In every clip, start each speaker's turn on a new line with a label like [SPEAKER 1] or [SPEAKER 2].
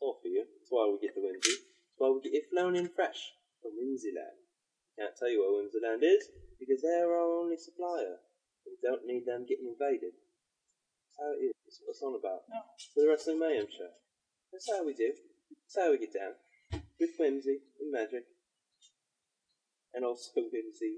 [SPEAKER 1] or for you. That's why we get the whimsy. That's why we get it flown in fresh from Whimsyland. Can't tell you where Whimsyland is because they're our only supplier. We don't need them getting invaded. That's how it is. That's what it's on about.
[SPEAKER 2] No.
[SPEAKER 1] For the Wrestling Mayhem show. That's how we do. That's how we get down. With whimsy and magic. And also whimsy.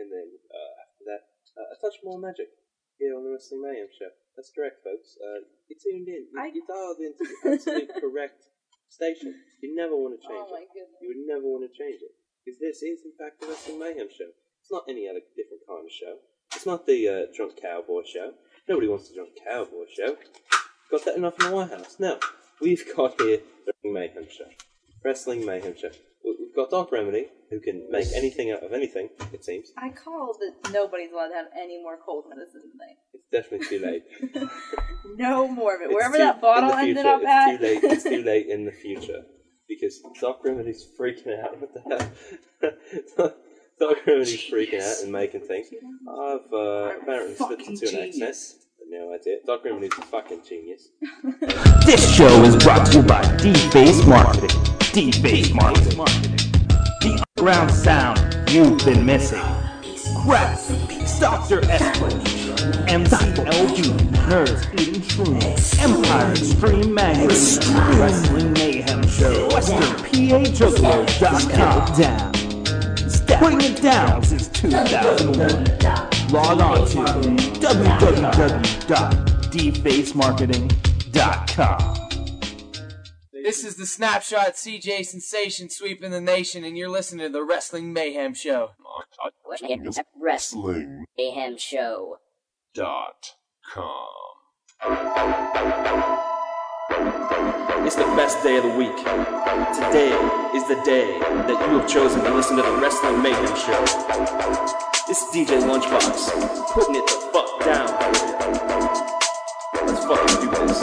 [SPEAKER 1] And then uh, after that, uh, a touch more magic here on the Wrestling Mayhem show. That's correct, folks. Uh, you tuned in. You,
[SPEAKER 2] I-
[SPEAKER 1] you dialed into the absolute correct station. You never want to change
[SPEAKER 3] Oh my
[SPEAKER 1] it.
[SPEAKER 3] goodness.
[SPEAKER 1] You would never want to change it. Because this is, in fact, the Wrestling Mayhem show. It's not any other different kind of show. It's not the uh, Drunk Cowboy show. Nobody wants the Drunk Cowboy show. Got that enough in the White House. No, we've got here the Wrestling Mayhem show. Wrestling Mayhem show. We- We've got Doc Remedy, who can make anything out of anything, it seems.
[SPEAKER 3] I call that nobody's allowed to have any more cold medicine tonight.
[SPEAKER 1] It's definitely too late.
[SPEAKER 3] No more of it.
[SPEAKER 1] It's
[SPEAKER 3] Wherever
[SPEAKER 1] too-
[SPEAKER 3] that bottle
[SPEAKER 1] in the
[SPEAKER 3] ended
[SPEAKER 1] future,
[SPEAKER 3] up at.
[SPEAKER 1] It's too late. It's too late in the future because Doc Remedy's freaking out. What the hell? Doc Remedy's freaking out and making things. I've uh, apparently slipped into an accent. No idea. Doc Remedy's a fucking genius.
[SPEAKER 4] This show is brought to you by D-Base Marketing. D-Base Marketing. The underground sound you've been missing. Craps, Dr. Esplin, MC LG, Nerds Eating Shrooms, Empire Extreme Magazine, Wrestling Mayhem Show, WesternPAJuggler.com. Down. Bring it down since 2001. Log on to www.dfacemarketing.com.
[SPEAKER 5] This is the snapshot CJ Sensation sweeping the nation, and you're listening to the Wrestling Mayhem Show.
[SPEAKER 6] Wrestling
[SPEAKER 7] Mayhem Show.
[SPEAKER 6] dot com.
[SPEAKER 8] It's the best day of the week. Today is the day that you have chosen to listen to the Wrestling Mayhem Show. This is DJ Lunchbox putting it the fuck down for you. Let's fucking do this.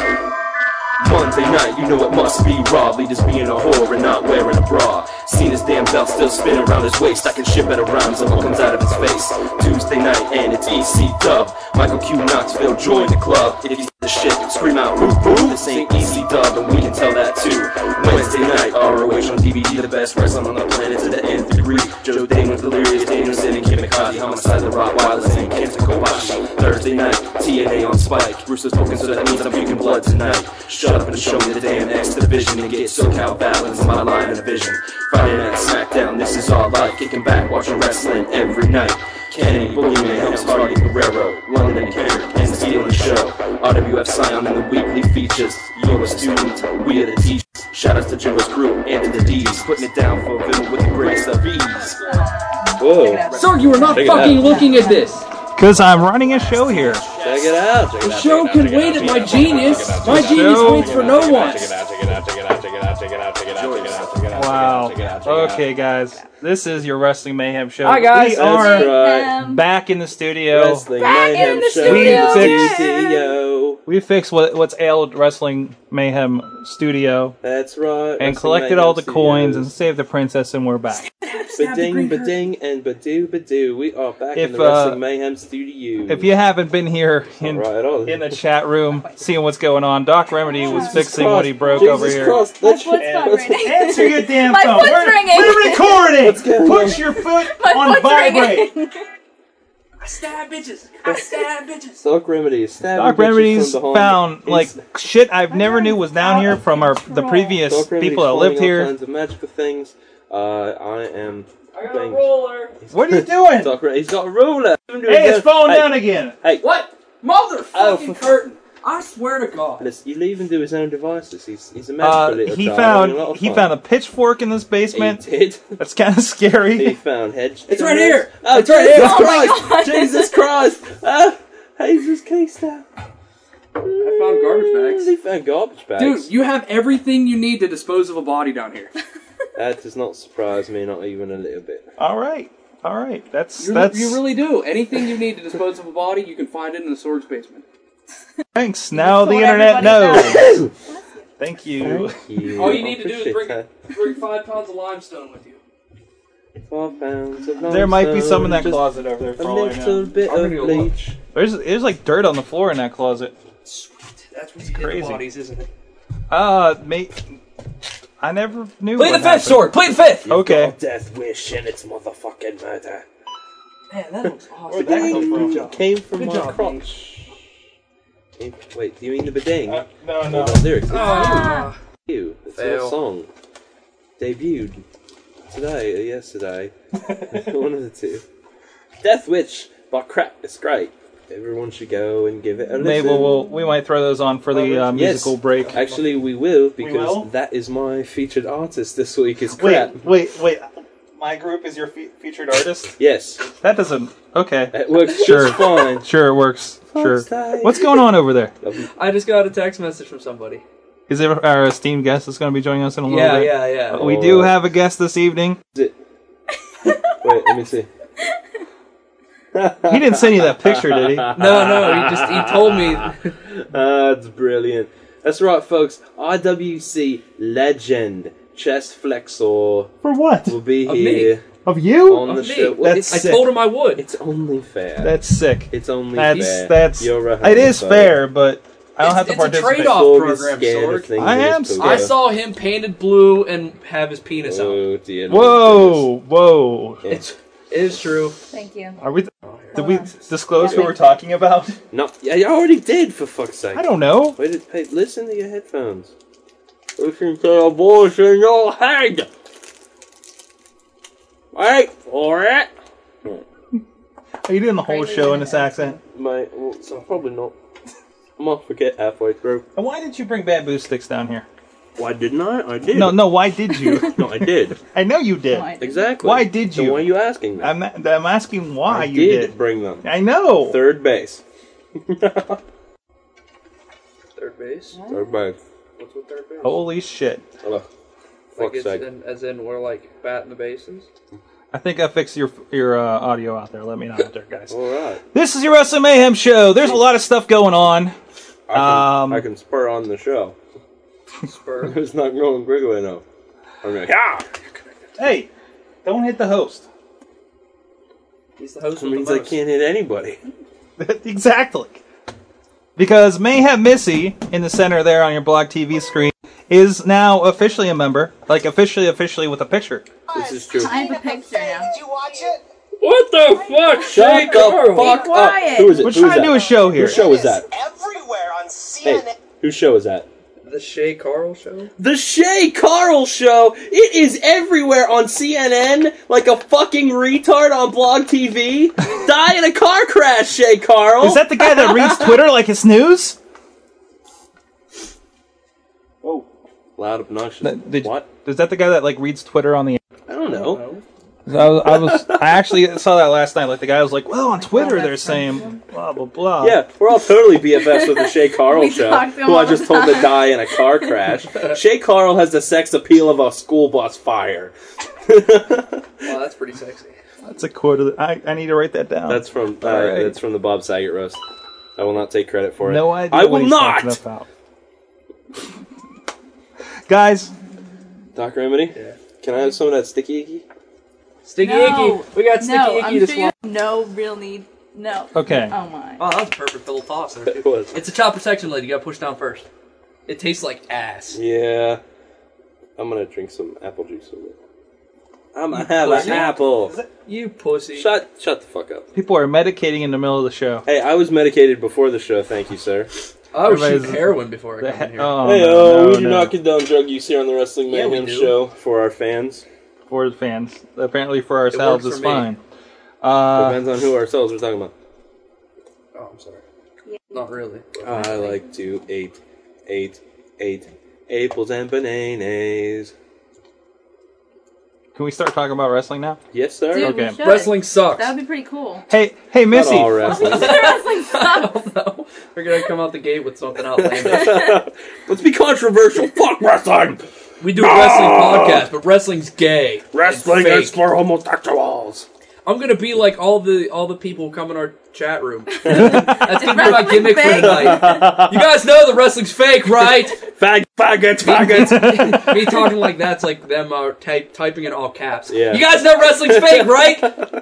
[SPEAKER 8] Monday night, you know it must be raw. Leaders being a whore and not wearing a bra. Seen his damn belt still spinning around his waist. I can shit better rhymes than what comes out of his face. Tuesday night, and it's EC Dub. Michael Q Knoxville joined the club. If you see the shit, scream out boo boo. This ain't EC Dub, and we can tell that too. Wednesday night, ROH on DVD, the best wrestling on the planet to the nth degree. Joe Damon's delirious, Danielson and Kimikaze, homicide, the Rottweilers, and Kenta Kobashi. Thursday night, TNA on Spike. Bruce is poking, so that means I'm puking blood tonight. Shut up and show me the damn X division and get SoCal balance in my line of vision. Friday night SmackDown, this is all life. Kicking back, watching wrestling every night. Kenny, Boogeyman, Helms, Hardy, Guerrero, London, and Kendrick, and stealing the show. RWF Scion in the weekly features. You're a student, we are the teachers. Shout outs to Jimbo's crew and to the D's. Putting it down for Vim with the greatest of ease.
[SPEAKER 1] Whoa!
[SPEAKER 3] Check it out.
[SPEAKER 5] Sir, you are not
[SPEAKER 1] Check it
[SPEAKER 5] fucking
[SPEAKER 1] out.
[SPEAKER 5] looking at this.
[SPEAKER 4] Because I'm running a show here.
[SPEAKER 1] Check it out. Check it
[SPEAKER 5] The
[SPEAKER 1] out.
[SPEAKER 5] show can wait at my genius. My genius
[SPEAKER 4] Show.
[SPEAKER 5] waits for no one.
[SPEAKER 4] Wow. Okay, guys. This is your Wrestling Mayhem show.
[SPEAKER 5] Hi, guys.
[SPEAKER 4] We
[SPEAKER 5] That's
[SPEAKER 4] are
[SPEAKER 1] right.
[SPEAKER 3] Um,
[SPEAKER 4] back in the studio.
[SPEAKER 1] Wrestling
[SPEAKER 3] Back in
[SPEAKER 1] Mayhem
[SPEAKER 3] the
[SPEAKER 1] Show.
[SPEAKER 4] studio.
[SPEAKER 1] studio.
[SPEAKER 4] We fixed what, what's ailed Wrestling Mayhem studio
[SPEAKER 1] That's right.
[SPEAKER 4] and
[SPEAKER 1] Wrestling
[SPEAKER 4] collected
[SPEAKER 1] Mayhem
[SPEAKER 4] all the
[SPEAKER 1] Studios.
[SPEAKER 4] coins and saved the princess, and we're back.
[SPEAKER 1] Ba-ding, ba-ding, and ba-doo, ba-doo. We are back in
[SPEAKER 4] If,
[SPEAKER 1] the
[SPEAKER 4] uh,
[SPEAKER 1] Wrestling Mayhem studio.
[SPEAKER 4] If you haven't been here in,
[SPEAKER 1] right oh, at all.
[SPEAKER 4] in the chat room seeing what's going on, Doc Remedy was fixing
[SPEAKER 1] Christ.
[SPEAKER 4] what he broke
[SPEAKER 1] Jesus
[SPEAKER 4] over here.
[SPEAKER 1] Christ,
[SPEAKER 3] My
[SPEAKER 1] that's-
[SPEAKER 3] foot's not
[SPEAKER 1] that's-
[SPEAKER 3] ready.
[SPEAKER 4] Answer your damn
[SPEAKER 3] My
[SPEAKER 4] phone.
[SPEAKER 3] foot's
[SPEAKER 4] we're,
[SPEAKER 3] ringing.
[SPEAKER 4] we're recording.
[SPEAKER 1] go.
[SPEAKER 4] Put your foot
[SPEAKER 3] My
[SPEAKER 4] on
[SPEAKER 3] foot's
[SPEAKER 4] vibrate.
[SPEAKER 2] I stab bitches. I stab bitches.
[SPEAKER 1] Doc Remedy is stabbing
[SPEAKER 4] Doc
[SPEAKER 1] bitches from
[SPEAKER 4] Remedy's
[SPEAKER 1] behind.
[SPEAKER 4] found
[SPEAKER 1] He's-
[SPEAKER 4] like shit I've never knew was down
[SPEAKER 3] out
[SPEAKER 4] here
[SPEAKER 3] of
[SPEAKER 4] from our the
[SPEAKER 3] control.
[SPEAKER 4] previous
[SPEAKER 1] Doc Remedy's
[SPEAKER 4] people that
[SPEAKER 1] finding
[SPEAKER 4] lived
[SPEAKER 1] all
[SPEAKER 4] here.
[SPEAKER 1] Kinds of magical things. Uh, I am. playing-
[SPEAKER 2] roller.
[SPEAKER 4] What are you doing?
[SPEAKER 1] Doc Re- he's got a ruler. Hey,
[SPEAKER 4] hey, it's falling
[SPEAKER 1] hey,
[SPEAKER 4] down again.
[SPEAKER 1] Hey,
[SPEAKER 2] What?
[SPEAKER 1] Oh,
[SPEAKER 2] Motherfucking
[SPEAKER 1] for-
[SPEAKER 2] curtain. I swear to God.
[SPEAKER 1] listen, you leave him to his own devices. He's he's a
[SPEAKER 4] Uh,
[SPEAKER 1] magical little
[SPEAKER 4] he
[SPEAKER 1] child. Having lot
[SPEAKER 4] found
[SPEAKER 1] of
[SPEAKER 4] he
[SPEAKER 1] fun.
[SPEAKER 4] found a pitchfork in this basement.
[SPEAKER 1] He did.
[SPEAKER 4] That's kind of
[SPEAKER 1] He
[SPEAKER 4] scary.
[SPEAKER 1] found hedge.
[SPEAKER 2] It's right here.
[SPEAKER 1] Oh,
[SPEAKER 2] It's right
[SPEAKER 1] Jesus
[SPEAKER 2] here.
[SPEAKER 3] Oh my God.
[SPEAKER 1] Christ! Jesus Christ! Ah, Jesus Christ! I
[SPEAKER 2] I found garbage bags.
[SPEAKER 1] He found garbage bags.
[SPEAKER 2] Dude, you have everything you need to dispose of a body down here.
[SPEAKER 1] That does not surprise me, not even a little bit.
[SPEAKER 4] all right, all right. That's
[SPEAKER 2] You,
[SPEAKER 4] that's
[SPEAKER 2] you really do. Anything you need to dispose of a body, you can find it in the storage basement.
[SPEAKER 4] thanks. Now
[SPEAKER 3] That's
[SPEAKER 4] the
[SPEAKER 3] what
[SPEAKER 4] internet
[SPEAKER 3] everybody
[SPEAKER 4] knows. Thank you.
[SPEAKER 2] All you need to do
[SPEAKER 1] Appreciate
[SPEAKER 2] is bring
[SPEAKER 1] that.
[SPEAKER 2] bring five pounds of limestone with you.
[SPEAKER 1] Five pounds of
[SPEAKER 4] There might be some in that
[SPEAKER 1] just
[SPEAKER 4] closet over there. For
[SPEAKER 1] A
[SPEAKER 4] all I
[SPEAKER 1] little
[SPEAKER 4] know.
[SPEAKER 1] bit
[SPEAKER 2] I'm
[SPEAKER 1] of
[SPEAKER 2] gonna go look.
[SPEAKER 1] bleach.
[SPEAKER 4] There's there's like dirt on the floor in that closet.
[SPEAKER 2] That's what's in
[SPEAKER 4] crazy.
[SPEAKER 2] bodies, isn't it?
[SPEAKER 4] Uh, mate, I never knew.
[SPEAKER 2] Play
[SPEAKER 4] what
[SPEAKER 2] the
[SPEAKER 4] happened.
[SPEAKER 2] fifth, sword. Play the fifth.
[SPEAKER 4] Okay.
[SPEAKER 1] Death wish and it's motherfucking murder.
[SPEAKER 2] Man, that looks awesome.
[SPEAKER 1] Came from my
[SPEAKER 2] job,
[SPEAKER 1] crotch. Came- Wait, do you mean the bidding?
[SPEAKER 6] Uh, no,
[SPEAKER 1] no,
[SPEAKER 6] no.
[SPEAKER 1] no, lyrics. It's you. It's your
[SPEAKER 9] Fail.
[SPEAKER 1] song. Debuted today or yesterday. One of the two. Death Witch by Crap. It's great. Everyone should go and give it a listen.
[SPEAKER 4] Maybe we'll, we might throw those on for the
[SPEAKER 1] Yes.
[SPEAKER 4] uh, musical break.
[SPEAKER 1] Actually, we will because
[SPEAKER 6] will?
[SPEAKER 1] that is my featured artist this week. Is Crap.
[SPEAKER 6] Wait, wait, wait. My group is your fe- featured artist.
[SPEAKER 1] Yes,
[SPEAKER 4] That doesn't. Okay.
[SPEAKER 1] it works
[SPEAKER 4] Sure.
[SPEAKER 1] just fine.
[SPEAKER 4] Sure, it works. Sure.
[SPEAKER 1] Foxtail.
[SPEAKER 4] What's going on over there?
[SPEAKER 2] I just got a text message from somebody.
[SPEAKER 4] Is it our esteemed guest that's going to be joining us in a little
[SPEAKER 2] Yeah,
[SPEAKER 4] bit?
[SPEAKER 2] yeah, yeah.
[SPEAKER 4] We do have a guest this evening.
[SPEAKER 1] Oh. Is it? Wait, let me see.
[SPEAKER 4] He didn't send you that picture, did he?
[SPEAKER 2] No, no. He just he told me.
[SPEAKER 1] That's brilliant. That's right, folks. RWC legend Chess Flexor
[SPEAKER 6] For what?
[SPEAKER 1] will be
[SPEAKER 2] Of me.
[SPEAKER 1] here
[SPEAKER 6] Of you?
[SPEAKER 1] on the
[SPEAKER 2] me.
[SPEAKER 1] show. Well,
[SPEAKER 4] That's
[SPEAKER 1] it's,
[SPEAKER 2] I
[SPEAKER 4] sick.
[SPEAKER 2] told him I would.
[SPEAKER 1] it's only fair.
[SPEAKER 4] That's sick.
[SPEAKER 1] it's only
[SPEAKER 4] That's
[SPEAKER 1] fair.
[SPEAKER 4] that's.
[SPEAKER 1] You're a
[SPEAKER 4] it is
[SPEAKER 1] homophobe.
[SPEAKER 4] fair, but I don't
[SPEAKER 2] It's-
[SPEAKER 4] have to
[SPEAKER 2] it's a
[SPEAKER 4] participate.
[SPEAKER 2] trade-off.
[SPEAKER 1] Sorg is
[SPEAKER 2] program,
[SPEAKER 1] scared of
[SPEAKER 2] Sorg.
[SPEAKER 1] things
[SPEAKER 4] I
[SPEAKER 1] in his
[SPEAKER 4] am
[SPEAKER 1] poop.
[SPEAKER 4] scared.
[SPEAKER 2] I saw him painted blue and have his penis out.
[SPEAKER 1] Oh dear. Lord
[SPEAKER 4] Whoa, whoa.
[SPEAKER 1] goodness.
[SPEAKER 2] It is true.
[SPEAKER 3] Thank you.
[SPEAKER 4] Are we? Did we
[SPEAKER 3] Hold on.
[SPEAKER 4] disclose who we're talking about?
[SPEAKER 1] Oh, No, yeah, I already did. For fuck's sake.
[SPEAKER 4] I don't know.
[SPEAKER 1] Wait, it- hey, listen to your headphones. Listen to the voice in your head. Wait for it.
[SPEAKER 4] Are you doing the whole
[SPEAKER 3] Crazy
[SPEAKER 4] show in
[SPEAKER 3] women.
[SPEAKER 4] this accent?
[SPEAKER 1] My, well, so probably not. I'm gonna forget halfway through.
[SPEAKER 4] And why did you bring bamboo sticks down here?
[SPEAKER 1] Why didn't I? I did.
[SPEAKER 4] No, no. Why did you?
[SPEAKER 1] no, I did.
[SPEAKER 4] I know you did.
[SPEAKER 1] Exactly.
[SPEAKER 4] Why did
[SPEAKER 1] So
[SPEAKER 4] you?
[SPEAKER 1] why are you asking that?
[SPEAKER 4] I'm I'm asking why
[SPEAKER 1] I
[SPEAKER 4] you did.
[SPEAKER 1] bring them.
[SPEAKER 4] I know.
[SPEAKER 1] Third base.
[SPEAKER 2] Third base.
[SPEAKER 1] Third base.
[SPEAKER 2] What's with third base?
[SPEAKER 4] Holy shit!
[SPEAKER 1] Oh,
[SPEAKER 2] Like
[SPEAKER 1] fuck's
[SPEAKER 2] it's
[SPEAKER 1] sake.
[SPEAKER 2] in, as in we're like batting the bases.
[SPEAKER 4] I think I fixed your your uh, audio out there. Let me know out there, guys.
[SPEAKER 1] All right.
[SPEAKER 4] This is your Wrestling Mayhem show. There's a lot of stuff going on.
[SPEAKER 1] I can,
[SPEAKER 4] Um,
[SPEAKER 1] I can spur on the show.
[SPEAKER 2] Spur.
[SPEAKER 1] It's not going quickly enough. I'm like, yeah.
[SPEAKER 4] Hey, don't hit the host.
[SPEAKER 2] He's the host
[SPEAKER 1] That
[SPEAKER 2] of the
[SPEAKER 1] means I
[SPEAKER 2] most.
[SPEAKER 1] can't hit anybody.
[SPEAKER 4] exactly. Because Mayhem Missy in the center there on your blog TV screen is now officially a member, like officially, officially with a picture.
[SPEAKER 1] This is true.
[SPEAKER 3] I have a picture now.
[SPEAKER 2] What the fuck?
[SPEAKER 1] Shut the fuck up.
[SPEAKER 3] quiet.
[SPEAKER 1] Who is it?
[SPEAKER 4] We're
[SPEAKER 1] Who is
[SPEAKER 4] trying to
[SPEAKER 1] that?
[SPEAKER 4] do a show here.
[SPEAKER 1] Whose show is that?
[SPEAKER 6] Everywhere on CNN.
[SPEAKER 1] Hey, whose show is that?
[SPEAKER 2] The Shay Carl show.
[SPEAKER 1] The Shay Carl Show. It is everywhere on CNN, like a fucking retard on Blog TV. Die in a car crash, Shay Carl.
[SPEAKER 4] Is that the guy that reads Twitter like it's news?
[SPEAKER 1] Oh, loud, obnoxious?
[SPEAKER 4] Did-
[SPEAKER 1] what?
[SPEAKER 4] Is that the guy that like reads Twitter on the?
[SPEAKER 1] I don't know.
[SPEAKER 4] I was, I was, I actually saw that last night. Like the guy was like, "Well, on Twitter they're saying blah blah blah."
[SPEAKER 1] Yeah, we're all totally BFFs with the Shay Carl
[SPEAKER 3] We
[SPEAKER 1] Show,
[SPEAKER 3] talk to him
[SPEAKER 1] who I
[SPEAKER 3] all the
[SPEAKER 1] just told to die in a car crash. Shay Carl has the sex appeal of a school bus fire.
[SPEAKER 2] Wow, that's pretty sexy.
[SPEAKER 4] that's a quote. Of the, I I need to write that down.
[SPEAKER 1] That's from uh,
[SPEAKER 4] Oh. All right.
[SPEAKER 1] that's from the Bob Saget roast. I will not take credit for it.
[SPEAKER 4] No idea.
[SPEAKER 1] I
[SPEAKER 4] what
[SPEAKER 1] will
[SPEAKER 4] he's
[SPEAKER 1] not.
[SPEAKER 4] talking about. Guys,
[SPEAKER 1] Doc Remedy, can I have some of that sticky icky?
[SPEAKER 2] Sticky
[SPEAKER 3] No.
[SPEAKER 2] Icky. We got Sticky
[SPEAKER 3] No,
[SPEAKER 2] Icky
[SPEAKER 3] I'm
[SPEAKER 2] this
[SPEAKER 3] sure
[SPEAKER 2] one.
[SPEAKER 3] you have no real need. No.
[SPEAKER 4] Okay.
[SPEAKER 3] Oh my.
[SPEAKER 2] Oh, that was a perfect little toss there.
[SPEAKER 1] It was.
[SPEAKER 2] It's a child protection lid. You gotta push down first. It tastes like ass.
[SPEAKER 1] Yeah. I'm gonna drink some apple juice with it. I'm gonna have an
[SPEAKER 2] pussy.
[SPEAKER 1] apple.
[SPEAKER 2] You pussy.
[SPEAKER 1] Shut shut the fuck up.
[SPEAKER 4] people are medicating in the middle of the show.
[SPEAKER 1] Hey, I was medicated before the show, thank you, sir.
[SPEAKER 2] I was
[SPEAKER 4] Everybody's-
[SPEAKER 2] shooting Oh, heroin before I come in here.
[SPEAKER 4] Oh,
[SPEAKER 1] hey
[SPEAKER 4] no,
[SPEAKER 1] we
[SPEAKER 4] no,
[SPEAKER 1] do
[SPEAKER 4] no.
[SPEAKER 1] not condone drug use here on the Wrestling
[SPEAKER 2] Yeah, we
[SPEAKER 1] Mayhem
[SPEAKER 2] do.
[SPEAKER 1] show for our fans.
[SPEAKER 4] for the fans. Apparently, for ourselves,
[SPEAKER 2] works
[SPEAKER 4] it's
[SPEAKER 2] for me.
[SPEAKER 4] fine. Uh,
[SPEAKER 1] Depends on who ourselves we're talking about.
[SPEAKER 2] Oh, I'm sorry. Not really.
[SPEAKER 1] I like to eat, eat, eat apples and bananas.
[SPEAKER 4] can we start talking about wrestling now?
[SPEAKER 1] Yes, sir.
[SPEAKER 3] Dude,
[SPEAKER 4] Okay.
[SPEAKER 3] we should.
[SPEAKER 2] Wrestling sucks.
[SPEAKER 3] That would be pretty cool.
[SPEAKER 4] Hey, hey,
[SPEAKER 1] Not
[SPEAKER 4] Missy,
[SPEAKER 1] all wrestling.
[SPEAKER 3] Wrestling sucks.
[SPEAKER 2] no, we're gonna come out the gate with something outlandish.
[SPEAKER 1] Let's be controversial. Fuck wrestling. Ah!
[SPEAKER 2] we do a wrestling podcast, but wrestling's gay. and
[SPEAKER 1] Wrestling
[SPEAKER 2] fake.
[SPEAKER 1] is for homosexuals.
[SPEAKER 2] I'm gonna be like all the all the people who come in our chat room. That's gonna be my
[SPEAKER 3] Wrestling's
[SPEAKER 2] gimmick for
[SPEAKER 3] fake.
[SPEAKER 2] tonight. You guys know the wrestling's fake, right?
[SPEAKER 1] Fag, faggots, faggots.
[SPEAKER 2] Me talking like that's like them uh, type, typing in all caps.
[SPEAKER 1] Yeah.
[SPEAKER 2] You guys know wrestling's fake, right?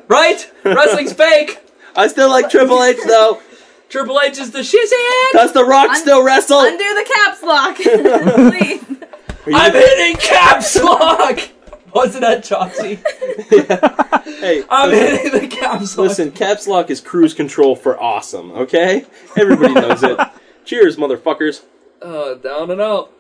[SPEAKER 2] Right? Wrestling's fake.
[SPEAKER 1] I still like Triple H though.
[SPEAKER 2] Triple H is the shizhead.
[SPEAKER 1] Does The Rock
[SPEAKER 3] Un-
[SPEAKER 1] still wrestle?
[SPEAKER 3] Undo the caps lock. Please.
[SPEAKER 2] I'm hitting caps lock. Wasn't that Chauncey?
[SPEAKER 1] Hey,
[SPEAKER 2] I'm
[SPEAKER 1] listen,
[SPEAKER 2] hitting the caps lock.
[SPEAKER 1] listen, caps lock is cruise control for awesome, okay? Everybody knows it. Cheers, motherfuckers.
[SPEAKER 2] Uh, down and out.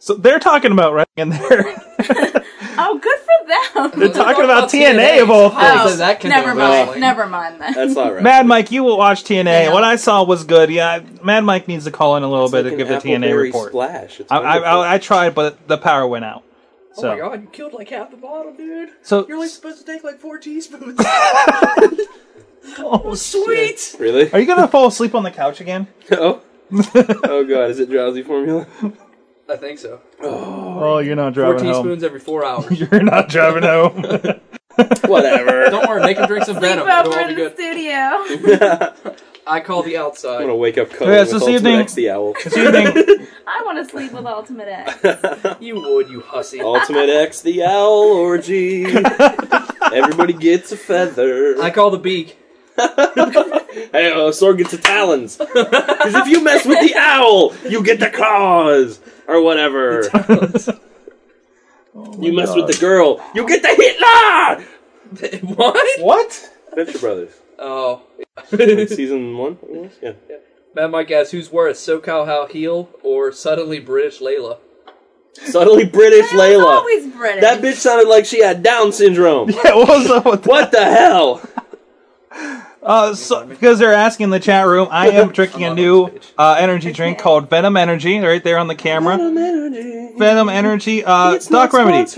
[SPEAKER 4] So they're talking about wrestling, and they're
[SPEAKER 3] Oh, good for
[SPEAKER 4] they're
[SPEAKER 3] them.
[SPEAKER 4] talking about
[SPEAKER 2] about TNA.
[SPEAKER 4] TNA of all things.
[SPEAKER 3] Oh,
[SPEAKER 10] So that can
[SPEAKER 3] never
[SPEAKER 10] go
[SPEAKER 3] mind.
[SPEAKER 10] wrestling.
[SPEAKER 3] Never mind then.
[SPEAKER 1] That's not right.
[SPEAKER 4] Mad Mike, you will watch TNA.
[SPEAKER 3] Yeah.
[SPEAKER 4] What I saw was good. Yeah, I- Mad Mike needs to call in a little
[SPEAKER 1] It's like
[SPEAKER 4] bit to
[SPEAKER 1] an
[SPEAKER 4] give the TNA
[SPEAKER 1] Appleberry
[SPEAKER 4] report.
[SPEAKER 1] Splash. It's
[SPEAKER 4] I, I,
[SPEAKER 1] wonderful.
[SPEAKER 4] I, I tried, but the power went out. So,
[SPEAKER 2] Oh my god, you killed like half the bottle, dude.
[SPEAKER 4] so
[SPEAKER 2] You're only supposed to take like four teaspoons. oh, sweet.
[SPEAKER 1] really?
[SPEAKER 4] are you gonna fall asleep on the couch again?
[SPEAKER 1] Oh. oh god, is it drowsy formula?
[SPEAKER 2] I think so.
[SPEAKER 4] Oh, you're not
[SPEAKER 2] Four
[SPEAKER 4] driving home.
[SPEAKER 2] teaspoons every four hours.
[SPEAKER 4] You're not driving home.
[SPEAKER 1] Whatever.
[SPEAKER 2] Don't worry, make him drink some venom.
[SPEAKER 3] Sleep
[SPEAKER 2] It'll
[SPEAKER 3] over
[SPEAKER 2] all be
[SPEAKER 3] in the
[SPEAKER 2] good.
[SPEAKER 3] studio.
[SPEAKER 2] I call the
[SPEAKER 1] I'm
[SPEAKER 2] outside.
[SPEAKER 1] gonna wake up cuddling
[SPEAKER 4] Yeah,
[SPEAKER 1] yeah,
[SPEAKER 4] so
[SPEAKER 1] with
[SPEAKER 4] see you
[SPEAKER 1] Ultimate
[SPEAKER 4] think-
[SPEAKER 1] X the Owl.
[SPEAKER 4] This evening,
[SPEAKER 3] I want to sleep with Ultimate X.
[SPEAKER 2] You would, you hussy.
[SPEAKER 1] Ultimate X the Owl orgy. Everybody gets a feather.
[SPEAKER 2] I call the beak.
[SPEAKER 1] Hey, uh, sword gets the talons. Because if you mess with the owl, you get the claws or whatever. you mess
[SPEAKER 4] Oh
[SPEAKER 1] with the girl, you get the Hitler.
[SPEAKER 2] what?
[SPEAKER 4] what?
[SPEAKER 1] Venture Brothers,
[SPEAKER 2] Oh.
[SPEAKER 1] season one. I guess? Yeah.
[SPEAKER 2] Matt Mike asks, who's worse, SoCal How Heel or suddenly British Layla?
[SPEAKER 1] Subtly British
[SPEAKER 3] Layla's
[SPEAKER 1] Layla.
[SPEAKER 3] always British.
[SPEAKER 1] That bitch sounded like she had Down syndrome.
[SPEAKER 4] Yeah, what was up with
[SPEAKER 1] What the hell?
[SPEAKER 4] Uh, so, because they're asking in the chat room, I am drinking a new uh, energy drink called Venom Energy, right there on the camera. Venom Energy, uh, Doc Remedy.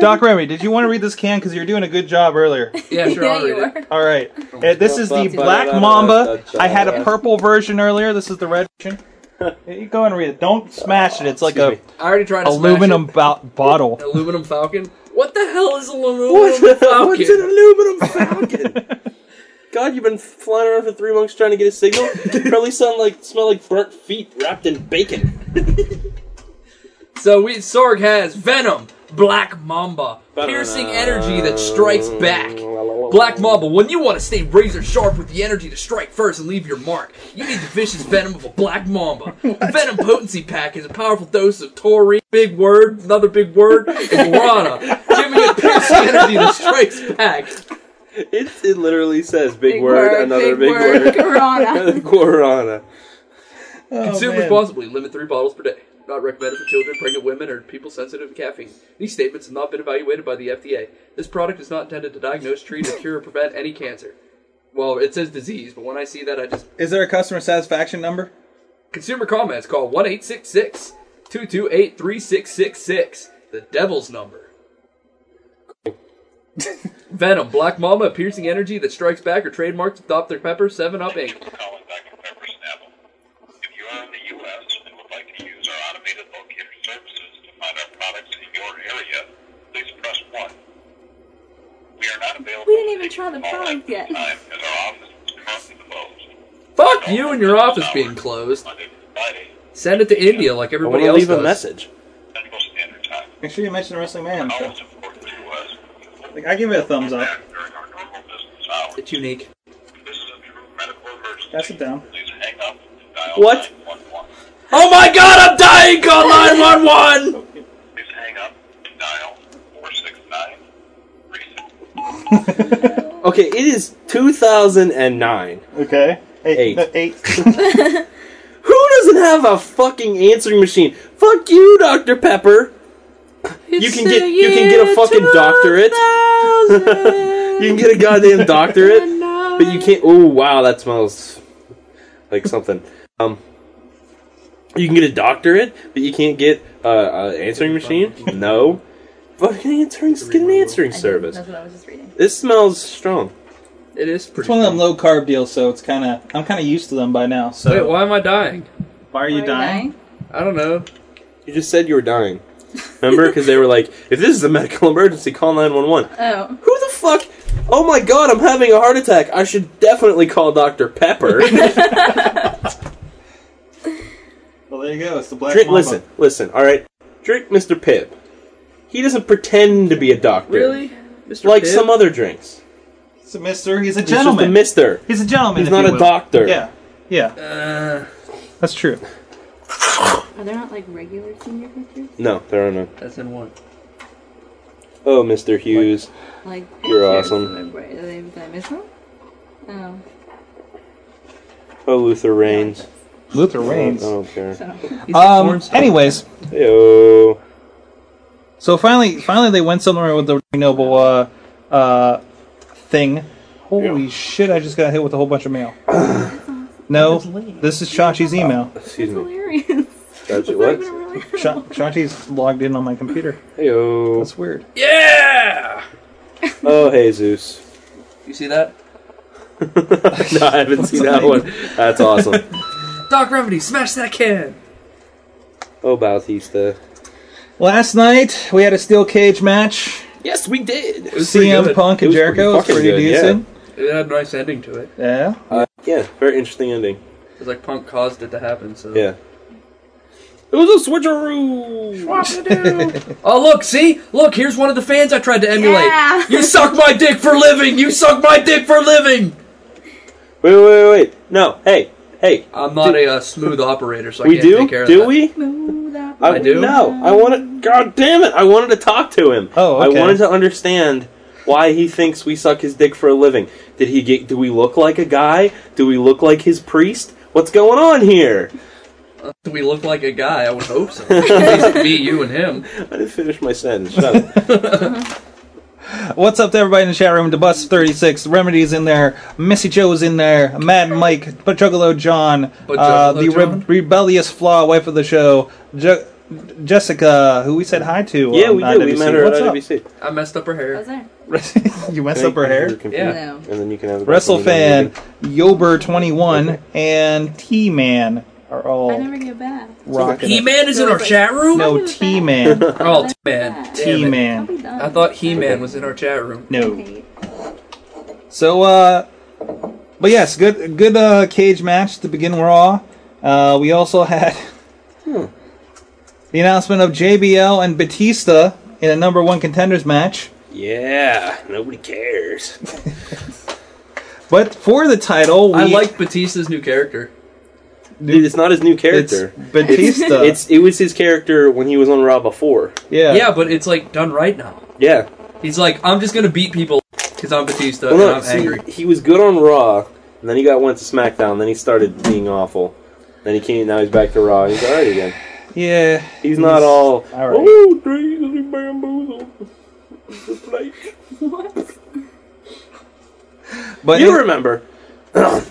[SPEAKER 4] Doc Remedy, did you want to read this can? Because you were doing a good job earlier.
[SPEAKER 2] Yeah, sure,
[SPEAKER 3] yeah,
[SPEAKER 2] I'll
[SPEAKER 3] you
[SPEAKER 2] read it.
[SPEAKER 3] are.
[SPEAKER 4] All right, Uh, this is the Black Mamba. I had a purple version earlier. This is the red version. You go and read it. Don't smash it. It's like a
[SPEAKER 2] I already tried to smash
[SPEAKER 4] aluminum bo- bottle.
[SPEAKER 2] it. An aluminum falcon? What the hell is an aluminum
[SPEAKER 1] What the
[SPEAKER 2] falcon?
[SPEAKER 1] What's an aluminum falcon? God, you've been flying around for three months trying to get a signal. You probably sound like smell like burnt feet wrapped in bacon.
[SPEAKER 2] So we Sorg has Venom, Black Mamba, piercing energy that strikes back. Black Mamba, when you want to stay razor sharp with the energy to strike first and leave your mark, you need the vicious venom of a Black Mamba. The Venom Potency Pack is a powerful dose of taurine, big word, another big word, and guarana, giving you piercing energy that strikes back.
[SPEAKER 1] It, it literally says big, word, another big, word.
[SPEAKER 3] Corona.
[SPEAKER 1] Guarana.
[SPEAKER 2] Consume
[SPEAKER 4] man.
[SPEAKER 2] responsibly. Limit three bottles per day. Not recommended for children, pregnant women, or people sensitive to caffeine. These statements have not been evaluated by the FDA. This product is not intended to diagnose, treat, or cure or prevent any cancer. Well, it says disease, but when I see that, I just
[SPEAKER 4] Is there a customer satisfaction number?
[SPEAKER 2] consumer comments. Call one eight six six two two eight three six six six. The devil's number. Venom, Black Mama, piercing energy that strikes back, or trademarked with Dr Pepper, Seven Up Inc.
[SPEAKER 11] Colin Beck and Pepper Snapple. If you are in the U.S. and would like to use our automated locator services to find our products in your area, please press 1. We are not available
[SPEAKER 3] We didn't even
[SPEAKER 11] to
[SPEAKER 3] try the
[SPEAKER 11] take your call
[SPEAKER 3] product
[SPEAKER 11] at this
[SPEAKER 3] yet.
[SPEAKER 11] time as our office is currently closed.
[SPEAKER 2] Fuck you and your office being closed.
[SPEAKER 11] Monday through Friday,
[SPEAKER 2] Send it to India like
[SPEAKER 1] I
[SPEAKER 2] everybody
[SPEAKER 1] want to
[SPEAKER 2] else
[SPEAKER 1] leave a
[SPEAKER 2] does.
[SPEAKER 1] message.
[SPEAKER 11] Central Standard Time.
[SPEAKER 4] Make sure you mention Wrestling Man.
[SPEAKER 11] Call is important to us.
[SPEAKER 4] Like, I give it a thumbs up.
[SPEAKER 11] Back during our normal business hours.
[SPEAKER 2] It's unique.
[SPEAKER 11] This is a true medical emergency.
[SPEAKER 4] That's it down.
[SPEAKER 11] Please hang up and dial
[SPEAKER 1] What?
[SPEAKER 11] 911.
[SPEAKER 2] Oh my god, I'm dying! Call 911!
[SPEAKER 11] Please hang up and dial 469 reason.
[SPEAKER 1] Okay, it is 2009.
[SPEAKER 4] Okay.
[SPEAKER 1] Eight.
[SPEAKER 4] no, eight.
[SPEAKER 1] Who doesn't have a fucking answering machine? Fuck you, Dr. Pepper. you can get you can get a fucking doctorate. you can get a goddamn doctorate, but you can't. Oh wow, that smells like something. Um, you can get a doctorate, but you can't get uh, an answering machine. No, fucking answering. Get an answering service.
[SPEAKER 3] That's what I was just reading.
[SPEAKER 1] This smells strong.
[SPEAKER 2] It is pretty.
[SPEAKER 4] It's one of them low carb deals, so it's kind of I'm kind of used to them by now. So
[SPEAKER 2] Wait, why am I dying?
[SPEAKER 4] why are you dying?
[SPEAKER 2] I don't know.
[SPEAKER 1] You just said you were dying. Remember? Because they were like, if this is a medical emergency, call 911.
[SPEAKER 3] Oh.
[SPEAKER 1] Who the fuck? Oh my god, I'm having a heart attack. I should definitely call Dr. Pepper.
[SPEAKER 4] Well, there you go. It's the black.
[SPEAKER 1] Drink,
[SPEAKER 4] Mamba.
[SPEAKER 1] listen, listen, alright? Drink Mr. Pibb. He doesn't pretend to be a doctor.
[SPEAKER 2] Really? Mr.
[SPEAKER 1] Like
[SPEAKER 2] Pibb?
[SPEAKER 1] some other drinks.
[SPEAKER 4] It's a mister. He's a
[SPEAKER 1] He's
[SPEAKER 4] gentleman.
[SPEAKER 1] just a mister.
[SPEAKER 4] He's a gentleman.
[SPEAKER 1] He's
[SPEAKER 4] if
[SPEAKER 1] not
[SPEAKER 4] you
[SPEAKER 1] a
[SPEAKER 4] will.
[SPEAKER 2] Uh,
[SPEAKER 1] doctor.
[SPEAKER 4] Yeah. Yeah. That's true.
[SPEAKER 3] Are there not like regular senior pictures?
[SPEAKER 1] No, there are none.
[SPEAKER 2] That's in one.
[SPEAKER 1] Oh, Mr. Hughes,
[SPEAKER 3] Like
[SPEAKER 1] you're
[SPEAKER 3] pictures
[SPEAKER 1] awesome.
[SPEAKER 3] of everybody. Did I, did I miss one? Oh.
[SPEAKER 1] Oh, Luther Reigns.
[SPEAKER 4] Luther
[SPEAKER 1] I don't-
[SPEAKER 4] Reigns.
[SPEAKER 1] I don't care.
[SPEAKER 4] Um. Anyways.
[SPEAKER 1] Heyo.
[SPEAKER 4] So finally, finally, they went somewhere with the noble uh, uh, thing. Holy shit! I just got hit with a whole bunch of mail. no, this is Chachi's email.
[SPEAKER 1] Excuse me.
[SPEAKER 3] Hilarious.
[SPEAKER 1] That's what?
[SPEAKER 4] Sha- Chachi's logged in on my computer.
[SPEAKER 1] Heyo.
[SPEAKER 4] That's weird.
[SPEAKER 2] Yeah.
[SPEAKER 1] Oh, Jesus.
[SPEAKER 2] You see that?
[SPEAKER 1] no, I haven't seen that one. That's awesome.
[SPEAKER 2] Doc Remedy, smash that can.
[SPEAKER 1] Oh, Bautista.
[SPEAKER 4] Last night we had a steel cage match.
[SPEAKER 12] Yes, we did.
[SPEAKER 4] CM Punk and Jericho was pretty decent.
[SPEAKER 2] It had a nice ending to it.
[SPEAKER 4] Yeah.
[SPEAKER 1] Uh, yeah, very interesting ending.
[SPEAKER 2] It was like Punk caused it to happen. So
[SPEAKER 1] Yeah.
[SPEAKER 2] It was a switcheroo. oh look, see, look, here's one of the fans I tried to emulate.
[SPEAKER 3] Yeah.
[SPEAKER 2] You suck my dick for living. You suck my dick for living.
[SPEAKER 1] Wait, wait, wait, wait. No, hey, hey.
[SPEAKER 2] I'm not a uh, smooth operator, so I
[SPEAKER 1] we
[SPEAKER 2] can't
[SPEAKER 1] do?
[SPEAKER 2] take care of
[SPEAKER 1] do
[SPEAKER 2] that.
[SPEAKER 1] we? I,
[SPEAKER 2] I do?
[SPEAKER 1] No, I wanted. God damn it! I wanted to talk to him. Oh,
[SPEAKER 4] okay.
[SPEAKER 1] I wanted to understand why he thinks we suck his dick for a living. Did he get? Do we look like a guy? Do we look like his priest? What's going on here?
[SPEAKER 2] Uh, do we look like a guy? I would hope so. At least me, you, and him.
[SPEAKER 1] I didn't finish my sentence. Shut up.
[SPEAKER 4] What's up to everybody in the chat room? Debus thirty six, Remedy's in there, Missy Joe's in there, Mad Mike, Juggalo
[SPEAKER 1] Oh,
[SPEAKER 4] John, uh,
[SPEAKER 2] Juggalo
[SPEAKER 4] the
[SPEAKER 2] John?
[SPEAKER 4] Re- rebellious flaw wife of the show, Je- Jessica, who we said hi to.
[SPEAKER 1] yeah,
[SPEAKER 4] on
[SPEAKER 1] we did. We
[SPEAKER 4] IWC.
[SPEAKER 1] met her
[SPEAKER 4] What's
[SPEAKER 1] at
[SPEAKER 4] up?
[SPEAKER 1] IBC.
[SPEAKER 2] I messed up her hair. Was
[SPEAKER 3] there?
[SPEAKER 4] you messed up her hair.
[SPEAKER 2] Yeah.
[SPEAKER 1] And then you can have the back one
[SPEAKER 4] WrestleFan, Yober twenty one, and T Man are
[SPEAKER 3] I
[SPEAKER 4] all
[SPEAKER 3] never get back.
[SPEAKER 4] rocking. it.
[SPEAKER 2] He-Man is in our chat room.
[SPEAKER 4] No, T Man.
[SPEAKER 2] Oh, T-Man.
[SPEAKER 4] T Man.
[SPEAKER 2] I thought He-Man was in our chat room.
[SPEAKER 4] No. So, uh, but yes, good good uh, cage match to begin Raw. Uh, we also had
[SPEAKER 1] Hmm.
[SPEAKER 4] the announcement of JBL and Batista in a number one contenders match,
[SPEAKER 1] Yeah, nobody cares.
[SPEAKER 4] but for the title, we
[SPEAKER 2] I like Batista's new character.
[SPEAKER 1] Dude, it's not his new character.
[SPEAKER 4] It's Batista.
[SPEAKER 1] It's, it was his character when he was on Raw before.
[SPEAKER 2] Yeah, but it's like done right now.
[SPEAKER 1] Yeah.
[SPEAKER 2] He's like, I'm just gonna beat people because I'm Batista
[SPEAKER 1] Well,
[SPEAKER 2] and
[SPEAKER 1] no,
[SPEAKER 2] I'm
[SPEAKER 1] see,
[SPEAKER 2] angry.
[SPEAKER 1] he was good on Raw, and then he got went to SmackDown, then he started being awful. Then he came, now he's back to Raw, and he's alright again.
[SPEAKER 4] yeah,
[SPEAKER 1] He's not all.
[SPEAKER 4] all right.
[SPEAKER 1] Oh, trees and bamboozled. The plate.
[SPEAKER 4] But
[SPEAKER 1] you
[SPEAKER 4] it-
[SPEAKER 1] remember?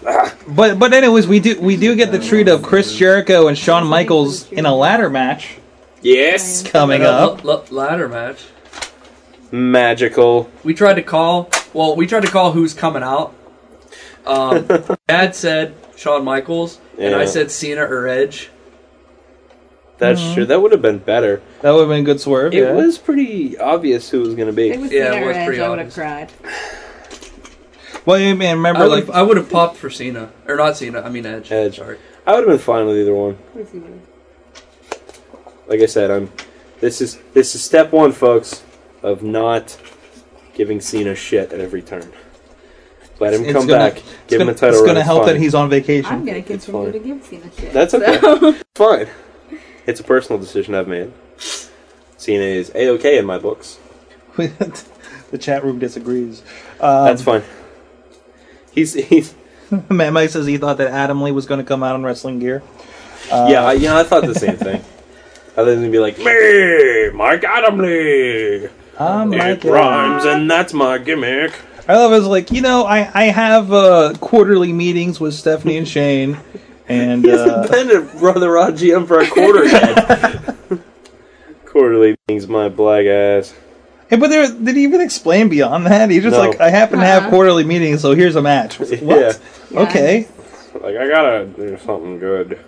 [SPEAKER 4] But but anyways, we do we do get the treat of Chris Jericho and Shawn Michaels in a ladder match
[SPEAKER 1] Yes.
[SPEAKER 4] coming
[SPEAKER 2] Uh,
[SPEAKER 4] up.
[SPEAKER 2] la- la- ladder match.
[SPEAKER 1] Magical.
[SPEAKER 2] We tried to call. Well, we tried to call who's coming out. Um, Dad said Shawn Michaels, and I
[SPEAKER 1] Yeah.
[SPEAKER 2] said Cena or Edge.
[SPEAKER 1] That's
[SPEAKER 2] Mhm.
[SPEAKER 1] sure. That would have been better.
[SPEAKER 4] Mm-hmm. That would have been a good swerve.
[SPEAKER 1] It
[SPEAKER 4] yeah.
[SPEAKER 1] was pretty obvious who it was going to be.
[SPEAKER 3] It was
[SPEAKER 2] Yeah,
[SPEAKER 3] yeah,
[SPEAKER 2] it was pretty
[SPEAKER 3] I would have
[SPEAKER 2] obvious.
[SPEAKER 3] cried.
[SPEAKER 4] Well, you mean, remember
[SPEAKER 2] I
[SPEAKER 4] like
[SPEAKER 2] would I would have popped for Cena or not Cena. I mean Edge.
[SPEAKER 1] Edge.
[SPEAKER 2] Sorry.
[SPEAKER 1] I would have been fine with either one.
[SPEAKER 3] Of course you would.
[SPEAKER 1] Like I said, I'm. This is this is step one, folks, of not giving Cena shit at every turn. Let him
[SPEAKER 4] it's
[SPEAKER 1] come
[SPEAKER 4] gonna-
[SPEAKER 1] back.
[SPEAKER 4] it's
[SPEAKER 1] Give
[SPEAKER 4] gonna-
[SPEAKER 1] him a title
[SPEAKER 4] It's
[SPEAKER 1] run,
[SPEAKER 4] gonna
[SPEAKER 1] it's
[SPEAKER 4] help that
[SPEAKER 1] fine.
[SPEAKER 4] he's on vacation.
[SPEAKER 3] I'm gonna continue
[SPEAKER 1] fine.
[SPEAKER 3] to give Cena shit.
[SPEAKER 1] That's okay.
[SPEAKER 3] So.
[SPEAKER 1] fine. It's a personal decision I've made. Cena is a okay in my books.
[SPEAKER 4] the chat room disagrees. Um,
[SPEAKER 1] That's fine. He's he's.
[SPEAKER 4] Matt Mike says he thought that Adam Lee was going to come out in wrestling gear. Uh,
[SPEAKER 1] yeah, I, yeah. I thought the same thing. I was gonna be like, me, Mike Adamley.
[SPEAKER 4] I'm
[SPEAKER 1] it
[SPEAKER 4] Mike
[SPEAKER 1] rhymes, and that's my gimmick.
[SPEAKER 4] I love it. was like, you know, I, I have uh, quarterly meetings with Stephanie and Shane, and
[SPEAKER 1] He hasn't
[SPEAKER 4] uh,
[SPEAKER 1] been to Brother Raw GM for a quarter yet. Quarterly things, my black ass.
[SPEAKER 4] and- but there, did he even explain beyond that? He's just
[SPEAKER 1] No.
[SPEAKER 4] like, I happen to have
[SPEAKER 3] Uh-uh.
[SPEAKER 4] quarterly meetings, so here's a match. I was like, what?
[SPEAKER 3] Yeah.
[SPEAKER 4] Okay.
[SPEAKER 1] Like I gotta do something good.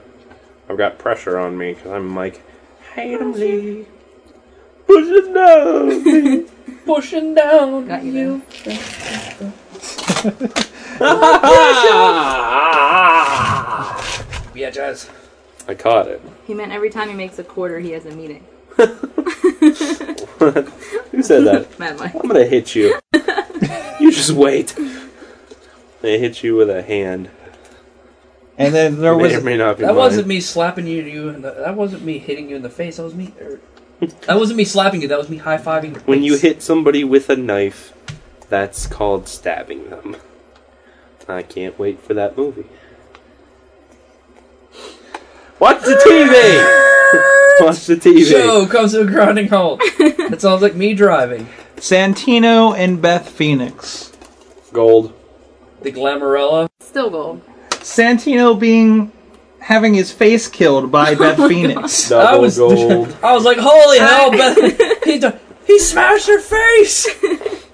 [SPEAKER 1] I've got pressure on me because I'm Mike.
[SPEAKER 3] Pushing
[SPEAKER 1] Push it down.
[SPEAKER 2] Pushing down.
[SPEAKER 3] Got you there.
[SPEAKER 1] Ah.
[SPEAKER 2] Yeah, Jazz.
[SPEAKER 1] I caught it.
[SPEAKER 3] He meant every time he makes a quarter, he has a meeting.
[SPEAKER 1] Who said that?
[SPEAKER 3] Mad Mike.
[SPEAKER 1] I'm gonna hit you. you just wait. They hit you with a hand.
[SPEAKER 4] And then there
[SPEAKER 2] May
[SPEAKER 4] was
[SPEAKER 2] or may not
[SPEAKER 4] that
[SPEAKER 2] That wasn't me slapping you. You in the, that wasn't me hitting you in the face. That was me. er, that wasn't me slapping you. That was me high fiving. your
[SPEAKER 1] When you
[SPEAKER 2] face.
[SPEAKER 1] hit somebody with a knife, that's called stabbing them. I can't wait for that movie. Watch the TV! Watch the TV!
[SPEAKER 2] Joe comes to a grinding halt. that sounds like me driving.
[SPEAKER 4] Santino and Beth Phoenix.
[SPEAKER 1] Gold.
[SPEAKER 2] The Glamorella.
[SPEAKER 3] Still gold.
[SPEAKER 4] Santino being having his face killed by Beth Phoenix.
[SPEAKER 2] I was, I was like, holy hell, Beth. He, d- he smashed her face.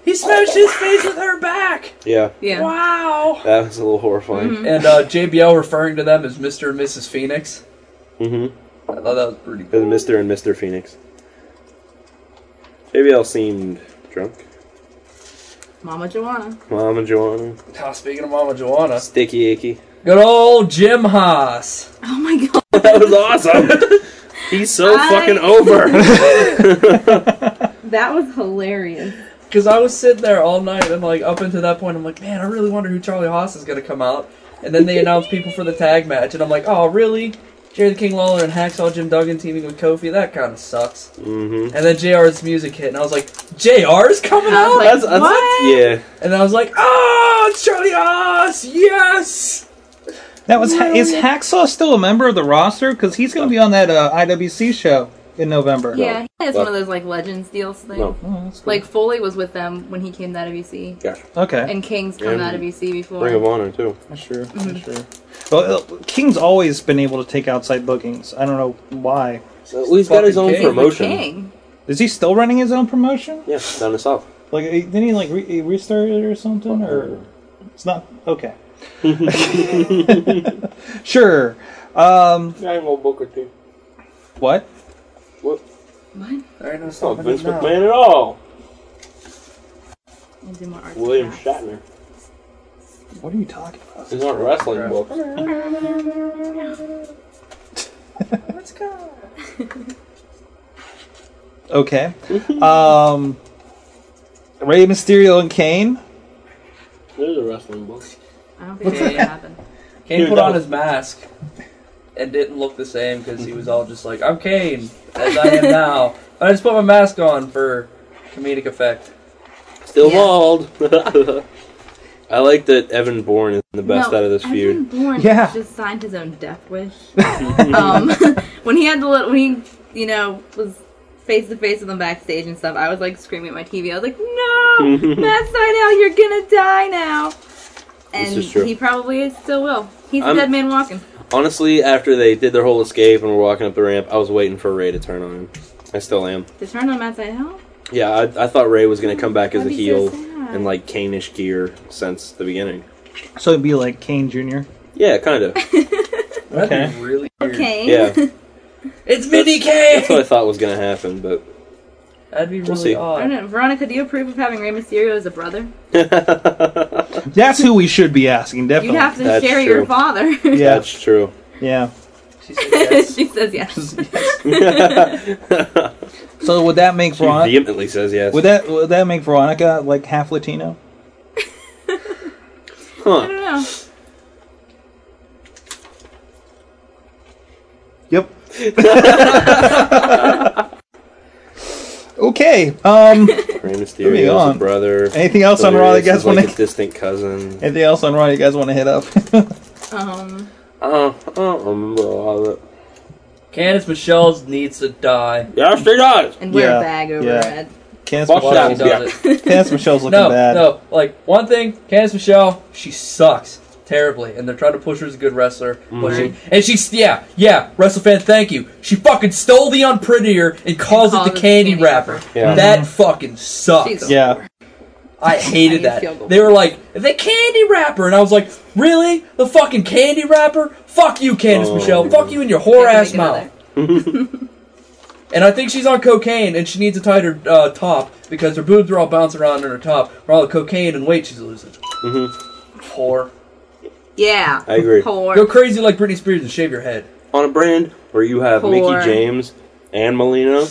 [SPEAKER 2] He smashed his face with her back.
[SPEAKER 1] Yeah.
[SPEAKER 3] Yeah.
[SPEAKER 2] Wow.
[SPEAKER 1] That was a little horrifying.
[SPEAKER 2] And uh, JBL referring to them as Mr. and Mrs. Phoenix.
[SPEAKER 1] Mm-hmm.
[SPEAKER 2] I thought that was pretty
[SPEAKER 1] cool. Mr. and Mr. Phoenix. JBL seemed drunk.
[SPEAKER 3] Mama Joanna.
[SPEAKER 1] Mama Joanna.
[SPEAKER 2] Ah, speaking of Mama Joanna.
[SPEAKER 1] Sticky icky.
[SPEAKER 2] Good old Jim Haas.
[SPEAKER 3] Oh my god.
[SPEAKER 1] that was awesome. He's so
[SPEAKER 3] I-
[SPEAKER 1] fucking over.
[SPEAKER 3] That was hilarious.
[SPEAKER 2] Because I was sitting there all night and like up until that point, I'm like, man, I really wonder who Charlie Haas is going to come out. And then they announced people for the tag match, and I'm like, oh, really? Jerry the King Lawler and Hacksaw Jim Duggan teaming with Kofi? That kind of sucks.
[SPEAKER 1] mm-hmm.
[SPEAKER 2] And then JR's music hit, and I was like, JR's coming
[SPEAKER 3] I
[SPEAKER 2] out?
[SPEAKER 3] was like, That's- that's- what?
[SPEAKER 1] Yeah.
[SPEAKER 2] And I was like, oh, it's Charlie Haas! Yes!
[SPEAKER 4] That was ha- is Hacksaw still a member of the roster? Because he's going to be on that uh, IWC show in November.
[SPEAKER 3] Yeah, he has one of those like Legends deals thing.
[SPEAKER 4] No. Oh, that's
[SPEAKER 3] Like Foley was with them when he came out of EC.
[SPEAKER 1] Gotcha.
[SPEAKER 4] Okay.
[SPEAKER 3] And King's come
[SPEAKER 4] Yeah.
[SPEAKER 3] out of EC before.
[SPEAKER 1] Ring of Honor too.
[SPEAKER 4] That's true.
[SPEAKER 3] Mhm.
[SPEAKER 4] That's true. Well, uh, King's always been able to take outside bookings. I don't know why.
[SPEAKER 1] well, he's got his own Fucking King. promotion.
[SPEAKER 3] He's the king.
[SPEAKER 4] Is he still running his own promotion?
[SPEAKER 1] Yeah, down the south. Uh-huh.
[SPEAKER 4] Like, eh, didn't he like re- he restart it or something? Or it's not okay. sure. Um,
[SPEAKER 13] I will book it too.
[SPEAKER 4] what?
[SPEAKER 13] What?
[SPEAKER 3] What?
[SPEAKER 2] There ain't no
[SPEAKER 13] not
[SPEAKER 2] stopping
[SPEAKER 13] Vince
[SPEAKER 2] him now.
[SPEAKER 13] McMahon at all.
[SPEAKER 3] We'll do more art.
[SPEAKER 13] William Shatner.
[SPEAKER 4] What are you talking about?
[SPEAKER 13] These aren't wrestling books.
[SPEAKER 2] Let's go.
[SPEAKER 4] Okay. um, Rey Mysterio and Kane.
[SPEAKER 13] There's a wrestling book.
[SPEAKER 3] I don't think
[SPEAKER 2] What's
[SPEAKER 3] it's gonna
[SPEAKER 2] that?
[SPEAKER 3] happen.
[SPEAKER 2] Kane
[SPEAKER 4] Dude,
[SPEAKER 2] put
[SPEAKER 4] that
[SPEAKER 2] on
[SPEAKER 4] was-
[SPEAKER 2] his mask and didn't look the same because he was all just like, I'm Kane, as I am now. But I just put my mask on for comedic effect.
[SPEAKER 1] Still bald. I like that Evan Bourne is the best
[SPEAKER 3] No,
[SPEAKER 1] out of this feud.
[SPEAKER 3] Evan Bourne
[SPEAKER 1] Yeah.
[SPEAKER 3] just signed his own death wish. um, when he had the little, when he, you know, was face to face with him backstage and stuff, I was like screaming at my TV. I was like, "No, Matt Sydal, you're gonna die now!" And
[SPEAKER 1] is true.
[SPEAKER 3] he probably is, still will. He's
[SPEAKER 1] I'm-
[SPEAKER 3] a dead man walking.
[SPEAKER 1] Honestly, after they did their whole escape and were walking up the ramp, I was waiting for Ray to turn on him. I still am.
[SPEAKER 3] To turn on Matt Sydal,
[SPEAKER 1] Yeah, I, I thought Ray was going to come back as a
[SPEAKER 3] That'd be
[SPEAKER 1] heel
[SPEAKER 3] so sad.
[SPEAKER 1] in like Kanish gear since the beginning.
[SPEAKER 4] So it'd be like Kane Jr.
[SPEAKER 1] Yeah, kind of.
[SPEAKER 4] Okay.
[SPEAKER 2] Really?
[SPEAKER 3] okay.
[SPEAKER 1] Yeah.
[SPEAKER 2] It's Vinny Kane!
[SPEAKER 1] That's what I thought was going to happen, but
[SPEAKER 2] That'd be
[SPEAKER 1] We'll
[SPEAKER 2] really
[SPEAKER 1] see.
[SPEAKER 3] I don't
[SPEAKER 2] odd.
[SPEAKER 3] know. Veronica, do you approve of having Rey Mysterio as a brother?
[SPEAKER 4] That's who we should be asking. Definitely.
[SPEAKER 3] You'd have to
[SPEAKER 1] That's
[SPEAKER 3] share
[SPEAKER 1] true.
[SPEAKER 3] your father.
[SPEAKER 4] Yeah.
[SPEAKER 1] that's true.
[SPEAKER 4] Yeah.
[SPEAKER 3] she says yes.
[SPEAKER 4] So would that make
[SPEAKER 1] She
[SPEAKER 4] Veronica?
[SPEAKER 1] vehemently says yes.
[SPEAKER 4] Would that would that make Veronica like half Latino?
[SPEAKER 3] I don't know.
[SPEAKER 4] Yep. okay.
[SPEAKER 1] Rey
[SPEAKER 4] Um. Moving
[SPEAKER 1] Mysterio's
[SPEAKER 4] on.
[SPEAKER 1] a brother.
[SPEAKER 4] Anything else on Raw that you
[SPEAKER 1] Delirious
[SPEAKER 4] guys
[SPEAKER 1] is like
[SPEAKER 4] wanna-
[SPEAKER 1] his distant cousin.
[SPEAKER 4] Anything else on Raw you guys want to hit up?
[SPEAKER 3] Um,
[SPEAKER 1] Uh, I don't remember a lot of it.
[SPEAKER 2] Candice Michelle's needs to die.
[SPEAKER 1] Yeah, she does.
[SPEAKER 3] and wear
[SPEAKER 2] Yeah,
[SPEAKER 3] a bag over
[SPEAKER 2] yeah.
[SPEAKER 3] her head.
[SPEAKER 4] Candace
[SPEAKER 2] Fuck
[SPEAKER 4] Michelle.
[SPEAKER 2] that, does
[SPEAKER 4] it. Candace Michelle's looking
[SPEAKER 2] no,
[SPEAKER 4] bad.
[SPEAKER 2] No, like one thing, Candice Michelle, she sucks terribly, and they're trying to push her as a good wrestler, but she,
[SPEAKER 1] Mm-hmm.
[SPEAKER 6] Mhm.
[SPEAKER 2] and she's yeah, yeah, WrestleFan, thank you. She fucking stole the unprettier and calls it
[SPEAKER 6] called
[SPEAKER 2] the candy wrapper.
[SPEAKER 6] Yeah.
[SPEAKER 3] Mm-hmm.
[SPEAKER 2] That fucking sucks.
[SPEAKER 6] She's- Yeah.
[SPEAKER 2] I hated
[SPEAKER 6] I need field
[SPEAKER 2] that.
[SPEAKER 6] goal.
[SPEAKER 2] They were like the candy wrapper, and I was like, really, the fucking candy wrapper? Fuck you, Candice
[SPEAKER 1] Oh.
[SPEAKER 2] Michelle. Fuck you in your whore ass mouth. And I think she's on cocaine and she needs a tighter uh, top because her boobs are all bouncing around in her top from all the cocaine and weight she's losing. Mm-hmm. Whore.
[SPEAKER 3] Yeah.
[SPEAKER 1] I agree.
[SPEAKER 3] Whore.
[SPEAKER 2] Go crazy like Britney Spears and shave your head.
[SPEAKER 1] On a brand where you have
[SPEAKER 2] Poor.
[SPEAKER 1] Mickey James and Melina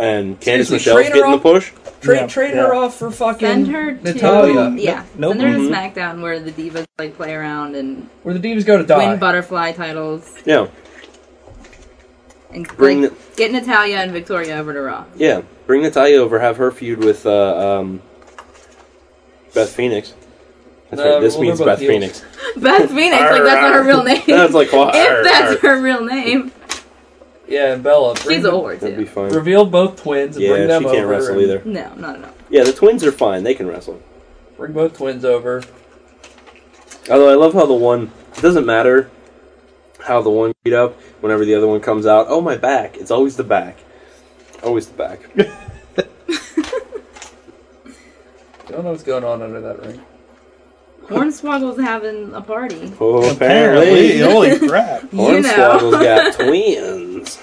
[SPEAKER 1] And Candice
[SPEAKER 2] Seriously,
[SPEAKER 1] Michelle's
[SPEAKER 2] trade her
[SPEAKER 1] getting the
[SPEAKER 2] off-
[SPEAKER 1] push.
[SPEAKER 2] Trade, trade her off for fucking
[SPEAKER 3] Send her to
[SPEAKER 2] Natalia.
[SPEAKER 3] yeah.
[SPEAKER 2] Nope.
[SPEAKER 3] Send
[SPEAKER 2] Mm-hmm.
[SPEAKER 3] her
[SPEAKER 1] Mhm.
[SPEAKER 3] to SmackDown where the divas like play around and
[SPEAKER 2] Where the divas go to die.
[SPEAKER 3] win butterfly titles
[SPEAKER 1] Yeah,
[SPEAKER 3] and
[SPEAKER 1] Bring
[SPEAKER 3] like, get Natalia and Victoria over to Raw.
[SPEAKER 1] yeah. Bring Natalia over. Have her feud with uh, um, Beth Phoenix. That's
[SPEAKER 2] No,
[SPEAKER 1] right. This
[SPEAKER 2] Uh, well,
[SPEAKER 1] means
[SPEAKER 2] they're both
[SPEAKER 1] Beth
[SPEAKER 2] heels.
[SPEAKER 1] Phoenix.
[SPEAKER 3] Beth Phoenix, like that's not her real name.
[SPEAKER 1] That's like, well,
[SPEAKER 3] if
[SPEAKER 1] arr, arr.
[SPEAKER 3] that's her real name,
[SPEAKER 2] Yeah, and Bella.
[SPEAKER 3] she's a whore
[SPEAKER 1] That'd
[SPEAKER 3] too.
[SPEAKER 1] be fun.
[SPEAKER 2] Reveal both twins and
[SPEAKER 1] Yeah,
[SPEAKER 2] bring them
[SPEAKER 1] she can't
[SPEAKER 2] over
[SPEAKER 1] wrestle
[SPEAKER 2] and-
[SPEAKER 1] either.
[SPEAKER 3] No, not at all.
[SPEAKER 1] Yeah, the twins are fine. They can wrestle.
[SPEAKER 2] Bring both twins over.
[SPEAKER 1] Although I love how the one it doesn't matter how the one beat up whenever the other one comes out. Oh my back! It's always the back, always the back.
[SPEAKER 2] Don't know what's going on under that ring.
[SPEAKER 3] Hornswoggle's having a party.
[SPEAKER 1] Oh,
[SPEAKER 4] Apparently. Holy crap.
[SPEAKER 3] You know.
[SPEAKER 1] Hornswoggle's got twins.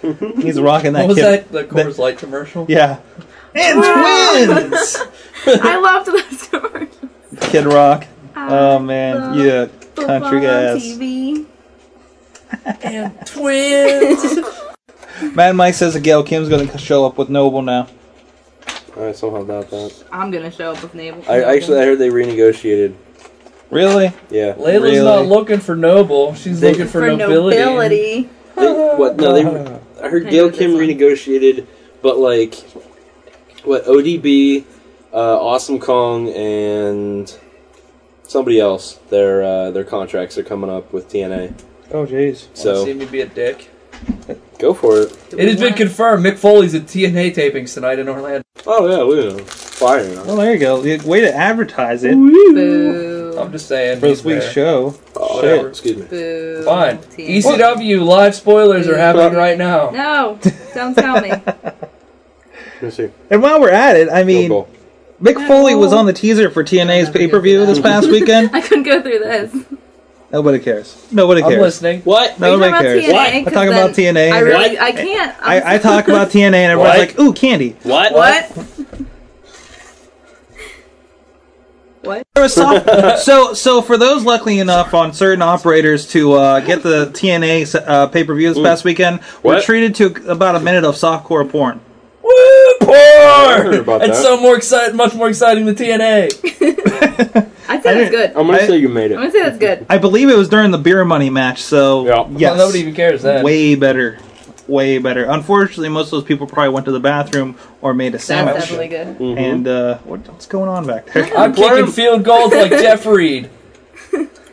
[SPEAKER 2] Twins.
[SPEAKER 4] He's rocking that.
[SPEAKER 2] What was
[SPEAKER 4] kid-
[SPEAKER 2] that? The Coors Light commercial.
[SPEAKER 4] Yeah, And twins.
[SPEAKER 3] I loved those commercials.
[SPEAKER 4] Kid Rock. Oh man, yeah, country
[SPEAKER 3] Football on
[SPEAKER 4] ass.
[SPEAKER 3] TV.
[SPEAKER 2] and twins.
[SPEAKER 4] Mad Mike says that Gail Kim's gonna show up with Noble now.
[SPEAKER 1] I somehow doubt that.
[SPEAKER 3] I'm gonna show up with Nabel.
[SPEAKER 1] I actually I heard they renegotiated.
[SPEAKER 4] Really?
[SPEAKER 1] Yeah.
[SPEAKER 2] Layla's not looking for noble. She's
[SPEAKER 1] They-
[SPEAKER 2] looking for, nobility.
[SPEAKER 1] They, what? No, they. I heard Gail Kim renegotiated, but like, what? ODB, uh, Awesome Kong, and somebody else. Their uh, their contracts are coming up with TNA.
[SPEAKER 4] Oh jeez.
[SPEAKER 1] So-
[SPEAKER 2] see me be a dick.
[SPEAKER 1] Go for it.
[SPEAKER 2] It has been confirmed. Mick Foley's at TNA tapings tonight in Orlando.
[SPEAKER 1] Oh yeah, we know. Fire.
[SPEAKER 4] Well, there you go. Yeah, Way to advertise it
[SPEAKER 2] I'm just saying.
[SPEAKER 4] for this
[SPEAKER 2] he's
[SPEAKER 4] week's
[SPEAKER 2] there.
[SPEAKER 4] show.
[SPEAKER 1] Oh,
[SPEAKER 4] Shit.
[SPEAKER 2] Whatever.
[SPEAKER 1] Excuse me.
[SPEAKER 2] Fine. ECW live spoilers are happening right now.
[SPEAKER 3] No, don't tell me.
[SPEAKER 1] Let's see.
[SPEAKER 4] And while we're at it, I mean,
[SPEAKER 1] goal.
[SPEAKER 4] Mick Foley was on the teaser for TNA's pay per view this past weekend.
[SPEAKER 3] I couldn't go through this.
[SPEAKER 4] Nobody cares. Nobody
[SPEAKER 2] I'm
[SPEAKER 4] cares.
[SPEAKER 2] listening.
[SPEAKER 1] What?
[SPEAKER 3] Are you
[SPEAKER 4] Nobody
[SPEAKER 3] talking about
[SPEAKER 4] cares.
[SPEAKER 3] TNA? What?
[SPEAKER 4] I'm
[SPEAKER 3] 'Cause
[SPEAKER 4] talking about
[SPEAKER 3] then
[SPEAKER 4] TNA.
[SPEAKER 3] I really, I can't. I'm
[SPEAKER 4] I, I talk about TNA and everyone's like, ooh, candy.
[SPEAKER 1] What?
[SPEAKER 3] What? What?
[SPEAKER 4] There was soft- so, so for those lucky enough on certain operators to uh, get the TNA uh, pay per view this past weekend, we're
[SPEAKER 1] What?
[SPEAKER 4] treated to about a minute of softcore porn.
[SPEAKER 2] Woo! Porn!
[SPEAKER 1] Oh, about
[SPEAKER 2] It's
[SPEAKER 1] that.
[SPEAKER 2] so more exciting, much more exciting than TNA.
[SPEAKER 3] I'd say that's good.
[SPEAKER 1] I'm
[SPEAKER 3] I'm
[SPEAKER 1] gonna
[SPEAKER 4] I-
[SPEAKER 1] say you made it.
[SPEAKER 3] gonna say that's good.
[SPEAKER 4] I believe it was during the beer money match, so
[SPEAKER 1] Yeah.
[SPEAKER 4] yes,
[SPEAKER 2] Well, nobody even cares then.
[SPEAKER 4] way better, way better. Unfortunately, most of those people probably went to the bathroom or made a
[SPEAKER 3] That's
[SPEAKER 4] sandwich.
[SPEAKER 3] definitely good.
[SPEAKER 4] And uh, what, what's going on back there?
[SPEAKER 2] Mm-hmm. I'm kicking field goals like Jeff Reed.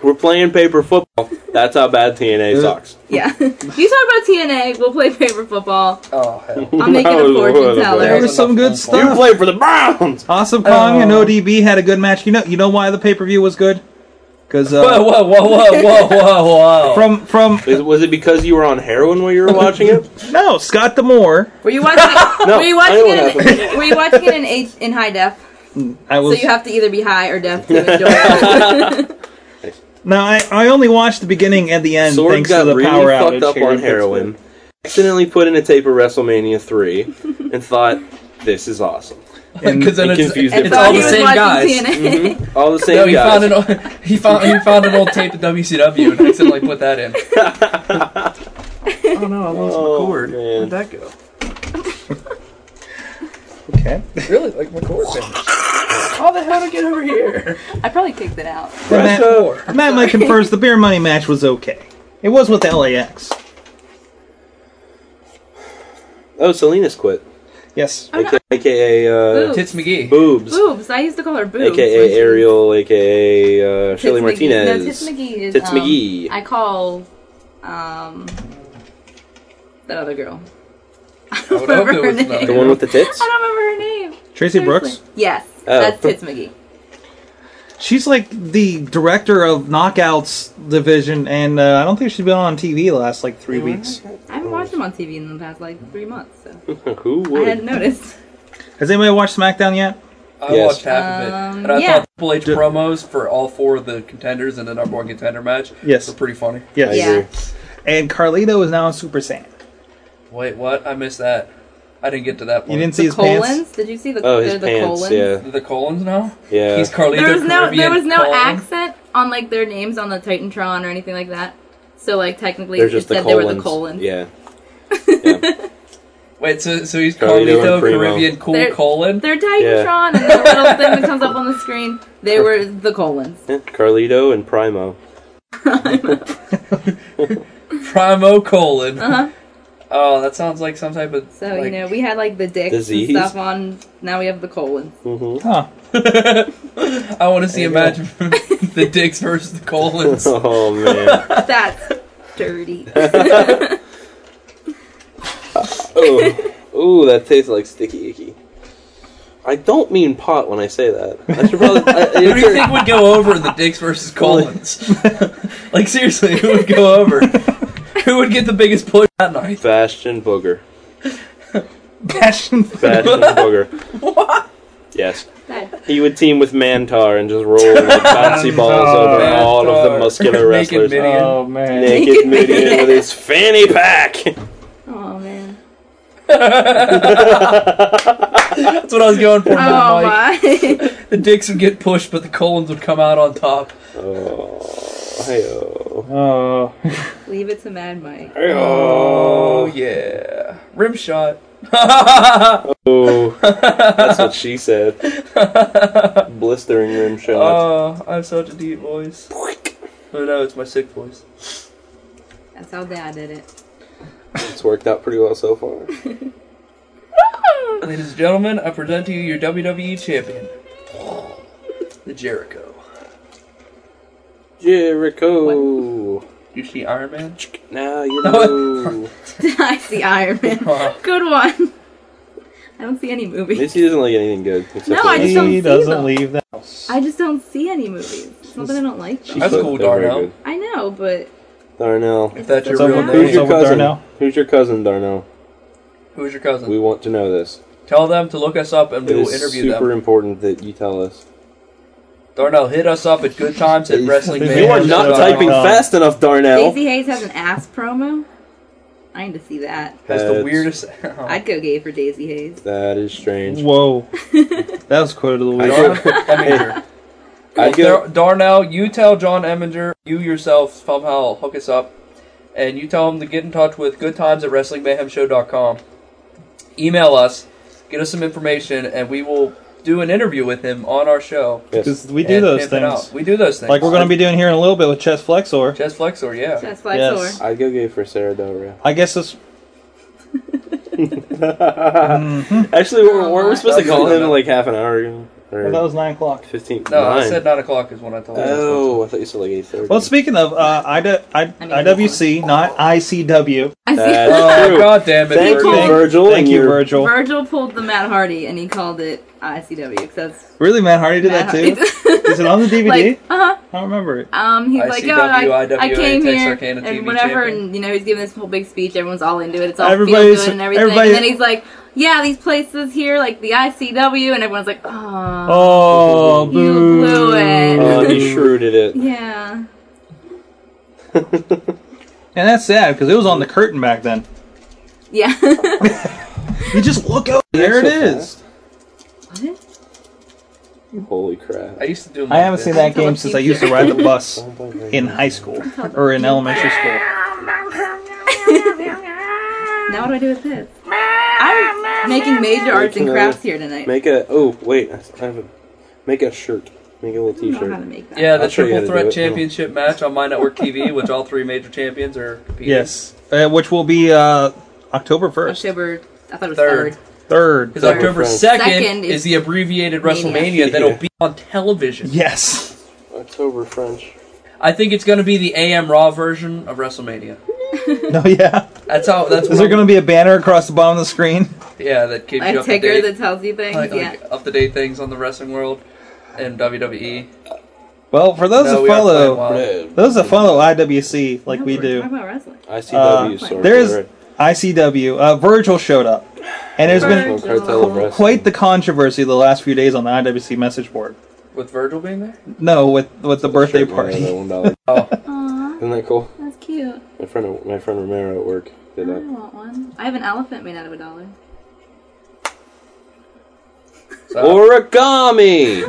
[SPEAKER 1] We're playing paper football. That's how bad TNA sucks.
[SPEAKER 3] Yeah. you talk about TNA. We'll play paper football.
[SPEAKER 2] Oh hell.
[SPEAKER 3] I'm making
[SPEAKER 1] That
[SPEAKER 3] a
[SPEAKER 1] was
[SPEAKER 3] fortune
[SPEAKER 1] horrible.
[SPEAKER 4] There
[SPEAKER 3] teller.
[SPEAKER 4] was some good
[SPEAKER 1] You
[SPEAKER 4] stuff.
[SPEAKER 1] play for the Browns.
[SPEAKER 4] Awesome Kong and
[SPEAKER 2] Oh.
[SPEAKER 4] ODB had a good match. You know, you know why the pay per view was good? Because
[SPEAKER 2] Whoa,
[SPEAKER 4] uh,
[SPEAKER 2] whoa, whoa, whoa, whoa, whoa, whoa.
[SPEAKER 4] from from
[SPEAKER 1] Is, was it because you were on heroin while you were watching it?
[SPEAKER 4] no Scott Demore,
[SPEAKER 3] Were you watching?
[SPEAKER 1] No,
[SPEAKER 3] were you
[SPEAKER 1] I
[SPEAKER 3] watching
[SPEAKER 1] know
[SPEAKER 3] it?
[SPEAKER 1] what
[SPEAKER 3] In, were you watching it in H, in high def?
[SPEAKER 4] I
[SPEAKER 3] So
[SPEAKER 4] was
[SPEAKER 3] you have to either be high or deaf to enjoy it.
[SPEAKER 4] no, I, I only watched the beginning and the end
[SPEAKER 1] Sword
[SPEAKER 4] thanks
[SPEAKER 1] got
[SPEAKER 4] to the
[SPEAKER 1] really
[SPEAKER 4] power
[SPEAKER 1] fucked
[SPEAKER 4] outage
[SPEAKER 1] up
[SPEAKER 4] here
[SPEAKER 1] on
[SPEAKER 4] in Pittsburgh.
[SPEAKER 1] heroin. Accidentally put in a tape of WrestleMania three, and thought this is awesome.
[SPEAKER 2] Because then
[SPEAKER 1] it
[SPEAKER 2] it's,
[SPEAKER 1] confused
[SPEAKER 2] it's
[SPEAKER 1] everybody.
[SPEAKER 2] all
[SPEAKER 3] he
[SPEAKER 2] the
[SPEAKER 3] was
[SPEAKER 2] same
[SPEAKER 3] watching
[SPEAKER 2] guys.
[SPEAKER 3] TNA.
[SPEAKER 1] All the same
[SPEAKER 2] No, he
[SPEAKER 1] guys.
[SPEAKER 2] found an old, he found he found an old tape of WCW and accidentally put that in. oh no, I lost
[SPEAKER 1] Oh, man.
[SPEAKER 2] that go?
[SPEAKER 4] Okay,
[SPEAKER 2] Really, like my cord finished. How the hell did I get over here?
[SPEAKER 3] I probably kicked it out.
[SPEAKER 4] Then
[SPEAKER 1] Press
[SPEAKER 4] Matt,
[SPEAKER 1] up.
[SPEAKER 4] Matt Mike confirms the beer money match was okay. It was with LAX.
[SPEAKER 1] Oh, Selena's quit.
[SPEAKER 4] Yes.
[SPEAKER 3] Oh, no.
[SPEAKER 1] AKA, uh,
[SPEAKER 3] Boobs.
[SPEAKER 2] Tits McGee.
[SPEAKER 1] boobs.
[SPEAKER 3] Boobs. I used to call her boobs. when she-
[SPEAKER 1] AKA Ariel. AKA uh,
[SPEAKER 3] Tits
[SPEAKER 1] Shelly
[SPEAKER 3] McGee.
[SPEAKER 1] Martinez.
[SPEAKER 3] No, Tits McGee is.
[SPEAKER 1] Tits
[SPEAKER 3] um,
[SPEAKER 1] McGee.
[SPEAKER 3] I call, um, that other girl. I
[SPEAKER 2] I
[SPEAKER 3] don't
[SPEAKER 2] would hope
[SPEAKER 3] remember
[SPEAKER 2] it
[SPEAKER 3] her
[SPEAKER 2] was
[SPEAKER 3] name.
[SPEAKER 2] another
[SPEAKER 1] the one with the tits.
[SPEAKER 3] I don't remember her name.
[SPEAKER 4] Tracy Brooks.
[SPEAKER 3] Seriously. Yes,
[SPEAKER 1] Oh.
[SPEAKER 3] that's Tits McGee.
[SPEAKER 4] She's like the director of knockouts division, and uh, I don't think she's been on TV the last like three
[SPEAKER 2] Mm-hmm.
[SPEAKER 4] weeks.
[SPEAKER 3] I haven't watched him on TV in the past like three months, so
[SPEAKER 1] Who
[SPEAKER 3] I
[SPEAKER 1] would?
[SPEAKER 3] hadn't noticed.
[SPEAKER 4] Has anybody watched SmackDown yet?
[SPEAKER 2] I
[SPEAKER 1] Yes.
[SPEAKER 2] watched half of it,
[SPEAKER 3] Um,
[SPEAKER 2] and I
[SPEAKER 3] yeah.
[SPEAKER 2] thought Triple H promos for all four of the contenders in the number one contender match
[SPEAKER 4] Yes.
[SPEAKER 2] were pretty funny.
[SPEAKER 1] I
[SPEAKER 4] Yes.
[SPEAKER 3] Yeah.
[SPEAKER 1] agree.
[SPEAKER 4] And Carlito is now in Super Saiyan.
[SPEAKER 2] Wait, what? I missed that. I didn't get to that point.
[SPEAKER 4] You didn't see
[SPEAKER 3] The
[SPEAKER 4] his pants.
[SPEAKER 3] colons? Did you see the,
[SPEAKER 1] Oh,
[SPEAKER 3] the,
[SPEAKER 1] his
[SPEAKER 3] the
[SPEAKER 1] pants.
[SPEAKER 3] colons?
[SPEAKER 1] Yeah,
[SPEAKER 2] the Colons now?
[SPEAKER 1] yeah.
[SPEAKER 2] He's Carlito.
[SPEAKER 3] There was no
[SPEAKER 2] Caribbean
[SPEAKER 3] there was no
[SPEAKER 2] Colon.
[SPEAKER 3] accent on like their names on the Titantron or anything like that. So like technically
[SPEAKER 1] They're
[SPEAKER 3] it
[SPEAKER 1] just
[SPEAKER 3] just said
[SPEAKER 1] the colons.
[SPEAKER 3] they were the colons.
[SPEAKER 1] Yeah. Yeah.
[SPEAKER 2] Wait, so so he's
[SPEAKER 14] Carlito
[SPEAKER 2] Carlito
[SPEAKER 14] and Primo.
[SPEAKER 2] Caribbean cool
[SPEAKER 3] They're-
[SPEAKER 2] colon.
[SPEAKER 3] They're Titantron, and the little thing that comes up on the screen. They were the colons.
[SPEAKER 1] Carlito and Primo.
[SPEAKER 2] Primo colon.
[SPEAKER 3] Uh-huh.
[SPEAKER 2] Oh, that sounds like some type of
[SPEAKER 3] So you
[SPEAKER 2] like-
[SPEAKER 3] know, we had like the dicks
[SPEAKER 2] Disease?
[SPEAKER 3] and stuff on. Now we have the colons.
[SPEAKER 1] Mm-hmm.
[SPEAKER 4] Huh.
[SPEAKER 2] I want to see imagine the dicks versus the colons.
[SPEAKER 1] Oh man.
[SPEAKER 3] That's dirty.
[SPEAKER 1] oh, ooh, that tastes like sticky icky. I don't mean pot when I say that. I should probably. I,
[SPEAKER 2] who do you think would go over in the dicks versus colons? like seriously, who would go over? who would get the biggest push that night?
[SPEAKER 1] Bastion Booger.
[SPEAKER 4] Bastion
[SPEAKER 1] Bastion Booger. What? Yes. He would team with Mantar and just roll like bouncy balls over
[SPEAKER 4] Mantar.
[SPEAKER 1] all of the muscular
[SPEAKER 4] Naked
[SPEAKER 1] wrestlers.
[SPEAKER 4] Midian. Oh, man.
[SPEAKER 1] Naked,
[SPEAKER 4] Naked
[SPEAKER 1] Midian,
[SPEAKER 4] Midian.
[SPEAKER 1] with his fanny pack.
[SPEAKER 3] oh man.
[SPEAKER 2] That's what I was going for.
[SPEAKER 3] Oh
[SPEAKER 2] with that mic.
[SPEAKER 3] my.
[SPEAKER 2] The dicks would get pushed, but the colons would come out on top.
[SPEAKER 1] Oh, hey-oh.
[SPEAKER 4] Oh.
[SPEAKER 3] Leave it to Mad Mike.
[SPEAKER 2] Oh, yeah. Rim shot.
[SPEAKER 1] Oh, that's what she said. Blistering rim shots.
[SPEAKER 2] Oh, I have such a deep voice. Oh no, it's my sick voice.
[SPEAKER 3] That's how Dad did it.
[SPEAKER 2] Oh.
[SPEAKER 1] It's worked out pretty well so far.
[SPEAKER 2] Ladies and gentlemen, I present to you your WWE champion, the Jericho.
[SPEAKER 1] Jericho.
[SPEAKER 2] You see Iron Man?
[SPEAKER 1] Now you know.
[SPEAKER 3] I see Iron Man. Good one. I don't see any movies.
[SPEAKER 1] Missy doesn't like anything good. except
[SPEAKER 3] No,
[SPEAKER 1] for
[SPEAKER 3] I
[SPEAKER 1] this.
[SPEAKER 3] just don't see them.
[SPEAKER 4] leave the
[SPEAKER 3] I just don't see any movies. It's not that I don't like them.
[SPEAKER 1] She's- they're very good.
[SPEAKER 3] I know, but
[SPEAKER 1] Darnell.
[SPEAKER 2] If that's your
[SPEAKER 3] It's over-
[SPEAKER 2] real
[SPEAKER 1] Who's
[SPEAKER 2] name.
[SPEAKER 1] your
[SPEAKER 4] Someone
[SPEAKER 1] cousin?
[SPEAKER 4] Darnell?
[SPEAKER 1] Who's your cousin, Darnell?
[SPEAKER 2] Who's your cousin?
[SPEAKER 1] We want to know this.
[SPEAKER 2] Tell them to look us up and we
[SPEAKER 1] It
[SPEAKER 2] will
[SPEAKER 1] is
[SPEAKER 2] interview
[SPEAKER 1] super
[SPEAKER 2] them.
[SPEAKER 1] important that you tell us.
[SPEAKER 2] Darnell, hit us up at good times at wrestling.
[SPEAKER 1] You are not typing fast enough, Darnell.
[SPEAKER 3] Daisy Hayes has an ass promo. I need to see that.
[SPEAKER 2] That's the
[SPEAKER 1] That's-
[SPEAKER 2] weirdest.
[SPEAKER 4] Uh,
[SPEAKER 3] I'd go gay for Daisy Hayes.
[SPEAKER 1] That is strange.
[SPEAKER 4] Whoa. that was quoted a little
[SPEAKER 1] I
[SPEAKER 4] week.
[SPEAKER 1] go-
[SPEAKER 2] Darnell Eminger.
[SPEAKER 1] I
[SPEAKER 2] Dar-
[SPEAKER 1] go,
[SPEAKER 2] Darnell, you tell John Eminger, you yourself somehow hook us up, and you tell him to get in touch with Good Times at WrestlingMayhemShow.com. Email us, get us some information, and we will do an interview with him on our show.
[SPEAKER 1] yes.
[SPEAKER 4] Because we do
[SPEAKER 2] and
[SPEAKER 4] those
[SPEAKER 2] pimp it out.
[SPEAKER 4] things.
[SPEAKER 2] We do those things.
[SPEAKER 4] Like we're going to be doing here in a little bit with Chess Flexor.
[SPEAKER 2] Chess Flexor, yeah.
[SPEAKER 3] That's
[SPEAKER 4] Yes.
[SPEAKER 3] Flexor.
[SPEAKER 1] I go gay for Sarah Del Rey.
[SPEAKER 4] I guess this.
[SPEAKER 2] Mm-hmm.
[SPEAKER 1] Actually, we weren't we
[SPEAKER 3] my.
[SPEAKER 1] supposed to
[SPEAKER 2] That was
[SPEAKER 1] call
[SPEAKER 2] good
[SPEAKER 1] him
[SPEAKER 2] enough.
[SPEAKER 1] like half an hour ago.
[SPEAKER 4] Well,
[SPEAKER 1] Or
[SPEAKER 4] that was 9 o'clock.
[SPEAKER 1] 15.
[SPEAKER 2] No, I
[SPEAKER 1] nine.
[SPEAKER 2] said 9 o'clock is when I told him.
[SPEAKER 1] Oh, I thought you said like 8.30.
[SPEAKER 4] Well, speaking of uh, ID, I,
[SPEAKER 3] mean,
[SPEAKER 4] IWC, not ICW.
[SPEAKER 3] I see.
[SPEAKER 1] That's
[SPEAKER 2] Oh,
[SPEAKER 1] true.
[SPEAKER 2] God damn it.
[SPEAKER 1] Thank you,
[SPEAKER 3] Virgil.
[SPEAKER 1] Virgil.
[SPEAKER 4] Thank
[SPEAKER 1] and
[SPEAKER 4] you,
[SPEAKER 1] your-
[SPEAKER 4] Virgil.
[SPEAKER 3] Virgil pulled the Matt Hardy and he called it ICW because that's
[SPEAKER 4] Really, Matt Hardy did
[SPEAKER 3] Matt
[SPEAKER 4] that too?
[SPEAKER 3] Hardy.
[SPEAKER 4] Is it on the DVD?
[SPEAKER 3] like, uh huh.
[SPEAKER 4] I don't remember it.
[SPEAKER 3] Um, he's like, oh,
[SPEAKER 2] ICW,
[SPEAKER 3] I, I came
[SPEAKER 2] IWA,
[SPEAKER 3] here
[SPEAKER 2] Texarkana TV
[SPEAKER 3] and whatever,
[SPEAKER 2] champion.
[SPEAKER 3] and you know he's giving this whole big speech. Everyone's all into it. It's all
[SPEAKER 4] Everybody's-
[SPEAKER 3] feel good and everything.
[SPEAKER 4] everybody-
[SPEAKER 3] And then he's like, yeah, these places here, like the ICW, and everyone's like,
[SPEAKER 2] um,
[SPEAKER 3] oh,
[SPEAKER 4] Oh,
[SPEAKER 3] you
[SPEAKER 4] boo.
[SPEAKER 3] blew it.
[SPEAKER 1] Oh, and he shrewded it.
[SPEAKER 3] yeah.
[SPEAKER 4] And that's sad because it was on the curtain back then.
[SPEAKER 3] Yeah.
[SPEAKER 4] You just look out. There it
[SPEAKER 1] That's so
[SPEAKER 4] is.
[SPEAKER 3] What?
[SPEAKER 1] Holy crap.
[SPEAKER 2] I used to do them
[SPEAKER 4] I
[SPEAKER 2] like
[SPEAKER 4] haven't
[SPEAKER 2] this.
[SPEAKER 4] seen that
[SPEAKER 3] Until
[SPEAKER 4] game
[SPEAKER 3] the
[SPEAKER 4] since I used to
[SPEAKER 3] future.
[SPEAKER 4] ride the bus
[SPEAKER 1] Don't play that.
[SPEAKER 4] in high school or in elementary school.
[SPEAKER 3] now what do I do with this? I'm making major arts and crafts here tonight.
[SPEAKER 1] Make a. Oh, wait. I have a. Make a shirt. Make a little
[SPEAKER 3] I don't know how
[SPEAKER 1] t-shirt.
[SPEAKER 3] to make that.
[SPEAKER 2] Yeah, the
[SPEAKER 1] I'll show you how
[SPEAKER 2] Triple
[SPEAKER 1] to
[SPEAKER 2] Threat
[SPEAKER 1] do it.
[SPEAKER 2] Championship match on My Network TV, which all three major champions are competing.
[SPEAKER 4] Yes, uh, which will be uh, October first,
[SPEAKER 3] October. I thought it was
[SPEAKER 2] Third.
[SPEAKER 3] third.
[SPEAKER 4] third.
[SPEAKER 2] Because October
[SPEAKER 1] Second
[SPEAKER 2] 2nd
[SPEAKER 3] is
[SPEAKER 2] is the abbreviated
[SPEAKER 3] Mania.
[SPEAKER 2] WrestleMania that'll be on television.
[SPEAKER 4] Yes,
[SPEAKER 1] October French.
[SPEAKER 2] I think it's going to be the AM Raw version of WrestleMania.
[SPEAKER 4] no, yeah.
[SPEAKER 2] That's how. That's
[SPEAKER 4] Is there going to be a banner across the bottom of the screen?
[SPEAKER 2] Yeah, that keeps you
[SPEAKER 3] A
[SPEAKER 2] up to
[SPEAKER 3] ticker
[SPEAKER 2] date.
[SPEAKER 3] that tells you things.
[SPEAKER 2] like,
[SPEAKER 3] yeah.
[SPEAKER 2] like, up to date things on the wrestling world and E WWE.
[SPEAKER 4] Well, for those
[SPEAKER 2] No,
[SPEAKER 4] that
[SPEAKER 2] we are playing
[SPEAKER 4] follow,
[SPEAKER 2] wild.
[SPEAKER 4] those that follow IWC like we
[SPEAKER 3] we're
[SPEAKER 4] do,
[SPEAKER 3] Talking about wrestling.
[SPEAKER 1] ICW.
[SPEAKER 4] Uh,
[SPEAKER 1] sorry.
[SPEAKER 4] there's ICW. Uh, Virgil showed up, and there's been
[SPEAKER 3] Virgil.
[SPEAKER 4] quite the controversy the last few days on the IWC message board.
[SPEAKER 2] With Virgil being there?
[SPEAKER 4] No, with with the birthday
[SPEAKER 1] That
[SPEAKER 4] party.
[SPEAKER 1] one dollar.
[SPEAKER 2] Oh,
[SPEAKER 3] Aw,
[SPEAKER 1] Isn't that cool?
[SPEAKER 3] that's cute.
[SPEAKER 1] My friend, my friend Romero at work did
[SPEAKER 3] I
[SPEAKER 1] that.
[SPEAKER 3] want one. I have an elephant made out of a dollar.
[SPEAKER 2] so,
[SPEAKER 1] Origami.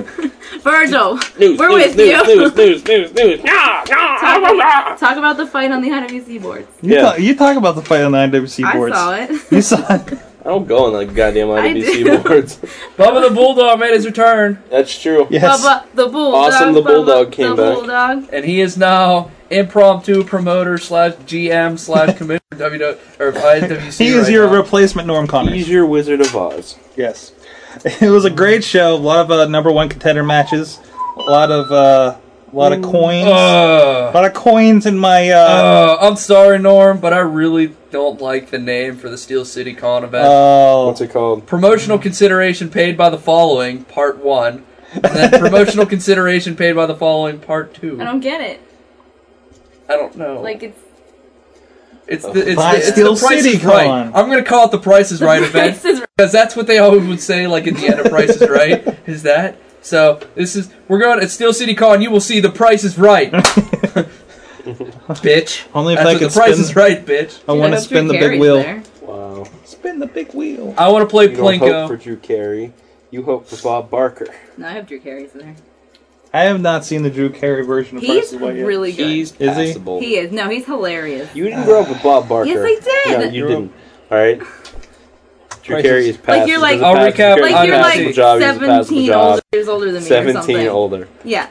[SPEAKER 3] Virgil,
[SPEAKER 1] news,
[SPEAKER 3] we're
[SPEAKER 1] news,
[SPEAKER 3] with
[SPEAKER 1] news,
[SPEAKER 3] you.
[SPEAKER 1] News, news, news, news. Yeah,
[SPEAKER 3] Talk about, talk about the fight on the IWC boards.
[SPEAKER 4] You,
[SPEAKER 1] Yeah.
[SPEAKER 4] talk, you talk about the fight on the IWC
[SPEAKER 3] I
[SPEAKER 4] boards.
[SPEAKER 3] saw it.
[SPEAKER 4] You saw it.
[SPEAKER 1] I don't go on the goddamn
[SPEAKER 3] do.
[SPEAKER 1] IWC boards.
[SPEAKER 2] Bubba the Bulldog made his return.
[SPEAKER 1] That's true.
[SPEAKER 3] Bubba the Bulldog.
[SPEAKER 1] Awesome the
[SPEAKER 3] Bubba
[SPEAKER 1] Bulldog came
[SPEAKER 3] the
[SPEAKER 1] back.
[SPEAKER 3] Bulldog.
[SPEAKER 2] And he is now impromptu promoter slash GM slash commissioner WW or IWC.
[SPEAKER 4] He is
[SPEAKER 2] right
[SPEAKER 4] your
[SPEAKER 2] now.
[SPEAKER 4] replacement Norm Connors. He's
[SPEAKER 1] your Wizard of Oz.
[SPEAKER 4] Yes. It was a great show. A lot of uh, number one contender matches. A lot of uh, a lot of coins.
[SPEAKER 2] Mm, Uh.
[SPEAKER 4] a lot of coins in my. Uh,
[SPEAKER 2] Uh, I'm sorry, Norm, but I really don't like the name for the Steel City Con event.
[SPEAKER 4] Oh.
[SPEAKER 1] What's it called?
[SPEAKER 2] Promotional consideration paid by the following, part one. And then promotional consideration paid by the following, part two.
[SPEAKER 3] I don't get it.
[SPEAKER 2] I don't
[SPEAKER 1] Oh.
[SPEAKER 2] know.
[SPEAKER 3] Like it's
[SPEAKER 2] It's the, it's
[SPEAKER 4] Oh, Buy
[SPEAKER 2] the, it's
[SPEAKER 4] Steel
[SPEAKER 2] the Price
[SPEAKER 4] City
[SPEAKER 2] is Right.
[SPEAKER 4] Con.
[SPEAKER 2] I'm gonna call it the Price is Right event
[SPEAKER 3] Price is Right.
[SPEAKER 2] because that's what they always would say, like at the end of Price is Right. Is that so? This is we're going at Steel City Con. You will see the Price is Right, bitch.
[SPEAKER 4] Only if
[SPEAKER 2] that's
[SPEAKER 4] I
[SPEAKER 2] what
[SPEAKER 4] could
[SPEAKER 2] the Price
[SPEAKER 4] spin-
[SPEAKER 2] is Right, bitch.
[SPEAKER 4] I want to spin the big wheel.
[SPEAKER 1] Wow.
[SPEAKER 4] Spin the big wheel.
[SPEAKER 2] I want to play
[SPEAKER 1] You don't
[SPEAKER 2] Plinko.
[SPEAKER 1] hope for Drew Carey. You hope for Bob Barker.
[SPEAKER 3] no, I have Drew Carey's in there.
[SPEAKER 4] I have not seen the Drew Carey version of
[SPEAKER 3] He's
[SPEAKER 4] Price is Right yet.
[SPEAKER 3] really good.
[SPEAKER 1] He's
[SPEAKER 4] Is he?
[SPEAKER 1] passable.
[SPEAKER 3] He Uh, is. No, he's hilarious.
[SPEAKER 1] You didn't grow up with Bob Barker.
[SPEAKER 3] Yes, I did.
[SPEAKER 1] No, you didn't. All right. Drew
[SPEAKER 4] Price
[SPEAKER 1] Carey is passable.
[SPEAKER 3] Like you're like,
[SPEAKER 1] He's a passable- Drew Carey's
[SPEAKER 3] Like
[SPEAKER 1] a
[SPEAKER 3] you're
[SPEAKER 1] passable
[SPEAKER 3] like
[SPEAKER 1] job. He's a passable
[SPEAKER 3] seventeen
[SPEAKER 1] job.
[SPEAKER 3] older, years older than me. or
[SPEAKER 1] Seventeen
[SPEAKER 3] something.
[SPEAKER 1] older.
[SPEAKER 3] Yeah.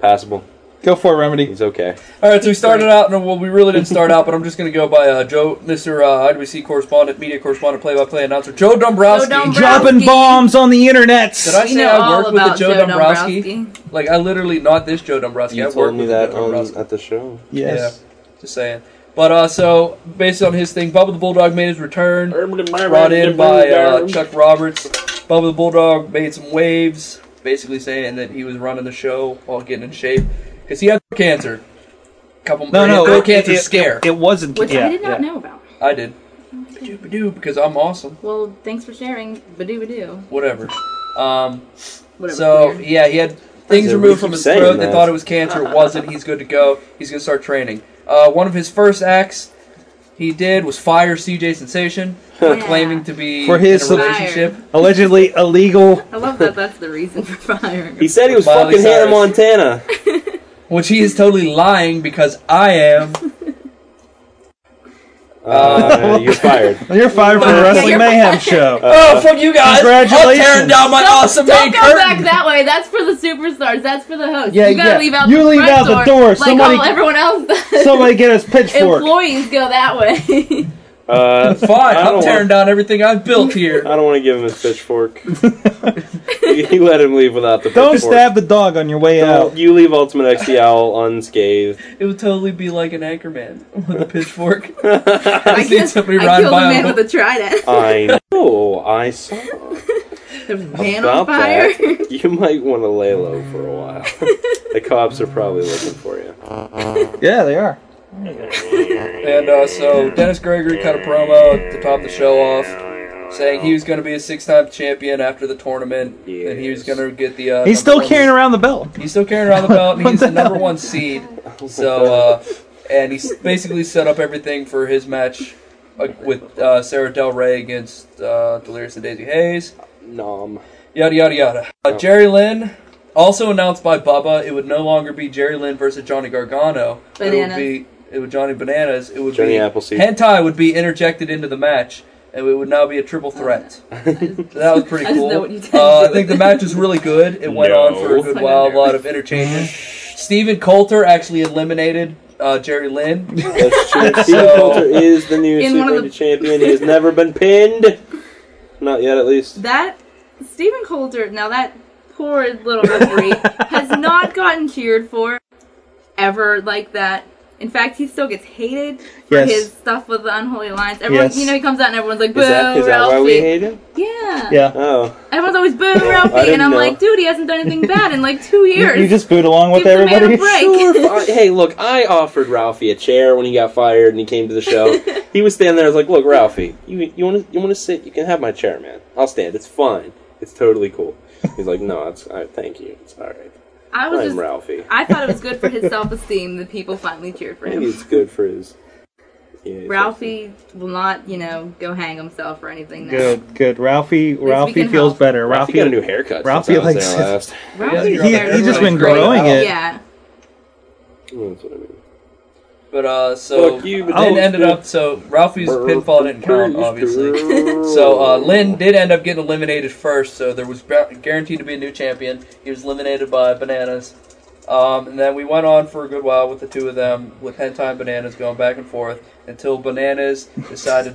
[SPEAKER 1] Passable.
[SPEAKER 4] Go for it, Remedy.
[SPEAKER 1] He's okay.
[SPEAKER 2] All right, so we started out, and well, we really didn't start out, but I'm just gonna go by uh, Joe, Mr. Uh, IWC correspondent, media correspondent, play-by-play announcer, Joe Dombrowski.
[SPEAKER 4] Dropping bombs on the internet.
[SPEAKER 2] Did I
[SPEAKER 3] We
[SPEAKER 2] say
[SPEAKER 3] know
[SPEAKER 2] I
[SPEAKER 3] all
[SPEAKER 2] work with the
[SPEAKER 3] about
[SPEAKER 2] Joe,
[SPEAKER 3] Joe
[SPEAKER 2] Dombrowski? Like I literally not this Joe Dombrowski.
[SPEAKER 1] You
[SPEAKER 2] I work
[SPEAKER 1] told me
[SPEAKER 2] with
[SPEAKER 1] that
[SPEAKER 2] Joe Dombrowski.
[SPEAKER 1] on, at the show.
[SPEAKER 4] Yes.
[SPEAKER 2] Yeah, just saying. But uh, so based on his thing, Bubba the Bulldog made his return, brought in by uh, Chuck Roberts. Bubba the Bulldog made some waves, basically saying that he was running the show while getting in shape because he had throat cancer. Couple
[SPEAKER 4] No,
[SPEAKER 2] he had
[SPEAKER 4] no,
[SPEAKER 2] throat
[SPEAKER 4] it-
[SPEAKER 2] cancer
[SPEAKER 4] it-
[SPEAKER 2] scare.
[SPEAKER 4] It wasn't.
[SPEAKER 3] Which
[SPEAKER 4] yeah,
[SPEAKER 3] I did not
[SPEAKER 4] yeah.
[SPEAKER 3] know about.
[SPEAKER 2] I did. Badoo because I'm awesome.
[SPEAKER 3] Well, thanks for sharing. Badoo badoo.
[SPEAKER 2] whatever. Um,
[SPEAKER 3] Whatever,
[SPEAKER 2] so
[SPEAKER 3] weird.
[SPEAKER 2] yeah, he had things
[SPEAKER 1] Yeah, we
[SPEAKER 2] removed
[SPEAKER 1] keep
[SPEAKER 2] from his
[SPEAKER 1] saying
[SPEAKER 2] throat. They
[SPEAKER 1] that.
[SPEAKER 2] thought it was cancer. It wasn't. He's good to go. He's gonna start training. Uh, one of his first acts he did was fire CJ Sensation for
[SPEAKER 3] Yeah.
[SPEAKER 2] claiming to be
[SPEAKER 4] For his
[SPEAKER 2] in a relationship.
[SPEAKER 4] allegedly illegal.
[SPEAKER 3] I love that. That's the reason for firing.
[SPEAKER 1] He said he was
[SPEAKER 2] Miley
[SPEAKER 1] fucking Hannah
[SPEAKER 2] Cyrus.
[SPEAKER 1] Montana.
[SPEAKER 2] Which he is totally lying because I am.
[SPEAKER 1] Uh, you're fired.
[SPEAKER 4] You're fired for a Wrestling Mayhem show.
[SPEAKER 2] oh fuck you guys! I'm
[SPEAKER 4] Congratulations.
[SPEAKER 2] tearing down my awesome
[SPEAKER 3] Don't
[SPEAKER 2] main
[SPEAKER 3] go
[SPEAKER 2] curtain.
[SPEAKER 3] back that way. That's for the superstars. That's for the host.
[SPEAKER 4] Yeah,
[SPEAKER 3] you gotta
[SPEAKER 4] yeah.
[SPEAKER 3] leave out. the
[SPEAKER 4] You leave
[SPEAKER 3] front
[SPEAKER 4] out the
[SPEAKER 3] door,
[SPEAKER 4] door.
[SPEAKER 3] Like
[SPEAKER 4] Somebody-
[SPEAKER 3] all everyone else. does.
[SPEAKER 4] Somebody get us pitchfork.
[SPEAKER 3] Employees go that way.
[SPEAKER 1] Uh,
[SPEAKER 2] Fine,
[SPEAKER 1] I
[SPEAKER 2] I'm
[SPEAKER 1] don't
[SPEAKER 2] tearing
[SPEAKER 1] want-
[SPEAKER 2] down everything I've built here.
[SPEAKER 1] I don't want to give him his pitchfork. you, you let him leave without the
[SPEAKER 4] Don't
[SPEAKER 1] pitchfork.
[SPEAKER 4] stab the dog on your way
[SPEAKER 1] Don't-
[SPEAKER 4] out.
[SPEAKER 1] You leave Ultimate X the Owl unscathed.
[SPEAKER 2] It would totally be like an Anchorman with a pitchfork.
[SPEAKER 3] I,
[SPEAKER 2] seen
[SPEAKER 3] killed-
[SPEAKER 2] somebody
[SPEAKER 3] I
[SPEAKER 2] ride
[SPEAKER 3] killed a
[SPEAKER 2] by on
[SPEAKER 3] man
[SPEAKER 2] a-
[SPEAKER 3] with a trident.
[SPEAKER 1] I know. I saw.
[SPEAKER 3] There was a man on
[SPEAKER 1] About
[SPEAKER 3] fire.
[SPEAKER 1] that, you might want to lay low for a while. the cops are probably looking for you.
[SPEAKER 4] Yeah, they are.
[SPEAKER 2] And uh, so Dennis Gregory cut a promo at the top of the show off, saying he was going to be a six-time champion after the tournament, and he was going to get the. Uh,
[SPEAKER 4] He's
[SPEAKER 2] number
[SPEAKER 4] still
[SPEAKER 2] one-
[SPEAKER 4] carrying around the belt.
[SPEAKER 2] He's still carrying around the belt, and
[SPEAKER 4] What
[SPEAKER 2] he's
[SPEAKER 4] the
[SPEAKER 2] the number
[SPEAKER 4] hell?
[SPEAKER 2] one seed. So, uh, and he s- basically set up everything for his match uh, with uh, Sarah Del Rey against uh, Delirious and Daisy Hayes.
[SPEAKER 1] Nom.
[SPEAKER 2] Yada yada yada. Uh, Jerry Lynn. Also announced by Bubba, it would no longer be Jerry Lynn versus Johnny Gargano.
[SPEAKER 3] Bananas.
[SPEAKER 2] It would be it would Johnny Bananas. It would
[SPEAKER 1] Johnny
[SPEAKER 2] be
[SPEAKER 1] Appleseed.
[SPEAKER 2] Hentai would be interjected into the match, and it would now be a triple threat. So that was pretty
[SPEAKER 3] I just
[SPEAKER 2] cool.
[SPEAKER 3] know what you did.
[SPEAKER 2] uh, I think the match was really good. It went on for a
[SPEAKER 1] No.
[SPEAKER 2] good
[SPEAKER 3] Suck
[SPEAKER 2] while, a
[SPEAKER 3] under.
[SPEAKER 2] lot of interchanges. Stephen Coulter actually eliminated uh, Jerry Lynn.
[SPEAKER 1] That's true. Steve
[SPEAKER 2] So-
[SPEAKER 1] Coulter is the new
[SPEAKER 3] In
[SPEAKER 1] Super
[SPEAKER 3] one of
[SPEAKER 1] Indie
[SPEAKER 3] the-
[SPEAKER 1] champion. He has never been pinned. Not yet, at least.
[SPEAKER 3] That Stephen Coulter. Now that poor little referee has not gotten cheered for ever like that. In fact, he still gets hated for
[SPEAKER 4] Yes.
[SPEAKER 3] his stuff with the unholy alliance. Everyone,
[SPEAKER 4] Yes.
[SPEAKER 3] you know, he comes out and everyone's like, "Boo,
[SPEAKER 1] Is that, is that why
[SPEAKER 3] Ralphie!"
[SPEAKER 1] we hate him?
[SPEAKER 3] yeah.
[SPEAKER 4] Yeah.
[SPEAKER 1] Oh.
[SPEAKER 3] Everyone's always boo Ralphie, and
[SPEAKER 1] didn't
[SPEAKER 3] I'm
[SPEAKER 1] know.
[SPEAKER 3] like, dude, he hasn't done anything bad in like two
[SPEAKER 4] You,
[SPEAKER 3] years.
[SPEAKER 4] you just boot along with
[SPEAKER 3] Give the man
[SPEAKER 4] everybody.
[SPEAKER 3] a break.
[SPEAKER 1] Sure, fi- hey, look, I offered Ralphie a chair when he got fired and he came to the show. he was standing there. I was like, "Look, Ralphie, you you want to you want to sit? You can have my chair, man. I'll stand. It's fine. It's totally cool." He's like, "No, it's all right, thank you. It's all right.
[SPEAKER 3] I was
[SPEAKER 1] I'm
[SPEAKER 3] just,
[SPEAKER 1] Ralphie.
[SPEAKER 3] I thought it was good for his self esteem that people finally cheered for
[SPEAKER 1] Maybe
[SPEAKER 3] him.
[SPEAKER 1] it's good for his." Yeah, he's
[SPEAKER 3] Ralphie will not, you know, go hang himself or anything. Now.
[SPEAKER 4] Good, good. Ralphie,
[SPEAKER 3] we
[SPEAKER 4] Ralphie
[SPEAKER 3] can
[SPEAKER 4] feels
[SPEAKER 3] help.
[SPEAKER 4] better.
[SPEAKER 1] like- Ralphie
[SPEAKER 4] Ralphie,
[SPEAKER 1] got a new haircut.
[SPEAKER 4] Ralphie
[SPEAKER 1] since I was
[SPEAKER 4] likes-
[SPEAKER 1] there last.
[SPEAKER 3] Ralphie's
[SPEAKER 4] he,
[SPEAKER 3] hair
[SPEAKER 4] he
[SPEAKER 3] is
[SPEAKER 4] just
[SPEAKER 3] really
[SPEAKER 4] been
[SPEAKER 3] great.
[SPEAKER 4] growing it.
[SPEAKER 3] Yeah.
[SPEAKER 1] That's what I mean.
[SPEAKER 2] But uh, so
[SPEAKER 1] Fuck you, but
[SPEAKER 2] Lynn
[SPEAKER 1] that-
[SPEAKER 2] ended up so Ralphie's pinfall didn't count, obviously. so uh, Lynn did end up getting eliminated first. So there was gu- guaranteed to be a new champion. He was eliminated by bananas, um, and then we went on for a good while with the two of them with hentai and bananas going back and forth until bananas decided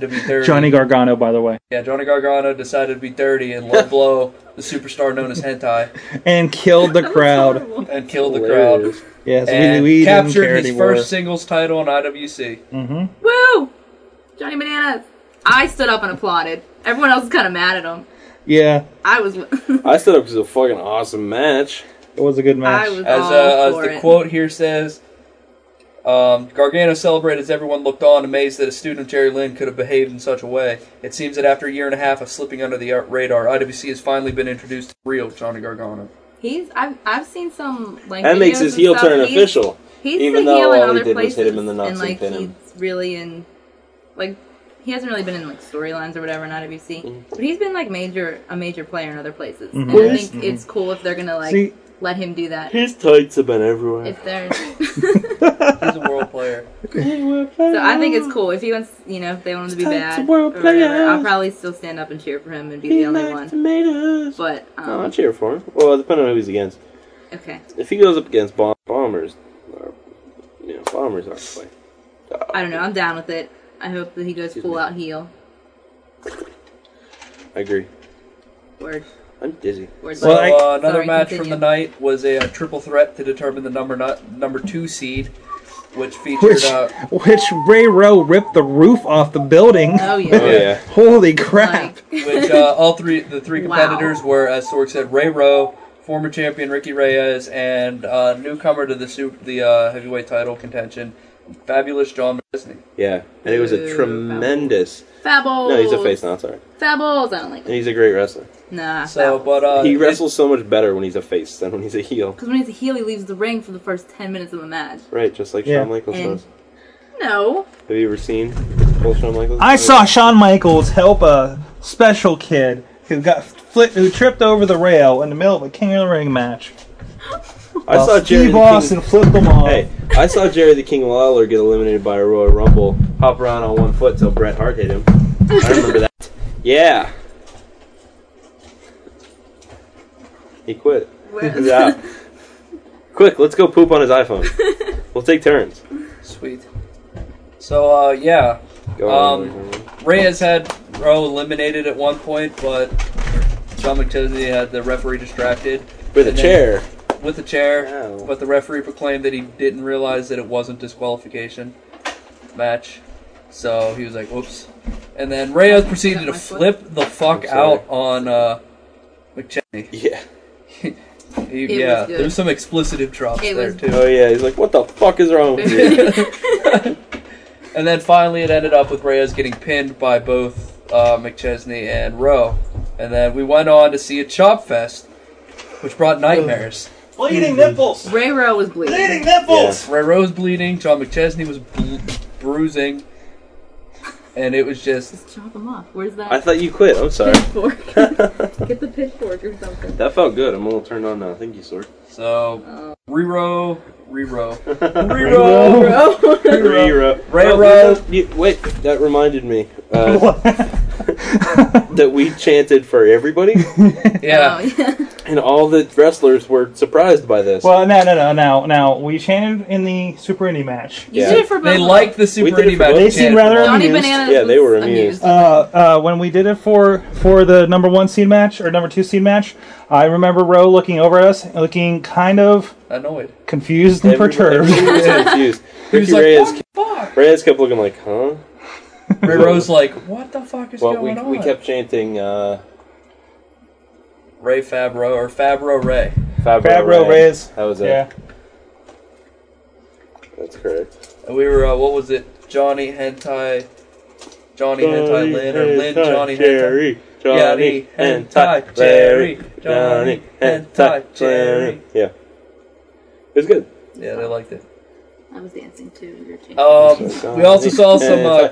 [SPEAKER 2] to be dirty.
[SPEAKER 4] Johnny Gargano, by the way.
[SPEAKER 2] yeah, Johnny Gargano decided to be dirty and low blow the superstar known as hentai
[SPEAKER 4] And killed the crowd.
[SPEAKER 2] and killed the crowd.
[SPEAKER 4] Yes, we,
[SPEAKER 2] and
[SPEAKER 4] we didn't
[SPEAKER 2] captured
[SPEAKER 4] care
[SPEAKER 2] his
[SPEAKER 4] anymore.
[SPEAKER 2] first singles title in IWC.
[SPEAKER 4] Mm-hmm.
[SPEAKER 3] Woo! Johnny Bananas. I stood up and applauded. Everyone else is kind of mad at him.
[SPEAKER 4] Yeah,
[SPEAKER 3] I was.
[SPEAKER 1] I stood up because it was a fucking awesome match.
[SPEAKER 4] It was a good
[SPEAKER 3] match. I was
[SPEAKER 2] as,
[SPEAKER 3] all
[SPEAKER 2] uh, as
[SPEAKER 3] for
[SPEAKER 2] the
[SPEAKER 3] it.
[SPEAKER 2] quote here says, um, Gargano celebrated as everyone looked on, amazed that a student of Jerry Lynn could have behaved in such a way. It seems that after a year and a half of slipping under the uh, radar, IWC has finally been introduced to real Johnny Gargano.
[SPEAKER 3] He's. I've. I've seen some like.
[SPEAKER 1] That makes
[SPEAKER 3] videos
[SPEAKER 1] his
[SPEAKER 3] and
[SPEAKER 1] heel
[SPEAKER 3] stuff.
[SPEAKER 1] turn
[SPEAKER 3] He's-
[SPEAKER 1] official,
[SPEAKER 3] He's
[SPEAKER 1] even
[SPEAKER 3] the
[SPEAKER 1] though
[SPEAKER 3] heel in
[SPEAKER 1] all he
[SPEAKER 3] other
[SPEAKER 1] did was
[SPEAKER 3] places,
[SPEAKER 1] hit him in the nuts
[SPEAKER 3] and
[SPEAKER 1] and
[SPEAKER 3] like
[SPEAKER 1] pin
[SPEAKER 3] he's
[SPEAKER 1] him.
[SPEAKER 3] really in, like, he hasn't really been in like storylines or whatever in IWC, but he's been like major a major player in other places.
[SPEAKER 1] Mhm.
[SPEAKER 3] And I
[SPEAKER 1] Mm-hmm. Yes.
[SPEAKER 3] think it's cool if they're gonna like
[SPEAKER 1] See-
[SPEAKER 3] let him do that.
[SPEAKER 1] His tights have been everywhere.
[SPEAKER 3] If they're
[SPEAKER 2] He's a world player.
[SPEAKER 3] so I think it's cool if he wants, you know, if they want him to be
[SPEAKER 1] Tights
[SPEAKER 3] bad.
[SPEAKER 1] of world
[SPEAKER 3] or whatever, I'll
[SPEAKER 1] players.
[SPEAKER 3] probably still stand up and cheer for him and be
[SPEAKER 1] He
[SPEAKER 3] the only
[SPEAKER 1] likes
[SPEAKER 3] one. But um,
[SPEAKER 1] No, Oh, I cheer for him. Well, depending on who he's against.
[SPEAKER 3] okay,
[SPEAKER 1] If he goes up against bomb- bombers, or, you know, bombers aren't playing.
[SPEAKER 3] I don't know. I'm down with it. I hope that he goes full out heel.
[SPEAKER 1] I agree.
[SPEAKER 3] Word.
[SPEAKER 1] I'm dizzy.
[SPEAKER 3] Word.
[SPEAKER 2] So
[SPEAKER 3] Well, I-
[SPEAKER 2] uh, another
[SPEAKER 3] sorry,
[SPEAKER 2] match
[SPEAKER 3] continue.
[SPEAKER 2] from the night was a, uh triple threat to determine the number not, number two seed, which featured
[SPEAKER 4] Which,
[SPEAKER 2] uh,
[SPEAKER 4] which Ray Rowe ripped the roof off the building.
[SPEAKER 3] Oh, yeah. Oh, yeah.
[SPEAKER 4] Holy crap!
[SPEAKER 2] which uh, all three the three competitors were, as Sorg said, Ray Rowe, former champion Ricky Reyes, and uh, newcomer to the su- the uh, heavyweight title contention, fabulous John Disney.
[SPEAKER 1] Yeah, and it was a
[SPEAKER 3] Ooh,
[SPEAKER 1] tremendous.
[SPEAKER 3] Fables.
[SPEAKER 1] No, he's a face now. Sorry,
[SPEAKER 3] Fables. I don't like.
[SPEAKER 1] and he's a great wrestler.
[SPEAKER 3] Nah.
[SPEAKER 2] So, but uh,
[SPEAKER 1] he wrestles so much better when he's a face than when he's a heel.
[SPEAKER 3] Because when he's a heel, he leaves the ring for the first 10 minutes of the match.
[SPEAKER 1] Right, just like Shawn Michaels
[SPEAKER 3] And-
[SPEAKER 1] does.
[SPEAKER 3] No.
[SPEAKER 1] Have you ever seen old Shawn Michaels?
[SPEAKER 4] I saw Shawn Michaels help a special kid who got flit, who tripped over the rail in the middle of a King of the Ring match.
[SPEAKER 1] I
[SPEAKER 4] Well,
[SPEAKER 1] saw
[SPEAKER 4] Steve
[SPEAKER 1] Jerry the King-
[SPEAKER 4] Austin flip them off.
[SPEAKER 1] Hey, I saw Jerry the King Lawler get eliminated by a Royal Rumble, hop around on one foot till Bret Hart hit him. I remember that. Yeah. He quit. He's out. Quick, let's go poop on his iPhone. We'll take turns.
[SPEAKER 2] Sweet. So uh, yeah,
[SPEAKER 1] Go on,
[SPEAKER 2] um, Reyes had Rowe eliminated at one point, but John McChesney had the referee distracted
[SPEAKER 1] With a
[SPEAKER 2] And then-
[SPEAKER 1] chair.
[SPEAKER 2] With a chair, but the referee proclaimed that he didn't realize that it wasn't disqualification match, so he was like, "Whoops!" And then Reyes proceeded to flip the fuck
[SPEAKER 1] I'm sorry.
[SPEAKER 2] out on uh, McChesney.
[SPEAKER 1] Yeah.
[SPEAKER 2] He,
[SPEAKER 1] was
[SPEAKER 2] yeah,
[SPEAKER 1] good.
[SPEAKER 2] there's some explicit drops
[SPEAKER 1] It
[SPEAKER 2] there
[SPEAKER 1] was-
[SPEAKER 2] too.
[SPEAKER 1] Oh, yeah, he's like, "What the fuck is wrong with you?"
[SPEAKER 2] And then finally, it ended up with Reyes getting pinned by both uh, McChesney and Rowe. And then we went on to see a chop fest, which brought nightmares.
[SPEAKER 1] Mm-hmm.
[SPEAKER 4] Bleeding nipples.
[SPEAKER 3] Ray Rowe was bleeding.
[SPEAKER 4] Bleeding
[SPEAKER 2] Yeah. Ray Rowe was bleeding. John McChesney was bl- bruising, and it was just.
[SPEAKER 3] Chop him off. Where's that?
[SPEAKER 1] I thought you quit. I'm sorry.
[SPEAKER 3] Pitchfork. Get the pitchfork or something.
[SPEAKER 1] That felt good. I'm a little turned on now. Thank you, sir.
[SPEAKER 2] So, rerow, rerow,
[SPEAKER 1] Rerow.
[SPEAKER 2] rerow,
[SPEAKER 1] Rerow.
[SPEAKER 2] Ray
[SPEAKER 1] Oh,
[SPEAKER 2] Rowe.
[SPEAKER 1] you- Wait, that reminded me. Uh, that we chanted for everybody, Oh,
[SPEAKER 2] Yeah.
[SPEAKER 1] and all the wrestlers were surprised by this.
[SPEAKER 4] Well, no, no, no, no, no. We chanted in the Super Indie match.
[SPEAKER 1] You Yeah. did it for They both. liked the Super
[SPEAKER 4] We did it
[SPEAKER 1] Indie
[SPEAKER 4] for
[SPEAKER 1] match.
[SPEAKER 4] both. They
[SPEAKER 1] We chanted for
[SPEAKER 4] seemed rather
[SPEAKER 1] both. Johnny
[SPEAKER 4] amused.
[SPEAKER 1] Bananas Yeah, they was were amused. amused.
[SPEAKER 4] Uh, uh, when we did it for for the number one seed match or number two seed match, I remember Roe looking over at us, looking kind of
[SPEAKER 2] annoyed,
[SPEAKER 4] confused, and perturbed.
[SPEAKER 1] Everybody was confused.
[SPEAKER 4] He was
[SPEAKER 1] Ricky
[SPEAKER 4] like,
[SPEAKER 1] Reyes,
[SPEAKER 4] "What
[SPEAKER 1] Reyes kept looking like, huh?
[SPEAKER 2] Ray Rowe's like, what the fuck is
[SPEAKER 1] well, we,
[SPEAKER 2] going on?
[SPEAKER 1] we kept chanting uh,
[SPEAKER 2] Ray Fabro or Fabro Ray.
[SPEAKER 1] Fabro,
[SPEAKER 4] Fabro Reyes.
[SPEAKER 1] That was it.
[SPEAKER 4] Yeah.
[SPEAKER 1] That's correct.
[SPEAKER 2] And we were, uh, what was it? Johnny Hentai. Johnny, Hentai Lynn or Lynn Johnny
[SPEAKER 1] Jerry,
[SPEAKER 2] Hentai.
[SPEAKER 1] Johnny
[SPEAKER 2] Johnny
[SPEAKER 1] Hentai Jerry, Johnny Hentai
[SPEAKER 2] Jerry.
[SPEAKER 1] Jerry. Yeah, it was good.
[SPEAKER 2] Yeah, they liked it.
[SPEAKER 3] I was dancing too. We were changing.
[SPEAKER 2] Um, we also saw some uh,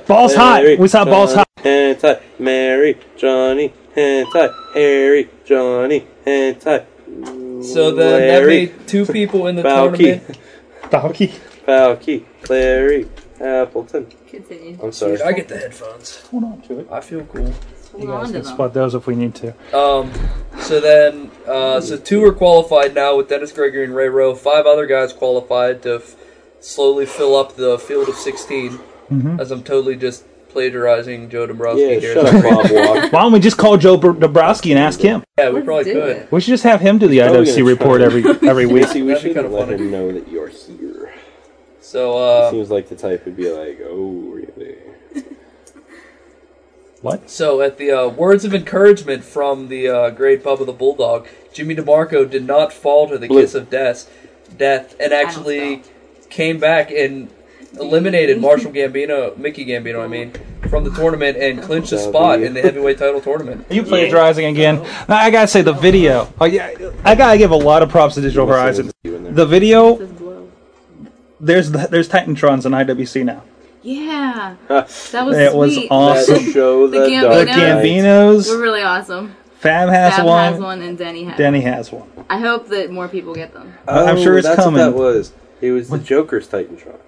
[SPEAKER 1] Hentai Mary, Johnny Hentai Mary, Johnny Hentai Harry, Johnny Hentai.
[SPEAKER 2] So then that
[SPEAKER 1] Larry.
[SPEAKER 2] made two people in the
[SPEAKER 1] Valky.
[SPEAKER 2] tournament
[SPEAKER 4] Donkey.
[SPEAKER 1] Falky, Clary, Appleton.
[SPEAKER 3] Continue.
[SPEAKER 1] I'm sorry.
[SPEAKER 2] Dude, I get the headphones.
[SPEAKER 4] Hold on to it.
[SPEAKER 2] I feel cool.
[SPEAKER 4] You guys can split those if we need to.
[SPEAKER 2] Um, so then, uh, so two are qualified now with Dennis Gregory and Ray Rowe. Five other guys qualified to f- slowly fill up the field of 16.
[SPEAKER 4] Mhm.
[SPEAKER 2] As I'm totally just plagiarizing Joe Dombrowski
[SPEAKER 1] Yeah,
[SPEAKER 2] here.
[SPEAKER 1] shut up, Bob Walker.
[SPEAKER 4] Why don't we just call Joe Br- Dabrowski and ask him?
[SPEAKER 2] yeah, we probably could.
[SPEAKER 4] We should just have him do the
[SPEAKER 1] How are we
[SPEAKER 4] IWC
[SPEAKER 1] gonna
[SPEAKER 4] report
[SPEAKER 1] try?
[SPEAKER 4] every every week.
[SPEAKER 1] See, we should let him know that you're here.
[SPEAKER 2] So, uh.
[SPEAKER 1] He seems like the type who'd be like, oh, really?
[SPEAKER 2] So, at the uh, words of encouragement from the uh, great Bubba the Bulldog, Jimmy DeMarco did not fall to the
[SPEAKER 1] Blue.
[SPEAKER 2] kiss of death, death, and actually came back and eliminated Marshall Gambino, Mickey Gambino, I mean, from the tournament and clinched a spot in the heavyweight title tournament.
[SPEAKER 4] You plagiarizing again. No, I gotta say the video. Oh, yeah, I gotta give a lot of props to Digital Horizons. The video. There's the, there's Titantrons on IWC now.
[SPEAKER 2] uh,
[SPEAKER 3] Yeah.
[SPEAKER 1] that
[SPEAKER 3] was
[SPEAKER 4] It was
[SPEAKER 3] sweet.
[SPEAKER 4] awesome.
[SPEAKER 1] Show
[SPEAKER 3] The
[SPEAKER 4] the
[SPEAKER 3] Gambinos,
[SPEAKER 4] Gambinos.
[SPEAKER 3] were really awesome.
[SPEAKER 4] Fab has
[SPEAKER 3] Fab
[SPEAKER 4] one.
[SPEAKER 3] has one and Denny has
[SPEAKER 4] Denny has one.
[SPEAKER 3] one. I hope that more people get them.
[SPEAKER 4] I'm
[SPEAKER 1] Oh,
[SPEAKER 4] sure it's
[SPEAKER 1] that's
[SPEAKER 4] coming.
[SPEAKER 1] What that was. It was the Joker's Titantron.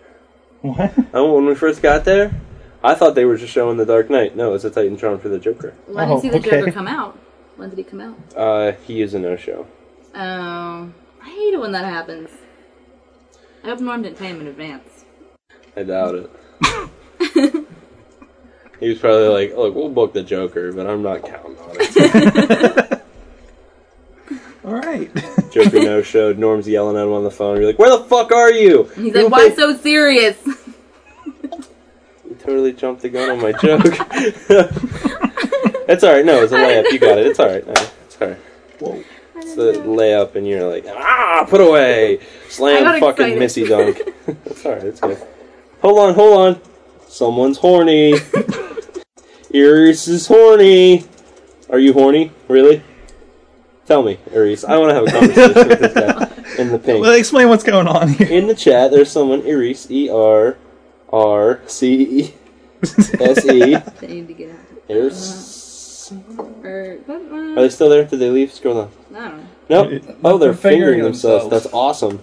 [SPEAKER 4] What?
[SPEAKER 1] Oh, when we first got there, I thought they were just showing the Dark Knight. No, it's a Titantron for the Joker.
[SPEAKER 3] Why
[SPEAKER 4] Oh,
[SPEAKER 3] didn't see the Joker come out? When did he come out?
[SPEAKER 1] Uh, he is a no-show.
[SPEAKER 3] Oh, I hate it when that happens. I hope Norm didn't pay him in advance.
[SPEAKER 1] I doubt it. he was probably like, "Look, we'll book the Joker, but I'm not counting on it."
[SPEAKER 4] All right.
[SPEAKER 1] Joker no showed. Norm's yelling at him on the phone. You're like, "Where the fuck are you?"
[SPEAKER 3] He's
[SPEAKER 1] You
[SPEAKER 3] like, why so serious?
[SPEAKER 1] totally jumped the gun on my joke. That's all right. No, it's a layup. You got it. It's all right. No, it's all right. Whoa. It's a layup, and you're like, ah, put away,
[SPEAKER 3] I
[SPEAKER 1] slam,
[SPEAKER 3] got
[SPEAKER 1] fucking
[SPEAKER 3] excited.
[SPEAKER 1] missy dunk. That's all right. It's good. Hold on, hold on. Someone's horny. Iris is horny. Are you horny? Really? Tell me, Iris. I want to have a conversation with this guy in the pink.
[SPEAKER 4] Well, explain what's going on here.
[SPEAKER 1] In the chat, there's someone Iris E R R C E S E.
[SPEAKER 3] they need to get out.
[SPEAKER 1] There's-
[SPEAKER 3] Or, but,
[SPEAKER 1] Are they still there? Did they leave? Scroll down.
[SPEAKER 3] I don't know.
[SPEAKER 1] No. Oh, they're
[SPEAKER 4] They're fingering
[SPEAKER 1] fingering themselves. That's awesome.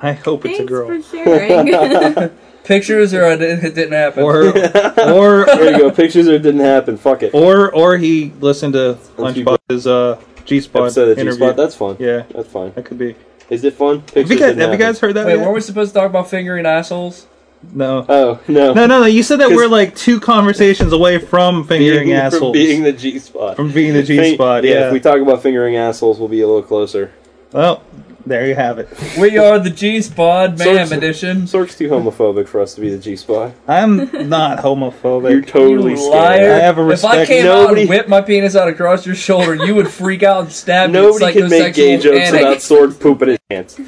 [SPEAKER 4] I hope it's a girl.
[SPEAKER 2] Pictures or I didn't, it didn't happen.
[SPEAKER 4] Or or
[SPEAKER 1] there you go. Pictures or it didn't happen. Fuck it.
[SPEAKER 4] Or or he listened to Lunchbox's uh, G Spot
[SPEAKER 1] Episode of G
[SPEAKER 4] interview.
[SPEAKER 1] Spot. That's fun.
[SPEAKER 4] Yeah,
[SPEAKER 1] that's fine. That
[SPEAKER 4] could be.
[SPEAKER 1] Is it fun? Pictures
[SPEAKER 4] you guys-
[SPEAKER 1] didn't
[SPEAKER 4] have you
[SPEAKER 1] happen.
[SPEAKER 4] guys heard that
[SPEAKER 2] Wait,
[SPEAKER 4] yet?
[SPEAKER 2] weren't we supposed to talk about fingering assholes?
[SPEAKER 4] No.
[SPEAKER 1] Oh no.
[SPEAKER 4] No, no, no. You said that
[SPEAKER 1] 'Cause
[SPEAKER 4] we're like two conversations away from fingering
[SPEAKER 1] being,
[SPEAKER 4] assholes.
[SPEAKER 1] From being the G Spot.
[SPEAKER 4] From being the G Spot, yeah.
[SPEAKER 1] If we talk about fingering assholes, we'll be a little closer.
[SPEAKER 4] well, there you have it.
[SPEAKER 2] We are the G Spod Mam Edition.
[SPEAKER 1] Sork's too homophobic for us to be the G Spot.
[SPEAKER 4] I'm not homophobic.
[SPEAKER 1] You're totally
[SPEAKER 2] You
[SPEAKER 1] scared.
[SPEAKER 2] liar.
[SPEAKER 1] I have a
[SPEAKER 2] If I
[SPEAKER 1] respect-
[SPEAKER 2] came out
[SPEAKER 1] Nobody-
[SPEAKER 2] and whipped my penis out across your shoulder, you would freak out and stab me
[SPEAKER 1] Nobody
[SPEAKER 2] in
[SPEAKER 1] can
[SPEAKER 2] psychosexual
[SPEAKER 1] make gay jokes
[SPEAKER 2] panic.
[SPEAKER 1] about sword poop in his pants.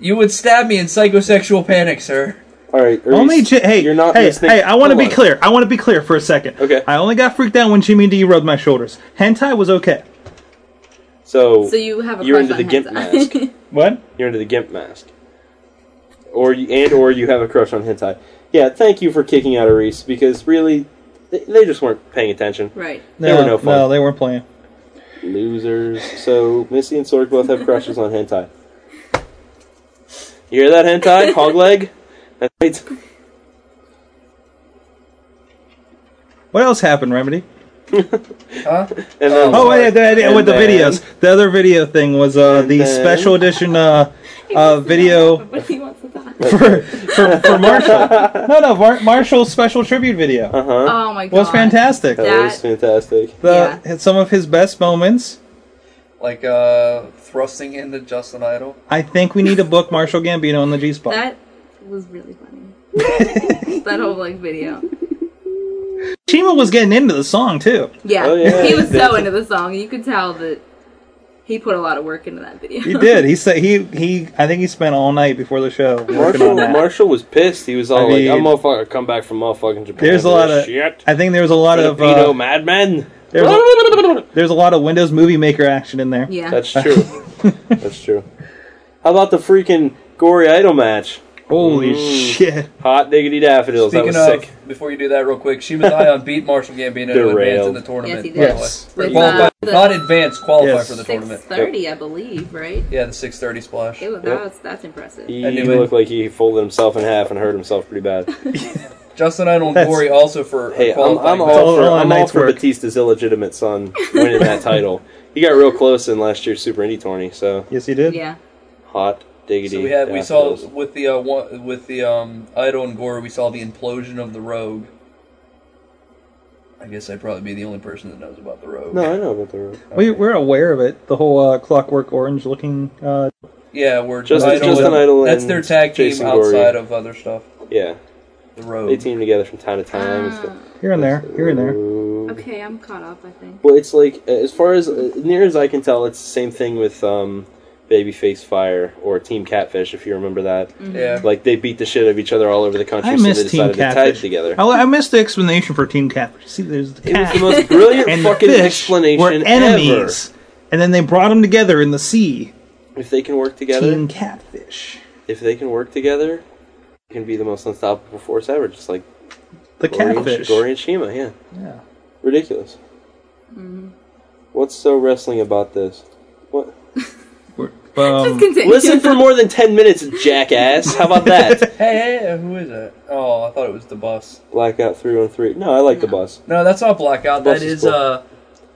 [SPEAKER 2] You would stab me in psychosexual panic, sir.
[SPEAKER 1] All right. er,
[SPEAKER 4] Only J- hey, you're not hey,
[SPEAKER 2] listening.
[SPEAKER 4] hey! I want to
[SPEAKER 2] Hold
[SPEAKER 4] be
[SPEAKER 2] on.
[SPEAKER 4] clear. I want to be clear for a second. Okay. I only got freaked out when Jimmy D rubbed my shoulders. Hentai was okay.
[SPEAKER 1] So,
[SPEAKER 3] So you have a
[SPEAKER 1] you're
[SPEAKER 3] crush on
[SPEAKER 1] into the gimp mask.
[SPEAKER 3] hentai.
[SPEAKER 4] what?
[SPEAKER 1] You're into the gimp mask. Or you, and or you have a crush on hentai. Yeah, thank you for kicking out Reese because really, they, they just weren't paying attention.
[SPEAKER 3] Right.
[SPEAKER 1] They were no fun.
[SPEAKER 4] no, they weren't playing.
[SPEAKER 1] Losers. So Missy and Sorg both have crushes on hentai. You hear that hentai? Hog leg? That's right.
[SPEAKER 4] What else happened, Remedy?
[SPEAKER 2] Huh?
[SPEAKER 1] And then,
[SPEAKER 4] Oh, yeah, the, the-
[SPEAKER 1] and
[SPEAKER 4] with the
[SPEAKER 1] then-
[SPEAKER 4] videos. The other video thing was uh, the
[SPEAKER 1] then-
[SPEAKER 4] special edition uh, uh, video
[SPEAKER 3] What do you want to talk?
[SPEAKER 4] for, for, for Marshall. No, no, Mar- Marshall's special tribute video.
[SPEAKER 1] Uh huh.
[SPEAKER 3] Oh my
[SPEAKER 4] Was
[SPEAKER 3] God.
[SPEAKER 4] fantastic.
[SPEAKER 1] That, was fantastic.
[SPEAKER 4] The, had Some of his best moments.
[SPEAKER 2] Like uh, thrusting into Justin Idol.
[SPEAKER 4] I think we need to book Marshall Gambino on the G spot.
[SPEAKER 3] That was really funny. that whole like video.
[SPEAKER 4] Chima was getting into the song too.
[SPEAKER 3] Yeah.
[SPEAKER 1] Oh,
[SPEAKER 3] he was so into the song. You could tell that he put a lot of work into that video.
[SPEAKER 4] He did. He said he he. I think he spent all night before the show working
[SPEAKER 1] Marshall,
[SPEAKER 4] on that.
[SPEAKER 1] Marshall was pissed. He was all
[SPEAKER 4] I mean-
[SPEAKER 1] like, "I'm motherfucker, come back from motherfucking Japan."
[SPEAKER 4] There's a
[SPEAKER 1] for
[SPEAKER 4] lot
[SPEAKER 1] this
[SPEAKER 4] of.
[SPEAKER 1] shit.
[SPEAKER 4] I think there was a lot of.
[SPEAKER 1] Filipino
[SPEAKER 4] Uh,
[SPEAKER 1] madmen.
[SPEAKER 4] there's, a, there's a lot of Windows Movie Maker action in there.
[SPEAKER 3] Yeah,
[SPEAKER 1] That's true. That's true. How about the freaking gory idol match?
[SPEAKER 4] Holy
[SPEAKER 1] Mm.
[SPEAKER 4] shit.
[SPEAKER 1] Hot diggity daffodils.
[SPEAKER 2] Speaking
[SPEAKER 1] that was
[SPEAKER 2] of,
[SPEAKER 1] sick.
[SPEAKER 2] before you do that, real quick, Shima Zion beat Marshall Gambino to advance in
[SPEAKER 1] Derailed.
[SPEAKER 2] the
[SPEAKER 3] Yes,
[SPEAKER 2] tournament.
[SPEAKER 3] he
[SPEAKER 2] by the
[SPEAKER 3] did.
[SPEAKER 2] way.
[SPEAKER 3] Yes.
[SPEAKER 2] Or
[SPEAKER 3] With,
[SPEAKER 2] qualify-
[SPEAKER 3] uh, the-
[SPEAKER 2] not advance, qualify for the tournament.
[SPEAKER 3] 630, I believe, right?
[SPEAKER 2] Yeah, the 630 splash.
[SPEAKER 3] It was, that was, that's impressive.
[SPEAKER 1] He
[SPEAKER 2] I knew it.
[SPEAKER 1] looked like he folded himself in half and hurt himself pretty bad.
[SPEAKER 2] Justin Idol and
[SPEAKER 1] That's-
[SPEAKER 2] Glory also for
[SPEAKER 1] Hey, I'm,
[SPEAKER 2] qualifying.
[SPEAKER 1] I'm all for, I'm all for Batista's illegitimate son winning that title. He got real close in last year's Super Indy tourney, so
[SPEAKER 4] yes, he did.
[SPEAKER 3] Yeah.
[SPEAKER 1] Hot diggity.
[SPEAKER 2] So we had we saw
[SPEAKER 1] daffodils.
[SPEAKER 2] with the uh, one, with the um, Idol and Gore we saw the implosion of the Rogue. I guess I'd probably be the only person that knows about the Rogue.
[SPEAKER 1] No, I know about the room.
[SPEAKER 4] We, we're aware of it. The whole uh, clockwork orange looking. Uh,
[SPEAKER 2] Yeah, we're
[SPEAKER 1] Justin,
[SPEAKER 2] Idol
[SPEAKER 1] Justin
[SPEAKER 2] and-
[SPEAKER 1] Idol
[SPEAKER 2] That's
[SPEAKER 1] and
[SPEAKER 2] their tag team
[SPEAKER 1] Jason Gorey.
[SPEAKER 2] outside of other stuff.
[SPEAKER 1] Yeah,
[SPEAKER 2] the road.
[SPEAKER 1] They team together from time to time. It's-
[SPEAKER 4] here and there. Here and there.
[SPEAKER 3] Okay, I'm caught up, I think.
[SPEAKER 1] Well, it's like uh, as far as near as I can tell, it's the same thing with um, Babyface Fire or Team Catfish, if you remember that.
[SPEAKER 3] Mhm. Yeah.
[SPEAKER 1] Like they beat the shit out of each other all over the country,
[SPEAKER 4] I
[SPEAKER 1] so they
[SPEAKER 4] miss Team
[SPEAKER 1] decided to tag
[SPEAKER 4] Catfish.
[SPEAKER 1] together.
[SPEAKER 4] I, I missed the explanation for Team Catfish. See, there's the
[SPEAKER 1] It was
[SPEAKER 4] cat.
[SPEAKER 1] the most brilliant
[SPEAKER 4] and
[SPEAKER 1] fucking
[SPEAKER 4] the fish
[SPEAKER 1] explanation
[SPEAKER 4] were
[SPEAKER 1] ever.
[SPEAKER 4] enemies, and then they brought them together in the sea.
[SPEAKER 1] If they can work together,
[SPEAKER 4] Team Catfish.
[SPEAKER 1] if they can work together, it can be the most unstoppable force ever. Just like
[SPEAKER 4] The
[SPEAKER 1] Gory and-
[SPEAKER 4] Catfish.
[SPEAKER 1] Gory and Shima, yeah,
[SPEAKER 4] Yeah.
[SPEAKER 1] ridiculous.
[SPEAKER 3] Mhm.
[SPEAKER 1] What's so wrestling about this? What?
[SPEAKER 4] Um,
[SPEAKER 3] continue.
[SPEAKER 1] Listen for more than ten minutes, jackass. How about that?
[SPEAKER 2] hey, hey, hey, who is it? Oh, I thought it was the bus.
[SPEAKER 1] Blackout three one three. No, I like the bus.
[SPEAKER 2] No, that's not blackout.
[SPEAKER 1] Bus
[SPEAKER 2] That
[SPEAKER 1] is
[SPEAKER 2] is
[SPEAKER 1] cool.
[SPEAKER 2] uh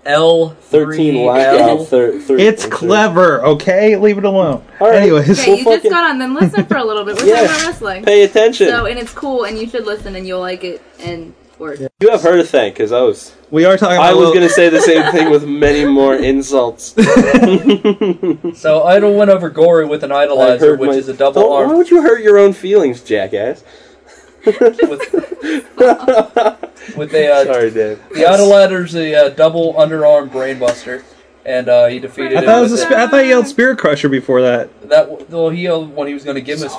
[SPEAKER 2] L
[SPEAKER 1] Thirteen blackout. Thir- thir-
[SPEAKER 4] it's clever, okay? Leave it alone. Anyways,
[SPEAKER 3] Okay, you just got on, then listen for a little bit. We're
[SPEAKER 1] Yeah.
[SPEAKER 3] talking about wrestling.
[SPEAKER 1] Pay attention.
[SPEAKER 3] So, and it's cool, and you should listen, and you'll like it, and or
[SPEAKER 1] You have her to thank because I was.
[SPEAKER 4] We are talking.
[SPEAKER 1] I
[SPEAKER 4] about
[SPEAKER 1] was
[SPEAKER 4] Lil-
[SPEAKER 1] going to say the same thing with many more insults.
[SPEAKER 2] So Idol went over Gory with an idolizer, which is a double
[SPEAKER 1] Don't- Why
[SPEAKER 2] arm.
[SPEAKER 1] would you hurt your own feelings, jackass?
[SPEAKER 2] With a uh,
[SPEAKER 1] Sorry, Dave.
[SPEAKER 2] the idolizer's a uh, double underarm brainbuster, and uh, he defeated
[SPEAKER 4] I
[SPEAKER 2] it.
[SPEAKER 4] thought, it was a
[SPEAKER 2] with
[SPEAKER 4] sp- I thought you yelled Spirit Crusher before that.
[SPEAKER 2] a- that w- well, he uh, when he was going to give us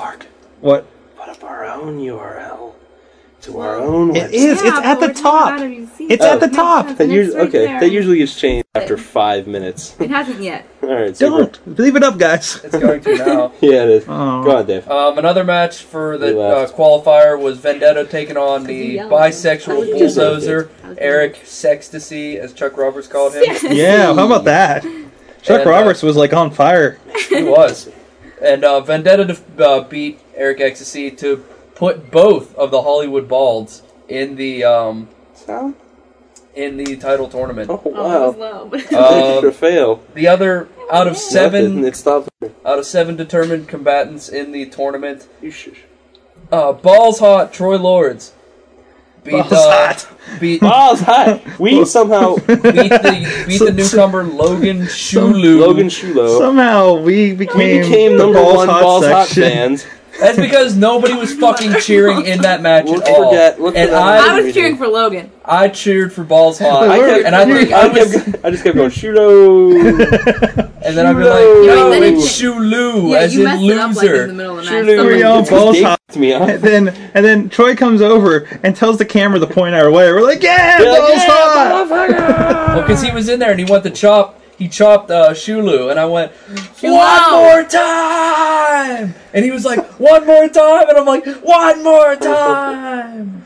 [SPEAKER 4] What?
[SPEAKER 1] Put up our own URL to our own.
[SPEAKER 4] It is.
[SPEAKER 1] website.
[SPEAKER 4] it's at
[SPEAKER 3] Oh,
[SPEAKER 4] the top. It's at the top.
[SPEAKER 1] That usually, okay, that usually gets changed after five minutes.
[SPEAKER 3] It hasn't yet.
[SPEAKER 1] All right, super.
[SPEAKER 4] Don't leave it up, guys. Oh.
[SPEAKER 2] It's going to now.
[SPEAKER 1] Yeah, it is. Go on, Dave.
[SPEAKER 2] Um, another match for the
[SPEAKER 1] We
[SPEAKER 2] uh,
[SPEAKER 1] left.
[SPEAKER 2] qualifier was Vendetta taking on the bisexual
[SPEAKER 1] I was gonna say
[SPEAKER 2] bulldozer Eric Sextasy, as Chuck Roberts called him.
[SPEAKER 4] Yeah, how about that? Chuck
[SPEAKER 2] And, uh,
[SPEAKER 4] Roberts was like on fire.
[SPEAKER 2] He was. And uh, Vendetta def- uh, beat Eric Ecstasy to put both of the Hollywood Balds in the um, in the title tournament. Um, Oh
[SPEAKER 3] wow!
[SPEAKER 1] Thank you for fail.
[SPEAKER 2] the other out of
[SPEAKER 1] Nothing,
[SPEAKER 2] seven
[SPEAKER 1] It stopped. there.
[SPEAKER 2] out of seven determined combatants in the tournament.
[SPEAKER 1] You should.
[SPEAKER 2] Uh, balls hot Troy Lords beat
[SPEAKER 1] Balls
[SPEAKER 2] uh, beat
[SPEAKER 1] Balls hot. We somehow
[SPEAKER 2] beat the beat the newcomer Logan Shulu.
[SPEAKER 1] Logan Shulo.
[SPEAKER 4] Somehow we became,
[SPEAKER 1] became
[SPEAKER 4] the
[SPEAKER 1] number
[SPEAKER 4] balls
[SPEAKER 1] one
[SPEAKER 4] hot
[SPEAKER 1] balls hot
[SPEAKER 4] section.
[SPEAKER 1] fans.
[SPEAKER 2] That's because nobody was fucking cheering in that match at all.
[SPEAKER 1] forget- look
[SPEAKER 2] and
[SPEAKER 1] for that
[SPEAKER 2] I,
[SPEAKER 3] I was cheering for Logan.
[SPEAKER 2] I cheered for Balls Hot.
[SPEAKER 1] I kept-
[SPEAKER 2] and uh, I think I
[SPEAKER 1] kept-
[SPEAKER 2] was,
[SPEAKER 1] I just kept going Shulo.
[SPEAKER 2] and then I'd be like,
[SPEAKER 1] Shulu.
[SPEAKER 2] yo,
[SPEAKER 1] Wait, then
[SPEAKER 2] it's Shulu,
[SPEAKER 3] Yeah,
[SPEAKER 2] as
[SPEAKER 3] you
[SPEAKER 2] in
[SPEAKER 3] messed it up like in the
[SPEAKER 2] loser.
[SPEAKER 3] middle of the match.
[SPEAKER 1] Shulu.
[SPEAKER 4] We all
[SPEAKER 1] It's
[SPEAKER 4] balls
[SPEAKER 1] gay
[SPEAKER 4] hot.
[SPEAKER 1] to me, huh?
[SPEAKER 4] And then and then Troy comes over and tells the camera to point our way. We're like, yeah,
[SPEAKER 1] They're like,
[SPEAKER 4] balls
[SPEAKER 1] "Yeah,
[SPEAKER 4] hot.
[SPEAKER 2] Well, because he was in there and he went to chop, he chopped uh, Shulu, and I went, one
[SPEAKER 3] Shulu.
[SPEAKER 2] more time! And he was like, one more time! And I'm like, one more time!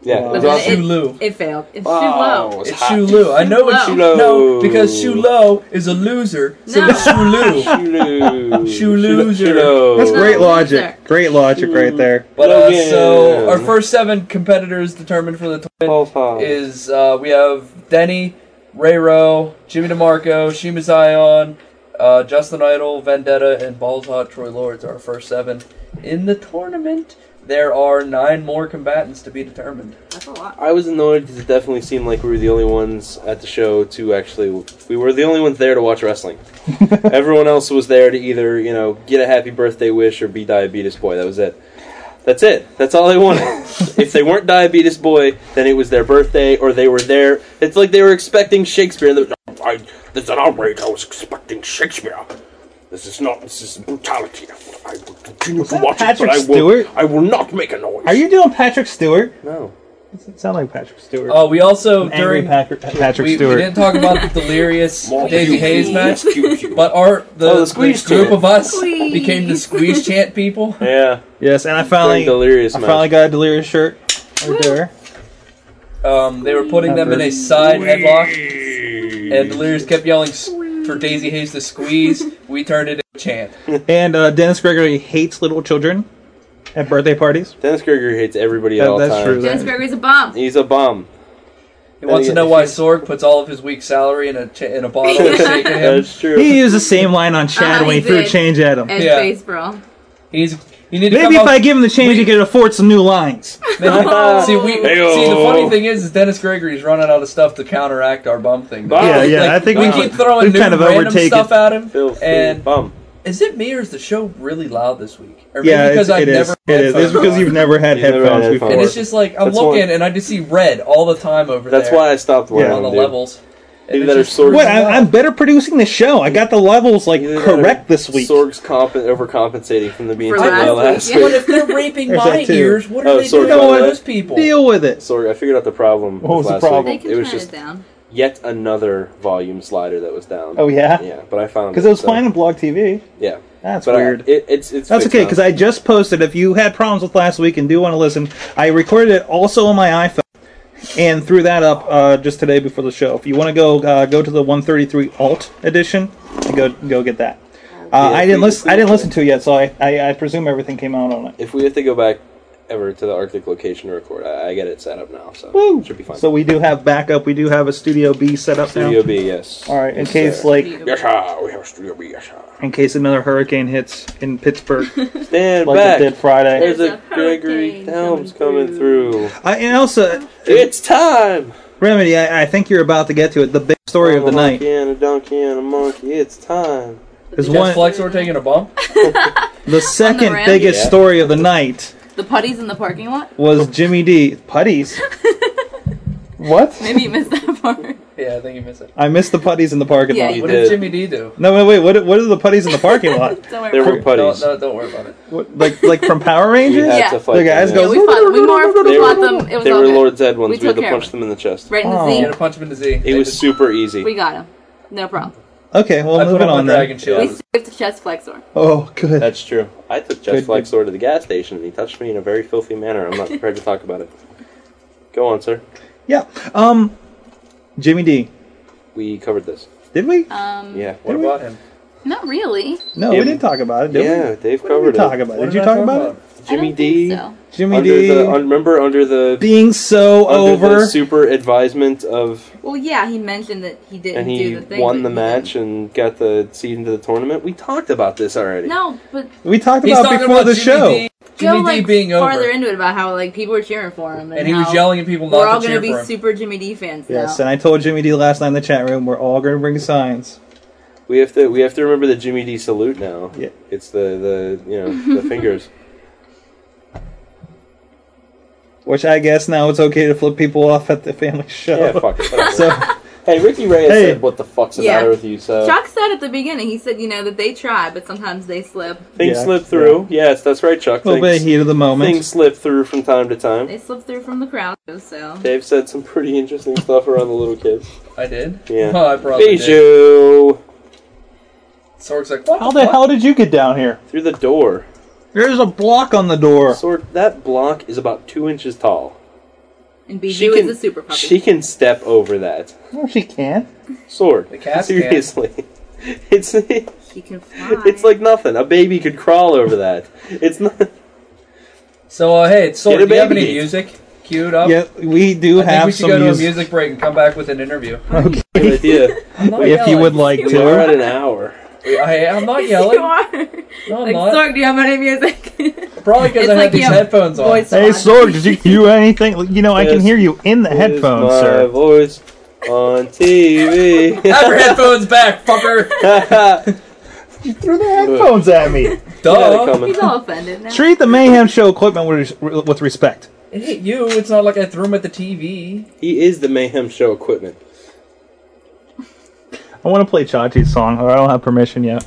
[SPEAKER 1] Yeah, it was
[SPEAKER 3] It-
[SPEAKER 1] awesome.
[SPEAKER 2] Shulu.
[SPEAKER 3] It, failed. It's
[SPEAKER 1] Oh,
[SPEAKER 3] too low.
[SPEAKER 1] it's
[SPEAKER 2] It's
[SPEAKER 1] hot.
[SPEAKER 2] Shulu. I know it's
[SPEAKER 1] Shulu.
[SPEAKER 2] Shulu. No, because Shulu is a loser, so
[SPEAKER 3] No.
[SPEAKER 2] it's Shulu.
[SPEAKER 1] Shulu.
[SPEAKER 2] Shuluser.
[SPEAKER 1] Shulu.
[SPEAKER 4] That's great
[SPEAKER 3] No,
[SPEAKER 4] logic. Great logic right there.
[SPEAKER 2] But uh,
[SPEAKER 1] Logan.
[SPEAKER 2] so our first seven competitors determined for the
[SPEAKER 1] Balls hot.
[SPEAKER 2] is uh, we have Denny, Rayro, Jimmy DeMarco, Shima Zion, uh, Justin Idol, Vendetta, and Balls Hot Troy Lords are our first seven in the tournament. There are nine more combatants to be determined.
[SPEAKER 3] That's a lot.
[SPEAKER 1] I was annoyed because it definitely seemed like we were the only ones at the show to actually. We were the only ones there to watch wrestling. Everyone else was there to either you know get a happy birthday wish or be diabetes boy. That was it. That's it. That's all they wanted. if they weren't diabetes boy, then it was their birthday or they were there. It's like they were expecting Shakespeare. And they were, I,
[SPEAKER 15] There's an outrage. I was expecting Shakespeare. This is not. This is brutality. I will continue
[SPEAKER 4] Was
[SPEAKER 15] to
[SPEAKER 4] that
[SPEAKER 15] watch it, but
[SPEAKER 4] Patrick
[SPEAKER 15] I will.
[SPEAKER 4] Stewart?
[SPEAKER 15] I will not make a noise.
[SPEAKER 4] Are you doing Patrick Stewart?
[SPEAKER 1] no,
[SPEAKER 4] Doesn't sound like Patrick Stewart.
[SPEAKER 2] Oh, we also
[SPEAKER 4] An angry
[SPEAKER 2] during
[SPEAKER 4] Patrick, Patrick
[SPEAKER 2] we,
[SPEAKER 4] Stewart.
[SPEAKER 2] we didn't talk about the delirious
[SPEAKER 4] More
[SPEAKER 2] David
[SPEAKER 4] pew
[SPEAKER 2] Hayes
[SPEAKER 4] pew,
[SPEAKER 2] match,
[SPEAKER 4] pew pew.
[SPEAKER 2] but our the,
[SPEAKER 4] Oh, the
[SPEAKER 2] the
[SPEAKER 4] squeeze
[SPEAKER 2] group
[SPEAKER 4] chant.
[SPEAKER 2] of us
[SPEAKER 4] Squeeze.
[SPEAKER 2] became the squeeze chant people.
[SPEAKER 1] Yeah.
[SPEAKER 4] Yes, and I finally
[SPEAKER 2] During delirious
[SPEAKER 4] I
[SPEAKER 2] match.
[SPEAKER 4] finally got a delirious shirt right there.
[SPEAKER 2] Um, they were putting them in a side headlock, and delirious kept yelling "S- for Daisy Hayes to squeeze. We turned it into a chant.
[SPEAKER 4] and uh, Dennis Gregory hates little children at birthday parties.
[SPEAKER 1] Dennis Gregory hates everybody
[SPEAKER 4] That-
[SPEAKER 1] at all
[SPEAKER 4] that's
[SPEAKER 1] times.
[SPEAKER 4] true,
[SPEAKER 3] Dennis Gregory's a bomb.
[SPEAKER 1] He's a bum.
[SPEAKER 2] He wants to know why Sorg puts all of his week salary in a cha- in a bottle and shake at him.
[SPEAKER 1] That's true.
[SPEAKER 4] He used the same line on Chad
[SPEAKER 2] Ah,
[SPEAKER 3] Uh,
[SPEAKER 4] when
[SPEAKER 3] he
[SPEAKER 4] he threw
[SPEAKER 3] did.
[SPEAKER 4] change at him.
[SPEAKER 3] And
[SPEAKER 2] Yeah.
[SPEAKER 3] face brawl.
[SPEAKER 2] He's you need to
[SPEAKER 4] Maybe if
[SPEAKER 2] come up-
[SPEAKER 4] I give him the change, he could afford some new lines. Oh.
[SPEAKER 2] see, we see. The
[SPEAKER 1] oh.
[SPEAKER 2] funny thing is, is Dennis Gregory's running out of stuff to counteract our bum thing.
[SPEAKER 4] Yeah, yeah, I think
[SPEAKER 2] we
[SPEAKER 4] we've-
[SPEAKER 2] keep throwing
[SPEAKER 4] we've
[SPEAKER 2] new
[SPEAKER 4] kind of
[SPEAKER 2] random
[SPEAKER 4] overtaken-
[SPEAKER 2] stuff at him.
[SPEAKER 1] Filthy
[SPEAKER 2] and
[SPEAKER 1] bum.
[SPEAKER 2] Is it me or is the show really loud this week? Or maybe
[SPEAKER 4] Yeah,
[SPEAKER 2] because
[SPEAKER 4] it's,
[SPEAKER 2] I've
[SPEAKER 4] it is.
[SPEAKER 2] never
[SPEAKER 4] It is. It's because you've never had
[SPEAKER 1] never
[SPEAKER 4] headphones
[SPEAKER 1] had
[SPEAKER 4] before.
[SPEAKER 2] and it's just like I'm
[SPEAKER 1] That's
[SPEAKER 2] looking
[SPEAKER 1] one-
[SPEAKER 2] and I just see red all the time over
[SPEAKER 1] That's
[SPEAKER 2] there.
[SPEAKER 1] why I stopped wearing
[SPEAKER 2] on the
[SPEAKER 1] them, dude.
[SPEAKER 2] levels.
[SPEAKER 1] Either
[SPEAKER 2] it's
[SPEAKER 1] that or
[SPEAKER 2] just-
[SPEAKER 1] Sorg's
[SPEAKER 4] What? I, I'm better producing the show. I got the levels like correct this week.
[SPEAKER 1] Sorg's comp- overcompensating from the being
[SPEAKER 2] For
[SPEAKER 1] too
[SPEAKER 2] last
[SPEAKER 1] loud
[SPEAKER 2] week,
[SPEAKER 1] last
[SPEAKER 2] yeah.
[SPEAKER 1] week.
[SPEAKER 2] But if they're raping
[SPEAKER 1] There's
[SPEAKER 2] my
[SPEAKER 1] that too.
[SPEAKER 2] ears, what are
[SPEAKER 1] Oh,
[SPEAKER 2] they
[SPEAKER 1] Sorg,
[SPEAKER 2] doing
[SPEAKER 1] by the
[SPEAKER 2] to
[SPEAKER 1] way.
[SPEAKER 2] those people?
[SPEAKER 4] Deal with it.
[SPEAKER 1] Sorg, I figured out the problem.
[SPEAKER 4] What was
[SPEAKER 1] with
[SPEAKER 4] the
[SPEAKER 1] last
[SPEAKER 4] problem?
[SPEAKER 1] Week.
[SPEAKER 4] They
[SPEAKER 1] It was
[SPEAKER 3] turn it
[SPEAKER 1] just
[SPEAKER 3] down.
[SPEAKER 1] yet another volume slider that was down.
[SPEAKER 4] Oh, yeah?
[SPEAKER 1] yeah. But I found
[SPEAKER 4] Because it was
[SPEAKER 1] so-
[SPEAKER 4] fine on Blog TV.
[SPEAKER 1] Yeah,
[SPEAKER 4] That's
[SPEAKER 1] But I-
[SPEAKER 4] weird.
[SPEAKER 1] it, it's it's
[SPEAKER 4] That's
[SPEAKER 1] fixed
[SPEAKER 4] okay
[SPEAKER 1] now.
[SPEAKER 4] because I just posted. If you had problems with last week and do want to listen, I recorded it also on my iPhone and threw that up uh, just today before the show. If you want to go, uh, go to the 133 Alt edition and go go get that. Uh, I didn't listen. I didn't listen to it yet, so I, I, I presume everything came out on it.
[SPEAKER 1] If we have to go back ever to the Arctic location to record, I, I get it set up now, so it should be fine.
[SPEAKER 4] So we do have backup. We do have a Studio B set up now.
[SPEAKER 1] Studio B, yes.
[SPEAKER 4] All right, in
[SPEAKER 1] Yes,
[SPEAKER 4] case
[SPEAKER 1] sir.
[SPEAKER 4] like
[SPEAKER 1] yes, sir, we have Studio B, yes, sir.
[SPEAKER 4] in case another hurricane hits in Pittsburgh,
[SPEAKER 1] Stand
[SPEAKER 4] like
[SPEAKER 1] back.
[SPEAKER 4] it did Friday.
[SPEAKER 1] There's a Gregory Helms coming through.
[SPEAKER 4] I, and also,
[SPEAKER 1] it's time.
[SPEAKER 4] Remedy, I, I think you're about to get to it. The big story of the
[SPEAKER 1] a
[SPEAKER 4] night
[SPEAKER 1] monkey and a donkey and a monkey. It's time.
[SPEAKER 4] is one
[SPEAKER 2] Flexor taking a bump.
[SPEAKER 4] the second
[SPEAKER 3] ramp?
[SPEAKER 4] biggest
[SPEAKER 3] Yeah. Oh.
[SPEAKER 4] story of the night
[SPEAKER 3] The putties in the parking lot?
[SPEAKER 4] was Jimmy D putties. what?
[SPEAKER 3] Maybe you missed that part.
[SPEAKER 2] Yeah, I think you missed it.
[SPEAKER 4] I missed the putties in the parking
[SPEAKER 3] Yeah,
[SPEAKER 4] lot.
[SPEAKER 3] you
[SPEAKER 2] What did Jimmy D do?
[SPEAKER 4] No, wait, wait. What? are- What are the putties in the parking lot?
[SPEAKER 3] Don't worry
[SPEAKER 1] There
[SPEAKER 3] about
[SPEAKER 1] were putties.
[SPEAKER 2] No, no, don't worry about it.
[SPEAKER 4] What, like, like from Power Rangers?
[SPEAKER 1] had Yeah. to fight
[SPEAKER 4] The guys
[SPEAKER 1] them,
[SPEAKER 4] go.
[SPEAKER 1] yeah.
[SPEAKER 3] it. We fought, we more
[SPEAKER 1] They
[SPEAKER 3] fought
[SPEAKER 1] were-
[SPEAKER 3] them. It was
[SPEAKER 1] they
[SPEAKER 3] all
[SPEAKER 1] were
[SPEAKER 3] good.
[SPEAKER 1] Lord Zed
[SPEAKER 3] We
[SPEAKER 1] ones. We,
[SPEAKER 3] took
[SPEAKER 1] had to
[SPEAKER 3] care of
[SPEAKER 1] punch them in the chest.
[SPEAKER 3] Right in the
[SPEAKER 4] Oh.
[SPEAKER 3] Z.
[SPEAKER 4] Yeah,
[SPEAKER 2] You had to punch him in the Z.
[SPEAKER 1] It was super easy.
[SPEAKER 3] We got him. No problem.
[SPEAKER 4] Okay, well,
[SPEAKER 2] I put
[SPEAKER 4] moving
[SPEAKER 2] up my
[SPEAKER 4] on
[SPEAKER 2] dragon
[SPEAKER 4] then.
[SPEAKER 2] shield.
[SPEAKER 3] We saved the chest flexor.
[SPEAKER 4] Oh, good.
[SPEAKER 1] That's true. I took
[SPEAKER 4] Good,
[SPEAKER 1] Jeff Flexor to the gas station and he touched me in a very filthy manner. I'm not prepared to talk about it. Go on, sir.
[SPEAKER 4] Yeah. Um, Jimmy D.
[SPEAKER 1] We covered this.
[SPEAKER 4] Did we?
[SPEAKER 3] Um,
[SPEAKER 1] Yeah.
[SPEAKER 2] What about him?
[SPEAKER 3] Not really.
[SPEAKER 4] No,
[SPEAKER 1] Yeah,
[SPEAKER 4] we didn't talk about it. Did
[SPEAKER 1] yeah,
[SPEAKER 4] we?
[SPEAKER 1] Dave
[SPEAKER 4] What
[SPEAKER 1] covered
[SPEAKER 4] did we talk
[SPEAKER 1] it.
[SPEAKER 4] about? Did you talk about, it?
[SPEAKER 1] Jimmy D.
[SPEAKER 4] Jimmy
[SPEAKER 1] under
[SPEAKER 4] D.
[SPEAKER 1] The, un- remember under the
[SPEAKER 4] Being so
[SPEAKER 1] under
[SPEAKER 4] over.
[SPEAKER 1] the super advisement of
[SPEAKER 3] Well, yeah, he mentioned that he didn't
[SPEAKER 1] and he
[SPEAKER 3] do the thing.
[SPEAKER 1] won the
[SPEAKER 3] but-
[SPEAKER 1] match and got the seed into the tournament. We talked about this already.
[SPEAKER 3] No, but
[SPEAKER 4] We talked
[SPEAKER 1] He's
[SPEAKER 4] about
[SPEAKER 1] talking
[SPEAKER 4] before
[SPEAKER 1] about
[SPEAKER 4] the
[SPEAKER 1] Jimmy
[SPEAKER 4] show.
[SPEAKER 1] D.
[SPEAKER 3] go
[SPEAKER 1] Jimmy D
[SPEAKER 3] like
[SPEAKER 1] being over.
[SPEAKER 3] farther into it about how like people were cheering for him, and,
[SPEAKER 2] And he was
[SPEAKER 3] how
[SPEAKER 2] yelling at people not
[SPEAKER 3] We're
[SPEAKER 2] to
[SPEAKER 3] all gonna
[SPEAKER 2] cheer
[SPEAKER 3] be
[SPEAKER 2] for him.
[SPEAKER 3] super Jimmy D fans
[SPEAKER 4] Yes,
[SPEAKER 3] now.
[SPEAKER 4] and I told Jimmy D last night in the chat room we're all going to bring signs.
[SPEAKER 1] We have to we have to remember the Jimmy D salute now.
[SPEAKER 4] Yeah.
[SPEAKER 1] It's the, the you know, the fingers.
[SPEAKER 4] Which I guess now it's okay to flip people off at the family show.
[SPEAKER 1] Yeah, fuck it, whatever.
[SPEAKER 4] So,
[SPEAKER 1] Hey Ricky Reyes
[SPEAKER 4] Hey.
[SPEAKER 1] said what the fuck's the
[SPEAKER 3] Yeah.
[SPEAKER 1] matter with you, so
[SPEAKER 3] Chuck said at the beginning, he said, you know, that they try, but sometimes they slip.
[SPEAKER 1] Things
[SPEAKER 4] Yeah,
[SPEAKER 1] slip through. Yes, that's right, Chuck.
[SPEAKER 4] A little bit
[SPEAKER 1] Things-
[SPEAKER 4] of heat of the moment.
[SPEAKER 1] Things slip through from time to time.
[SPEAKER 3] They slip through from the crowd, so.
[SPEAKER 1] Dave said some pretty interesting stuff around the little kids.
[SPEAKER 2] I did.
[SPEAKER 1] Yeah.
[SPEAKER 2] Oh, I probably did.
[SPEAKER 1] Bijou!
[SPEAKER 2] Sorg's like, what?
[SPEAKER 4] How the hell did you get down here?
[SPEAKER 1] Through the door.
[SPEAKER 4] There's a block on the door.
[SPEAKER 1] Sword, that block is about two inches tall.
[SPEAKER 3] And Bijou
[SPEAKER 1] She
[SPEAKER 3] is
[SPEAKER 1] can,
[SPEAKER 3] a super puppy.
[SPEAKER 1] she can step over that.
[SPEAKER 4] No, she can't.
[SPEAKER 1] Sword.
[SPEAKER 3] cats can.
[SPEAKER 1] seriously. It's
[SPEAKER 3] she can
[SPEAKER 1] it's like nothing. A baby could crawl over that. It's not
[SPEAKER 2] So uh, hey, it's
[SPEAKER 1] Get a
[SPEAKER 2] Sorg. Do you have
[SPEAKER 1] baby
[SPEAKER 2] any
[SPEAKER 1] gate.
[SPEAKER 2] music queued up?
[SPEAKER 4] Yeah, we do
[SPEAKER 2] I think
[SPEAKER 4] have
[SPEAKER 2] we should
[SPEAKER 4] some
[SPEAKER 2] go to a
[SPEAKER 4] music.
[SPEAKER 2] music break and come back with an interview.
[SPEAKER 4] Okay.
[SPEAKER 1] Good idea.
[SPEAKER 2] not
[SPEAKER 4] if you
[SPEAKER 2] yelling.
[SPEAKER 4] would like
[SPEAKER 2] We
[SPEAKER 4] to.
[SPEAKER 2] are at
[SPEAKER 1] an hour.
[SPEAKER 2] I, I'm not
[SPEAKER 3] you
[SPEAKER 2] yelling.
[SPEAKER 3] are.
[SPEAKER 2] No, I'm
[SPEAKER 3] like,
[SPEAKER 2] not.
[SPEAKER 3] Sorg, do you have any music?
[SPEAKER 2] Probably because
[SPEAKER 3] It's
[SPEAKER 2] I
[SPEAKER 3] like
[SPEAKER 2] had these
[SPEAKER 3] you have
[SPEAKER 2] headphones on.
[SPEAKER 4] Hey, Sorg, did you hear anything? You know, I can
[SPEAKER 1] Yes.
[SPEAKER 4] hear you in the headphones,
[SPEAKER 1] my
[SPEAKER 4] sir.
[SPEAKER 1] voice on TV.
[SPEAKER 2] Have your headphones back, fucker.
[SPEAKER 4] You threw the headphones at me.
[SPEAKER 3] He's all offended now.
[SPEAKER 4] Treat the Mayhem Show equipment with, with respect.
[SPEAKER 2] It hit you. It's not like I threw him at the TV.
[SPEAKER 1] He is the Mayhem Show equipment.
[SPEAKER 4] I want to play Chachi's song, or I don't have permission yet.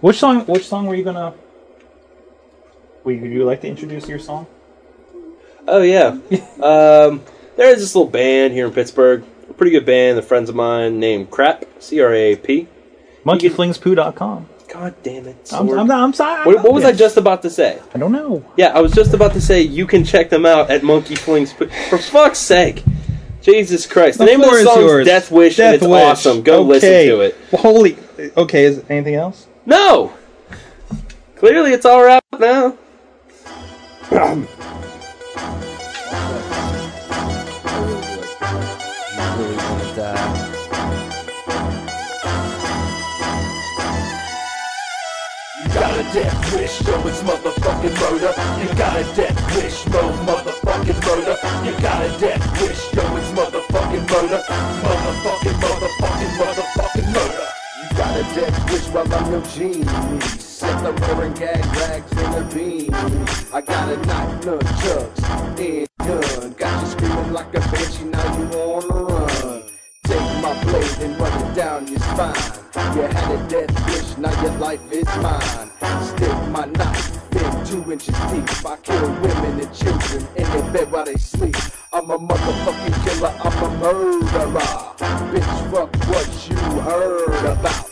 [SPEAKER 4] Which song? Which song were you gonna? Would you like to introduce your song?
[SPEAKER 1] Oh yeah. um, there's this little band here in Pittsburgh. A pretty good band. The friends of mine named Crap. C R A P.
[SPEAKER 4] Monkeyflingspoo.com.
[SPEAKER 1] God damn it!
[SPEAKER 4] I'm,
[SPEAKER 1] Sorg.
[SPEAKER 4] I'm, I'm sorry.
[SPEAKER 1] What, what was I just about to say?
[SPEAKER 4] I don't know.
[SPEAKER 1] Yeah, I was just about to say you can check them out at Monkey Flings. P- For fuck's sake, Jesus Christ! The,
[SPEAKER 4] The
[SPEAKER 1] name of
[SPEAKER 4] floor
[SPEAKER 1] the
[SPEAKER 4] is
[SPEAKER 1] song
[SPEAKER 4] yours.
[SPEAKER 1] is Death Wish, and it's
[SPEAKER 4] Wish.
[SPEAKER 1] awesome. Go listen
[SPEAKER 4] Okay.
[SPEAKER 1] to it.
[SPEAKER 4] Well, holy. Okay, is anything else?
[SPEAKER 1] No, clearly it's all wrapped up now.
[SPEAKER 2] really want to die.
[SPEAKER 16] You got a death wish, so it's motherfucking murder. You got a death wish, no motherfucking murder. You got a death wish, so it's motherfucking murder. Motherfucking, motherfucking, motherfucking murder. You got a death wish while I'm your genie. Except I'm wearing gag rags and a beanie. I got a knife, nunchucks, and gun. Got you screaming like a banshee, now you wanna run. Take my blade and run it down your spine. You had a death wish, now your life is mine. Stick my knife, been two inches deep. I kill women and children in their bed while they sleep. I'm a motherfucking killer, I'm a murderer. Bitch, fuck what you heard about.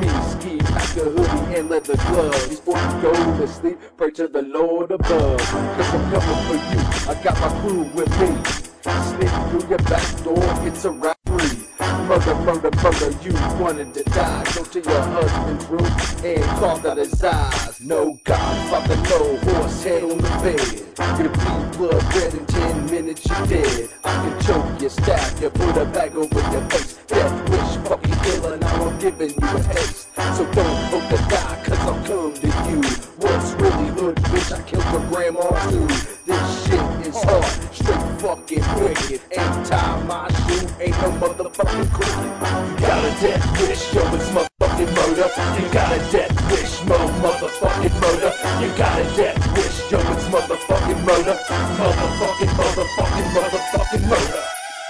[SPEAKER 16] Me ski, pack a hoodie and leather gloves. Before you go to sleep, pray to the Lord above. Cause I'm coming for you, I got my crew with me. Sneak through your back door, it's a robbery. Murder, murder, murder, you wanted to die. Go to your husband's room and carve out his eyes. No godfather, no horse head on the bed. You'll bleed blood red in ten minutes, you're dead. I can choke you, stab you, put a bag over your face. Death wish, fucking killer, now I'm giving you a ace. So don't hope to die, cause I'll come to you. What's really hood, bitch? I killed your grandma too. This shit is hard, straight fucking wicked. Ain't tie my shoe, ain't no motherfucking cricket. You got a death wish, yo, it's motherfucking murder. You got a death wish, mo, motherfucking murder. You got a death wish, yo, it's motherfucking murder. Motherfucking, motherfucking, motherfucking murder.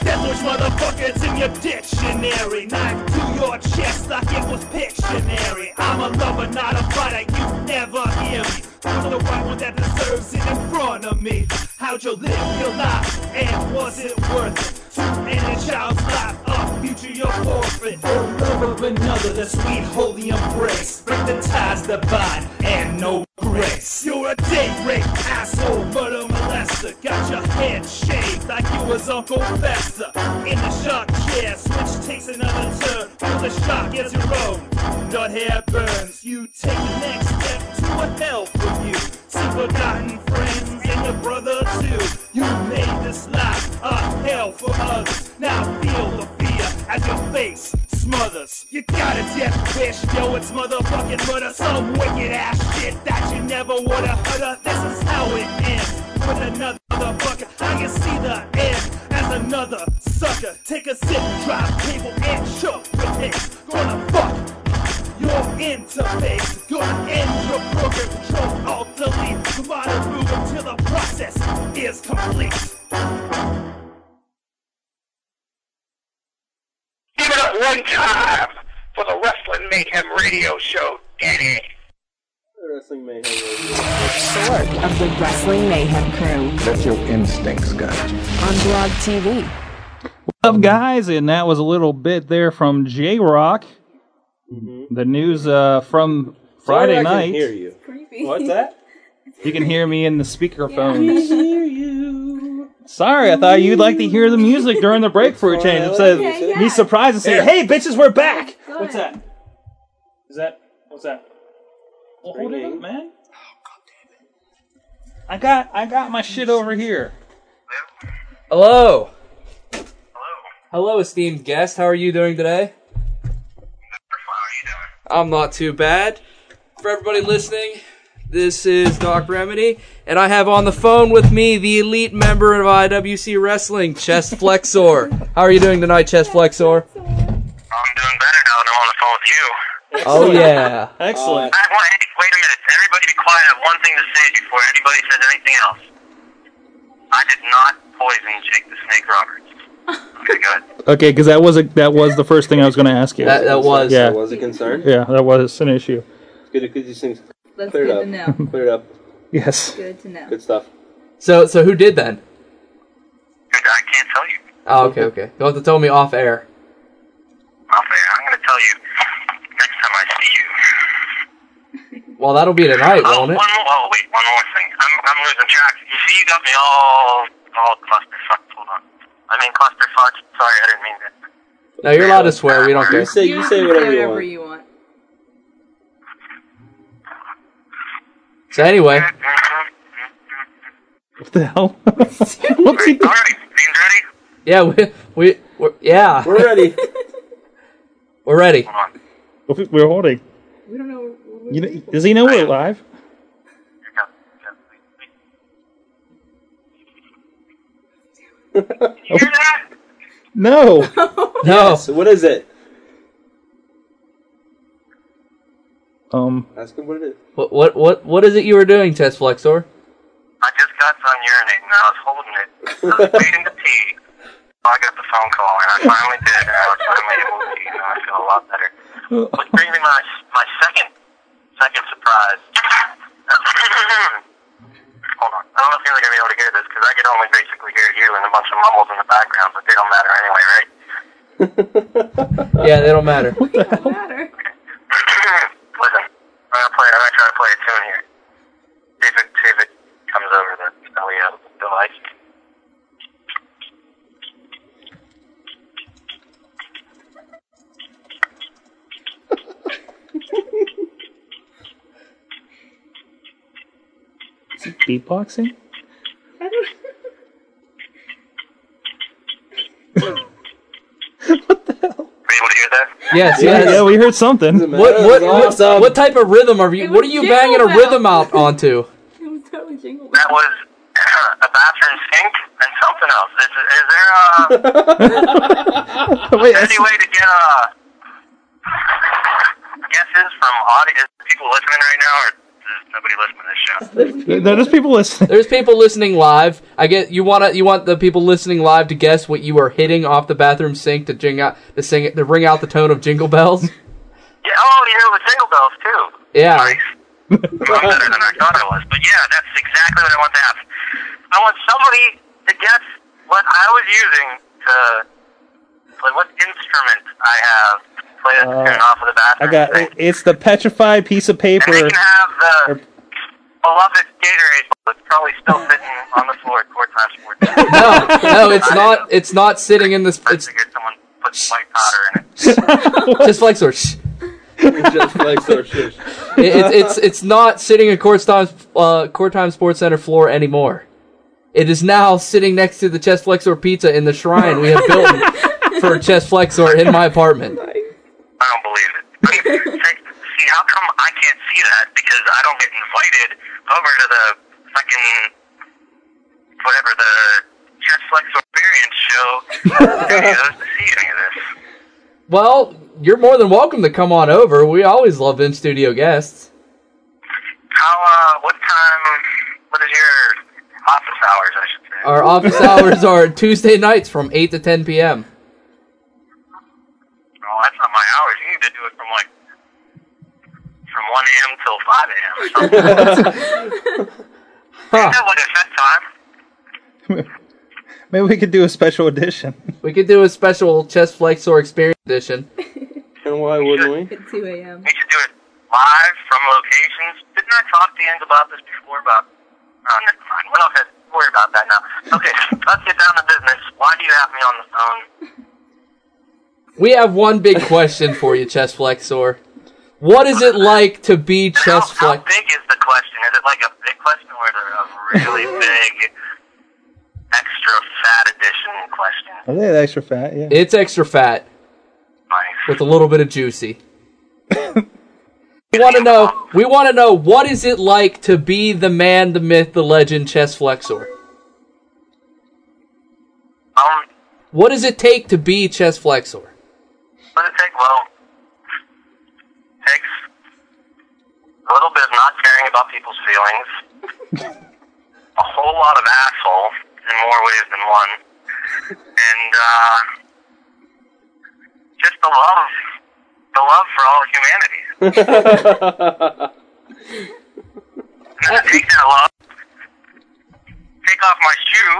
[SPEAKER 8] That which motherfuckers in your dictionary. Knife to your chest like it was Pictionary. I'm a lover, not a fighter. You never hear me. I'm the white one that deserves it in front of me. How'd you live your life? And was it worth it? To end a child's life, a future you're forfeit. For love of another, the sweet holy embrace. Break the ties that bind and no grace. You're a day rape, asshole, murder molester. Got your head shaved like you was Uncle Fester. In the shock chair, switch takes another turn. Feel the shock as your own. Not hair burns. You take the next step to a hell for you. See forgotten friends and your brother too. You made this life a hell for others. Now feel the fear as your face smothers. You got a death wish, yo, it's motherfucking murder. Some wicked ass shit that you never would've heard of. This is how it ends with another motherfucker. I can see the end as another sucker. Take a sip, drop cable, and choke with his. Gonna fuck your interface. Gonna end your program control, all delete. Come on and move until the process is complete.
[SPEAKER 6] Give it up one time for the Wrestling Mayhem Radio Show, Danny.
[SPEAKER 1] Wrestling Mayhem
[SPEAKER 17] Of the Wrestling Mayhem Crew
[SPEAKER 4] That's your instincts, guys.
[SPEAKER 17] on Blog TV.
[SPEAKER 4] What's up, guys? And that was a little bit there from J Rock. The news uh, from Friday
[SPEAKER 1] Mm-hmm. Sorry, I
[SPEAKER 4] night.
[SPEAKER 1] can hear you.
[SPEAKER 18] Creepy.
[SPEAKER 1] What's that?
[SPEAKER 4] You can hear me in the speakerphones.
[SPEAKER 1] hear you.
[SPEAKER 4] Sorry, I thought you'd like to hear the music during the break for a change.
[SPEAKER 1] fine.
[SPEAKER 4] Instead of
[SPEAKER 1] Okay, yeah.
[SPEAKER 4] me surprised and say,
[SPEAKER 1] Here.
[SPEAKER 4] "Hey, bitches, we're back."
[SPEAKER 19] What's that? Is that what's that?
[SPEAKER 4] Well, hold it up, man. I got, I got my shit over here.
[SPEAKER 2] Hello. Hello, esteemed guest. How are you doing today?
[SPEAKER 19] I'm not too bad. For everybody listening, this is Doc Remedy,
[SPEAKER 2] And I have on the phone with me the elite member of IWC Wrestling, Chess Flexor. How are you doing tonight, Chess Flexor? Oh, yeah.
[SPEAKER 4] Excellent. Okay, because that was a, that was the first thing I was going to ask you.
[SPEAKER 1] That- that was-
[SPEAKER 4] yeah,
[SPEAKER 1] that was a concern?
[SPEAKER 4] Yeah, that was an issue.
[SPEAKER 1] It's good, good these things
[SPEAKER 20] That's
[SPEAKER 1] cleared
[SPEAKER 20] good
[SPEAKER 1] up.
[SPEAKER 20] to know.
[SPEAKER 1] Cleared up.
[SPEAKER 4] Yes.
[SPEAKER 20] Good to know.
[SPEAKER 1] Good stuff.
[SPEAKER 2] So, so who did then?
[SPEAKER 6] I can't tell you.
[SPEAKER 2] Oh, okay, okay. You'll have to tell me off air.
[SPEAKER 6] Off air. I'm going to tell you next time I see you.
[SPEAKER 2] Well, that'll be tonight,
[SPEAKER 6] oh,
[SPEAKER 2] won't it?
[SPEAKER 6] one more. Oh, wait, one more thing. I'm, I'm losing track. You see, you got me all, all clusterfucked. Hold on. I mean, clusterfucked. Sorry, I didn't mean that.
[SPEAKER 2] No, you're allowed to swear. We don't care.
[SPEAKER 1] You say you say whatever you want.
[SPEAKER 3] you want.
[SPEAKER 2] So anyway,
[SPEAKER 4] What the hell? What's he doing?
[SPEAKER 2] yeah, we we we're, yeah,
[SPEAKER 4] We're ready.
[SPEAKER 2] we're ready.
[SPEAKER 4] We're holding.
[SPEAKER 3] We don't know. What
[SPEAKER 4] You know, does he know we're live? No.
[SPEAKER 1] No. what is it?
[SPEAKER 4] Um.
[SPEAKER 1] Ask him what it is.
[SPEAKER 2] What what what what is it you were doing, Test Flexor?
[SPEAKER 6] I just got done urinating. I was holding it. I was waiting to pee. So I got the phone call, and I finally did. And I was finally able to pee, and I feel a lot better. Which brings me my my second second surprise. Hold on. I don't know if you're gonna be able to hear this because I can only basically hear you and a bunch of mumbles in the background, but they don't matter anyway, right?
[SPEAKER 2] Yeah, they don't matter.
[SPEAKER 6] Listen, I'm gonna play. I'm gonna try to play a tune here. See if it, see if it comes over the oh, Elio device.
[SPEAKER 4] Is he beatboxing?
[SPEAKER 2] Yes,
[SPEAKER 4] yeah,
[SPEAKER 2] yes.
[SPEAKER 4] yeah, we heard something.
[SPEAKER 2] What what what, what type of rhythm are you? What are you banging a
[SPEAKER 3] jingle
[SPEAKER 2] rhythm out onto?
[SPEAKER 3] It was totally jingle.
[SPEAKER 6] That was a bathroom sink and something else. Is, is there a
[SPEAKER 4] Wait,
[SPEAKER 6] any way to get uh, guesses from audience people listening right now, or is nobody listening to this show?
[SPEAKER 4] there's people listening.
[SPEAKER 2] There's people listening live. I get you want to you want the people listening live to guess what you are hitting off the bathroom sink to jing out to sing it to ring out the tone of Jingle Bells.
[SPEAKER 6] Yeah. Oh, you know the jingle bells too.
[SPEAKER 2] Yeah.
[SPEAKER 6] I'm better than I thought I was, but yeah, that's exactly what I want to ask. I want somebody to guess what I was using to play. What instrument I have to play that
[SPEAKER 4] Uh,
[SPEAKER 6] tune off of the
[SPEAKER 4] I
[SPEAKER 6] bathroom
[SPEAKER 4] got
[SPEAKER 6] sink.
[SPEAKER 4] it's the petrified piece of paper.
[SPEAKER 6] And they can have uh, the beloved Gatorade that's probably still sitting on the floor at four times four times.
[SPEAKER 2] No, no, it's not. It's not sitting in this. It's
[SPEAKER 6] Someone put white powder in it.
[SPEAKER 2] just flexor. Shh.
[SPEAKER 1] Just Flexor. Shush.
[SPEAKER 2] It, it, it's it's not sitting in Court Time uh, Court Time Sports Center floor anymore. It is now sitting next to the chest flexor pizza in the shrine we have built for chest flexor in my apartment.
[SPEAKER 6] I don't believe it. I mean, see- see, how come I can't see that? Because I don't get invited over to the fucking whatever the Chess Flex Experience show studios to see any of this.
[SPEAKER 2] Well, you're more than welcome to come on over. We always love in studio guests.
[SPEAKER 6] How? Uh, what time? What is your office hours? I should say.
[SPEAKER 2] Our office hours are Tuesday nights from eight to ten p.m.
[SPEAKER 6] Well, that's not my hours. You need to do it from like from one a.m. till five a.m. or something. Is that like a set time?
[SPEAKER 4] Maybe we could do a special edition.
[SPEAKER 2] We could do a special chest flexor experience edition.
[SPEAKER 1] And why wouldn't
[SPEAKER 3] At 2 a.m.
[SPEAKER 6] We should do it live from locations. Didn't I talk to you about this before? About oh, never mind. We're not gonna worry about that now. Okay, let's get down to business. Why do you have me on the phone?
[SPEAKER 2] We have one big question for you, chest flexor. What is it like to be chest flex?
[SPEAKER 6] Big is the question. Is it like a big question or is it a really big, extra fat edition question?
[SPEAKER 4] Are they extra fat? Yeah.
[SPEAKER 2] It's extra fat with a little bit of juicy. we want to know. We want to know what is it like to be the man, the myth, the legend, chest flexor.
[SPEAKER 6] Um,
[SPEAKER 2] What does it take to be chest flexor?
[SPEAKER 6] What does it take? Well, takes a little bit of not caring about people's feelings, a whole lot of asshole in more ways than one, and uh, just the love, the love for all of humanity.
[SPEAKER 1] we?
[SPEAKER 6] And to take that love, take off my shoe,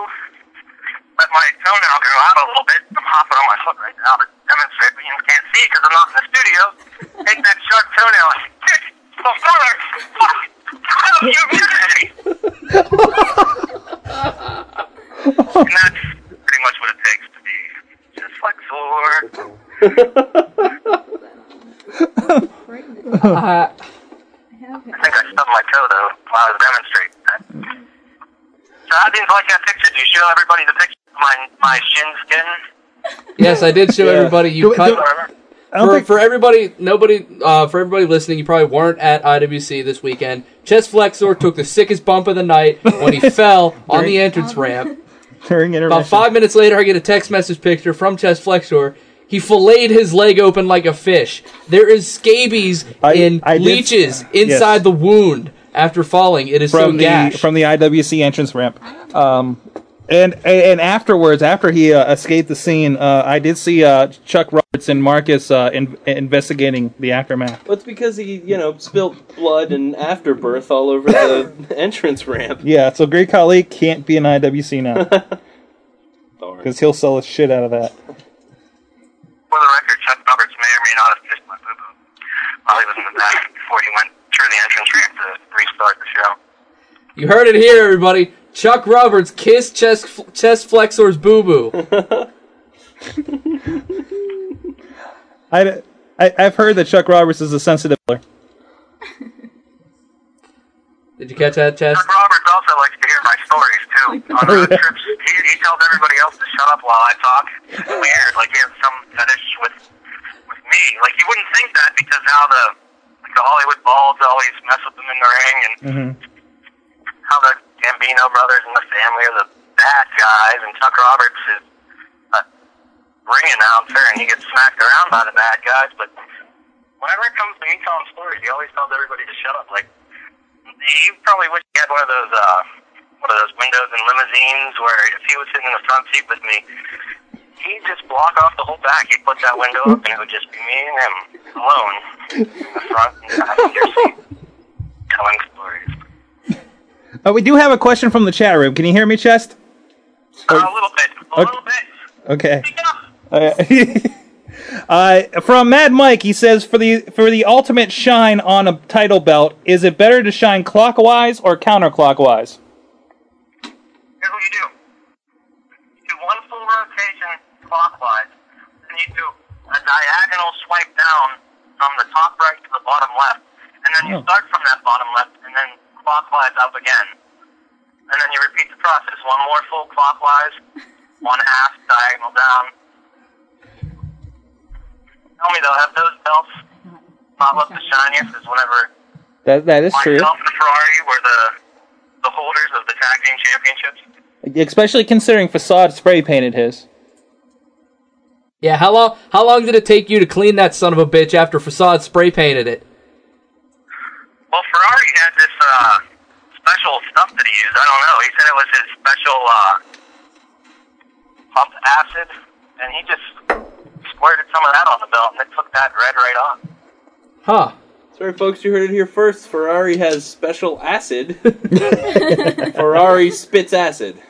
[SPEAKER 6] let my toenail grow out a little bit. I'm hopping on my foot right now to demonstrate, but you can't see because I'm not in the studio. Take that short toenail and kick the fuck out of humanity. and that's pretty much what it takes to be just like Thor.
[SPEAKER 2] Uh,
[SPEAKER 6] I think I stubbed my toe though while I was demonstrating that. So how do you like that picture? Do you show everybody the picture of my my shin skin?
[SPEAKER 2] yes, I did show
[SPEAKER 6] Yeah.
[SPEAKER 2] everybody you
[SPEAKER 6] Do-
[SPEAKER 2] cut.
[SPEAKER 6] do- I don't
[SPEAKER 2] for,
[SPEAKER 6] think-
[SPEAKER 2] for everybody, nobody, uh, for everybody listening, you probably weren't at IWC this weekend. Chess Flexor took the sickest bump of the night when he fell on the entrance ramp.
[SPEAKER 4] During
[SPEAKER 2] About
[SPEAKER 4] intermission.
[SPEAKER 2] five minutes later, I get a text message picture from Chess Flexor. He filleted his leg open like a fish. There is scabies in
[SPEAKER 4] I did-
[SPEAKER 2] leeches
[SPEAKER 4] Yes.
[SPEAKER 2] inside the wound after falling. It is so
[SPEAKER 4] from the
[SPEAKER 2] gash.
[SPEAKER 4] from the IWC entrance ramp. Um, and and afterwards, after he uh, escaped the scene, uh, I did see uh, Chuck Roberts and Marcus uh, in, investigating the aftermath.
[SPEAKER 1] Well, it's because he, you know, spilled blood and afterbirth all over the entrance ramp.
[SPEAKER 4] Yeah, so Great Khali can't be an IWC now because he'll sell the shit out of that.
[SPEAKER 6] For the record, Chuck Roberts may or may not have kissed my boo boo while he was in the back before he went through the entrance ramp to restart the show.
[SPEAKER 2] You heard it here, everybody. Chuck Roberts kissed chest, chest flexor's boo boo.
[SPEAKER 4] I, I I've heard that Chuck Roberts is a sensitive. Killer.
[SPEAKER 2] Did you catch that, Chess?
[SPEAKER 6] Roberts also likes to hear my stories too on road trips. He, he tells everybody else to shut up while I talk. It's weird, like he has some fetish with with me. Like you wouldn't think that because how the like the Hollywood Balls always mess with them in the ring, and how the Gambino brothers and the family are the bad guys, and Chuck Roberts is a ring announcer, and he gets smacked around by the bad guys. But whenever it comes to me telling stories, he always tells everybody to shut up. Like he probably wish he had one of those uh, one of those windows in limousines where if he was sitting in the front seat with me, he'd just block off the whole back. He'd put that window up, and it would just be me and him alone in the front and passenger seat, telling stories.
[SPEAKER 4] Uh, we do have a question from the chat room. Can you hear me, Chest?
[SPEAKER 6] Uh, a little bit. A little bit.
[SPEAKER 4] Okay. Uh, uh, from Mad Mike, he says for the for the ultimate shine on a title belt, is it better to shine clockwise or counterclockwise?
[SPEAKER 6] Here's what you do: you do one full rotation clockwise, then you do a diagonal swipe down from the top right to the bottom left, and then you
[SPEAKER 4] Oh.
[SPEAKER 6] start from that bottom left, and then clockwise up again, and then you repeat the process: one more full clockwise, one half diagonal down. Tell me they'll have those belts pop up the shiniest is whenever
[SPEAKER 4] That that is true.
[SPEAKER 6] myself and Ferrari were the the holders of the tag team championships.
[SPEAKER 4] Especially considering Facade spray painted his.
[SPEAKER 2] yeah, how long how long did it take you to clean that son of a bitch after Facade spray painted it?
[SPEAKER 6] Well, Ferrari had this uh, special stuff that he used. I don't know. He said it was his special uh, pumped acid, and he just squirted some of that on the belt, and it took that red right off.
[SPEAKER 2] Huh.
[SPEAKER 1] Sorry, folks, you heard it here first. Ferrari has special acid. Ferrari spits acid.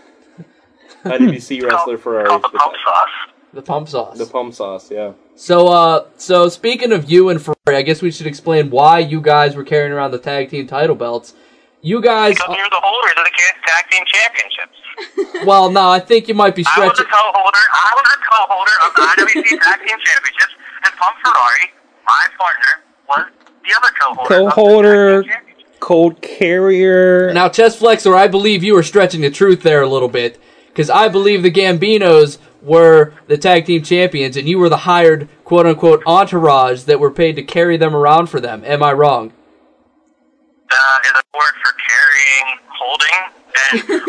[SPEAKER 1] IWC wrestler Ferrari. The pump
[SPEAKER 6] sauce.
[SPEAKER 2] The pump sauce.
[SPEAKER 1] The pump sauce, yeah.
[SPEAKER 2] So uh so speaking of you and Ferrari, I guess we should explain why you guys were carrying around the tag team title belts. You guys
[SPEAKER 6] Because you're the holders of the ca- tag team championships.
[SPEAKER 2] uh, well, no, I think you might be
[SPEAKER 6] I was
[SPEAKER 2] stretching
[SPEAKER 6] a co-holder. I was a co-holder of the IWC tag team championships, and Pump Ferrari, my partner, was the other co-holder.
[SPEAKER 4] Co holder, cold carrier.
[SPEAKER 2] Now, Chess Flexor, I believe you were stretching the truth there a little bit, because I believe the Gambinos were the tag team champions, and you were the hired "quote unquote" entourage that were paid to carry them around for them. Am I wrong?
[SPEAKER 6] uh, is a word for carrying, holding,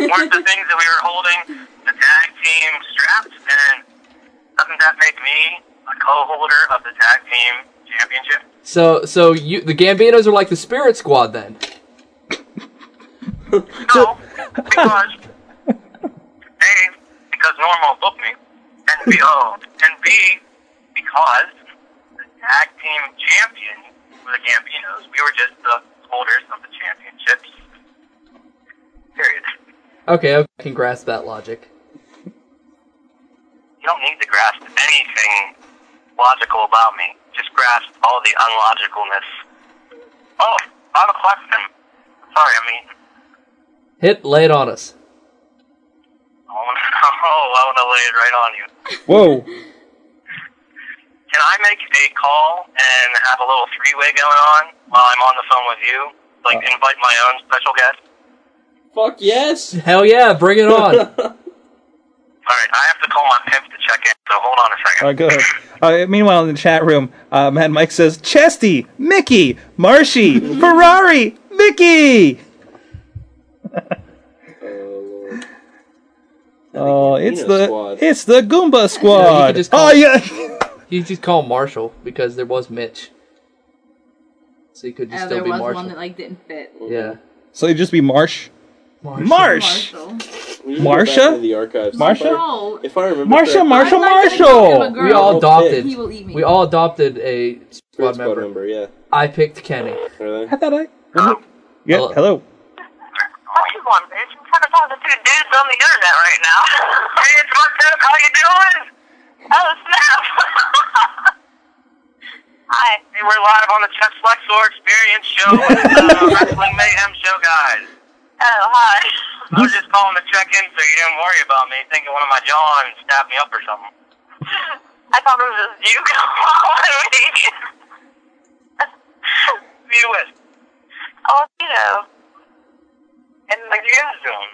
[SPEAKER 6] and weren't the things that we were holding the tag team straps? And doesn't that make me a co-holder of the tag team championship?
[SPEAKER 2] So, so you the Gambinos are like the Spirit Squad then.
[SPEAKER 6] No, because A, because normal booked me, and B, oh, and B, because the tag team champion were the Gambinos. We were just the holders of the championships. Period.
[SPEAKER 21] Okay, I can grasp that logic.
[SPEAKER 6] You don't need to grasp anything logical about me. Just grasp all the unlogicalness. Oh, I have a question. Sorry, I mean,
[SPEAKER 21] Hit, lay it on us.
[SPEAKER 6] oh, I want to lay it right on you.
[SPEAKER 4] Whoa.
[SPEAKER 6] Can I make a call and have a little three-way going on while I'm on the phone with you? Like, invite my own special guest?
[SPEAKER 1] Fuck yes!
[SPEAKER 21] Hell yeah, bring it on.
[SPEAKER 6] All right, I have to call my pimp to check in, so hold on a second.
[SPEAKER 4] All right, go ahead. Uh, meanwhile, in the chat room, uh, Mad Mike says, Chesty, Mickey, Marshy, Ferrari, Mickey! Oh, it's the it's the
[SPEAKER 21] No, you
[SPEAKER 4] Goomba squad.
[SPEAKER 21] could just
[SPEAKER 4] oh
[SPEAKER 21] call-
[SPEAKER 4] yeah,
[SPEAKER 21] You just call Marshall because there was Mitch. So you could just
[SPEAKER 3] Oh,
[SPEAKER 21] still
[SPEAKER 3] there
[SPEAKER 21] be
[SPEAKER 3] was
[SPEAKER 21] Marshall.
[SPEAKER 3] one that like didn't fit.
[SPEAKER 21] Yeah.
[SPEAKER 4] so it'd just be Marsh, Marsh,
[SPEAKER 3] Marshall.
[SPEAKER 1] We need to go back
[SPEAKER 4] Marsha?
[SPEAKER 1] into The archives.
[SPEAKER 3] Marsha?
[SPEAKER 1] If I- If I remember.
[SPEAKER 4] Marsha,
[SPEAKER 1] correctly-
[SPEAKER 4] Marshall, Marshall.
[SPEAKER 21] We all adopted.
[SPEAKER 3] He will eat me.
[SPEAKER 21] We all adopted a squad member.
[SPEAKER 1] yeah.
[SPEAKER 21] I picked Kenny. Ah.
[SPEAKER 4] I thought I. Yeah, hello.
[SPEAKER 6] What you want, bitch? I'm trying to talk to two dudes on the internet right now. hey, it's what's up? How you doing? Oh, snap. Hi. Hey, we're live on the Chess Flexor Experience show with uh, Wrestling Mayhem Show guys. Oh, hi. I was just calling to check in so you didn't worry about me thinking one of my jawlines stabbed me up or something. I thought it was just you calling me. you with. Oh, you know. And the gym's doing.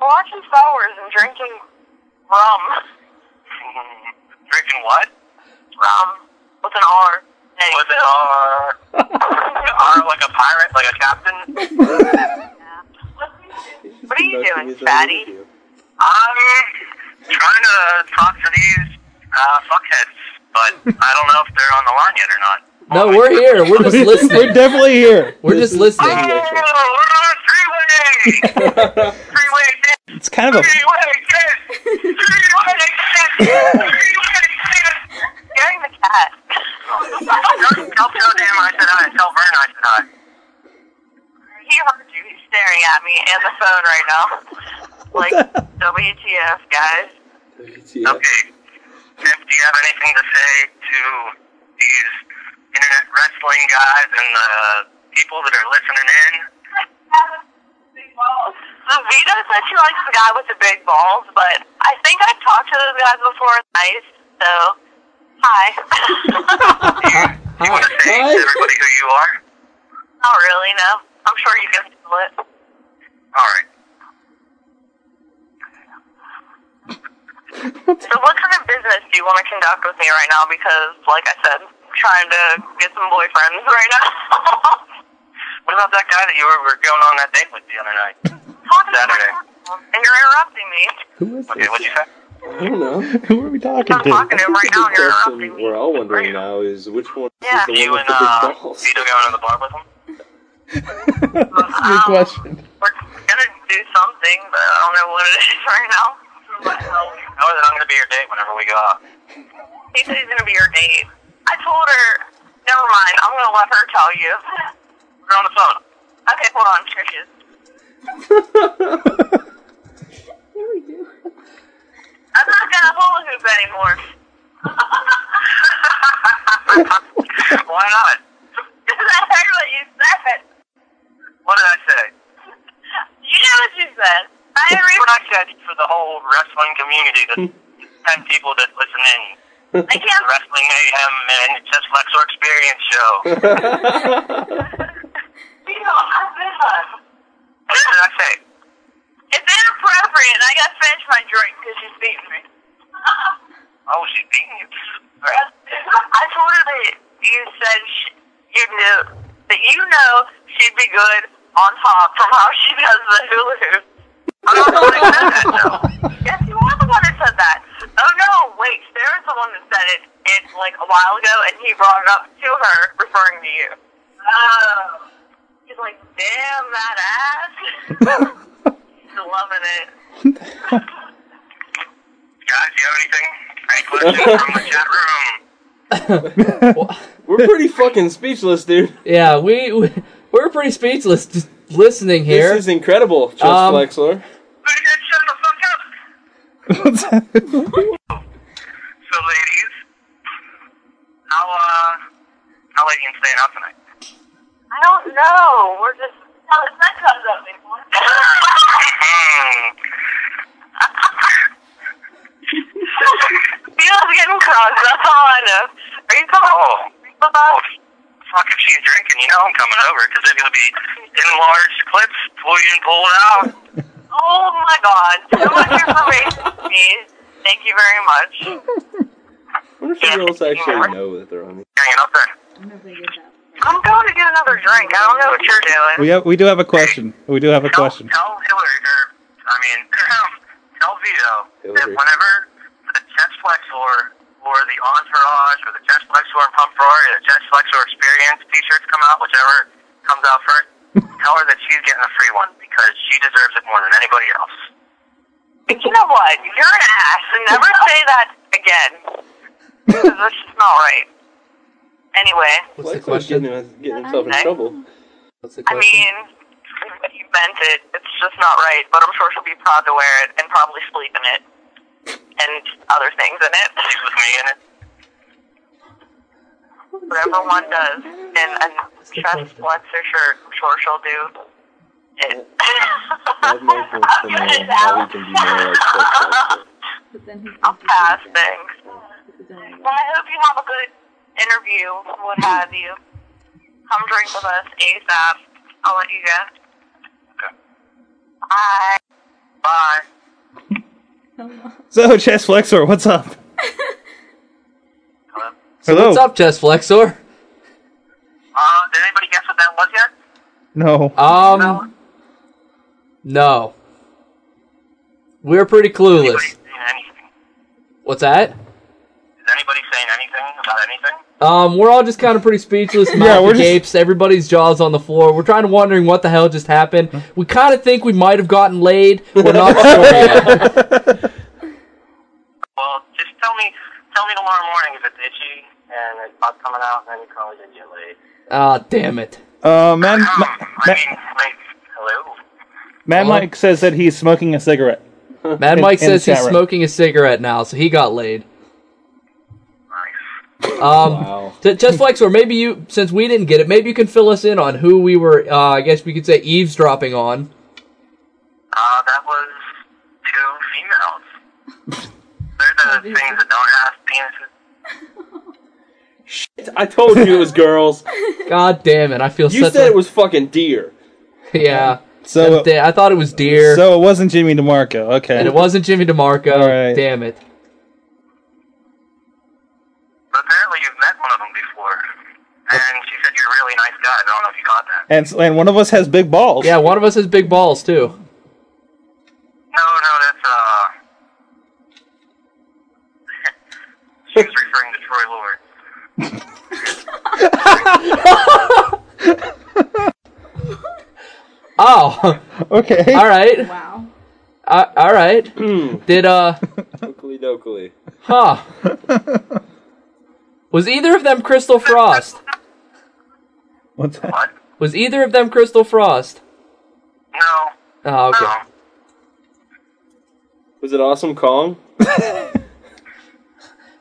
[SPEAKER 6] Watching Star Wars and drinking rum. drinking what? Rum. With an R. With an R. R like a pirate, like a captain. What are you doing, fatty? I'm trying to talk to these uh, fuckheads, but I don't know if they're on the line yet or not.
[SPEAKER 21] No, we're here. We're just listening.
[SPEAKER 4] We're definitely here.
[SPEAKER 21] We're just listening.
[SPEAKER 4] It's kind of a
[SPEAKER 6] Scaring the cat. tell Joe Jim I said hi. Tell Vern I said hi. He heard you. He's staring at me and the phone right now. Like, WTF, guys. Okay. Tim, do you have anything to say to these internet wrestling guys and the people that are listening in?
[SPEAKER 22] So Vito said she likes the guy with the big balls, but I think I've talked to those guys before. Nice. So, hi.
[SPEAKER 6] You want to say to everybody who you are?
[SPEAKER 22] Not really, no. I'm sure you can handle it.
[SPEAKER 6] All right.
[SPEAKER 22] So, what kind of business do you want to conduct with me right now? Because, like I said, I'm trying to get some boyfriends right now.
[SPEAKER 6] What about that guy that you were, were going on that date with the other night? Saturday.
[SPEAKER 22] and you're interrupting me.
[SPEAKER 4] Who is
[SPEAKER 6] Okay, what'd you say?
[SPEAKER 1] I don't know.
[SPEAKER 4] Who are we talking
[SPEAKER 1] to?
[SPEAKER 22] talking to him right now, you're
[SPEAKER 1] the question we're all wondering now is which one is the one
[SPEAKER 6] you
[SPEAKER 1] with
[SPEAKER 6] and
[SPEAKER 1] the
[SPEAKER 6] uh,
[SPEAKER 1] big balls?
[SPEAKER 6] Vito going to the bar with him?
[SPEAKER 4] That's a good question.
[SPEAKER 22] Um, Gonna do something, but I don't know what it is right now.
[SPEAKER 6] I was I'm going to be your date whenever we go out.
[SPEAKER 22] He said he's gonna be your date. I told her, never mind. I'm gonna let her tell you.
[SPEAKER 6] We're on the phone.
[SPEAKER 22] Okay, hold on, Trishes. I'm not gonna hold hoop anymore.
[SPEAKER 6] Why not?
[SPEAKER 22] I heard what you said.
[SPEAKER 6] What did I say?
[SPEAKER 22] You know what you said. I
[SPEAKER 6] That's
[SPEAKER 22] didn't read
[SPEAKER 6] what I said for the whole wrestling community, the ten people that listen in.
[SPEAKER 22] I can't.
[SPEAKER 6] Wrestling Mayhem and the Chess Flexor Experience Show.
[SPEAKER 22] Vito, I'm done.
[SPEAKER 6] what did I say?
[SPEAKER 22] It's inappropriate. and I gotta finish my drink because she's beating me.
[SPEAKER 6] Oh, she's beating you. All right.
[SPEAKER 22] I told her that you said she, you knew that you know she'd be good on top from how she does the hula hoop. I'm not the one that said that, though. Yes, you were the one that said that. Oh no, wait, there was someone that said it, it like a while ago, and he brought it up to her, referring to you. Oh, he's like, damn that ass. He's loving it.
[SPEAKER 6] Guys, you have anything? Any questions from the chat room?
[SPEAKER 1] We're pretty fucking speechless, dude.
[SPEAKER 21] Yeah, we, we we're pretty speechless just listening here.
[SPEAKER 1] This is incredible, Chest
[SPEAKER 21] Um,
[SPEAKER 1] Flexor.
[SPEAKER 4] What's that?
[SPEAKER 6] So, ladies, I'll, uh, I'll let you stay out tonight.
[SPEAKER 22] I don't know. We're just. How the sun comes up anymore. Hmm. Feels getting crumbs. That's all I know. Are you coming?
[SPEAKER 6] Oh, fuck, if she's drinking, you know I'm coming over, because there's going to be enlarged clips pull you and pull it out.
[SPEAKER 22] Oh my god. So much information, please. Thank you very much.
[SPEAKER 1] wonder if the girls actually know that they're on the
[SPEAKER 6] Hanging up there.
[SPEAKER 22] I'm going to get another drink. I don't know what you're doing.
[SPEAKER 4] we have, we do have a question. We do have a question.
[SPEAKER 6] Tell Hillary, or, I mean, tell Vito that
[SPEAKER 4] Hillary.
[SPEAKER 6] whenever the chest flexor or the entourage or the chest flexor and pump roar or the chest flexor experience t-shirts come out, whichever comes out first, tell her that she's getting a free one because she deserves it more than anybody else.
[SPEAKER 22] But you know what? You're an ass. Never say that again. 'Cause That's just not right. Anyway,
[SPEAKER 1] What's the question? Getting himself in
[SPEAKER 22] Okay.
[SPEAKER 1] trouble. What's the
[SPEAKER 22] I mean, you meant it. It's just not right, but I'm sure she'll be proud to wear it and probably sleep in it and other things in it.
[SPEAKER 6] She's with me in it.
[SPEAKER 22] Whatever one does in a chest flexor shirt, I'm sure she'll do it.
[SPEAKER 1] I have no points to know how we can be more like
[SPEAKER 22] I'll pass, thanks. Well, I hope you have a good interview, what have you. Come drink with us ASAP. I'll let you go. Bye.
[SPEAKER 6] Bye.
[SPEAKER 4] So, Chess Flexor, what's up?
[SPEAKER 2] So
[SPEAKER 4] Hello.
[SPEAKER 2] what's up, Chess Flexor?
[SPEAKER 6] Uh, did anybody guess what that was yet?
[SPEAKER 4] No.
[SPEAKER 2] Um. No. We're pretty clueless. What's that?
[SPEAKER 6] Is anybody saying anything about anything?
[SPEAKER 2] Um, we're all just kind of pretty speechless,
[SPEAKER 6] Yeah,
[SPEAKER 2] mouth
[SPEAKER 6] we're just-
[SPEAKER 2] agape, everybody's jaws on the floor. We're trying to wondering what the hell just happened. We kind of think we might have gotten laid. We're not sure yet.
[SPEAKER 6] Well, just tell me, tell me tomorrow morning if it's itchy and it's not coming out, then you probably didn't get laid.
[SPEAKER 2] Ah, damn it.
[SPEAKER 4] Uh, man, Ma- Ma-
[SPEAKER 6] Like, hello?
[SPEAKER 4] Mad Mike says that he's smoking a cigarette.
[SPEAKER 2] Mad
[SPEAKER 4] In-
[SPEAKER 2] Mike
[SPEAKER 4] in the
[SPEAKER 2] says he's
[SPEAKER 4] chat room.
[SPEAKER 2] smoking a cigarette now, so he got laid. Um, t- Chess Flex, or maybe you, since we didn't get it, maybe you can fill us in on who we were, uh, I guess we could say, eavesdropping on.
[SPEAKER 6] Uh, that was two females. They're the things that don't have penises.
[SPEAKER 1] I told you it was girls.
[SPEAKER 2] God damn it! I feel
[SPEAKER 1] you
[SPEAKER 2] such
[SPEAKER 1] said
[SPEAKER 2] a-
[SPEAKER 1] it was fucking deer.
[SPEAKER 2] Yeah.
[SPEAKER 4] So-
[SPEAKER 2] That- I thought it was deer,
[SPEAKER 4] So it wasn't Jimmy DeMarco. Okay.
[SPEAKER 2] and it wasn't Jimmy DeMarco.
[SPEAKER 4] All right.
[SPEAKER 2] Damn it.
[SPEAKER 6] But apparently you've met one of them before. And she said you're a really nice guy. I don't know if you caught that.
[SPEAKER 4] And, s- and one of us has big balls.
[SPEAKER 2] Yeah, one of us has big balls too.
[SPEAKER 6] No, no, that's, uh... she was referring to Troy Lord.
[SPEAKER 2] Oh.
[SPEAKER 4] Okay. Hmm.
[SPEAKER 2] All right. Wow. Uh, all right. Did uh?
[SPEAKER 1] Oakley dokley.
[SPEAKER 2] Huh. Was either of them Crystal Frost?
[SPEAKER 4] What's that?
[SPEAKER 2] Was either of them Crystal Frost?
[SPEAKER 6] No.
[SPEAKER 2] Oh, okay.
[SPEAKER 1] Was it Awesome Kong?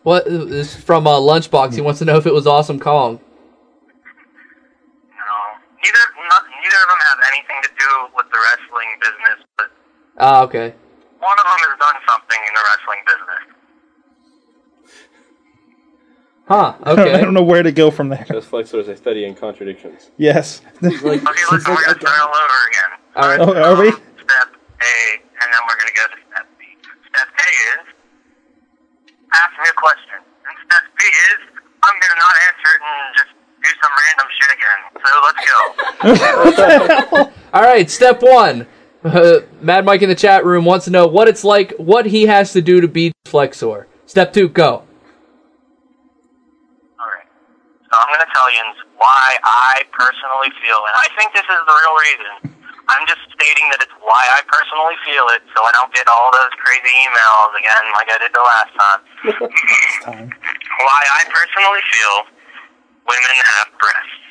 [SPEAKER 2] What is from uh, Lunchbox? He wants to know if it was Awesome Kong.
[SPEAKER 6] No. Neither, not, neither of them have anything to do with the wrestling business, but
[SPEAKER 2] Ah, okay.
[SPEAKER 6] one of them has done something in the wrestling business.
[SPEAKER 2] Huh.
[SPEAKER 4] I don't- I don't know where to go from there.
[SPEAKER 1] Chess flexors, a study in contradictions.
[SPEAKER 4] Yes.
[SPEAKER 6] Okay, listen, we're going to start all over again.
[SPEAKER 2] Alright.
[SPEAKER 4] Oh, are we?
[SPEAKER 6] Step A, and then we're going to go to step B. Step A is, ask me a question. And step B is, I'm going to not answer it and just do some random shit again. So let's go.
[SPEAKER 2] All right, step one. Uh, Mad Mike in the chat room wants to know what it's like, what he has to do to beat Flexor. Step two, go.
[SPEAKER 6] Alright. So I'm going to tell you why I personally feel, and I think this is the real reason. I'm just stating that it's why I personally feel it, so I don't get all those crazy emails again like I did the last time. Why I personally feel women have breasts.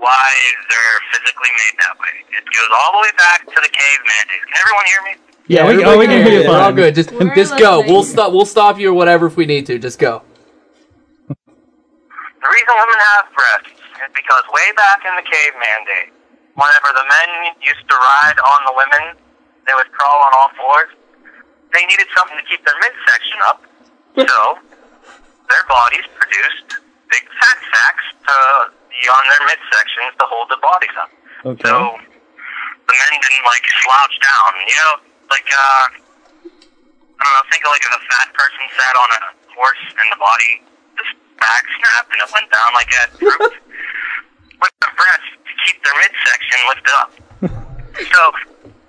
[SPEAKER 6] Why they're physically made that way. It goes all the way back to the caveman days. Can everyone hear me?
[SPEAKER 4] Yeah, we, oh, we can hear you
[SPEAKER 2] We're all
[SPEAKER 4] fine.
[SPEAKER 2] good. Just, just go. We'll stop. We'll stop you or whatever if we need to. Just go.
[SPEAKER 6] The reason women have breasts is because way back in the cave mandate, whenever the men used to ride on the women, they would crawl on all fours. They needed something to keep their midsection up, so their bodies produced big fat sacks to be on their midsections to hold their bodies up.
[SPEAKER 4] Okay.
[SPEAKER 6] So the men didn't like slouch down, you know, like uh, I don't know, think of like if a fat person sat on a horse and the body just back snapped and it went down like a droop. with the breasts to keep their midsection lifted up. so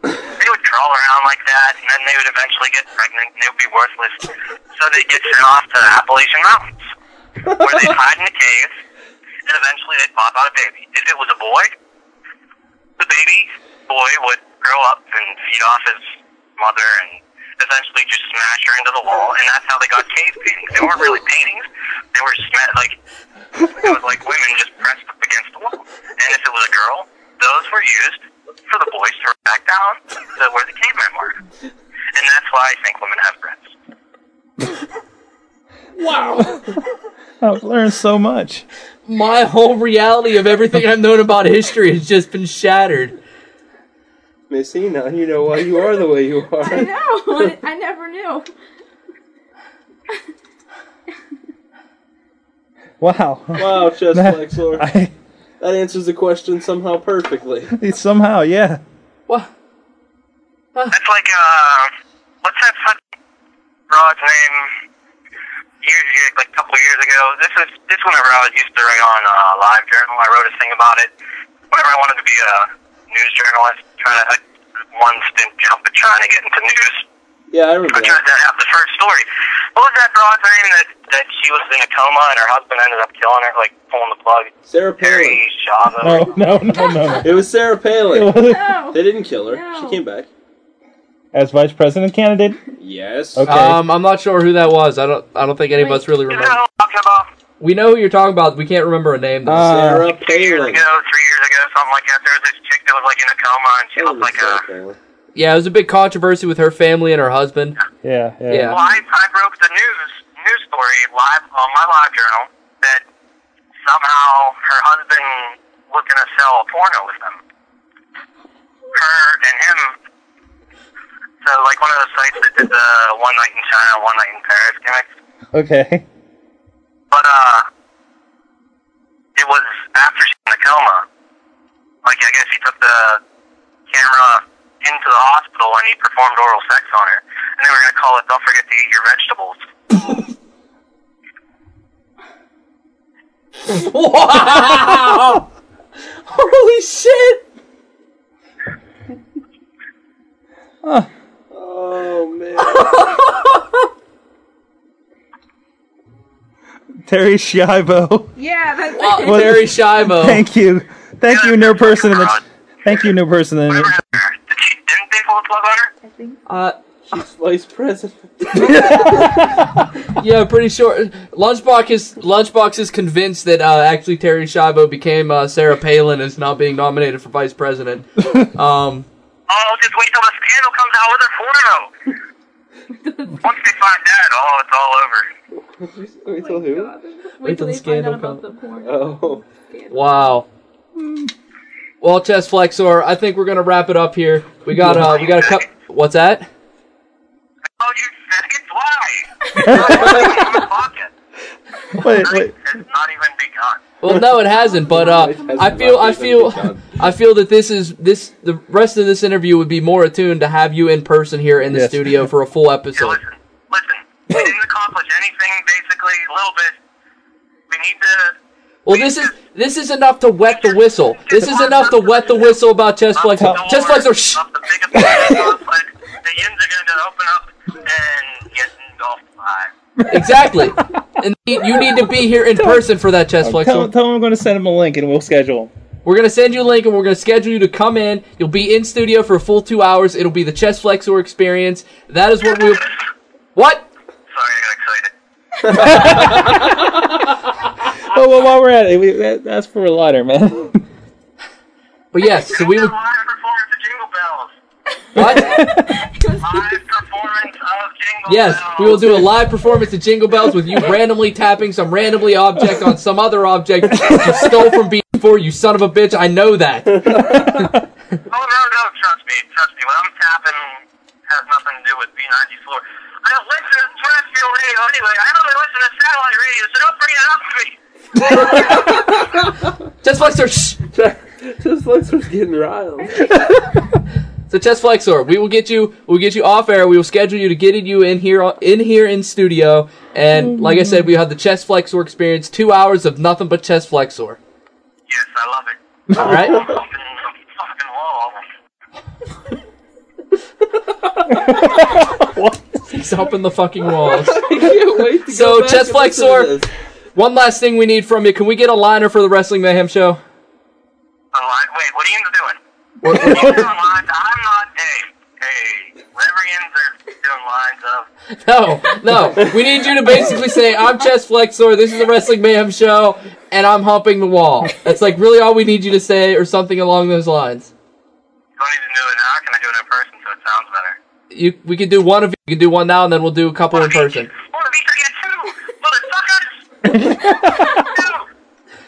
[SPEAKER 6] they would crawl around like that, and then they would eventually get pregnant, and they would be worthless. So they'd get sent off to the Appalachian Mountains, where they'd hide in a cave, and eventually they'd pop out a baby. If it was a boy, the baby boy would grow up and feed off his mother and eventually just smash her into the wall, and that's how they got cave paintings. They weren't really paintings; they were sma- like it was like women just pressed up against the wall. And if it was a girl, those were used for the boys to back down to where the cavemen were. And that's why I think women have breasts.
[SPEAKER 4] Wow. I've learned so much.
[SPEAKER 2] My whole reality of everything I've known about history has just been shattered.
[SPEAKER 1] Missy, now you know why you are the way you are.
[SPEAKER 3] I know. I never knew.
[SPEAKER 4] Wow.
[SPEAKER 1] Wow, chest
[SPEAKER 4] That-
[SPEAKER 1] flexor. That answers the question somehow perfectly.
[SPEAKER 4] Somehow, yeah.
[SPEAKER 6] That's like uh, what's that fucking broad's name? Years, years, like a couple years ago. This is this one I wrote- used to write on uh, Live Journal. I wrote a thing about it. Whenever I wanted to be a news journalist, trying to like, one stint jump at trying to get into news.
[SPEAKER 1] Yeah, I
[SPEAKER 6] I
[SPEAKER 1] remember.
[SPEAKER 6] tried to have the first story. What was that broad's name that that she was in a coma and her husband ended up killing her, like pulling the plug?
[SPEAKER 1] Sarah Palin.
[SPEAKER 6] Harry Shava.
[SPEAKER 4] no, no, Oh, no. Oh.
[SPEAKER 1] It was Sarah Palin. They didn't kill her. She came back.
[SPEAKER 4] As vice president candidate?
[SPEAKER 1] Yes.
[SPEAKER 4] Okay.
[SPEAKER 2] Um, I'm not sure who that was. I don't. I don't think any of us really remember. We know who you're talking about. We can't remember a name. Though.
[SPEAKER 4] Uh, Sarah
[SPEAKER 6] Two years ago, three years ago, something like that. There was this chick that was like in a coma and she looked like a.
[SPEAKER 2] Yeah, it was a big controversy with her family and her husband.
[SPEAKER 4] Yeah,
[SPEAKER 2] yeah.
[SPEAKER 6] Well, I, I broke the news news story live on my live journal that somehow her husband was going to sell a porno with them. Her and him. So like one of those sites that did the one night in China, one night in Paris gimmicks.
[SPEAKER 4] Okay.
[SPEAKER 6] But uh, it was after she was in a coma. Like I guess he took the camera into the hospital and he performed oral sex on her, and they were gonna call it "Don't forget to eat your vegetables."
[SPEAKER 2] wow! Holy shit!
[SPEAKER 1] Oh man.
[SPEAKER 4] Terry Schiavo.
[SPEAKER 3] Yeah, that's
[SPEAKER 4] What-
[SPEAKER 2] Terry Schiavo.
[SPEAKER 4] Thank you. Thank you, new person in the. Thank you, new person in the.
[SPEAKER 2] Uh,
[SPEAKER 1] She's vice president.
[SPEAKER 2] yeah, pretty sure. Lunchbox is Lunchbox is convinced that uh, actually Terry Schiavo became uh, Sarah Palin and is not being nominated for vice president. Um,
[SPEAKER 6] Oh, just wait till the scandal comes out with her porno. Once they find that, oh, it's all over.
[SPEAKER 1] Wait till who?
[SPEAKER 2] Wait till the scandal comes.
[SPEAKER 1] Oh.
[SPEAKER 2] Wow. Well, Chess Flexor, I think we're gonna wrap it up here. We got uh, we got a cup. What's that?
[SPEAKER 4] Wait, wait.
[SPEAKER 2] Well, no, it hasn't. But uh, I feel, I feel, I feel that this is this. The rest of this interview would be more attuned to have you in person here in the
[SPEAKER 6] Yes.
[SPEAKER 2] studio for a full episode.
[SPEAKER 6] We didn't accomplish anything, basically, a little bit. We need to.
[SPEAKER 2] Well, this is this is enough to wet the whistle. This is enough to wet the whistle about chest flexor. Chest flexor. Shh. Exactly. And you need to be here in person for that chest
[SPEAKER 4] Tell, tell
[SPEAKER 2] flexor.
[SPEAKER 4] him I'm going to send him a link and we'll schedule him.
[SPEAKER 2] We're gonna send you a link and we're gonna schedule you to come in. You'll be in studio for a full two hours. It'll be the chest flexor experience. That is what we. What?
[SPEAKER 4] Oh, well, while we're at it, we, that, that's for a lighter, man.
[SPEAKER 2] But yes, so we would. What? Yes, we will do a live performance of Jingle Bells with you randomly tapping some randomly object on some other object that you stole from B4, you son of a bitch. I know that.
[SPEAKER 6] has nothing to do with B94. I don't listen to terrestrial radio anyway. I only listen to satellite radio, so don't bring it up to me.
[SPEAKER 2] Chest Flexor, shh.
[SPEAKER 1] Chest Flexor's getting riled.
[SPEAKER 2] So Chest Flexor, we will get you. We'll get you off air. We will schedule you to get you in here, in here in studio. And like I said, we have the Chest Flexor experience. Two hours of nothing but Chest Flexor.
[SPEAKER 6] Yes, I love it.
[SPEAKER 2] All right. He's up in the fucking walls.
[SPEAKER 6] back
[SPEAKER 2] so Chest
[SPEAKER 6] and listen
[SPEAKER 2] Flexor, one last thing we need from you. Can we get a liner for the Wrestling Mayhem show? A line? Wait, what are you doing? No, no. We need you to basically say, I'm Chess Flexor, this is the Wrestling Mayhem show, and I'm humping the wall. That's like really all we need you to say, or something along those lines. You, we can do one of you, you can do one now, and then we'll do a couple in person.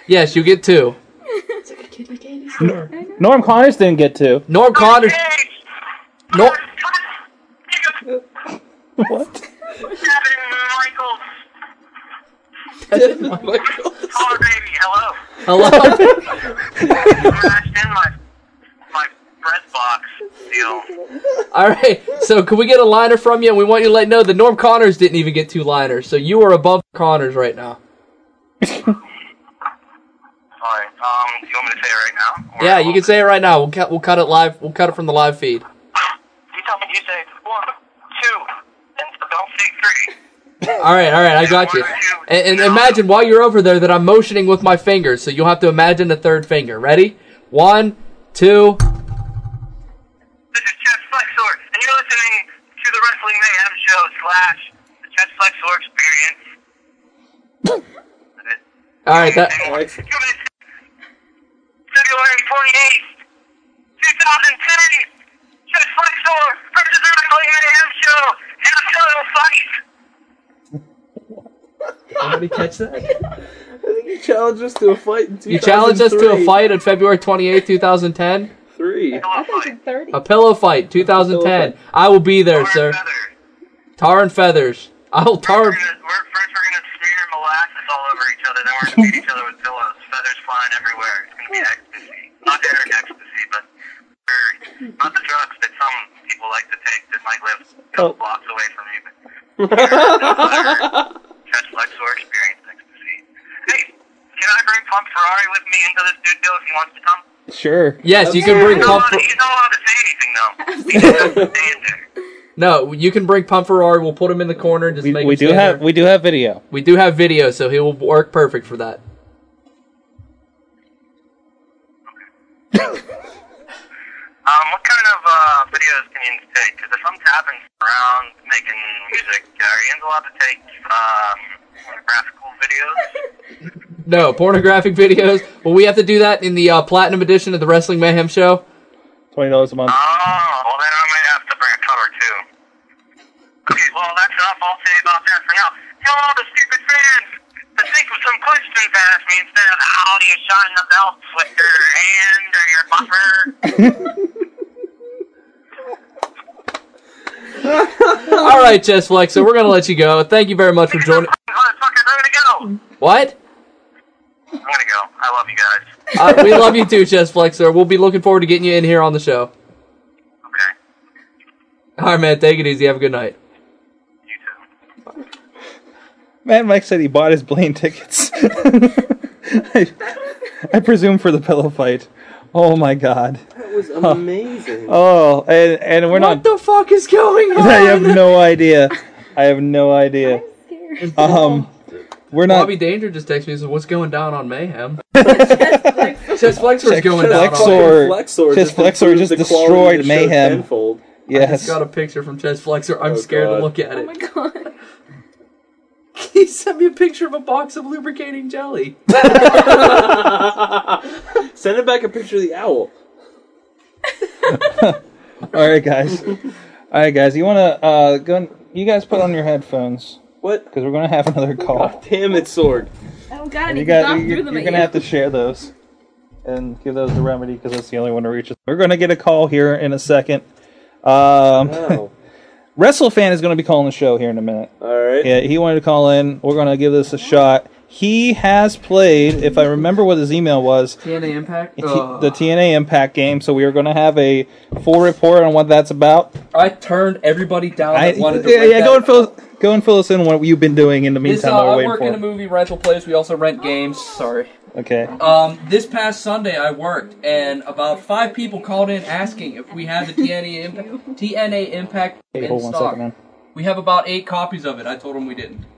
[SPEAKER 2] Yes, you get two.
[SPEAKER 23] it's like a kid in a candy
[SPEAKER 2] store.
[SPEAKER 4] Norm Connors didn't get to.
[SPEAKER 2] Norm Connors. Norm.
[SPEAKER 4] What?
[SPEAKER 6] Kevin Michaels. Hello, baby. Hello.
[SPEAKER 2] Hello.
[SPEAKER 6] Crashed in my my bread box deal.
[SPEAKER 2] All right. So can we get a liner from you? And we want you to let know that Norm Connors didn't even get two liners, so you are above Connors right now.
[SPEAKER 6] All right. Um, you want me to say it right now?
[SPEAKER 2] Yeah, you can say it right now. We'll cut. We'll cut it live. We'll cut it from the live feed.
[SPEAKER 6] You tell me. You say one, two, and don't say three.
[SPEAKER 2] All right, all right, I got you. And, and imagine while you're over there that I'm motioning with my fingers, so you'll have to imagine a third finger. Ready? One, two.
[SPEAKER 6] Chess Flexor, and you're listening to the Wrestling Mayhem Show slash the Chess Flexor Experience.
[SPEAKER 2] All right, that.
[SPEAKER 6] February 28th, 2010. Chess Flexor versus the Wrestling Mayhem Show in a title fight.
[SPEAKER 1] Anybody catch that? I think you challenged us to a fight in
[SPEAKER 2] You challenged us to a fight on February twenty eighth, 2010.
[SPEAKER 1] Three.
[SPEAKER 2] A pillow fight, 2010. I will be there, sir. Tar and feathers. I'll tar.
[SPEAKER 6] Not the drugs that some people like to take that might live a
[SPEAKER 4] couple
[SPEAKER 6] blocks away from you. Chess Flexor Experience Ecstasy. Hey, can I bring Pump Ferrari with me into the studio if he wants to come?
[SPEAKER 4] Sure. Uh,
[SPEAKER 2] Yes, you can bring
[SPEAKER 6] He's not
[SPEAKER 2] Pump.
[SPEAKER 6] allowed- He's not allowed to say anything, though. He's just allowed to stand there.
[SPEAKER 2] No, you can bring Pump Ferrari. We'll put him in the corner and just make.
[SPEAKER 4] We
[SPEAKER 2] him
[SPEAKER 4] do
[SPEAKER 2] stand
[SPEAKER 4] have
[SPEAKER 2] there.
[SPEAKER 4] we do have video.
[SPEAKER 2] We do have video, so he will work perfect for that.
[SPEAKER 6] Um, what kind of uh, videos can you take? Because if I'm tapping around making music, uh, are you allowed to take um, graphical videos? um,
[SPEAKER 2] No, pornographic videos. Well, we have to do that in the uh, platinum edition of the Wrestling Mayhem show.
[SPEAKER 4] Twenty dollars a month.
[SPEAKER 6] Oh, well then I might have to bring a cover too. Okay, well that's enough. I'll say about that for now. Tell all the stupid fans to think of some questions to ask me instead of how do you shine the belt with your hand or your buffer?
[SPEAKER 2] All right, Chess Flexor, we're gonna let you go. Thank you very much for joining. What?
[SPEAKER 6] I'm gonna go. I love you guys.
[SPEAKER 2] Uh, we love you too, Chess Flexor. We'll be looking forward to getting you in here on the show. Okay. All right, man. Take it easy. Have a good night.
[SPEAKER 4] Mad Mike said he bought his Blaine tickets. I, I presume for the pillow fight. Oh my god.
[SPEAKER 1] That was amazing.
[SPEAKER 4] Oh, and and we're
[SPEAKER 1] What
[SPEAKER 4] not.
[SPEAKER 2] the fuck is going on?
[SPEAKER 4] I have no idea. I have no idea. Um, we're not.
[SPEAKER 2] Bobby Danger just texted me and said, "What's going down on Mayhem?" Chess Flexor's going down.
[SPEAKER 4] Flexor,
[SPEAKER 2] on
[SPEAKER 4] Flexor just,
[SPEAKER 2] improves the quality
[SPEAKER 4] destroyed
[SPEAKER 2] of the show
[SPEAKER 4] mayhem.
[SPEAKER 2] tenfold. I
[SPEAKER 4] Yes.
[SPEAKER 2] just got a picture from Chess Flexor. I'm
[SPEAKER 4] Oh,
[SPEAKER 2] scared
[SPEAKER 4] God.
[SPEAKER 2] to look at it. Oh my god. he sent me a picture of a box of lubricating jelly.
[SPEAKER 1] Send it back a picture of the owl.
[SPEAKER 4] All right, guys. All right, guys. You want to uh, go? and- you guys put on your headphones.
[SPEAKER 1] What? Oh,
[SPEAKER 4] Because we're gonna have another call.
[SPEAKER 1] Damn it, sword.
[SPEAKER 3] I don't got
[SPEAKER 4] And
[SPEAKER 3] any.
[SPEAKER 4] you got.
[SPEAKER 3] Knock
[SPEAKER 4] You,
[SPEAKER 3] through
[SPEAKER 4] you're
[SPEAKER 3] them at
[SPEAKER 4] gonna
[SPEAKER 3] you.
[SPEAKER 4] have to share those, and give those to remedy because that's the only one to reach. us. We're gonna get a call here in a second. Um,
[SPEAKER 2] Oh.
[SPEAKER 1] Wow.
[SPEAKER 4] WrestleFan is gonna be calling the show here in a minute.
[SPEAKER 1] All right.
[SPEAKER 4] Yeah, he wanted to call in. We're gonna give this a shot. He has played, if I remember what his email was,
[SPEAKER 2] TNA Impact. Uh,
[SPEAKER 4] T-
[SPEAKER 2] Ugh.
[SPEAKER 4] the TNA Impact game. So we are going to have a full report on what that's about.
[SPEAKER 2] I turned everybody down.
[SPEAKER 4] I,
[SPEAKER 2] that wanted to
[SPEAKER 4] yeah,
[SPEAKER 2] rent
[SPEAKER 4] yeah
[SPEAKER 2] that
[SPEAKER 4] go and fill go and fill us in what you've been doing in the
[SPEAKER 2] This,
[SPEAKER 4] meantime.
[SPEAKER 2] uh,
[SPEAKER 4] while
[SPEAKER 2] I
[SPEAKER 4] we're
[SPEAKER 2] work in a
[SPEAKER 4] waiting
[SPEAKER 2] movie rental place. We also rent games. Sorry.
[SPEAKER 4] for. Okay.
[SPEAKER 2] Um, this past Sunday, I worked, and about five people called in asking if we had the TNA Impact. TNA Impact
[SPEAKER 4] Hey,
[SPEAKER 2] in
[SPEAKER 4] hold one
[SPEAKER 2] stock.
[SPEAKER 4] second, man.
[SPEAKER 2] We have about eight copies of it. I told them we didn't.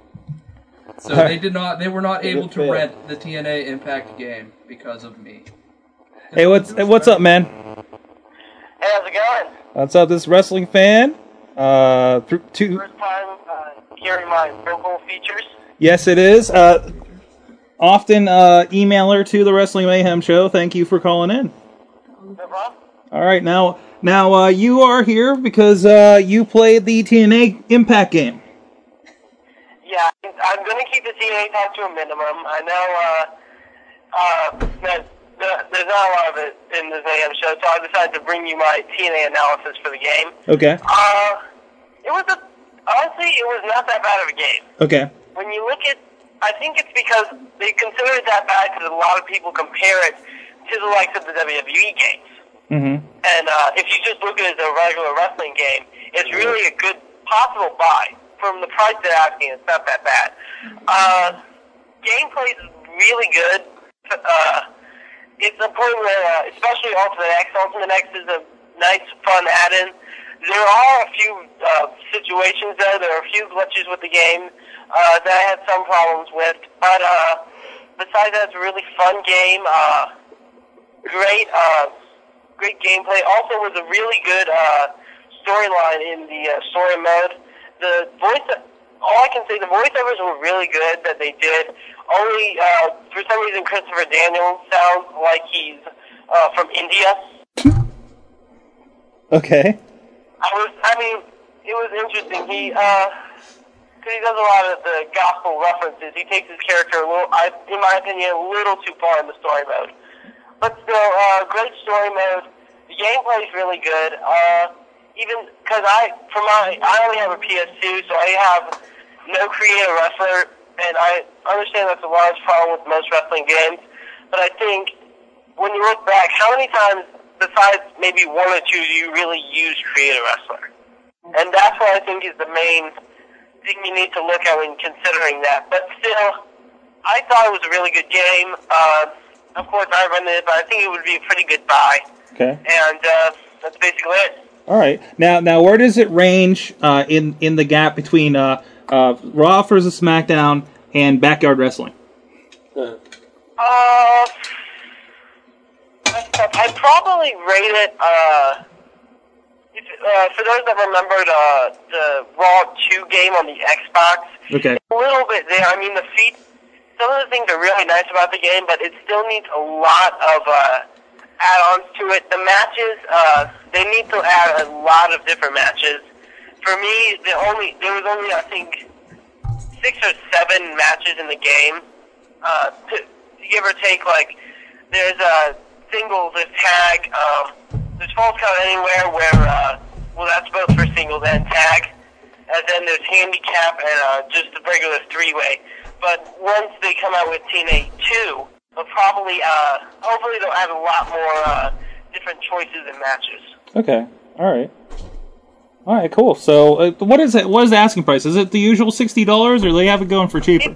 [SPEAKER 2] So
[SPEAKER 4] Alright.
[SPEAKER 2] they did not. They were not
[SPEAKER 4] They
[SPEAKER 2] able
[SPEAKER 4] did
[SPEAKER 2] to
[SPEAKER 4] fail.
[SPEAKER 2] rent the TNA Impact game because of me.
[SPEAKER 4] Hey, what's hey, what's up, man? Hey, how's it going? What's up? This is wrestling fan. Uh, th- two.
[SPEAKER 22] Hearing uh, my vocal features.
[SPEAKER 4] Yes, it is. Uh, often uh, emailer to the Wrestling Mayhem Show. Thank you for calling in. All right, now now uh, you are here because uh, you played the TNA Impact game.
[SPEAKER 22] Yeah, I'm going to keep the CA time to a minimum. I know uh, uh, that, that there's not a lot of it in this AM show, so I decided to bring you my TNA analysis for the game.
[SPEAKER 4] Okay.
[SPEAKER 22] Uh, it was a, honestly, it was not that bad of a game.
[SPEAKER 4] Okay.
[SPEAKER 22] When you look at, I think it's because they consider it that bad because a lot of people compare it to the likes of the E WWE games.
[SPEAKER 4] Mm-hmm.
[SPEAKER 22] And uh, if you just look at it as a regular wrestling game, it's really a good possible buy. From the price they're asking, it's not that bad. Uh, gameplay is really good. Uh, it's a point where, uh, especially Ultimate X, Ultimate X is a nice, fun add-in. There are a few uh, situations though. There are a few glitches with the game uh, that I had some problems with, but uh, besides that, it's a really fun game. Uh, great, uh, great gameplay. Also, was a really good uh, storyline in the uh, story mode. The voice, all I can say, the voiceovers were really good that they did. Only uh, for some reason, Christopher Daniels sounds like he's uh, from India.
[SPEAKER 4] Okay.
[SPEAKER 22] I was, I mean, it was interesting. He, uh 'cause he does a lot of the gospel references. He takes his character a little, I, in my opinion, a little too far in the story mode. But still, uh, great story mode. The gameplay is really good. Uh, even because I, for my, I only have a PS2, so I have no creative wrestler, and I understand that's a large problem with most wrestling games. But I think when you look back, how many times besides maybe one or two do you really use creative wrestler? And that's what I think is the main thing you need to look at when considering that. But still, I thought it was a really good game. Uh, of course, I run it, but I think it would be a pretty good buy.
[SPEAKER 4] Okay.
[SPEAKER 22] And uh, that's basically it.
[SPEAKER 4] All right. Now, now, where does it range uh, in in the gap between uh, uh, Raw versus SmackDown and Backyard Wrestling?
[SPEAKER 22] Uh, I probably rate it. Uh, if, uh, for those that remembered uh, the Raw Two game on the Xbox,
[SPEAKER 4] Okay.
[SPEAKER 22] a little bit there. I mean, the feet. Some of the things are really nice about the game, but it still needs a lot of uh, add-ons to it. The matches, uh, they need to add a lot of different matches. For me, the only there was only I think six or seven matches in the game. Uh, to, give or take, like there's a singles, there's tag, um, there's false count anywhere where uh, well that's both for singles and tag and then there's handicap and uh, just the regular three-way. But once they come out with TNA two, they'll probably, uh, hopefully, they'll have a lot more uh, different choices and matches.
[SPEAKER 4] Okay. All right. All right. Cool. So, uh, what is it? What is the asking price? Is it the usual sixty dollars, or they have it going for cheaper?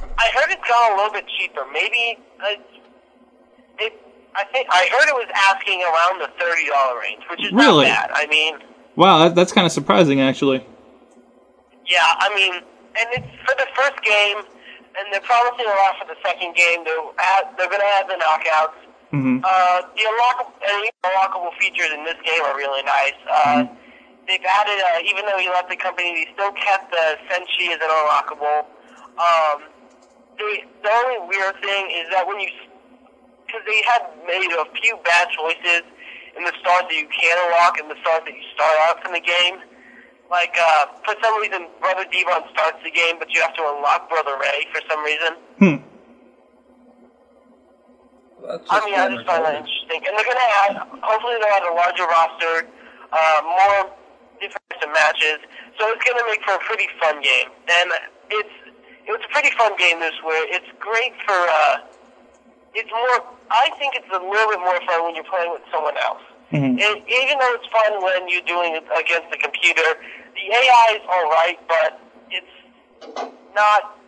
[SPEAKER 22] I heard it's gone a little bit cheaper. Maybe uh, it. I think I heard it was asking around the thirty dollar range, which is
[SPEAKER 4] Really?
[SPEAKER 22] not bad. I mean,
[SPEAKER 4] Wow, that, that's kind of surprising, actually.
[SPEAKER 22] Yeah, I mean, and it's for the first game, and they're promising a lot for the second game. They're add, they're going to add the knockouts.
[SPEAKER 6] Mm-hmm.
[SPEAKER 4] Mhm.
[SPEAKER 22] Uh, the unlockable and even unlockable features in this game are really nice. Uh, They've added, uh, even though he left the company, they still kept the Senshi as an unlockable. Um, they, the only weird thing is that when you, because they had made a few bad choices, in the start that you catalog and the start that you start out from the game. Like, uh, for some reason, Brother Devon starts the game, but you have to unlock Brother Ray for some reason. I mean, I just find that interesting. And they're going to add, hopefully, they'll add a larger roster, uh, more different types of matches. So it's going to make for a pretty fun game. And it's it was a pretty fun game this way. It's great for. Uh, it's more. I think it's a little bit more fun when you're playing with someone else. And even though it's fun when you're doing it against the computer, the AI is all right, but it's not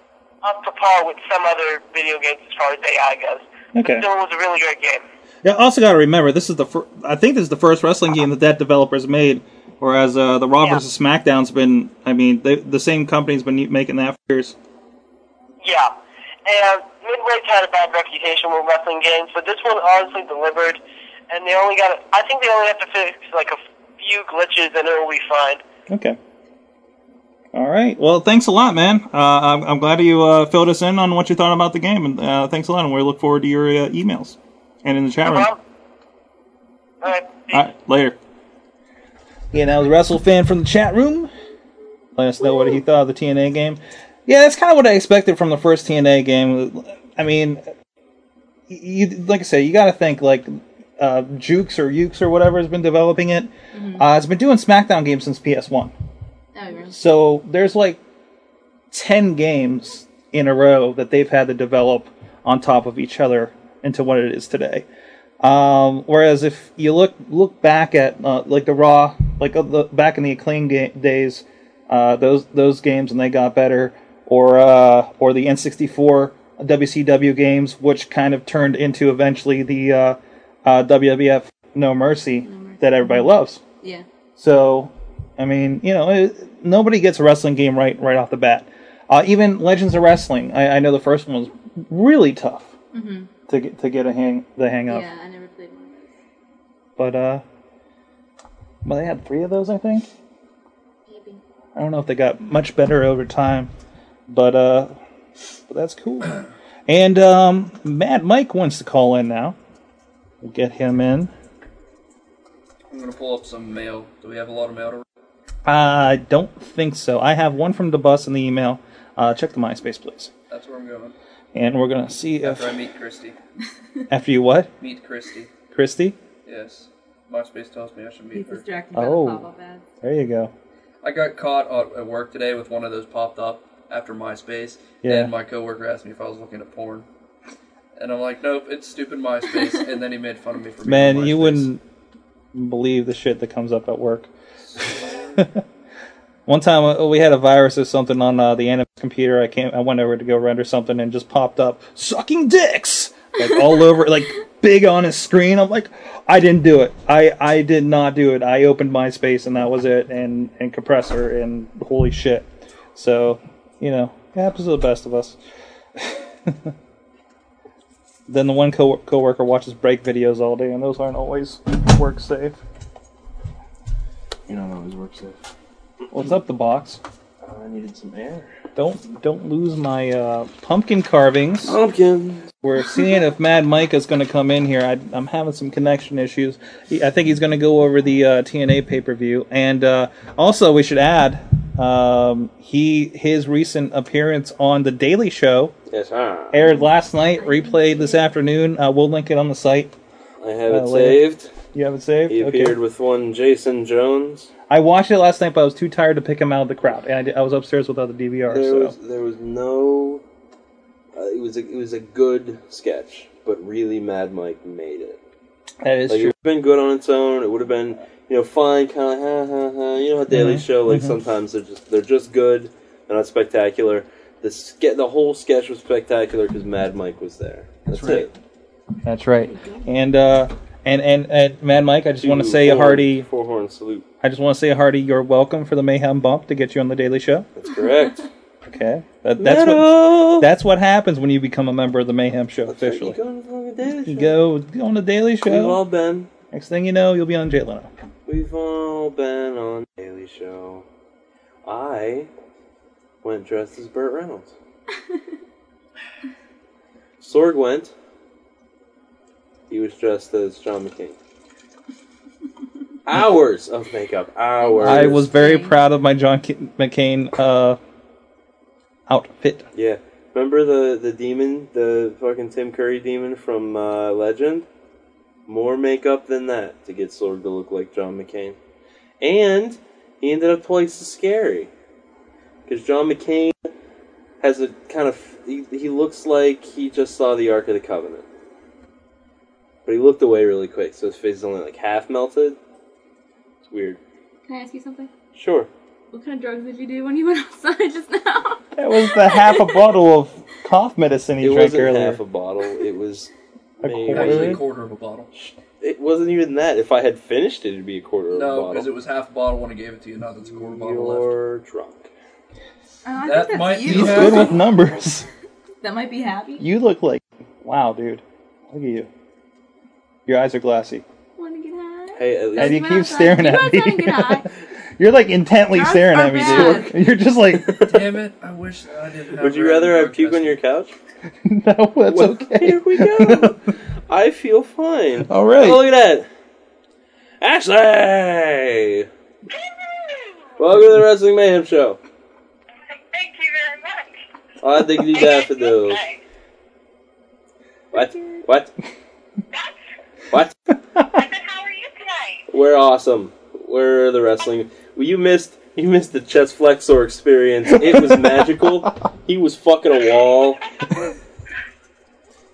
[SPEAKER 22] up to par with some other video games as far as AI goes.
[SPEAKER 4] Okay.
[SPEAKER 22] So it was a really great game.
[SPEAKER 4] Yeah, also got to remember this is the fir- I think this is the first wrestling game that that developer's made. Whereas uh, the Raw versus SmackDown's been, I mean, they, the same company's been making that for years.
[SPEAKER 22] Yeah. And Midway's had a bad reputation with wrestling games, but this one honestly delivered. And they only got, I think they only have to fix like a few glitches and it will be fine.
[SPEAKER 4] Okay. All right. Well, thanks a lot, man. Uh, I'm, I'm glad you uh, filled us in on what you thought about the game, and uh, thanks a lot. And we look forward to your uh, emails and in the chat room. All
[SPEAKER 22] right.
[SPEAKER 4] later. Yeah, that was Wrestle Fan from the chat room. Let us know what he thought of the TNA game. Yeah, that's kind of what I expected from the first TNA game. I mean, you like I said, you got to think like uh, Jukes or Ukes or whatever has been developing it. Uh, it's been doing SmackDown games since PS One.
[SPEAKER 3] Oh, really?
[SPEAKER 4] So there's like 10 games in a row that they've had to develop on top of each other into what it is today. Um, whereas if you look look back at uh, like the raw like uh, the, back in the acclaim ga- days, uh, those those games and they got better, or uh, or the N64 WCW games, which kind of turned into eventually the uh, uh, WWF No Mercy, that everybody loves.
[SPEAKER 3] Yeah.
[SPEAKER 4] So, I mean, you know, it, nobody gets a wrestling game right right off the bat. Uh, even Legends of Wrestling, I, I know the first one was really tough
[SPEAKER 3] Mm-hmm.
[SPEAKER 4] to get to get a hang the hang of.
[SPEAKER 3] Yeah, I never played one.
[SPEAKER 4] But uh, well, they had three of those, I think. I don't know if they got much better over time, but uh, but that's cool. And um, Mad Mike wants to call in now. We'll get him in.
[SPEAKER 24] I'm gonna pull up some mail. Do we have a lot of mail to read?
[SPEAKER 4] Uh, I don't think so. I have one from the bus in the email. Uh, check the MySpace, please.
[SPEAKER 24] That's where I'm going.
[SPEAKER 4] And we're gonna see if
[SPEAKER 24] After I meet Christy.
[SPEAKER 4] after you what,
[SPEAKER 24] Meet Christy.
[SPEAKER 4] Christy?
[SPEAKER 24] Yes. MySpace tells me I should meet her.
[SPEAKER 4] Oh, there you go.
[SPEAKER 24] I got caught at- at work today with one of those popped up after MySpace,
[SPEAKER 4] Yeah.
[SPEAKER 24] and my coworker asked me if I was looking at porn, and I'm like, nope, it's stupid MySpace, and then he made fun of me for being
[SPEAKER 4] Man,
[SPEAKER 24] on
[SPEAKER 4] you wouldn't believe the shit that comes up at work. One time uh, we had a virus or something on uh, the anime computer. I came, I went over to go render something and just popped up sucking dicks like all over, like big on his screen. I'm like, I didn't do it. I I did not do it. I opened MySpace and that was it. And and compressor and holy shit. So you know, it happens to the best of us. Then the one co- coworker watches break videos all day, and those aren't always work safe.
[SPEAKER 25] You know, it always works safe.
[SPEAKER 4] What's up, the box?
[SPEAKER 25] I needed some air.
[SPEAKER 4] Don't don't lose my uh, pumpkin carvings.
[SPEAKER 1] Pumpkins.
[SPEAKER 4] We're seeing if Mad Mike is going to come in here. I, I'm having some connection issues. He- I think he's going to go over the uh, TNA pay per view, and uh, also we should add um, he his recent appearance on the Daily Show
[SPEAKER 1] Yes, sir.
[SPEAKER 4] aired last night, replayed this afternoon. Uh, we'll link it on the site.
[SPEAKER 1] I have
[SPEAKER 4] Uh,
[SPEAKER 1] it
[SPEAKER 4] later.
[SPEAKER 1] saved.
[SPEAKER 4] You have it saved.
[SPEAKER 1] He
[SPEAKER 4] Okay.
[SPEAKER 1] appeared with one Jason Jones.
[SPEAKER 4] I watched it last night, but I was too tired to pick him out of the crowd, and I, did- I was upstairs without the DVR.
[SPEAKER 1] There
[SPEAKER 4] so
[SPEAKER 1] was there was no. Uh, it was a, it was a good sketch, but really Mad Mike made it.
[SPEAKER 4] That is
[SPEAKER 1] like,
[SPEAKER 4] true.
[SPEAKER 1] It would have been good on its own. It would have been you know fine, kind of ha ha ha. You know how Daily
[SPEAKER 4] Mhm,
[SPEAKER 1] Show like
[SPEAKER 4] mhm.
[SPEAKER 1] sometimes they're just they're just good, they're not spectacular. The ske- the whole sketch was spectacular because Mad Mike was there. That's,
[SPEAKER 4] right.
[SPEAKER 1] it.
[SPEAKER 4] That's right. And uh, and and and Mad Mike, I just want to
[SPEAKER 1] Two
[SPEAKER 4] say a
[SPEAKER 1] horn-
[SPEAKER 4] hearty.
[SPEAKER 1] four horn salute.
[SPEAKER 4] I just want to say a hearty. You're welcome for the mayhem bump to get you on the Daily Show.
[SPEAKER 1] That's correct.
[SPEAKER 4] Okay, That- that's
[SPEAKER 1] what
[SPEAKER 4] that's what happens when you become a member of the Mayhem Show
[SPEAKER 1] You
[SPEAKER 4] officially.
[SPEAKER 1] go on the fucking Daily
[SPEAKER 4] You
[SPEAKER 1] Show.
[SPEAKER 4] go, go on the Daily Show.
[SPEAKER 1] We've all been.
[SPEAKER 4] Next thing you know, you'll be on Jay Leno.
[SPEAKER 1] We've all been on the Daily Show. I went dressed as Burt Reynolds. Sorg went. He was dressed as John McCain. hours of makeup. Hours.
[SPEAKER 4] I was very proud of my John K- McCain uh, outfit.
[SPEAKER 1] Yeah. Remember the the demon, the fucking Tim Curry demon from uh, Legend? More makeup than that to get Sword to look like John McCain, and he ended up twice as scary because John McCain has a kind of he, he looks like he just saw the Ark of the Covenant, but he looked away really quick, so his face is only like half melted. It's weird.
[SPEAKER 3] Can I ask you something?
[SPEAKER 1] Sure.
[SPEAKER 3] What kind of drugs did you do when you went outside just now? Oh,
[SPEAKER 4] That was the half a bottle of cough medicine he
[SPEAKER 1] it
[SPEAKER 4] drank
[SPEAKER 1] wasn't
[SPEAKER 4] earlier.
[SPEAKER 1] half a bottle. It was
[SPEAKER 4] A
[SPEAKER 1] maybe-
[SPEAKER 4] quarter?
[SPEAKER 2] a quarter of a bottle.
[SPEAKER 1] It wasn't even that. If I had finished it, it'd be a quarter of a
[SPEAKER 2] No,
[SPEAKER 1] bottle.
[SPEAKER 2] because it was half a bottle when I gave it to you. Now that's a quarter bottle left.
[SPEAKER 1] You're drunk.
[SPEAKER 2] That might
[SPEAKER 4] He's good with numbers.
[SPEAKER 3] That might be happy.
[SPEAKER 4] You look like wow, dude. Look at you. Your eyes are glassy,
[SPEAKER 3] Want to get high?
[SPEAKER 1] Hey, at
[SPEAKER 4] and
[SPEAKER 3] Let's
[SPEAKER 4] you
[SPEAKER 3] go
[SPEAKER 4] keep
[SPEAKER 3] outside.
[SPEAKER 4] staring
[SPEAKER 3] You
[SPEAKER 4] at
[SPEAKER 3] outside and
[SPEAKER 4] me.
[SPEAKER 3] get high.
[SPEAKER 4] You're like intently
[SPEAKER 3] Drugs
[SPEAKER 4] staring
[SPEAKER 3] are
[SPEAKER 4] at me, dude. You're just like,
[SPEAKER 2] Damn it! I wish I didn't. Have
[SPEAKER 1] Would you
[SPEAKER 2] her
[SPEAKER 1] rather I
[SPEAKER 2] anymore.
[SPEAKER 1] puke on your couch?
[SPEAKER 4] no, that's okay.
[SPEAKER 1] Here we go. I feel fine.
[SPEAKER 4] All right.
[SPEAKER 1] Oh, look at that. Ashley! Welcome to the Wrestling Mayhem Show. Thank you very much. I dig these daffodils. What? What? what? We're awesome. We're the wrestling. Well, you missed you missed the chest flexor experience. It was magical. he was fucking a wall.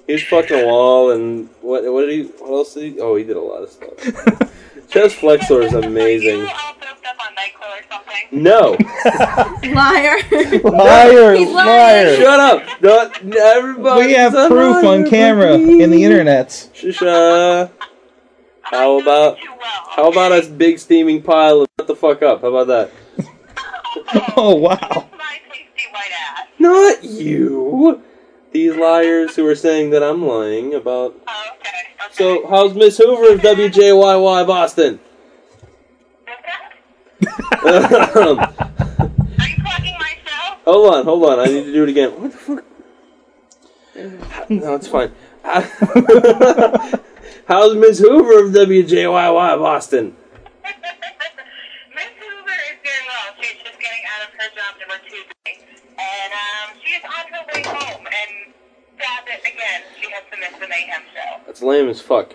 [SPEAKER 1] He was fucking a wall, and what? What did he? What else did he? Oh, he did a lot of stuff. chest flexor is amazing. No.
[SPEAKER 3] Liar.
[SPEAKER 4] liar,
[SPEAKER 3] He's
[SPEAKER 4] liar.
[SPEAKER 1] Shut up! Don't- everybody.
[SPEAKER 4] We have proof on camera in the internet.
[SPEAKER 1] Shusha. How about how about us big steaming pile of shut the fuck up? How about that?
[SPEAKER 4] Oh wow!
[SPEAKER 1] Not you. These liars who are saying that I'm lying about. So how's Miss Hoover of WJYY Boston? Hold on, hold on. I need to do it again. What the fuck? No, it's fine. How's Miss Hoover of WJYY Boston? That's lame as fuck.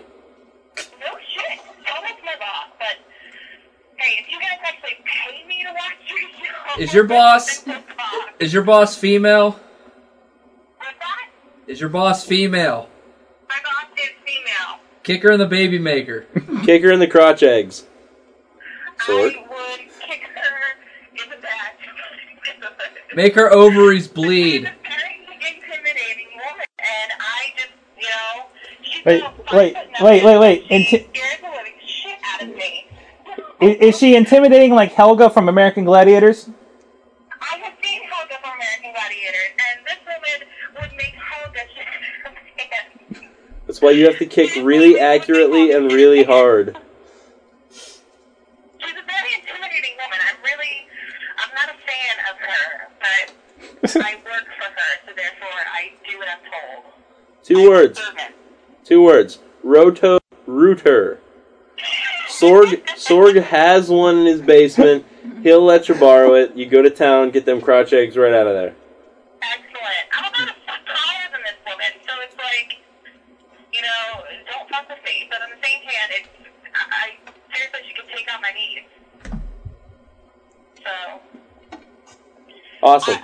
[SPEAKER 2] Is your boss? Is your boss female? Is your boss female?
[SPEAKER 24] Kick her in the baby maker.
[SPEAKER 1] Kick her in the crotch eggs. Sword.
[SPEAKER 24] Make her ovaries bleed.
[SPEAKER 4] Wait, wait, wait, wait, wait. Inti- is, is she intimidating like Helga from American Gladiators?
[SPEAKER 1] That's why you have to kick really accurately and really hard. Two words. Two words. Roto rooter. Sorg Sorg has one in his basement. He'll let you borrow it. You go to town, get them crotch eggs right out of there. Awesome.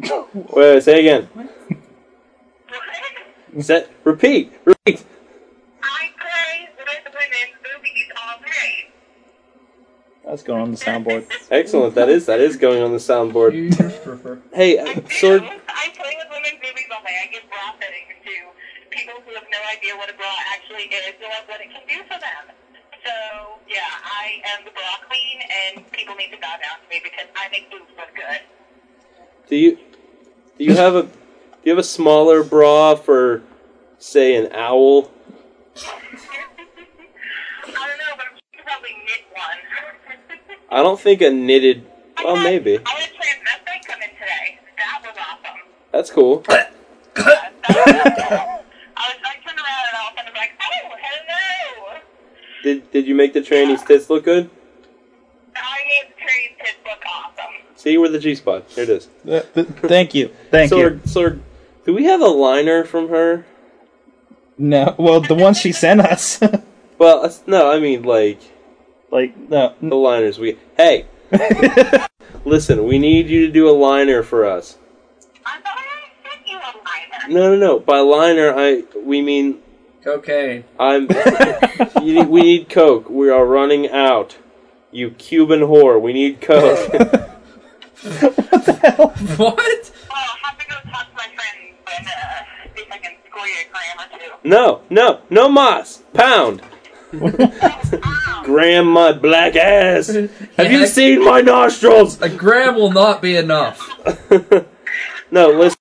[SPEAKER 1] Wait, wait, say again. Set. Repeat. Repeat.
[SPEAKER 4] That's going on the soundboard.
[SPEAKER 1] Excellent. That is that is going on the soundboard. Hey, uh, Sorg. Do you do you have a do you have a smaller bra for say an owl? I don't think a knitted. Well, maybe. That's cool. Did Did you make the trainee's tits look good? See, where the G spot. Here it is.
[SPEAKER 4] Thank you. Thank
[SPEAKER 1] so,
[SPEAKER 4] you.
[SPEAKER 1] so, do we have a liner from her?
[SPEAKER 4] No, well, the one she sent us.
[SPEAKER 1] Well, that's- no, I mean like,
[SPEAKER 4] like no,
[SPEAKER 1] the liners. We hey, listen, we need you to do a liner for us. No, no, no. By liner, I we mean
[SPEAKER 24] Cocaine.
[SPEAKER 1] I'm. you need, we need coke. We are running out. You Cuban whore. We need coke.
[SPEAKER 24] What?
[SPEAKER 1] No, no, no moss. Pound. Graham my black ass. Have you seen my nostrils?
[SPEAKER 2] A gram will not be enough.
[SPEAKER 1] No, listen.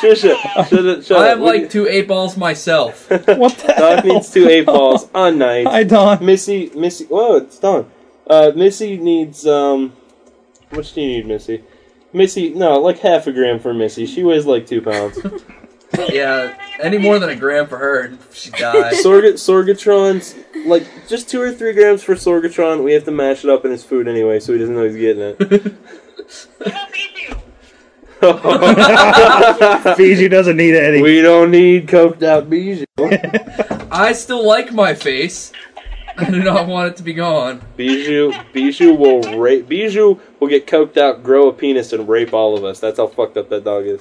[SPEAKER 1] Shush it. Shut it. Shut
[SPEAKER 2] I
[SPEAKER 1] it.
[SPEAKER 2] have
[SPEAKER 1] We-
[SPEAKER 2] like two eight balls myself.
[SPEAKER 4] What the
[SPEAKER 1] Doc needs two eight balls on night.
[SPEAKER 4] Hi, Don.
[SPEAKER 1] Missy, Missy. Whoa, it's Don. Uh, Missy needs um. What do you need, Missy? Missy, no, like half a gram for Missy. She weighs like two pounds.
[SPEAKER 2] yeah, any more than a gram for her, and she dies.
[SPEAKER 1] Sorg- Sorgatron's like just two or three grams for Sorgatron. We have to mash it up in his food anyway, so he doesn't know he's getting it.
[SPEAKER 4] Fiji doesn't need any.
[SPEAKER 1] We don't need coked out Bijou.
[SPEAKER 2] I still like my face. I do not want it to be gone.
[SPEAKER 1] Bijou, Bijou will rape. Bijou will get coked out, grow a penis, and rape all of us. That's how fucked up that dog is.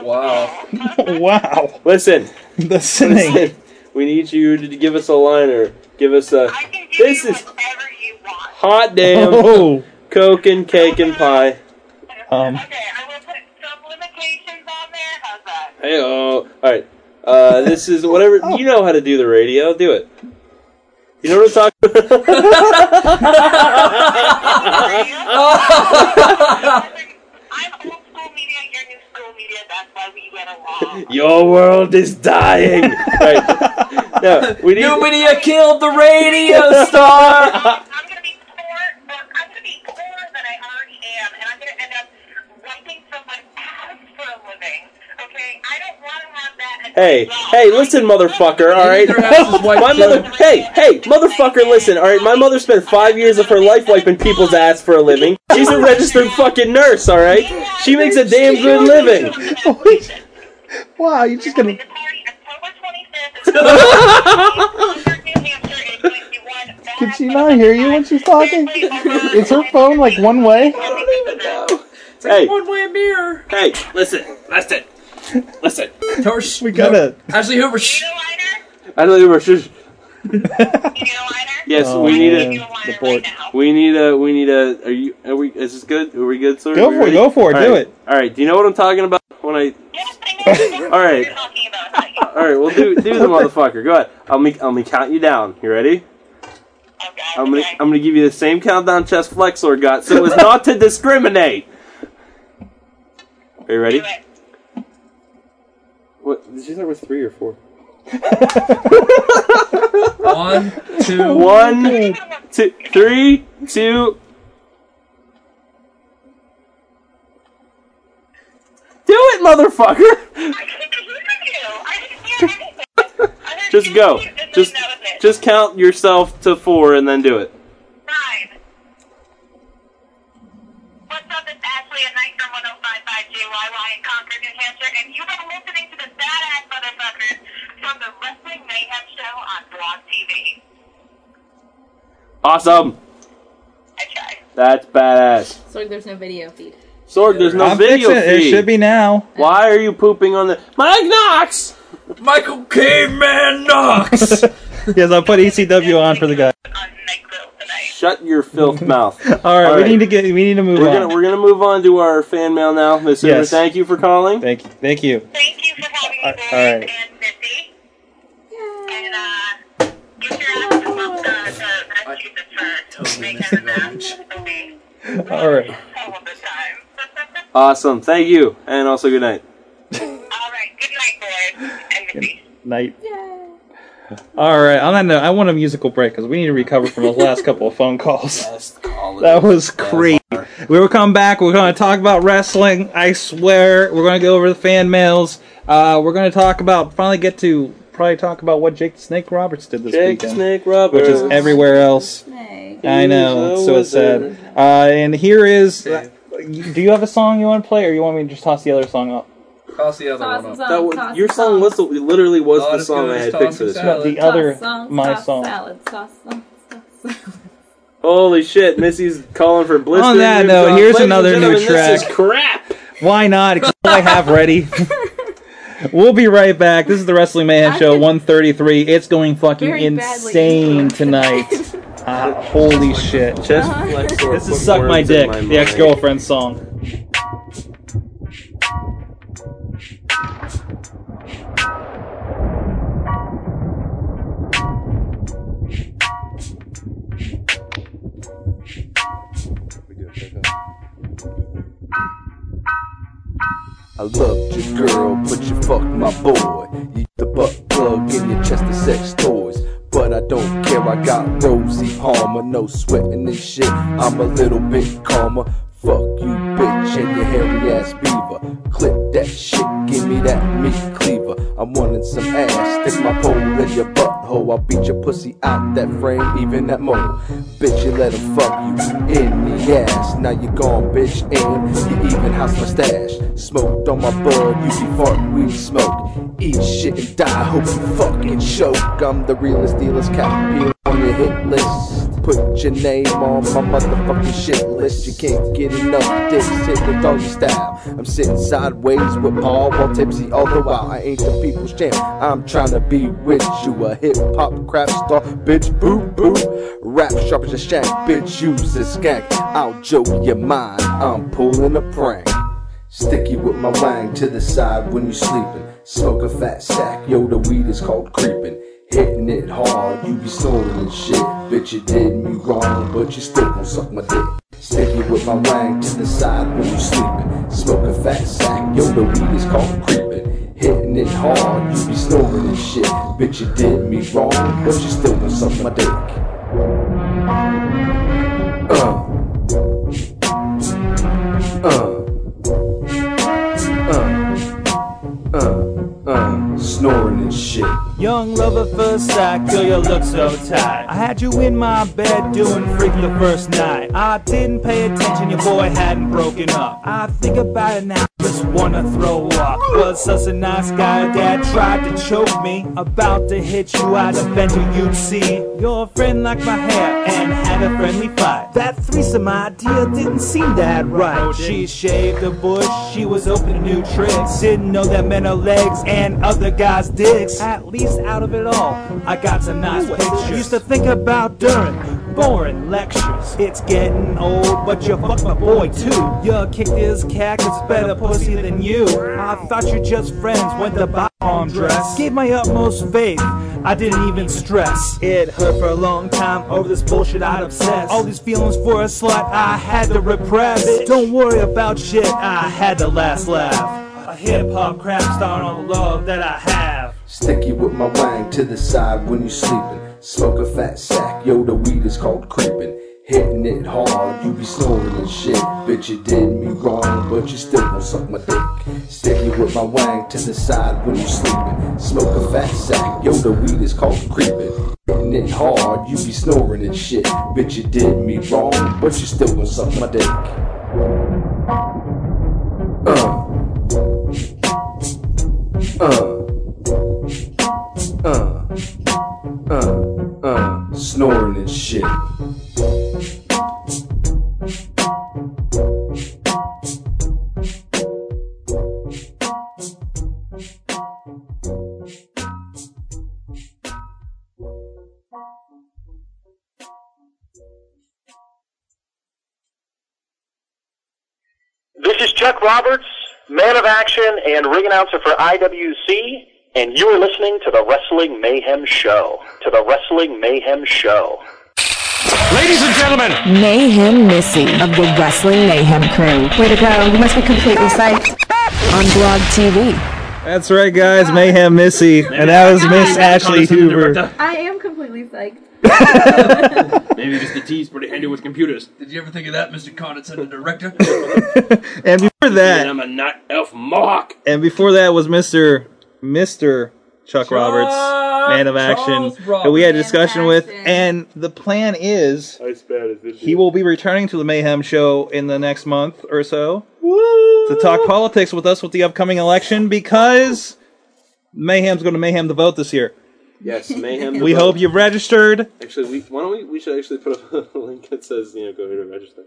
[SPEAKER 2] Wow.
[SPEAKER 4] wow.
[SPEAKER 1] Listen,
[SPEAKER 4] listening.
[SPEAKER 1] listen. We need you to give us a liner. Give us a. this is hot damn
[SPEAKER 4] Oh.
[SPEAKER 1] coke and cake and pie.
[SPEAKER 4] Um.
[SPEAKER 1] Hey, oh, all right. Uh, this is whatever
[SPEAKER 4] Oh.
[SPEAKER 1] you know how to do the radio. Do it. You know what I'm talking. Your world is dying. Right. No, we need.
[SPEAKER 24] New media killed the radio star.
[SPEAKER 1] Hey, hey, listen, motherfucker. All right, my mother. Hey, hey, motherfucker, listen. All right, my mother spent five years of her life wiping people's ass for a living. She's a registered fucking nurse. All right, she makes a damn good living.
[SPEAKER 4] wow, you're just gonna. Did she not hear you when she's talking? Is her phone like one way?
[SPEAKER 1] Hey,
[SPEAKER 2] one-way mirror.
[SPEAKER 1] hey, listen, listen, listen.
[SPEAKER 4] We gotta.
[SPEAKER 2] Ashley Hoover. Shh.
[SPEAKER 1] I don't know. Shush. Yes,
[SPEAKER 4] Oh,
[SPEAKER 1] we need
[SPEAKER 4] man.
[SPEAKER 1] a. We need a. We need a. Are you? Are we? Is this good? Are we good, sir?
[SPEAKER 4] Go
[SPEAKER 1] We
[SPEAKER 4] for it,
[SPEAKER 1] ready?
[SPEAKER 4] go for it,
[SPEAKER 1] All
[SPEAKER 4] do
[SPEAKER 1] right.
[SPEAKER 4] it.
[SPEAKER 1] All right. Do you know what I'm talking about when I? All right. All right. Well, do do the motherfucker. Go ahead. I'll me I'll me count you down. You ready? I'm gonna I'm gonna give you the same countdown chest flexor got, so as not to discriminate. Are you ready? What did you start with three or four?
[SPEAKER 2] One, two,
[SPEAKER 1] One, two, three, two. Do it, motherfucker! Just go. Just, just count yourself to four and then do it.
[SPEAKER 6] oh
[SPEAKER 1] Awesome. That's badass.
[SPEAKER 3] Sorry, there's no video feed.
[SPEAKER 1] Sorg, there's no
[SPEAKER 4] I'm
[SPEAKER 1] video
[SPEAKER 4] fixing it. It
[SPEAKER 1] feed.
[SPEAKER 4] should be now.
[SPEAKER 1] Why are you pooping on the Mike Knox?
[SPEAKER 2] Michael Caveman Knox.
[SPEAKER 4] yes, I'll put ECW on for the guy.
[SPEAKER 1] Shut your filth mouth.
[SPEAKER 4] All right,
[SPEAKER 1] All
[SPEAKER 4] we
[SPEAKER 1] right.
[SPEAKER 4] need to get. We need to move
[SPEAKER 1] we're
[SPEAKER 4] on.
[SPEAKER 1] gonna we're gonna move on to our fan mail now, Miss Hoover.
[SPEAKER 4] Yes.
[SPEAKER 1] Thank you for calling.
[SPEAKER 4] Thank you. Thank you.
[SPEAKER 22] Thank you for having
[SPEAKER 4] me. All right.
[SPEAKER 2] Oh.
[SPEAKER 6] Uh,
[SPEAKER 1] All right. Awesome. Thank you, and also good night.
[SPEAKER 4] Night. All right. On that note, I want a musical break because we need to recover from those last couple of phone calls. That was crazy. We will come back. We're going to talk about wrestling. I swear. We're going to go over the fan mails. Uh, we're going to talk about finally get to probably talk about what Jake the Snake Roberts did this
[SPEAKER 1] Jake the
[SPEAKER 4] weekend,
[SPEAKER 1] Snake Roberts.
[SPEAKER 4] which is everywhere else. I know, it's so it's sad. Uh, and here is. uh, do you have a song you want to play, or you want me to just toss the other song up?
[SPEAKER 2] Toss the other
[SPEAKER 3] Toss
[SPEAKER 2] one up.
[SPEAKER 3] some,
[SPEAKER 1] That was,
[SPEAKER 3] toss
[SPEAKER 1] your song was the, literally was
[SPEAKER 2] Oh,
[SPEAKER 1] the
[SPEAKER 2] that's
[SPEAKER 1] song
[SPEAKER 2] good.
[SPEAKER 1] I had
[SPEAKER 2] It's
[SPEAKER 1] picked for
[SPEAKER 2] tossing
[SPEAKER 1] this.
[SPEAKER 4] salad.
[SPEAKER 1] one.
[SPEAKER 4] The other-
[SPEAKER 3] Toss some,
[SPEAKER 4] my
[SPEAKER 3] toss
[SPEAKER 4] song.
[SPEAKER 3] Salad, toss some, toss some.
[SPEAKER 1] Holy shit, Missy's calling for blister.
[SPEAKER 4] On that
[SPEAKER 1] Nibs
[SPEAKER 4] note,
[SPEAKER 1] on.
[SPEAKER 4] here's
[SPEAKER 1] Ladies and
[SPEAKER 4] another new
[SPEAKER 1] gentlemen,
[SPEAKER 4] track.
[SPEAKER 1] This is crap.
[SPEAKER 4] Why not? It's all I have ready. we'll be right back. This is the Wrestling Mayhem Show 133. It's going fucking
[SPEAKER 3] Very badly
[SPEAKER 4] insane tonight. Ah, holy shit.
[SPEAKER 3] Uh-huh.
[SPEAKER 4] This is Suck My Dick, the ex girlfriend song.
[SPEAKER 16] I loved your girl, but you fucked my boy. You the butt plug in your chest of sex toys. But I don't care, I got Rosie Palmer, no sweating and shit. I'm a little bit calmer. Fuck you, bitch, and your hairy ass beaver. Clip that shit, give me that meat cleaver. I'm wanting some ass, stick my pole in your butthole. I'll beat your pussy out that frame, even that mole. Bitch, you let him fuck you in the ass. Now you gone, bitch, and you even house my stash. Smoked on my bud, you be fart, we smoke. Eat shit and die, hope you fucking choke. I'm the realest, dealest cat peeler on your hit list. Put your name on my motherfucking shit list. You can't get enough dicks, hit the doggy style. I'm sitting sideways with Paul while tipsy all the while. I ain't the people's champ. I'm trying to be with you, a hip hop crap star, bitch. Boo boo. Rap sharp as a shack, bitch. Use a skank. I'll joke your mind. I'm pulling a prank. Stick you with my wang to the side when you sleeping. Smoke a fat sack, yo, the weed is called creeping. Hitting it hard, you be snorting and shit. Bitch, you did me wrong, but you still gon' suck my dick. Stick you with my wang to the side when you sleeping. Smoke a fat sack, yo, the weed is called creeping. Hitting it hard, you be snorting and shit. Bitch, you did me wrong, but you still gon' suck my dick. Uh, snoring and shit.
[SPEAKER 8] Young lover first sight, girl you look so tight. I had you in my bed doing freak the first night. I didn't pay attention, your boy hadn't broken up. I think about it now, just wanna throw up. Was such a nice guy, dad tried to choke me. About to hit you, I'd offend you, you'd see. Your friend liked my hair and had a friendly fight. That threesome idea didn't seem that right. She shaved her bush, she was open to new tricks. Didn't know that men are legs and other guys' dicks. At least out of it all, I got some nice pictures. Used to think about during boring lectures. It's getting old, but you fucked my boy too. You kicked his cactus, better pussy than you. I thought you just friends went to buy arm dress. Gave my utmost faith. I didn't even stress. It hurt for a long time over this bullshit I'd obsessed. All these feelings for a slut I had to repress. Don't worry about shit, I had the last laugh. A hip hop crap star on the love that I have.
[SPEAKER 16] Stick you with my wang to the side when you sleeping. Smoke a fat sack, yo, the weed is called creeping. Hitting it hard, you be snoring and shit. Bitch, you did me wrong, but you still gon' suck my dick. Stick you with my wang to the side when you sleeping. Smoke a fat sack, yo, the weed is called creeping. Hitting it hard, you be snoring and shit. Bitch, you did me wrong, but you still gon' suck my dick. Uh. Uh. Uh. Uh. Snoring and shit.
[SPEAKER 6] This is Chuck Roberts, man of action and ring announcer for IWC, and you are listening to the Wrestling Mayhem Show. To the Wrestling Mayhem Show.
[SPEAKER 26] Ladies and gentlemen, Mayhem Missy of the Wrestling Mayhem Crew. Way to go! You must be completely psyched. On Blog TV.
[SPEAKER 4] That's right, guys. Mayhem Missy. And that
[SPEAKER 3] Oh
[SPEAKER 4] was Miss Ashley Hoover.
[SPEAKER 3] I am completely psyched.
[SPEAKER 27] Maybe just the T's pretty handy with computers. Did you ever think of that, Mr. Condescending Director?
[SPEAKER 4] And before that,
[SPEAKER 27] I'm a not elf mohawk.
[SPEAKER 4] and before that was Mr. Mr. Chuck Roberts, man of action,
[SPEAKER 11] Charles Roberts.
[SPEAKER 4] that we had a discussion with, and the plan is he will be returning to the Mayhem Show in the next month or so to talk politics with us with the upcoming election because Mayhem's going to mayhem the vote this year.
[SPEAKER 1] Yes, mayhem.
[SPEAKER 4] We hope you've registered.
[SPEAKER 1] Actually, we, why don't we? We should actually put up a link that says, you know, go here to register.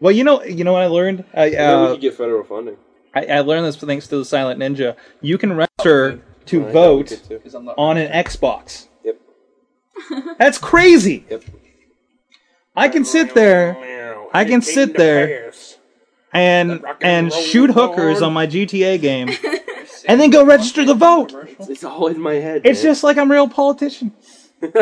[SPEAKER 4] Well, you know, you know what I learned. I,
[SPEAKER 1] Yeah, we
[SPEAKER 4] uh,
[SPEAKER 1] could get federal funding.
[SPEAKER 4] I, I learned this thanks to the Silent Ninja. You can register to
[SPEAKER 1] Oh, I thought we
[SPEAKER 4] vote
[SPEAKER 1] did too. 'Cause I'm not
[SPEAKER 4] on an Xbox.
[SPEAKER 1] Yep.
[SPEAKER 4] That's crazy. Yep. I can sit there. I can sit there and and shoot hookers on my GTA game, and then go register to vote.
[SPEAKER 1] It's, it's all in my head.
[SPEAKER 4] It's
[SPEAKER 1] man.
[SPEAKER 4] just like I'm a real politician.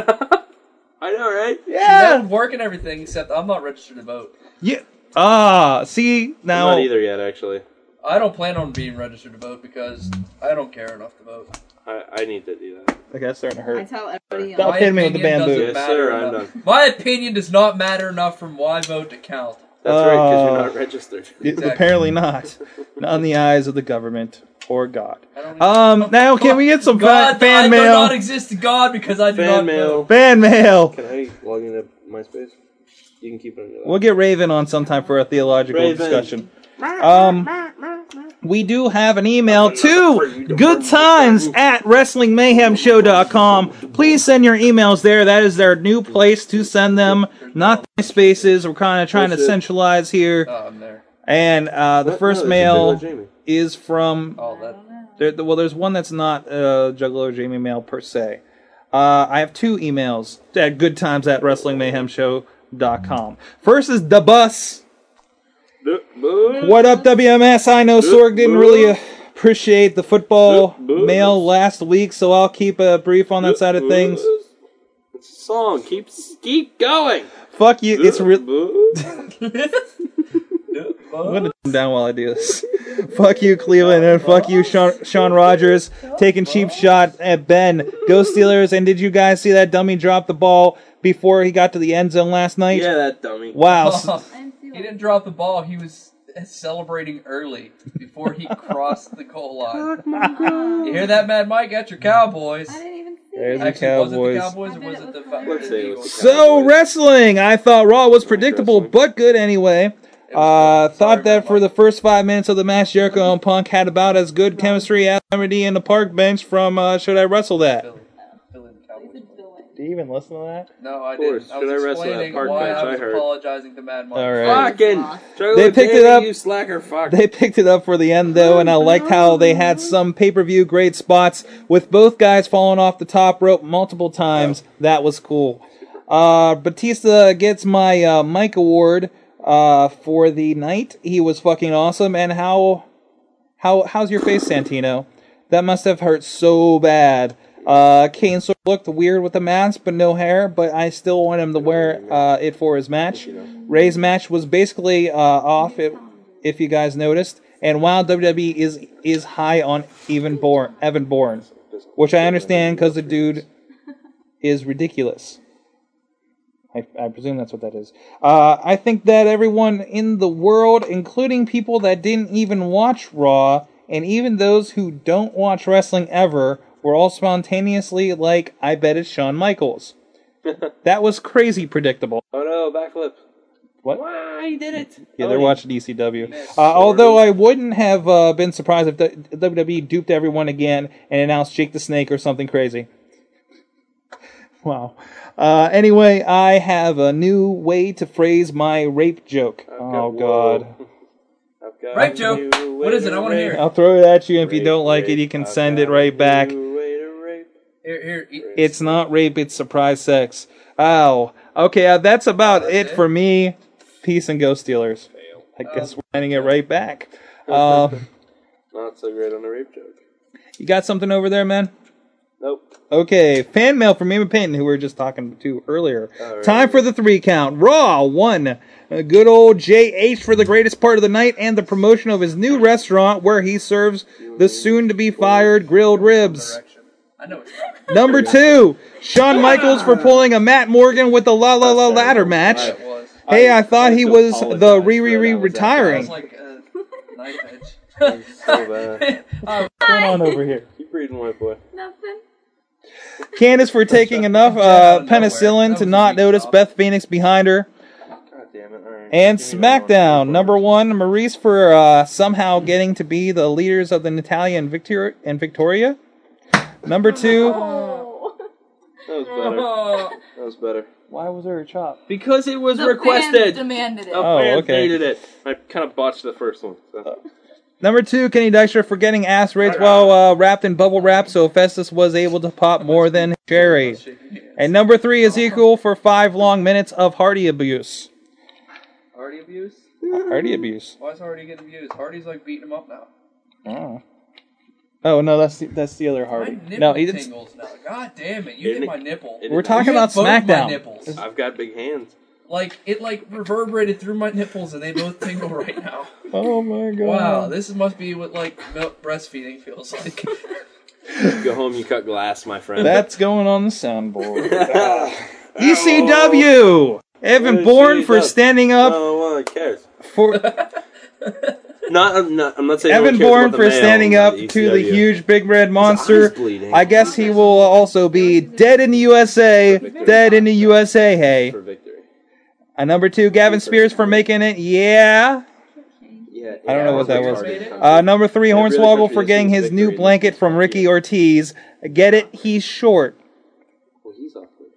[SPEAKER 21] I know, right?
[SPEAKER 4] Yeah.
[SPEAKER 2] would work and everything, except I'm not registered to vote.
[SPEAKER 4] Yeah. Ah, see now.
[SPEAKER 1] not either yet. Actually,
[SPEAKER 2] I don't plan on being registered to vote because I don't care enough to vote.
[SPEAKER 1] I, I need to do that.
[SPEAKER 4] Okay, that's starting to
[SPEAKER 2] hurt. I
[SPEAKER 3] tell everybody
[SPEAKER 4] Stop hitting me with the
[SPEAKER 2] opinion
[SPEAKER 4] bamboo.
[SPEAKER 2] doesn't matter enough. My opinion does not matter enough from why vote to count.
[SPEAKER 1] That's right, 'cause you're
[SPEAKER 4] Uh,
[SPEAKER 1] not registered.
[SPEAKER 4] y-
[SPEAKER 1] Exactly.
[SPEAKER 4] Apparently not. not in the eyes of the government or God. Um. Now, can we get some fa-
[SPEAKER 2] God, I
[SPEAKER 4] fan
[SPEAKER 2] do
[SPEAKER 4] mail?
[SPEAKER 2] not exist to God because I do
[SPEAKER 1] Fan
[SPEAKER 2] not
[SPEAKER 1] mail.
[SPEAKER 2] vote.
[SPEAKER 4] Fan mail.
[SPEAKER 1] Can I log into MySpace? You can keep it under that.
[SPEAKER 4] We'll get Raven on sometime for a theological
[SPEAKER 1] Raven.
[SPEAKER 4] discussion. Um, we do have an
[SPEAKER 1] Oh,
[SPEAKER 4] email to goodtimes at wrestlingmayhemshow.com. Please send your emails there. That is their new place to send them, not spaces. We're kind of trying to
[SPEAKER 1] Bullshit.
[SPEAKER 4] centralize here.
[SPEAKER 1] Oh,
[SPEAKER 4] And uh, the
[SPEAKER 1] What?
[SPEAKER 4] first
[SPEAKER 1] No,
[SPEAKER 4] mail
[SPEAKER 1] that's a Juggler Jamie.
[SPEAKER 4] is from. There, well, there's one that's not uh, Juggler Jamie mail per se. Uh, I have two emails at goodtimes at wrestlingmayhemshow.com. First is the bus. What up, WMS? I know Sorg didn't really uh, appreciate the football mail last week, so I'll keep a brief on that side of things.
[SPEAKER 1] Song keep keep going.
[SPEAKER 4] Fuck you. It's real. I'm gonna come down while I do this. fuck you, Cleveland, and fuck you, Sean, Sean Rogers, taking cheap shot at Ben. Go Steelers! And did you guys see that dummy drop the ball before he got to the end zone last night?
[SPEAKER 1] Yeah, that dummy.
[SPEAKER 4] Wow. s-
[SPEAKER 2] he didn't drop the ball. He was celebrating early before he crossed the goal line. you hear that, Mad Mike? At your Cowboys. I didn't even
[SPEAKER 4] There's the
[SPEAKER 2] Actually, was it the
[SPEAKER 4] Cowboys.
[SPEAKER 2] Cowboys or was it the Falcons?
[SPEAKER 4] So wrestling, I thought Raw was predictable but good anyway. Uh, thought that for the first five minutes of the match, Jericho and Punk had about as good chemistry as Remedy and the park bench from uh, Should I Wrestle That? Do you even listen to that?
[SPEAKER 2] No, I
[SPEAKER 1] Of course.
[SPEAKER 2] didn't. I was
[SPEAKER 1] Should I wrestle that
[SPEAKER 2] explaining
[SPEAKER 1] park
[SPEAKER 2] why
[SPEAKER 1] bench?
[SPEAKER 2] I
[SPEAKER 1] I
[SPEAKER 2] was
[SPEAKER 1] heard.
[SPEAKER 2] apologizing to Mad Mike.
[SPEAKER 4] All right.
[SPEAKER 1] Fucking.
[SPEAKER 4] They picked it up.
[SPEAKER 1] You slacker fuck.
[SPEAKER 4] They picked it up for the end though, and I liked how they had some pay-per-view great spots with both guys falling off the top rope multiple times. That was cool. Uh, Batista gets my uh, Mike Award uh, for the night. He was fucking awesome. And how how how's your face, Santino? That must have hurt so bad. Uh, Kane sort of looked weird with the mask, but no hair. But I still want him to wear uh, it for his match. Ray's match was basically uh, off, if, if you guys noticed. And while WWE is is high on even Bourne, Evan Bourne, which I understand because the dude is ridiculous. I, I presume that's what that is. Uh, I think that everyone in the world, including people that didn't even watch Raw, and even those who don't watch wrestling ever, were all spontaneously like, I bet it's Shawn Michaels. that was crazy predictable.
[SPEAKER 1] Oh no, backflip.
[SPEAKER 4] What?
[SPEAKER 1] Wow, he did it.
[SPEAKER 4] Oh, Yeah, they're watching ECW. Uh, although I wouldn't have uh, been surprised if the- WWE duped everyone again and announced Jake the Snake or something crazy. Wow. Uh, anyway, I have a new way to phrase my rape joke. oh, God.
[SPEAKER 2] Rape joke. What is it? I want to hear it.
[SPEAKER 4] I'll throw it at you. If you don't like it, you can send it right back.
[SPEAKER 2] Here, here. eat-
[SPEAKER 4] It's not rape, it's surprise sex. Ow. Okay, uh, that's about it, for me. Peace and go Steelers. I guess we're sending it right back. Um,
[SPEAKER 1] Not so great on the rape joke.
[SPEAKER 4] you got something over there, man?
[SPEAKER 1] Nope.
[SPEAKER 4] Okay, fan mail from Amy Payton, who we were just talking to earlier.
[SPEAKER 1] Alright.
[SPEAKER 4] Time for the three count. Raw, one. Uh, Good old JH for the greatest part of the night and the promotion of his new restaurant where he serves the soon to be fired grilled ribs. Number two, Shawn Michaels for pulling a Matt Morgan with the La La La ladder match. Hey, I thought he was the re re re retiring.
[SPEAKER 2] Knife edge. Um,
[SPEAKER 4] What's going on over here?
[SPEAKER 1] You you breeding, white boy?
[SPEAKER 3] Nothing.
[SPEAKER 4] Candace, for taking enough uh, penicillin to not notice Beth Phoenix behind her. And SmackDown, number one, Maurice for uh, somehow getting to be the leaders of the Natalia and, Victor- and Victoria. Number two,
[SPEAKER 6] That was
[SPEAKER 2] Oh,
[SPEAKER 6] better. that was better.
[SPEAKER 4] Why was there a chop?
[SPEAKER 1] Because it was
[SPEAKER 28] The
[SPEAKER 1] requested.
[SPEAKER 28] fans demanded it.
[SPEAKER 1] The
[SPEAKER 4] Oh,
[SPEAKER 1] fans
[SPEAKER 4] okay. Uh,
[SPEAKER 1] needed it. I kind of botched the first one. So.
[SPEAKER 4] number two, Kenny Dykstra for getting ass raped while uh, wrapped in bubble wrap, so Festus was able to pop more than Jerry. And number three is equal for five long minutes of Hardy abuse.
[SPEAKER 2] Hardy abuse?
[SPEAKER 4] Hardy abuse.
[SPEAKER 2] Why is Hardy getting abused? Hardy's like beating him up now.
[SPEAKER 4] Oh. Oh no, that's the, that's the other Hardy.
[SPEAKER 2] My nipple
[SPEAKER 4] No, he didn't.
[SPEAKER 2] tingles now. God damn it! You hit my nipple.
[SPEAKER 4] We're talking
[SPEAKER 2] You
[SPEAKER 4] about
[SPEAKER 2] hit both my nipples.
[SPEAKER 4] SmackDown.
[SPEAKER 1] I've got big hands.
[SPEAKER 2] Like it like reverberated through my nipples and they both tingle right now.
[SPEAKER 4] Oh my god!
[SPEAKER 2] Wow, this must be what like milk breastfeeding feels like.
[SPEAKER 1] Go home, you cut glass, my friend.
[SPEAKER 4] That's going on the soundboard. ECW. Evan Bourne for standing up
[SPEAKER 1] No one cares.
[SPEAKER 4] for
[SPEAKER 1] Not, I'm not, I'm not saying no one cares
[SPEAKER 4] Evan Bourne
[SPEAKER 1] about
[SPEAKER 4] for
[SPEAKER 1] the E male
[SPEAKER 4] standing
[SPEAKER 1] on
[SPEAKER 4] up to the
[SPEAKER 1] ECW.
[SPEAKER 4] huge big red
[SPEAKER 1] eyes
[SPEAKER 4] monster.
[SPEAKER 1] bleeding.
[SPEAKER 4] I guess he will also be dead in the USA. Dead in the USA. Hey.
[SPEAKER 1] For victory.
[SPEAKER 4] Uh, number two, Gavin Spears for making it. Yeah.
[SPEAKER 6] Yeah.
[SPEAKER 4] I don't know what that was.
[SPEAKER 6] Hard.
[SPEAKER 4] Uh, number three,
[SPEAKER 6] Yeah, really
[SPEAKER 4] Hornswoggle
[SPEAKER 6] country
[SPEAKER 4] for
[SPEAKER 6] is
[SPEAKER 4] getting
[SPEAKER 6] his
[SPEAKER 4] his new blanket from Ricky Ortiz. Get it? He's short.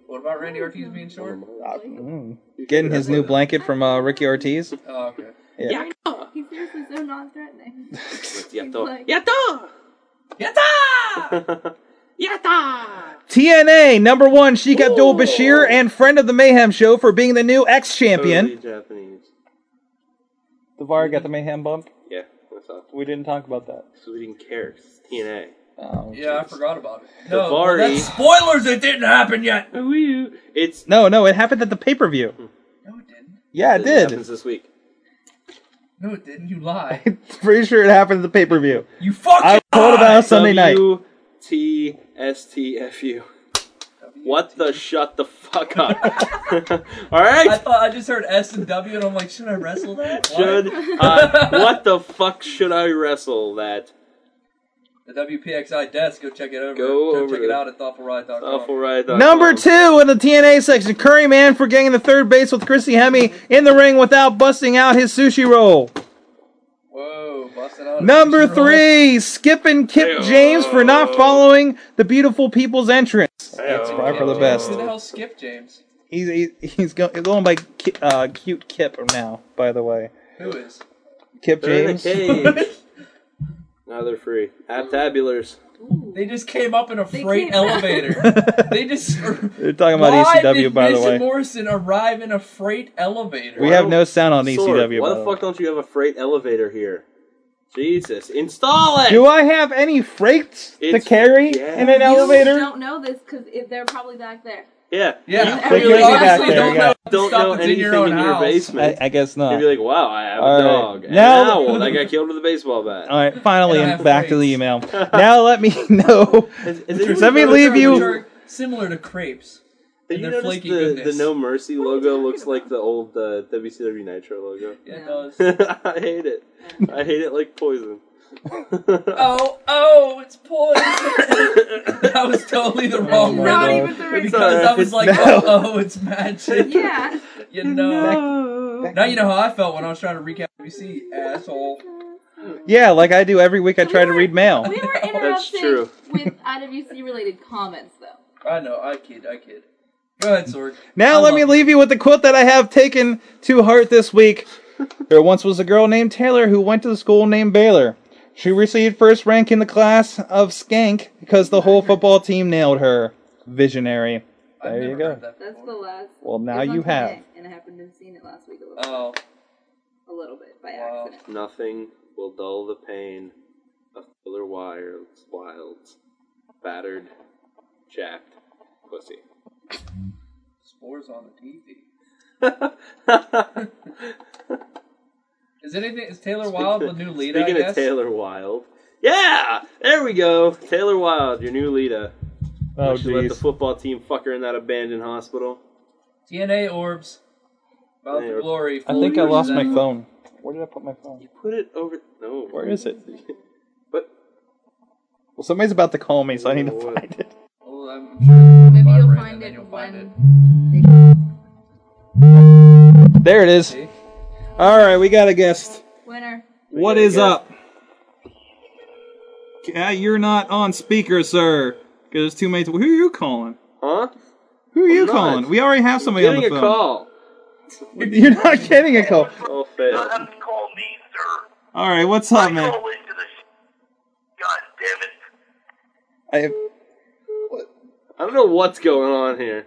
[SPEAKER 2] what about Randy Ortiz being short?
[SPEAKER 4] Mm. Getting his new blanket from uh, Ricky Ortiz.
[SPEAKER 2] Oh, okay.
[SPEAKER 4] Yeah.
[SPEAKER 3] He's seriously so non-threatening.
[SPEAKER 1] Yatta.
[SPEAKER 3] Yatta!
[SPEAKER 1] Yatta!
[SPEAKER 3] Yatta!
[SPEAKER 4] TNA number one, Sheik Abdul Bashir and friend of the Mayhem Show for being the new ex champion.
[SPEAKER 1] Totally Japanese.
[SPEAKER 4] Devar got the Mayhem bump.
[SPEAKER 1] Yeah, that's all.
[SPEAKER 4] We didn't talk about that.
[SPEAKER 1] Because we didn't care. 'cause It's TNA.
[SPEAKER 4] Oh.
[SPEAKER 2] Yeah, I forgot about it. No, Oh, well,
[SPEAKER 1] Davari.
[SPEAKER 2] that's spoilers. It didn't happen yet.
[SPEAKER 1] It's Hmm.
[SPEAKER 4] No, no, it happened at the pay per view. No, it didn't. Yeah, it
[SPEAKER 1] It
[SPEAKER 4] did.
[SPEAKER 1] happens this week.
[SPEAKER 2] No, it didn't. You lie.
[SPEAKER 4] Pretty sure it happened at the pay per view.
[SPEAKER 2] You fucking
[SPEAKER 4] I was told about it Sunday night.
[SPEAKER 1] W T S T F U. What the? Shut the fuck up. All right.
[SPEAKER 2] I thought I just heard S and W, and I'm like, should I wrestle that? Why?
[SPEAKER 1] Should I, what the fuck should I wrestle that?
[SPEAKER 2] the WPXI desk? Go check it over.
[SPEAKER 1] Go
[SPEAKER 2] Go
[SPEAKER 1] over
[SPEAKER 2] check it
[SPEAKER 1] to-
[SPEAKER 2] out at thoughtfulride.com.
[SPEAKER 1] Awful right.
[SPEAKER 4] Number two in the TNA section, Curry Man for getting the third base with Chrissy Hemme in the ring without busting out his sushi roll.
[SPEAKER 2] Whoa, busted out.
[SPEAKER 4] Number three, skipping Kip James for
[SPEAKER 2] oh.
[SPEAKER 4] not following the beautiful people's entrance. That's probably for the best.
[SPEAKER 2] Who the hell skipped James?
[SPEAKER 4] He's he's, he's go- he's going by Ki- uh, cute Kip now. By the way,
[SPEAKER 2] Who is?
[SPEAKER 4] Kip
[SPEAKER 1] They're in a
[SPEAKER 4] James.
[SPEAKER 1] cage. now they're free. At tabulars.
[SPEAKER 2] They just came up in a freight
[SPEAKER 1] came-
[SPEAKER 2] elevator. they just. They're
[SPEAKER 4] talking about
[SPEAKER 2] Why
[SPEAKER 4] ECW,
[SPEAKER 2] did
[SPEAKER 4] by the
[SPEAKER 2] Miz and
[SPEAKER 4] way.
[SPEAKER 2] Morrison arrive in a freight elevator.
[SPEAKER 4] We have no sound on E
[SPEAKER 1] Sword,
[SPEAKER 4] ECW.
[SPEAKER 1] Why
[SPEAKER 4] by
[SPEAKER 1] the
[SPEAKER 4] way.
[SPEAKER 1] fuck don't you have a freight elevator here? Jesus, install it.
[SPEAKER 4] Do I have any freight to carry in an
[SPEAKER 3] You
[SPEAKER 4] elevator?
[SPEAKER 3] don't know this because they're probably back there.
[SPEAKER 1] Yeah,
[SPEAKER 2] yeah.
[SPEAKER 4] They
[SPEAKER 1] really
[SPEAKER 4] could be back
[SPEAKER 1] honestly
[SPEAKER 4] there,
[SPEAKER 1] don't
[SPEAKER 4] yeah.
[SPEAKER 1] know- don't Stuff know that's in anything your own in your house. basement.
[SPEAKER 4] I, I guess not.
[SPEAKER 1] You'd be like, wow, I have
[SPEAKER 4] All
[SPEAKER 1] a
[SPEAKER 4] right.
[SPEAKER 1] dog. and
[SPEAKER 4] Now-
[SPEAKER 1] an owl that got killed with a baseball bat.
[SPEAKER 4] All right, finally, and back to the email. now let me know. let me leave
[SPEAKER 2] Which
[SPEAKER 4] you.
[SPEAKER 2] are similar to crepes.
[SPEAKER 1] Did
[SPEAKER 2] And
[SPEAKER 1] you
[SPEAKER 2] their
[SPEAKER 1] notice
[SPEAKER 2] flaky
[SPEAKER 1] the, the
[SPEAKER 2] goodness.
[SPEAKER 1] No Mercy logo looks like the old uh, WCW Nitro logo?
[SPEAKER 2] Yeah, it does.
[SPEAKER 1] I hate it. I hate it like poison.
[SPEAKER 2] Oh, oh, it's poison. that was totally the wrong
[SPEAKER 1] my
[SPEAKER 2] word.
[SPEAKER 1] God.
[SPEAKER 2] though,
[SPEAKER 1] It's all right.
[SPEAKER 2] Oh Because I was like,
[SPEAKER 1] No.
[SPEAKER 2] oh, oh, it's magic.
[SPEAKER 3] Yeah.
[SPEAKER 2] You know. Now you know how I felt when I was trying to recap WC, asshole.
[SPEAKER 4] Yeah, like I do every week. I try to read mail.
[SPEAKER 3] We were interrupted
[SPEAKER 4] true.
[SPEAKER 3] with IWC related comments, though.
[SPEAKER 2] I know, I kid, I kid. Go ahead, Sorg.
[SPEAKER 4] Now let me leave you with the quote that I have taken to heart this week. There once was a girl named Taylor who went to the school named Baylor. She received first rank in the class of skank because the whole football team nailed her. Visionary. There you go.
[SPEAKER 3] That's the last.
[SPEAKER 4] Well, now
[SPEAKER 3] it's on
[SPEAKER 4] you have.
[SPEAKER 3] TNA, And I happened to have seen it last week a little
[SPEAKER 2] oh. bit.
[SPEAKER 3] A little bit by accident.
[SPEAKER 1] Nothing will dull the pain of killer wilds, wilds, battered, jacked pussy.
[SPEAKER 2] Spores on the TV. is anything? Is Taylor Wilde the new leader?
[SPEAKER 1] Speaking
[SPEAKER 2] I guess?
[SPEAKER 1] of Taylor Wilde, yeah, there we go. Taylor Wilde, your new leader.
[SPEAKER 4] Oh,
[SPEAKER 1] she let the
[SPEAKER 4] jeez.
[SPEAKER 1] football team fuck her in that abandoned hospital.
[SPEAKER 2] TNA orbs. About
[SPEAKER 1] Hey,
[SPEAKER 2] the glory.
[SPEAKER 4] I think I
[SPEAKER 2] Full
[SPEAKER 4] lost my
[SPEAKER 2] reason.
[SPEAKER 4] phone. Where did I put my phone?
[SPEAKER 1] Put it over. No.
[SPEAKER 4] Where is it?
[SPEAKER 1] But
[SPEAKER 4] somebody's about to call me, so I need to find it.
[SPEAKER 3] Maybe you'll find it when.
[SPEAKER 4] There it is. All right, we got a guest.
[SPEAKER 3] Winner.
[SPEAKER 4] What is up? Yeah, you're not on speaker, sir. Because there's too many. Who are you calling?
[SPEAKER 1] Huh?
[SPEAKER 4] Who are you
[SPEAKER 1] I'm not.
[SPEAKER 4] calling? We already have somebody on the
[SPEAKER 1] Getting a
[SPEAKER 4] phone.
[SPEAKER 1] call.
[SPEAKER 4] You're not getting a call.
[SPEAKER 1] Oh, fail.
[SPEAKER 4] All right, what's up, man? I,
[SPEAKER 1] I don't know what's going on here.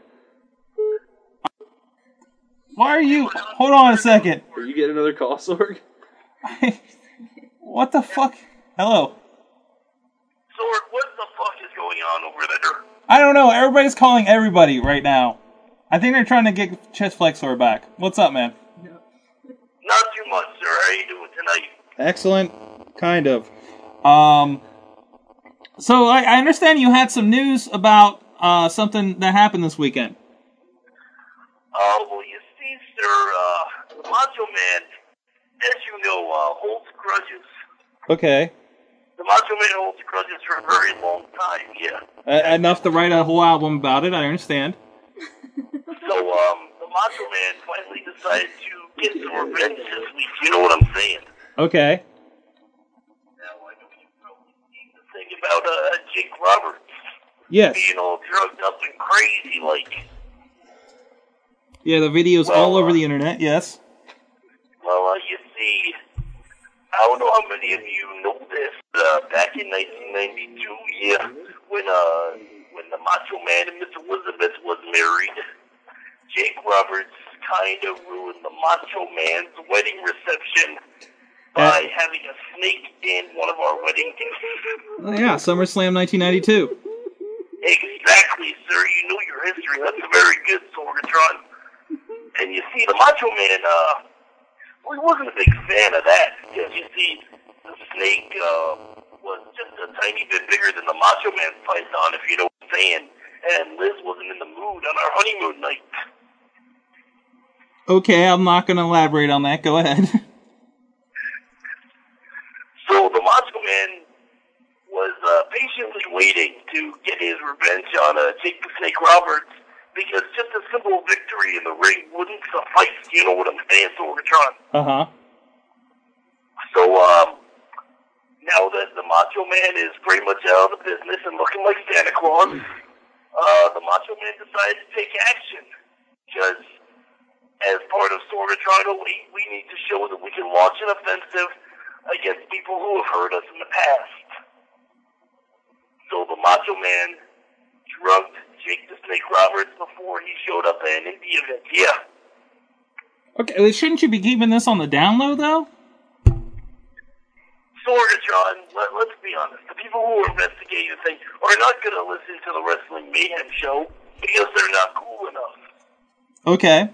[SPEAKER 4] why are you? Hold on a second.
[SPEAKER 1] Did you get another call, Sorg?
[SPEAKER 4] What the fuck? Hello. I don't know. Everybody's calling everybody right now. I think they're trying to get Chest Flexor back. What's up, man?
[SPEAKER 11] Not too much, sir. How you doing tonight?
[SPEAKER 4] Excellent, kind of. Um, so I, I understand you had some news about uh, something that happened this weekend.
[SPEAKER 11] Uh,
[SPEAKER 6] Oh,
[SPEAKER 11] well, you see, sir, uh, Macho Man, as you know, uh, holds grudges.
[SPEAKER 4] Okay,
[SPEAKER 11] The Macho Man holds grudges for a very long time, yeah.
[SPEAKER 4] uh, enough to write a whole album about it. I understand.
[SPEAKER 11] So, um, the Macho Man finally decided to get some revenge this week, you know what I'm saying?
[SPEAKER 4] Okay.
[SPEAKER 11] Think about, uh, Jake Roberts
[SPEAKER 4] Yes.
[SPEAKER 11] being all drugged up and crazy, like, uh,
[SPEAKER 4] Yeah, the video's all over the internet. Yes.
[SPEAKER 11] well, uh, you see, I don't know how many of you know this, uh, back in 1992, yeah, when, uh, when the Macho Man and Miss Elizabeth was married, Jake Roberts kind of ruined the Macho Man's wedding reception by having a snake in one of our wedding gifts.
[SPEAKER 4] Oh, yeah, SummerSlam 1992.
[SPEAKER 11] Exactly, sir. You know your history. That's a very good Sorgatron. And you see, the Macho Man, uh, well, he wasn't a big fan of that. Because you see, the snake, uh, was just a tiny bit bigger than the Macho Man python, if you know what I'm saying. And Liz wasn't in the mood on our honeymoon night.
[SPEAKER 4] Okay, I'm not going to elaborate on that. Go ahead.
[SPEAKER 11] So the Macho Man was uh, patiently waiting to get his revenge on uh, Jake the Snake Roberts because just a simple victory in the ring wouldn't suffice. You know what I'm saying, Sorgatron?
[SPEAKER 4] Uh huh.
[SPEAKER 11] So um, now that the Macho Man is pretty much out of the business and looking like Santa Claus, uh, the Macho Man decided to take action because, as part of Sorgatron Elite, we need to show that we can launch an offensive against people who have hurt us in the past. So the Macho Man drugged Jake the Snake Roberts before he showed up at an indie event. Yeah.
[SPEAKER 4] Okay, uh, shouldn't you be keeping this on the down low, though?
[SPEAKER 11] Sorgatron, let, let's be honest. The people who investigate the thing are not going to listen to the Wrestling Mayhem show because they're not cool enough.
[SPEAKER 4] Okay.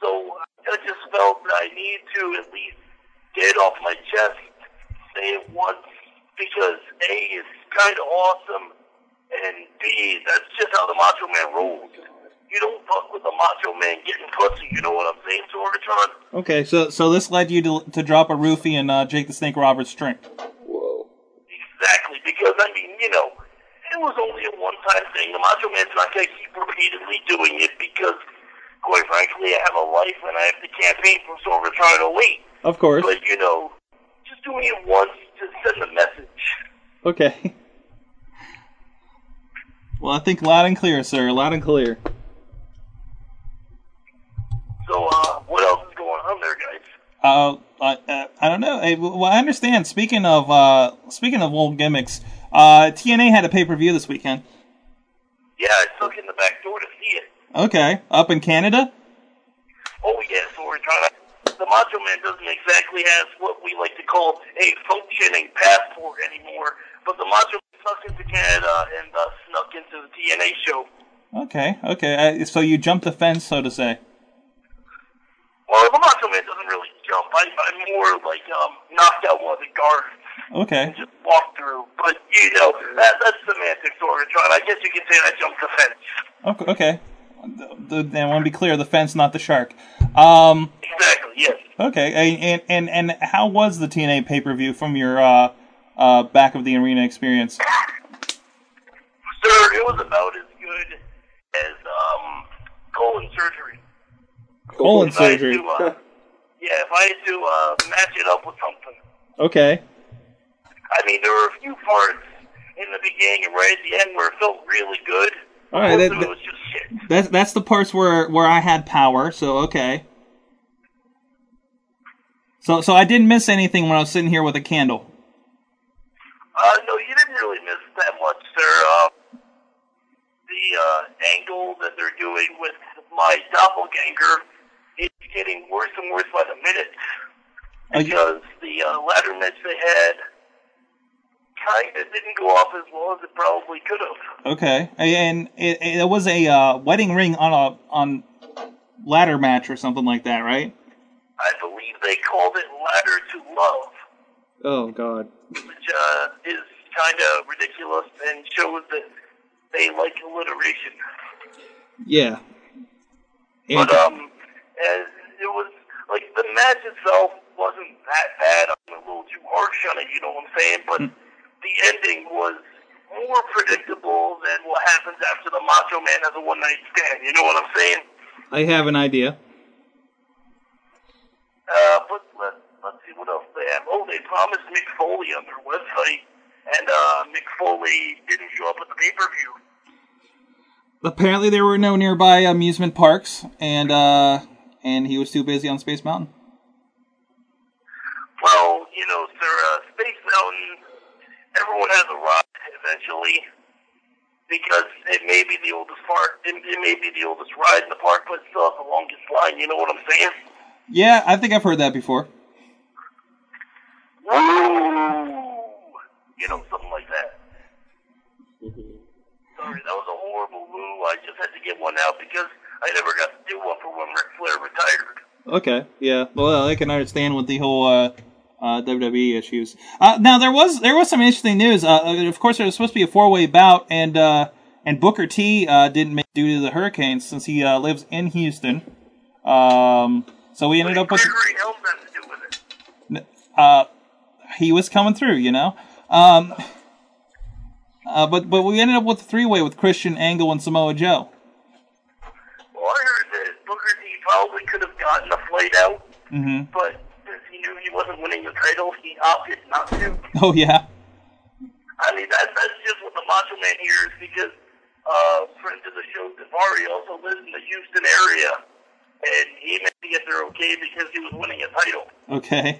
[SPEAKER 11] So uh, I just felt that I need to at least get it off my chest, say it once, because A, it's kind of awesome, and B, that's just how the Macho Man rolls. You don't fuck with the Macho Man getting pussy, you know what I'm saying, Sorgatron?
[SPEAKER 4] Okay, so so this led you to, to drop a roofie in uh, Jake the Snake Roberts' drink.
[SPEAKER 11] Exactly, because I mean, you know, it was only a one-time thing. The Macho Man's not going to keep repeatedly doing it because, quite frankly, I have a life and I have to campaign for so return to late.
[SPEAKER 4] Of course.
[SPEAKER 11] But you know, just doing it once to send a message.
[SPEAKER 4] Okay. Well, I think loud and clear, sir. Loud and clear.
[SPEAKER 11] So, uh, what else is going on there, guys?
[SPEAKER 4] Uh, I, uh, I don't know. I, well, I understand. Speaking of uh, speaking of old gimmicks, uh, TNA had a pay per view this weekend.
[SPEAKER 11] Yeah, I snuck in the back door to see it.
[SPEAKER 4] Okay, up in Canada.
[SPEAKER 11] Oh yeah, so we're trying to. The Macho Man doesn't exactly have what we like to call a functioning passport anymore, but the Macho Man snuck into Canada and uh, snuck into the TNA show.
[SPEAKER 4] Okay, okay. Uh, so you jumped the fence, so to say.
[SPEAKER 11] Well, the Macho Man doesn't really jump. I, I more like um, knocked out one of the guards,
[SPEAKER 4] Okay.
[SPEAKER 11] walked through. But you know, that, that's semantics, Sorgatron. I guess you could say I jumped the fence.
[SPEAKER 4] Okay. okay. The, the, I want to be clear: the fence, not the shark. Um,
[SPEAKER 11] Exactly. Yes.
[SPEAKER 4] okay, and and and how was the TNA pay per view from your uh, uh, back of the arena experience.
[SPEAKER 11] Sir, it was about as good as um, colon surgery.
[SPEAKER 4] Colon
[SPEAKER 11] If I had
[SPEAKER 4] surgery.
[SPEAKER 11] to, uh, yeah, if I had to uh, match it up with something.
[SPEAKER 4] Okay.
[SPEAKER 11] I mean, there were a few parts in the beginning and right at the end where it felt really good.
[SPEAKER 4] All right. That,
[SPEAKER 11] Most of it was just
[SPEAKER 4] that's that's the parts where where I had power. So okay. So so I didn't miss anything when I was sitting here with a candle.
[SPEAKER 11] Uh, no, you didn't really miss that much, sir. Uh, the uh, angle that they're doing with my doppelganger is getting worse and worse by the minute
[SPEAKER 4] Are you-
[SPEAKER 11] because the uh, ladder match they had kind of didn't go off as well as it probably could have.
[SPEAKER 4] Okay, and it, it was a uh, wedding ring on a on ladder match or something like that, right?
[SPEAKER 11] I believe they called it Ladder to Love,
[SPEAKER 4] Oh God.
[SPEAKER 11] which uh, is kind of ridiculous and shows that they like alliteration.
[SPEAKER 4] Yeah.
[SPEAKER 11] But um, and it was like the match itself wasn't that bad. I'm a little too harsh on it, you know what I'm saying? But the ending was more predictable than what happens after the Macho Man has a one night stand. You know what I'm saying?
[SPEAKER 4] I have an idea.
[SPEAKER 11] Uh, but let, let's see what else they have. Oh, they promised Mick Foley on their website, and uh, Mick Foley didn't show up at the pay per view.
[SPEAKER 4] Apparently, there were no nearby amusement parks, and uh, and he was too busy on Space Mountain.
[SPEAKER 11] Well, you know, sir, uh, Space Mountain, everyone has a rock eventually because it may be the oldest park, it, it may be the oldest ride in the park, but it's still has the longest line. You know what I'm saying?
[SPEAKER 4] Yeah, I think I've heard that before.
[SPEAKER 11] Woo! You know, something like that. Sorry, that was a horrible woo. I just had to get one out because I never got to do one for when Ric Flair retired.
[SPEAKER 4] Okay, yeah. Well, I can understand with the whole uh, uh, WWE issues. Uh, now there was there was some interesting news. Uh, of course, there was supposed to be a four way bout, and uh, and Booker T uh, didn't make it due to the hurricanes since he uh, lives in Houston. Um, so we ended up with. N- Uh, he was coming through, you know. Um, uh, but but we ended up with a three way with Christian Angle and Samoa Joe.
[SPEAKER 11] Well, I heard that Booker T probably could have gotten a flight out,
[SPEAKER 4] hmm
[SPEAKER 11] but since he knew he wasn't winning the title, he opted not to.
[SPEAKER 4] Oh yeah.
[SPEAKER 11] I mean, that, that's just what the Macho Man hears because uh, friend of the show, Davari, also lives in the Houston area, and he managed to get there okay because he was winning a title.
[SPEAKER 4] Okay.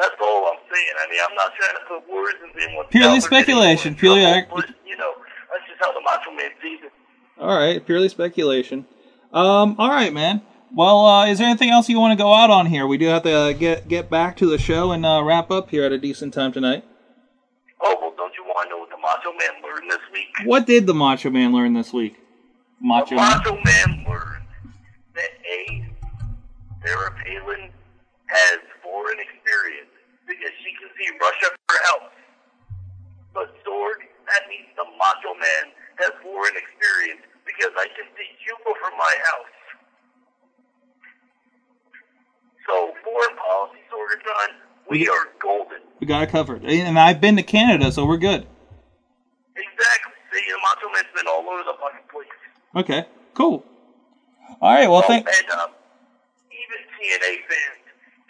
[SPEAKER 11] That's all I'm saying. I mean, I'm not trying to put words in anyone's mouth
[SPEAKER 4] Purely
[SPEAKER 11] or get
[SPEAKER 4] speculation.
[SPEAKER 11] anyone in
[SPEAKER 4] Purely.
[SPEAKER 11] trouble, but, you know, that's just how the Macho Man sees it.
[SPEAKER 4] All right, purely speculation. Um, all right, man. Well, uh, is there anything else you want to go out on here? We do have to uh, get get back to the show and uh, wrap up here at a decent time tonight.
[SPEAKER 11] Oh, well, don't you want to know what the Macho Man learned this week?
[SPEAKER 4] What did the Macho Man learn this week? Macho Man.
[SPEAKER 11] Macho Man learned that A, Sarah Palin has foreign experience because she can see Russia for help. But Sorg, that means the Macho Man has foreign experience because I can see Cuba from my house. So foreign policy, Sorgatron, we are golden.
[SPEAKER 4] We got it covered. And I've been to Canada, so we're good.
[SPEAKER 11] Exactly. See, the Macho Man's been all over the fucking place.
[SPEAKER 4] Okay, cool. All right. Well, thank.
[SPEAKER 11] And um, even TNA fans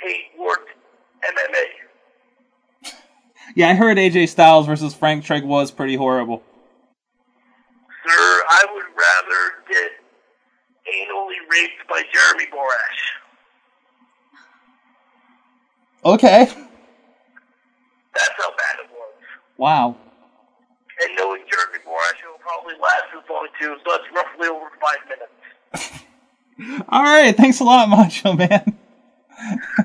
[SPEAKER 11] hate worked MMA.
[SPEAKER 4] Yeah, I heard AJ Styles versus Frank Trigg was pretty horrible.
[SPEAKER 11] Sir, I would rather get anally raped by Jeremy Borash.
[SPEAKER 4] Okay.
[SPEAKER 11] That's how bad it was.
[SPEAKER 4] Wow.
[SPEAKER 11] And knowing Jeremy Borash, it will probably last as long too, so that's roughly over five minutes.
[SPEAKER 4] All right. Thanks a lot, Macho Man.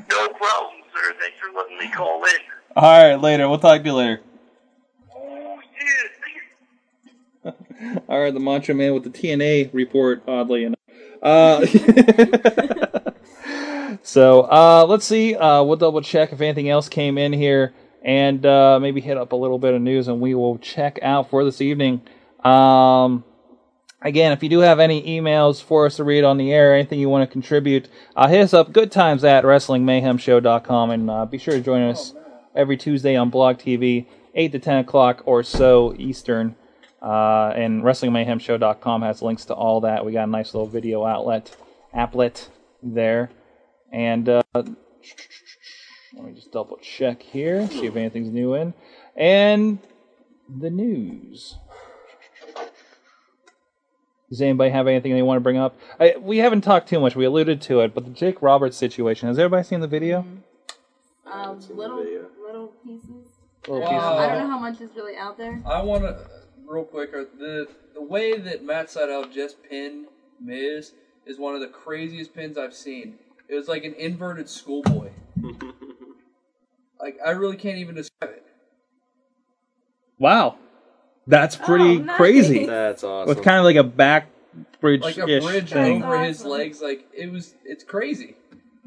[SPEAKER 11] No problem, sir. Thanks for letting me call in.
[SPEAKER 4] All right. Later. We'll talk to you later.
[SPEAKER 11] Oh, yeah.
[SPEAKER 4] All right, the Macho Man with the TNA report, oddly enough. Uh, so uh, let's see. Uh, we'll double check if anything else came in here, and uh, maybe hit up a little bit of news, and we will check out for this evening. Um, again, if you do have any emails for us to read on the air, anything you want to contribute, uh, hit us up. Good times at WrestlingMayhemShow.com, and uh, be sure to join us every Tuesday on Blog TV, 8 to 10 o'clock or so Eastern. Uh, and WrestlingMayhemShow.com has links to all that. We got a nice little video outlet, applet there. And uh, let me just double check here, see if anything's new in. And the news. Does anybody have anything they want to bring up? I, we haven't talked too much. We alluded to it, but the Jake Roberts situation. Has everybody seen the video?
[SPEAKER 3] Um, little little pieces.
[SPEAKER 4] Little
[SPEAKER 3] I don't-
[SPEAKER 4] pieces.
[SPEAKER 3] I don't know how much is really out there.
[SPEAKER 2] I want to real quick. uh, The the way that Matt Seidel just pinned Miz is one of the craziest pins I've seen. It was like an inverted schoolboy. like I really can't even describe it.
[SPEAKER 4] Wow, that's pretty crazy.
[SPEAKER 1] That's awesome.
[SPEAKER 4] With kind of like a back bridge,
[SPEAKER 2] Like a bridge
[SPEAKER 4] thing.
[SPEAKER 2] over his legs. Like it was. It's crazy.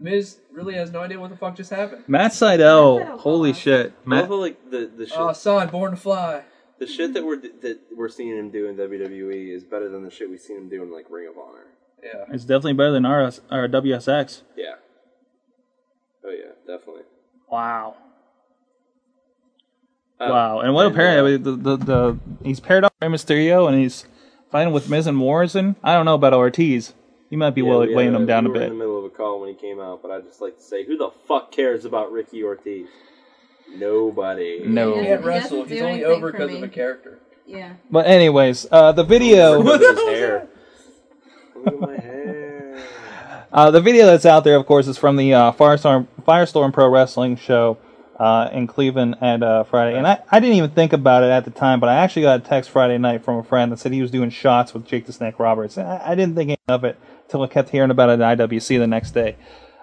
[SPEAKER 2] Miz really has no idea what the fuck just happened.
[SPEAKER 4] Matt Seidel, holy shit,
[SPEAKER 1] I
[SPEAKER 4] Matt.
[SPEAKER 1] feel like the the shit,
[SPEAKER 2] Oh, son, born to fly.
[SPEAKER 1] the shit that we're that we're seeing him do in WWE is better than the shit we've seen him do in like Ring of Honor.
[SPEAKER 2] Yeah.
[SPEAKER 4] It's definitely better than RS or WSX.
[SPEAKER 1] Yeah. Oh yeah, definitely.
[SPEAKER 4] Wow.
[SPEAKER 1] Oh,
[SPEAKER 4] wow, and what a pair! The, the the he's paired up with Rey Mysterio, and he's fighting with Miz and Morrison. I don't know about Ortiz. He might be
[SPEAKER 1] Yeah,
[SPEAKER 4] well
[SPEAKER 1] we
[SPEAKER 4] weighing
[SPEAKER 1] had
[SPEAKER 4] him down a
[SPEAKER 1] we were
[SPEAKER 4] bit.
[SPEAKER 1] In the middle of a call when he came out, but I just like to say, who the fuck cares about Ricky Ortiz? Nobody.
[SPEAKER 4] No. He
[SPEAKER 2] Can't wrestle. He's only over because of a character.
[SPEAKER 3] Yeah.
[SPEAKER 4] But anyways, uh, the video.
[SPEAKER 1] Look at his hair. Look at my
[SPEAKER 4] Uh, the video that's out there, of course, is from the uh, Firestorm Firestorm Pro Wrestling show uh, in Cleveland at uh, Friday, and I, I didn't even think about it at the time, but I actually got a text Friday night from a friend that said he was doing shots with Jake the Snake Roberts. And I, I didn't think anything of it until I kept hearing about it at IWC the next day.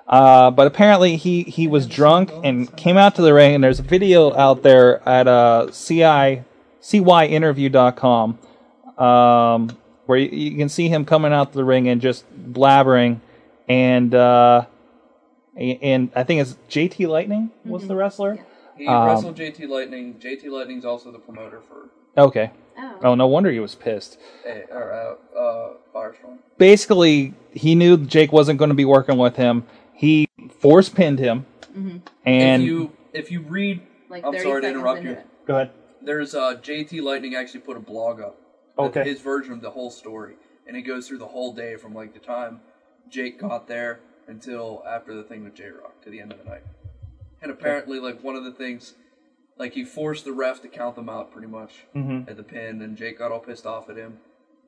[SPEAKER 4] Uh, but apparently he, he was drunk and came out to the ring, and there's a video out there at uh, CI, cyinterview.com um, where you, you can see him coming out to the ring and just blabbering, and uh, a- and I think it's JT Lightning
[SPEAKER 3] Mm-hmm.
[SPEAKER 4] was
[SPEAKER 2] Mm-hmm.
[SPEAKER 4] the wrestler.
[SPEAKER 2] He
[SPEAKER 4] Um,
[SPEAKER 2] wrestled JT Lightning. JT Lightning's also the promoter for
[SPEAKER 4] Okay. Oh. no wonder he was pissed.
[SPEAKER 2] eh, or, uh, uh, Firestorm.
[SPEAKER 4] Basically, he knew Jake wasn't going to be working with him. He force pinned him, and
[SPEAKER 2] if you if you read,
[SPEAKER 3] like
[SPEAKER 2] I'm
[SPEAKER 3] 30
[SPEAKER 2] sorry to
[SPEAKER 3] seconds
[SPEAKER 2] interrupt
[SPEAKER 3] into
[SPEAKER 2] you.
[SPEAKER 3] it.
[SPEAKER 4] go ahead.
[SPEAKER 2] There's uh, JT Lightning actually put a blog up. with
[SPEAKER 4] Okay.
[SPEAKER 2] His version of the whole story, and it goes through the whole day from like the time Jake got there until after the thing with J Rock to the end of the night. And apparently, like one of the things, like he forced the ref to count them out pretty much
[SPEAKER 4] Mhm.
[SPEAKER 2] at the pin, and Jake got all pissed off at him.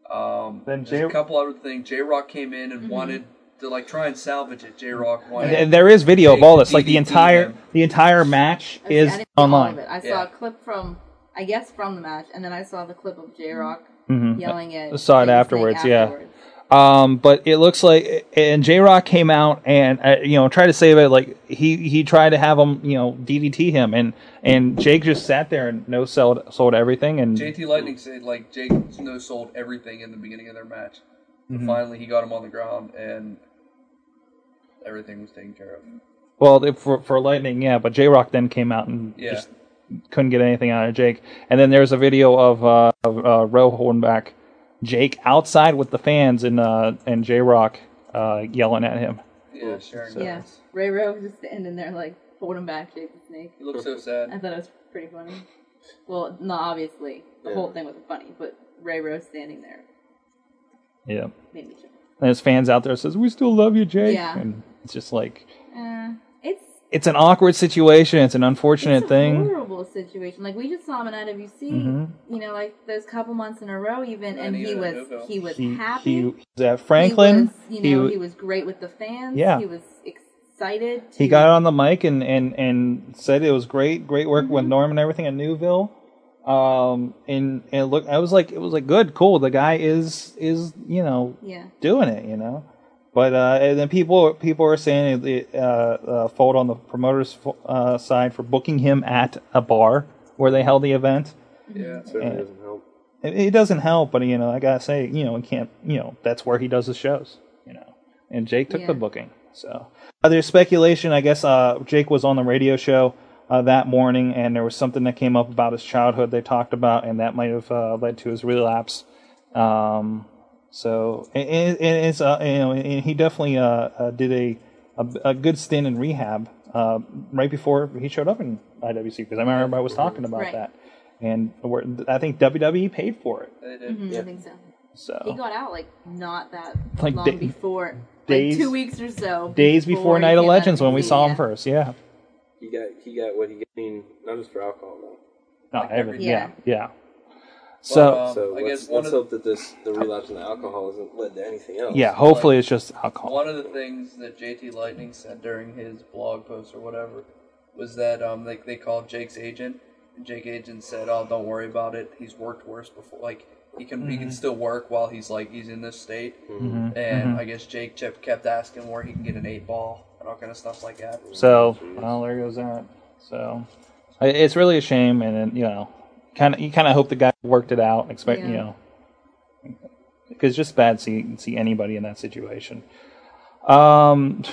[SPEAKER 2] Um,
[SPEAKER 4] Then
[SPEAKER 2] there's a
[SPEAKER 4] J-
[SPEAKER 2] couple other things. J Rock came in
[SPEAKER 3] Mm-hmm.
[SPEAKER 2] and wanted to like try and salvage it. J Rock wanted.
[SPEAKER 4] And there is video of
[SPEAKER 2] Jake
[SPEAKER 4] all
[SPEAKER 2] to
[SPEAKER 4] this. Like the
[SPEAKER 2] DDT
[SPEAKER 4] entire the entire match
[SPEAKER 3] I see, I
[SPEAKER 4] is
[SPEAKER 3] didn't see all of
[SPEAKER 4] online.
[SPEAKER 3] it. I saw
[SPEAKER 2] Yeah.
[SPEAKER 3] a clip from, I guess, from the match, and then I saw the clip of J Rock
[SPEAKER 4] Mhm.
[SPEAKER 3] yelling at.
[SPEAKER 4] I saw it
[SPEAKER 3] Jake
[SPEAKER 4] afterwards,
[SPEAKER 3] Snake
[SPEAKER 4] yeah.
[SPEAKER 3] afterwards.
[SPEAKER 4] Um, but it looks like, and J Rock came out and uh, you know tried to save it. Like he he tried to have him you know DDT him, and and Jake just sat there and no sold sold everything, and
[SPEAKER 2] JT Lightning said like Jake Snow sold everything in the beginning of their match.
[SPEAKER 4] Mhm.
[SPEAKER 2] Finally, he got him on the ground and everything was taken care of.
[SPEAKER 4] well if- for for Lightning, yeah. But J Rock then came out and
[SPEAKER 2] Yeah.
[SPEAKER 4] just couldn't get anything out of Jake. And then there's a video of uh, of uh, Roe holding back Jake outside with the fans and uh and J Rock uh yelling at him.
[SPEAKER 2] Yeah, sharing.
[SPEAKER 3] Yeah, Ray Ray was just standing there like holding back Jake the Snake.
[SPEAKER 2] He looked so sad.
[SPEAKER 3] I thought it was pretty funny. Well, not obviously the
[SPEAKER 4] Yeah.
[SPEAKER 3] whole thing wasn't funny, but Ray Rose standing there
[SPEAKER 4] Yeah.
[SPEAKER 3] made me jump.
[SPEAKER 4] And his fans out there says, "We still love you, Jake."
[SPEAKER 3] Yeah.
[SPEAKER 4] And it's just like.
[SPEAKER 3] Uh, it's
[SPEAKER 4] it's an awkward situation. It's an unfortunate
[SPEAKER 3] a
[SPEAKER 4] thing.
[SPEAKER 3] horrible situation. Like we just saw him in IWC,
[SPEAKER 4] Mhm.
[SPEAKER 3] you know, like those couple months in a row, even, and, he was he was
[SPEAKER 4] He,
[SPEAKER 3] happy.
[SPEAKER 4] he, he was at Franklin.
[SPEAKER 3] you
[SPEAKER 4] He
[SPEAKER 3] know,
[SPEAKER 4] wa-
[SPEAKER 3] he, was great with the fans.
[SPEAKER 4] Yeah.
[SPEAKER 3] he was excited.
[SPEAKER 4] he got on the mic and, and, and said it was great, great work with Norm and everything at Newville. Um, and, and look, I was like, it was like, good, cool. The guy is, is, you know,
[SPEAKER 3] Yeah.
[SPEAKER 4] doing it, you know? But, uh, and then people, people are saying it, uh, uh, fault on the promoter's, fo- uh, side for booking him at a bar where they held the event.
[SPEAKER 2] Yeah,
[SPEAKER 4] certainly
[SPEAKER 1] doesn't help.
[SPEAKER 4] It, it doesn't help, but, you know, I gotta say, you know, we can't, you know, that's where he does his shows, you know? And Jake took
[SPEAKER 1] Yeah.
[SPEAKER 4] the booking, so. Uh, there's speculation. I guess uh, Jake was on the radio show uh, that morning, and there was something that came up about his childhood they talked about, and that might have uh, led to his relapse. Um, so, and, and and it's uh, you know, and he definitely uh, uh, did a a, a good stint in rehab uh, right before he showed up in IWC because I remember I was talking about
[SPEAKER 3] Right.
[SPEAKER 4] that, and we're, I think WWE paid for it.
[SPEAKER 3] Mhm, I think so.
[SPEAKER 4] So
[SPEAKER 3] He got out like not that
[SPEAKER 4] Like
[SPEAKER 3] long
[SPEAKER 4] day-
[SPEAKER 3] before,
[SPEAKER 4] days-
[SPEAKER 3] like two weeks or so.
[SPEAKER 4] days before
[SPEAKER 3] he
[SPEAKER 4] Night of
[SPEAKER 3] came out
[SPEAKER 4] Legends when we
[SPEAKER 3] TV,
[SPEAKER 4] saw
[SPEAKER 3] yeah.
[SPEAKER 4] him first, yeah.
[SPEAKER 1] He got he got what he got. I mean, not just for alcohol though.
[SPEAKER 4] No, every, um, yeah, yeah. So,
[SPEAKER 1] Well, so
[SPEAKER 2] um, I
[SPEAKER 1] let's,
[SPEAKER 2] guess one
[SPEAKER 1] let's
[SPEAKER 2] of-
[SPEAKER 1] hope that this the relapse in the alcohol isn't led to anything else.
[SPEAKER 4] yeah, hopefully it's just alcohol.
[SPEAKER 2] One of the things that JT Lightning said during his blog post or whatever was that um they they called Jake's agent and Jake agent said, "Oh, don't worry about it. He's worked worse before. Like he can he can
[SPEAKER 29] Mhm.
[SPEAKER 2] still work while he's like he's in this state."
[SPEAKER 4] Mhm.
[SPEAKER 2] And
[SPEAKER 4] Mhm.
[SPEAKER 2] I guess Jake kept kept asking where he can get an eight ball and all kind of stuff like that.
[SPEAKER 4] So, well, there goes that. So, I- it's really a shame, and it, you know, kind of you kind of hope the guy worked it out. Expect you
[SPEAKER 2] Yeah.
[SPEAKER 4] know, because just bad see see anybody in that situation. Um,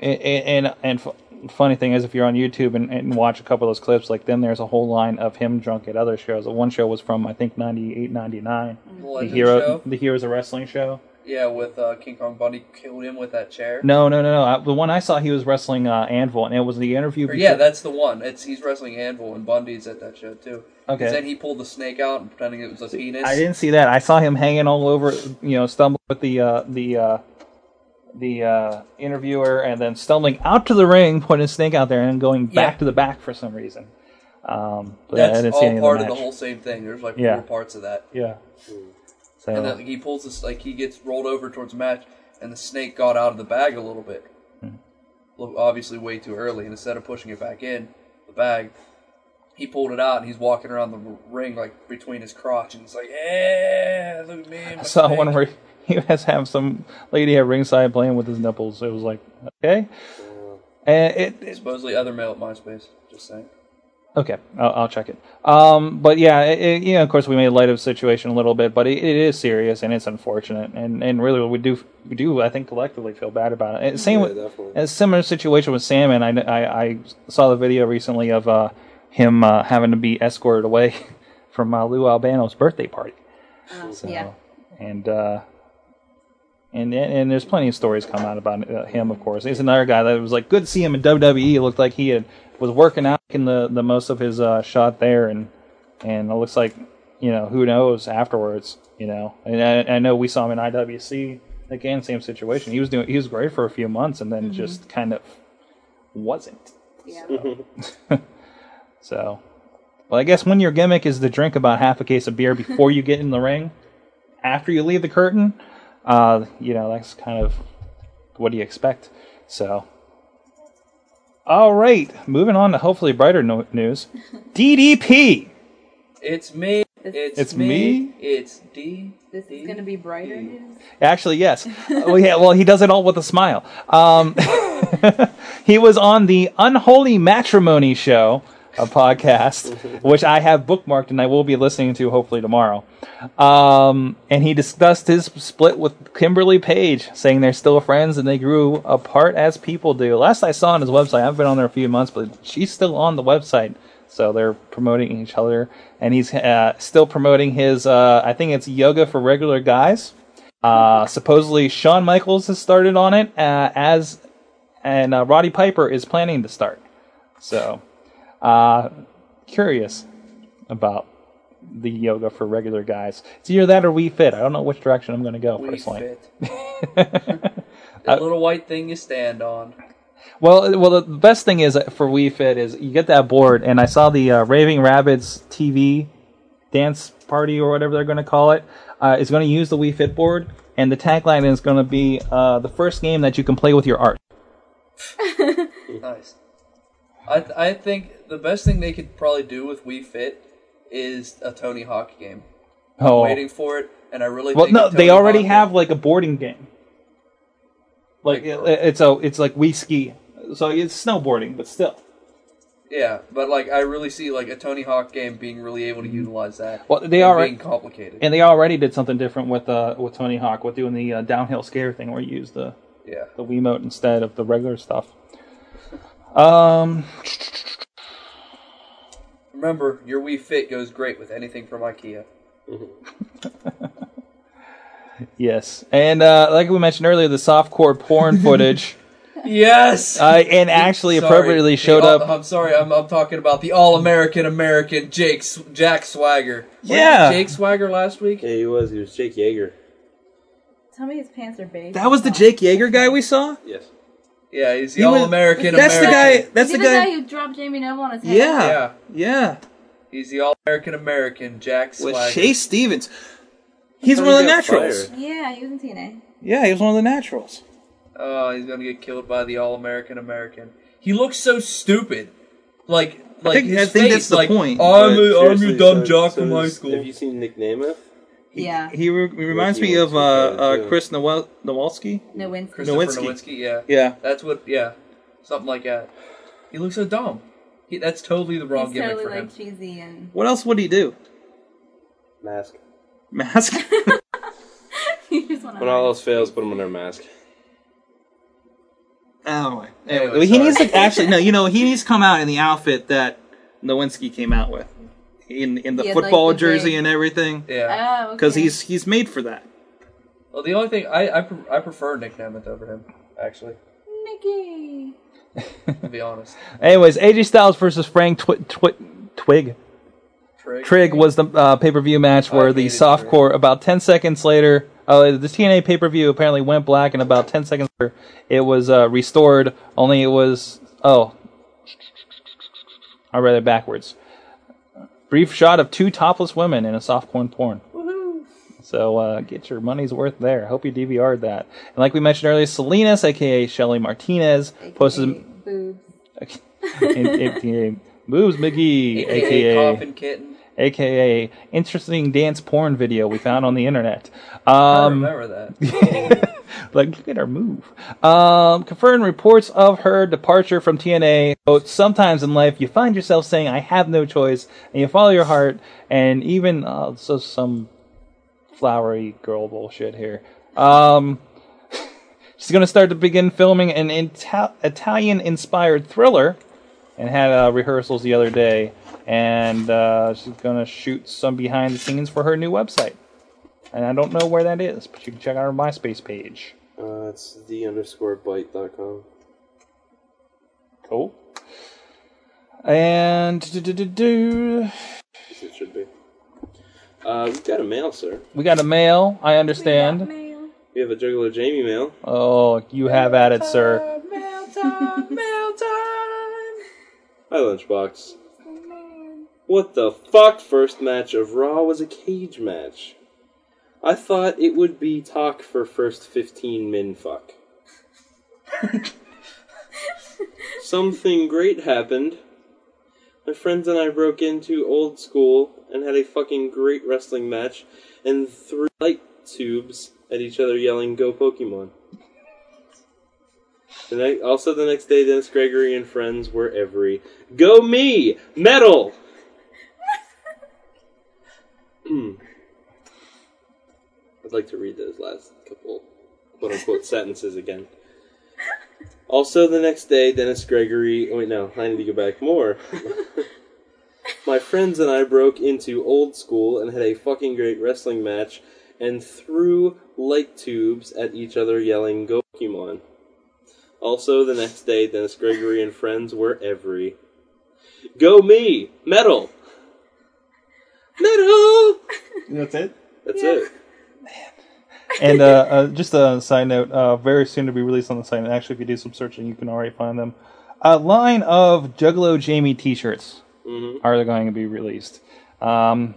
[SPEAKER 4] and and, and fu- funny thing is, if you're on YouTube and, and watch a couple of those clips, like then there's a whole line of him drunk at other shows. One show was from I think 98, 99.
[SPEAKER 2] The
[SPEAKER 4] the
[SPEAKER 2] Legends
[SPEAKER 4] hero,
[SPEAKER 2] show?
[SPEAKER 4] the heroes of wrestling show.
[SPEAKER 2] Yeah, with uh, King Kong Bundy killed him with that chair.
[SPEAKER 4] No, no, no, no. I, the one I saw, he was wrestling uh, Anvil, and it was the interview.
[SPEAKER 2] Or, yeah,
[SPEAKER 4] between-
[SPEAKER 2] that's the one. It's he's wrestling Anvil and Bundy's at that show too. 'Cause
[SPEAKER 4] Okay.
[SPEAKER 2] Then he pulled the snake out and pretending it was a penis.
[SPEAKER 4] I didn't see that. I saw him hanging all over, you know, stumble with the uh, the uh, the uh, interviewer, and then stumbling out to the ring, putting his snake out there, and going back
[SPEAKER 2] Yeah.
[SPEAKER 4] to the back for some reason. Um, but
[SPEAKER 2] That's
[SPEAKER 4] I didn't
[SPEAKER 2] all
[SPEAKER 4] see any
[SPEAKER 2] part
[SPEAKER 4] of
[SPEAKER 2] of
[SPEAKER 4] the
[SPEAKER 2] the
[SPEAKER 4] match.
[SPEAKER 2] whole same thing. There's like
[SPEAKER 4] Yeah.
[SPEAKER 2] four parts of that.
[SPEAKER 4] Yeah. So-
[SPEAKER 2] And then he pulls this like he gets rolled over towards the match, and the snake got out of the bag a little bit.
[SPEAKER 4] Hmm.
[SPEAKER 2] Look, obviously way too early. And instead of pushing it back in the bag, he pulled it out and he's walking around the r- ring like between his crotch, and he's like, "Yeah, look at me." and
[SPEAKER 4] I
[SPEAKER 2] my
[SPEAKER 4] saw
[SPEAKER 2] snake."
[SPEAKER 4] one where he was having some lady at ringside playing with his nipples. It was like okay, and it
[SPEAKER 2] supposedly other male at MySpace. Just saying.
[SPEAKER 4] Okay, I'll, I'll check it. Um, but yeah, it, it, you know, of course, we made light of the situation a little bit, but it, it is serious and it's unfortunate, and, and really, we do we do I think collectively feel bad about it. And same
[SPEAKER 1] Yeah,
[SPEAKER 4] with
[SPEAKER 1] definitely.
[SPEAKER 4] a similar situation with Salmon. I, I, I saw the video recently of uh, him uh, having to be escorted away from uh, Lou Albano's birthday party,
[SPEAKER 3] Uh,
[SPEAKER 4] So-
[SPEAKER 3] yeah.
[SPEAKER 4] and. Uh, and, and and there's plenty of stories come out about uh, him. Of course, he's another guy that was like good to see him in WWE. It looked like he had was working out in the the most of his uh, shot there, and and it looks like you know who knows afterwards. You know, and I, I know we saw him in IWC again, same situation. He was doing he was great for a few months, and then
[SPEAKER 3] Mhm.
[SPEAKER 4] just kind of wasn't.
[SPEAKER 3] Yeah.
[SPEAKER 4] So, well, I guess when your gimmick is to drink about half a case of beer before you get in the ring, after you leave the curtain, uh, you know, that's kind of what do you expect. So, all right, moving on to hopefully brighter no- news. DDP.
[SPEAKER 2] It's me. It's,
[SPEAKER 4] It's
[SPEAKER 2] me. It's D. E.
[SPEAKER 3] This is gonna be brighter news.
[SPEAKER 4] Actually, yes. well, yeah, well, he does it all with a smile. Um, he was on the Unholy Matrimony Show, a podcast, which I have bookmarked and I will be listening to hopefully tomorrow. Um, and he discussed his split with Kimberly Page, saying they're still friends and they grew apart as people do. Last I saw on his website, I've been on there a few months, but she's still on the website. So they're promoting each other, and he's uh, still promoting his. Uh, I think it's yoga for regular guys. Uh, supposedly, Shawn Michaels has started on it, uh, as and uh, Roddy Piper is planning to start. So, uh, curious about the yoga for regular guys. It's either that or We Fit. I don't know which direction I'm going to go
[SPEAKER 2] We
[SPEAKER 4] personally.
[SPEAKER 2] Fit.
[SPEAKER 4] Uh,
[SPEAKER 2] That little white thing you stand on.
[SPEAKER 4] Well, well, the best thing is for Wii Fit is you get that board, and I saw the uh, Raving Rabbids TV dance party or whatever they're going to call it uh, is going to use the Wii Fit board, and the tagline is going to be uh, the first game that you can play with your art.
[SPEAKER 2] nice. I th- I think the best thing they could probably do with We Fit is a Tony Hawk game.
[SPEAKER 4] Oh.
[SPEAKER 2] I'm waiting for it, and I really
[SPEAKER 4] well,
[SPEAKER 2] think
[SPEAKER 4] no,
[SPEAKER 2] a
[SPEAKER 4] they
[SPEAKER 2] Tony
[SPEAKER 4] already
[SPEAKER 2] Hawk-
[SPEAKER 4] have like a boarding game. Like it, it's a, it's like Wii ski, so it's snowboarding, but still.
[SPEAKER 2] Yeah, but like I really see like a Tony Hawk game being really able to utilize that.
[SPEAKER 4] Well, they
[SPEAKER 2] and
[SPEAKER 4] already
[SPEAKER 2] being complicated.
[SPEAKER 4] and they already did something different with uh with Tony Hawk with doing the uh, downhill scare thing where you use the
[SPEAKER 2] Yeah.
[SPEAKER 4] the Wiimote instead of the regular stuff. Um,
[SPEAKER 2] Remember, your We Fit goes great with anything from IKEA.
[SPEAKER 4] yes, and uh, like we mentioned earlier, the softcore porn footage
[SPEAKER 2] Yes.
[SPEAKER 4] Uh, and actually,
[SPEAKER 2] Sorry.
[SPEAKER 4] appropriately
[SPEAKER 2] The
[SPEAKER 4] showed
[SPEAKER 2] all-
[SPEAKER 4] up.
[SPEAKER 2] I'm sorry. I'm, I'm talking about the all-American American Jake S- Jack Swagger. Wasn't
[SPEAKER 4] Yeah.
[SPEAKER 2] Jake Swagger last week.
[SPEAKER 1] Yeah, he was. He was Jake Yeager.
[SPEAKER 3] Tell me his pants are big.
[SPEAKER 4] That was the Jake Yeager guy we saw.
[SPEAKER 1] Yes.
[SPEAKER 2] Yeah, he's the
[SPEAKER 4] He was-
[SPEAKER 2] all-American.
[SPEAKER 4] that's the
[SPEAKER 2] American.
[SPEAKER 4] guy- that's
[SPEAKER 3] Is he
[SPEAKER 4] the
[SPEAKER 3] the
[SPEAKER 4] guy-
[SPEAKER 3] guy who dropped Jamie Noble on his head.
[SPEAKER 4] Yeah. Yeah.
[SPEAKER 2] He's the all-American American Jack
[SPEAKER 4] With
[SPEAKER 2] Swagger.
[SPEAKER 4] Chase Stevens. He's
[SPEAKER 2] I
[SPEAKER 4] one of the
[SPEAKER 2] thought he got
[SPEAKER 4] naturals.
[SPEAKER 2] fired.
[SPEAKER 3] Yeah, he was in TNA.
[SPEAKER 4] Yeah, he was one of the naturals.
[SPEAKER 2] Oh, he's gonna get killed by the all-American American. He looks so stupid. Like, like
[SPEAKER 4] think- I
[SPEAKER 2] his
[SPEAKER 4] think
[SPEAKER 2] face,
[SPEAKER 4] that's the
[SPEAKER 2] like,
[SPEAKER 4] point.
[SPEAKER 2] I'm
[SPEAKER 1] But
[SPEAKER 2] a, I'm
[SPEAKER 1] seriously,
[SPEAKER 2] your dumb
[SPEAKER 1] so-
[SPEAKER 2] jock
[SPEAKER 1] so
[SPEAKER 2] from high
[SPEAKER 1] does-
[SPEAKER 2] school.
[SPEAKER 1] Have you seen Nick Namath?
[SPEAKER 3] Yeah.
[SPEAKER 4] He, re- he reminds me of uh, uh, Chris Nowel- Nowalski.
[SPEAKER 3] Nowinski.
[SPEAKER 2] Christopher Nowinski, yeah.
[SPEAKER 4] Yeah.
[SPEAKER 2] That's what, yeah. Something like that. He looks so dumb. He, that's totally the wrong
[SPEAKER 3] He's
[SPEAKER 2] gimmick
[SPEAKER 3] totally
[SPEAKER 2] for him.
[SPEAKER 3] like cheesy and
[SPEAKER 4] What else would he do?
[SPEAKER 1] Mask.
[SPEAKER 4] Mask.
[SPEAKER 3] you just want
[SPEAKER 1] When all else fails, put him under a mask.
[SPEAKER 4] Oh,
[SPEAKER 1] Anyway,
[SPEAKER 4] anyway, he
[SPEAKER 1] sorry.
[SPEAKER 4] needs to actually no. You know, he needs to come out in the outfit that Nowinski came out with, in in the
[SPEAKER 2] Yeah, like
[SPEAKER 4] football
[SPEAKER 2] the
[SPEAKER 4] jersey
[SPEAKER 2] big-
[SPEAKER 4] and everything.
[SPEAKER 2] Yeah. Oh, okay.
[SPEAKER 4] because he's he's made for that.
[SPEAKER 2] Well, the only thing, I, I, pre- I prefer Nick Namath over him, actually.
[SPEAKER 3] Nicky.
[SPEAKER 2] To be honest.
[SPEAKER 4] Anyways, AJ Styles versus Frank Twi- Twi- Twig.
[SPEAKER 2] Trig.
[SPEAKER 4] was the uh, pay per view match where the softcore about ten seconds later. Uh, the TNA pay per view apparently went black, and about ten seconds later, it was uh, restored. Only it was oh, I read it backwards. Brief shot of two topless women in a softcore porn. So uh, get your money's worth there. Hope you DVR'd that. And like we mentioned earlier, Salinas, aka Shelly Martinez, posted
[SPEAKER 3] boobs.
[SPEAKER 4] aka Boobs McGee,
[SPEAKER 2] AKA Coffin
[SPEAKER 4] aka
[SPEAKER 2] Kitten.
[SPEAKER 4] aka interesting dance porn video we found on the internet.
[SPEAKER 2] I
[SPEAKER 4] Um,
[SPEAKER 2] remember that.
[SPEAKER 4] like look at her move. Um, confirmed reports of her departure from TNA. Quote, Sometimes in life, you find yourself saying, "I have no choice," and you follow your heart, and even uh, so some flowery girl bullshit here. Um, she's going to start to begin filming an Ita- Italian-inspired thriller, and had uh, rehearsals the other day, and uh, she's going to shoot some behind-the-scenes for her new website. And I don't know where that is, but you can check out her MySpace page.
[SPEAKER 1] Uh, it's the underscore bite dot com.
[SPEAKER 4] Cool. And do-do-do-do.
[SPEAKER 1] Yes, it should be. Uh, we've got a mail, sir.
[SPEAKER 4] we got a mail. I understand.
[SPEAKER 1] We have a Juggler Jamie mail.
[SPEAKER 4] Oh, you have at it, sir.
[SPEAKER 1] Hi, Lunchbox. What the fuck? First match of Raw was a cage match. I thought it would be talk for first 15 min fuck. Something great happened. My friends and I broke into old school and had a fucking great wrestling match and threw light tubes at each other yelling, Go Pokemon. The ne- also, the next day, Dennis Gregory and friends were every Go Me! Metal! Hmm. I'd like to read those last couple quote unquote sentences again. Also, the next day, Dennis Gregory. oh Wait, no, I need to go back more. My friends and I broke into old school and had a fucking great wrestling match and threw light tubes at each other, yelling, Go Pokemon. Also, the next day, Dennis Gregory and friends were every. Go me! Metal! Metal!
[SPEAKER 4] That's it?
[SPEAKER 1] That's it.
[SPEAKER 4] and uh, uh, just a side note, uh, very soon to be released on the site. And actually, if you do some searching, you can already find them. A line of Juggalo Jamie T-shirts
[SPEAKER 1] Mhm.
[SPEAKER 2] Mm-hmm.
[SPEAKER 4] are going to be released. Um,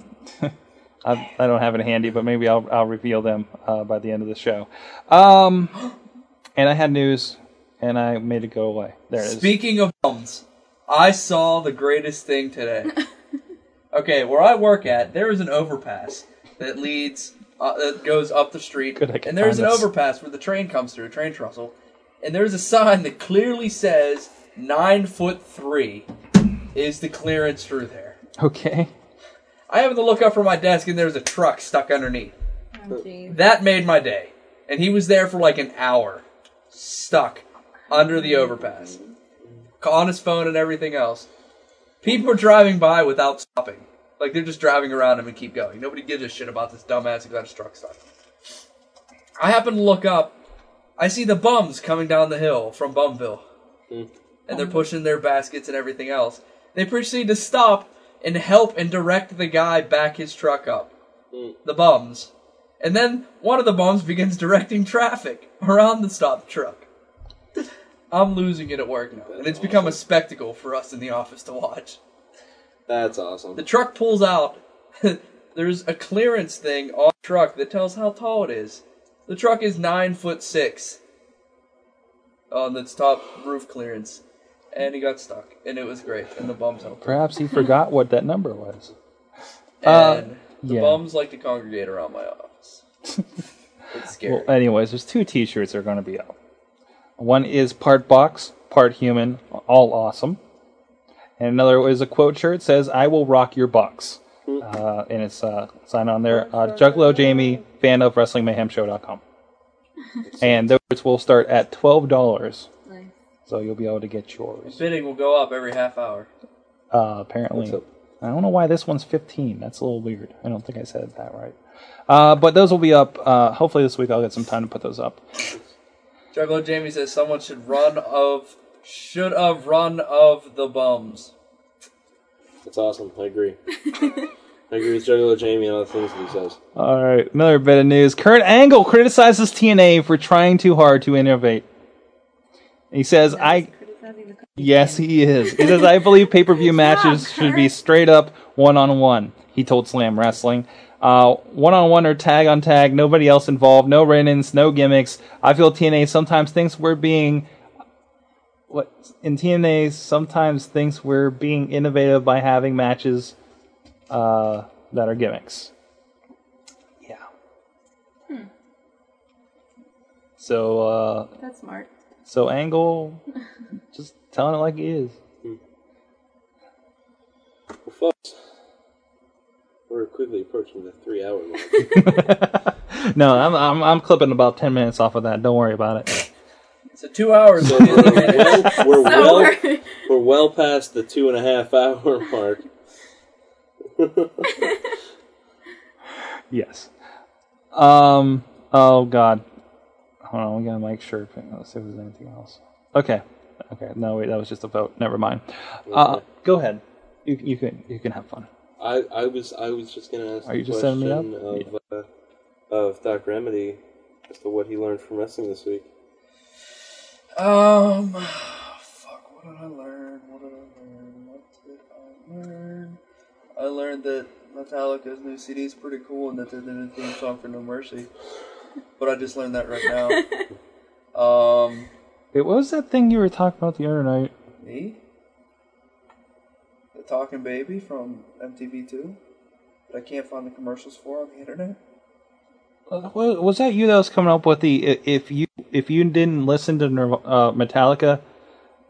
[SPEAKER 4] I, I don't have it handy, but maybe I'll, I'll reveal them uh, by the end of the show. Um, and I had news, and I made it go away. There it is.
[SPEAKER 2] Speaking of bums, I saw the greatest thing today. okay, where I work at, there is an overpass that leads uh, that goes up the street,
[SPEAKER 4] Good, I can
[SPEAKER 2] and there is an
[SPEAKER 4] find this.
[SPEAKER 2] overpass where the train comes through, train trestle, and there is a sign that clearly says nine foot three is the clearance through there.
[SPEAKER 4] Okay.
[SPEAKER 2] I happened to look up from my desk, and there was a truck stuck underneath. That made my day, and he was there for like an hour, stuck under the overpass, on his phone and everything else. People are driving by without stopping, like they're just driving around him and keep going. Nobody gives a shit about this dumbass who got his truck stuck. I happened to look up. I see the bums coming down the hill from Bumville, and they're pushing their baskets and everything else. They proceed to stop and help and direct the guy back his truck up.
[SPEAKER 1] Mm.
[SPEAKER 2] The bums. And then one of the bums begins directing traffic around the stopped truck. I'm losing it at work now, and it's become a spectacle for us in the office to watch.
[SPEAKER 1] That's awesome.
[SPEAKER 2] The truck pulls out. There's a clearance thing on the truck that tells how tall it is. The truck is nine foot six on its top roof clearance, and he got stuck, and it was great. And the bums helped.
[SPEAKER 4] Perhaps he forgot what that number was. Uh,
[SPEAKER 2] And the
[SPEAKER 4] yeah.
[SPEAKER 2] bums like to congregate around my office. it's scary.
[SPEAKER 4] Well, anyways, there's two T-shirts that are going to be out. One is part box, part human, all awesome, and another is a quote shirt says "I will rock your box," uh, and it's uh, sign on there. Uh, Juggalo Jamie, fan of WrestlingMayhemShow.com, and those will start at twelve dollars. So you'll be able to get yours.
[SPEAKER 2] Bidding will go up every half hour.
[SPEAKER 4] Uh, apparently, I don't know why this one's fifteen. That's a little weird. I don't think I said that right. Uh, but those will be up. Uh, hopefully this week I'll get some time to put those up.
[SPEAKER 2] Juggalo Jamie says someone should run of should have run of the bums.
[SPEAKER 1] That's awesome. I agree. I agree with Juggalo Jamie and all the things that he says.
[SPEAKER 4] All right, another bit of news. Kurt Angle criticizes TNA for trying too hard to innovate. He says, "I." Yes, he is. He says, "I believe pay-per-view matches should be straight up one-on-one." He told Slam Wrestling, uh, "One-on-one or tag-on-tag. Nobody else involved. No run-ins. No gimmicks. I feel TNA sometimes thinks we're being what in TNA sometimes thinks we're being innovative by having matches uh, that are gimmicks."
[SPEAKER 3] Hmm.
[SPEAKER 4] So uh
[SPEAKER 3] That's smart.
[SPEAKER 4] so Angle just telling it like it is.
[SPEAKER 1] Hmm. Well, folks, we're quickly approaching the three-hour mark.
[SPEAKER 4] No, I'm I'm I'm clipping about ten minutes off of that. Don't worry about it.
[SPEAKER 2] So two hours.
[SPEAKER 1] So we're well, we're, well, we're well past the two and a half hour mark.
[SPEAKER 4] Yes. Um. Oh God. Hold on. We gotta make sure. Let's see if there's anything else. Okay. Okay. No, wait. That was just a vote. Never mind. Uh, go ahead. You you can you can have fun.
[SPEAKER 1] I, I was I was just gonna ask
[SPEAKER 4] Are
[SPEAKER 1] the
[SPEAKER 4] you just
[SPEAKER 1] question
[SPEAKER 4] setting me up?
[SPEAKER 1] of uh, of Doc Remedy as to what he learned from wrestling this week.
[SPEAKER 2] Um, fuck. What did I learn? What did I learn? What did I learn? I learned that Metallica's new CD is pretty cool, and that they're doing a theme song for No Mercy. But I just learned that right now. um,
[SPEAKER 4] It what was that thing you were talking about the other night.
[SPEAKER 2] me, the Talking Baby from MTV Two, that I can't find the commercials for on the internet.
[SPEAKER 4] Uh, wa- Was that you that was coming up with the i- if you if you didn't listen to Nirv- uh, Metallica,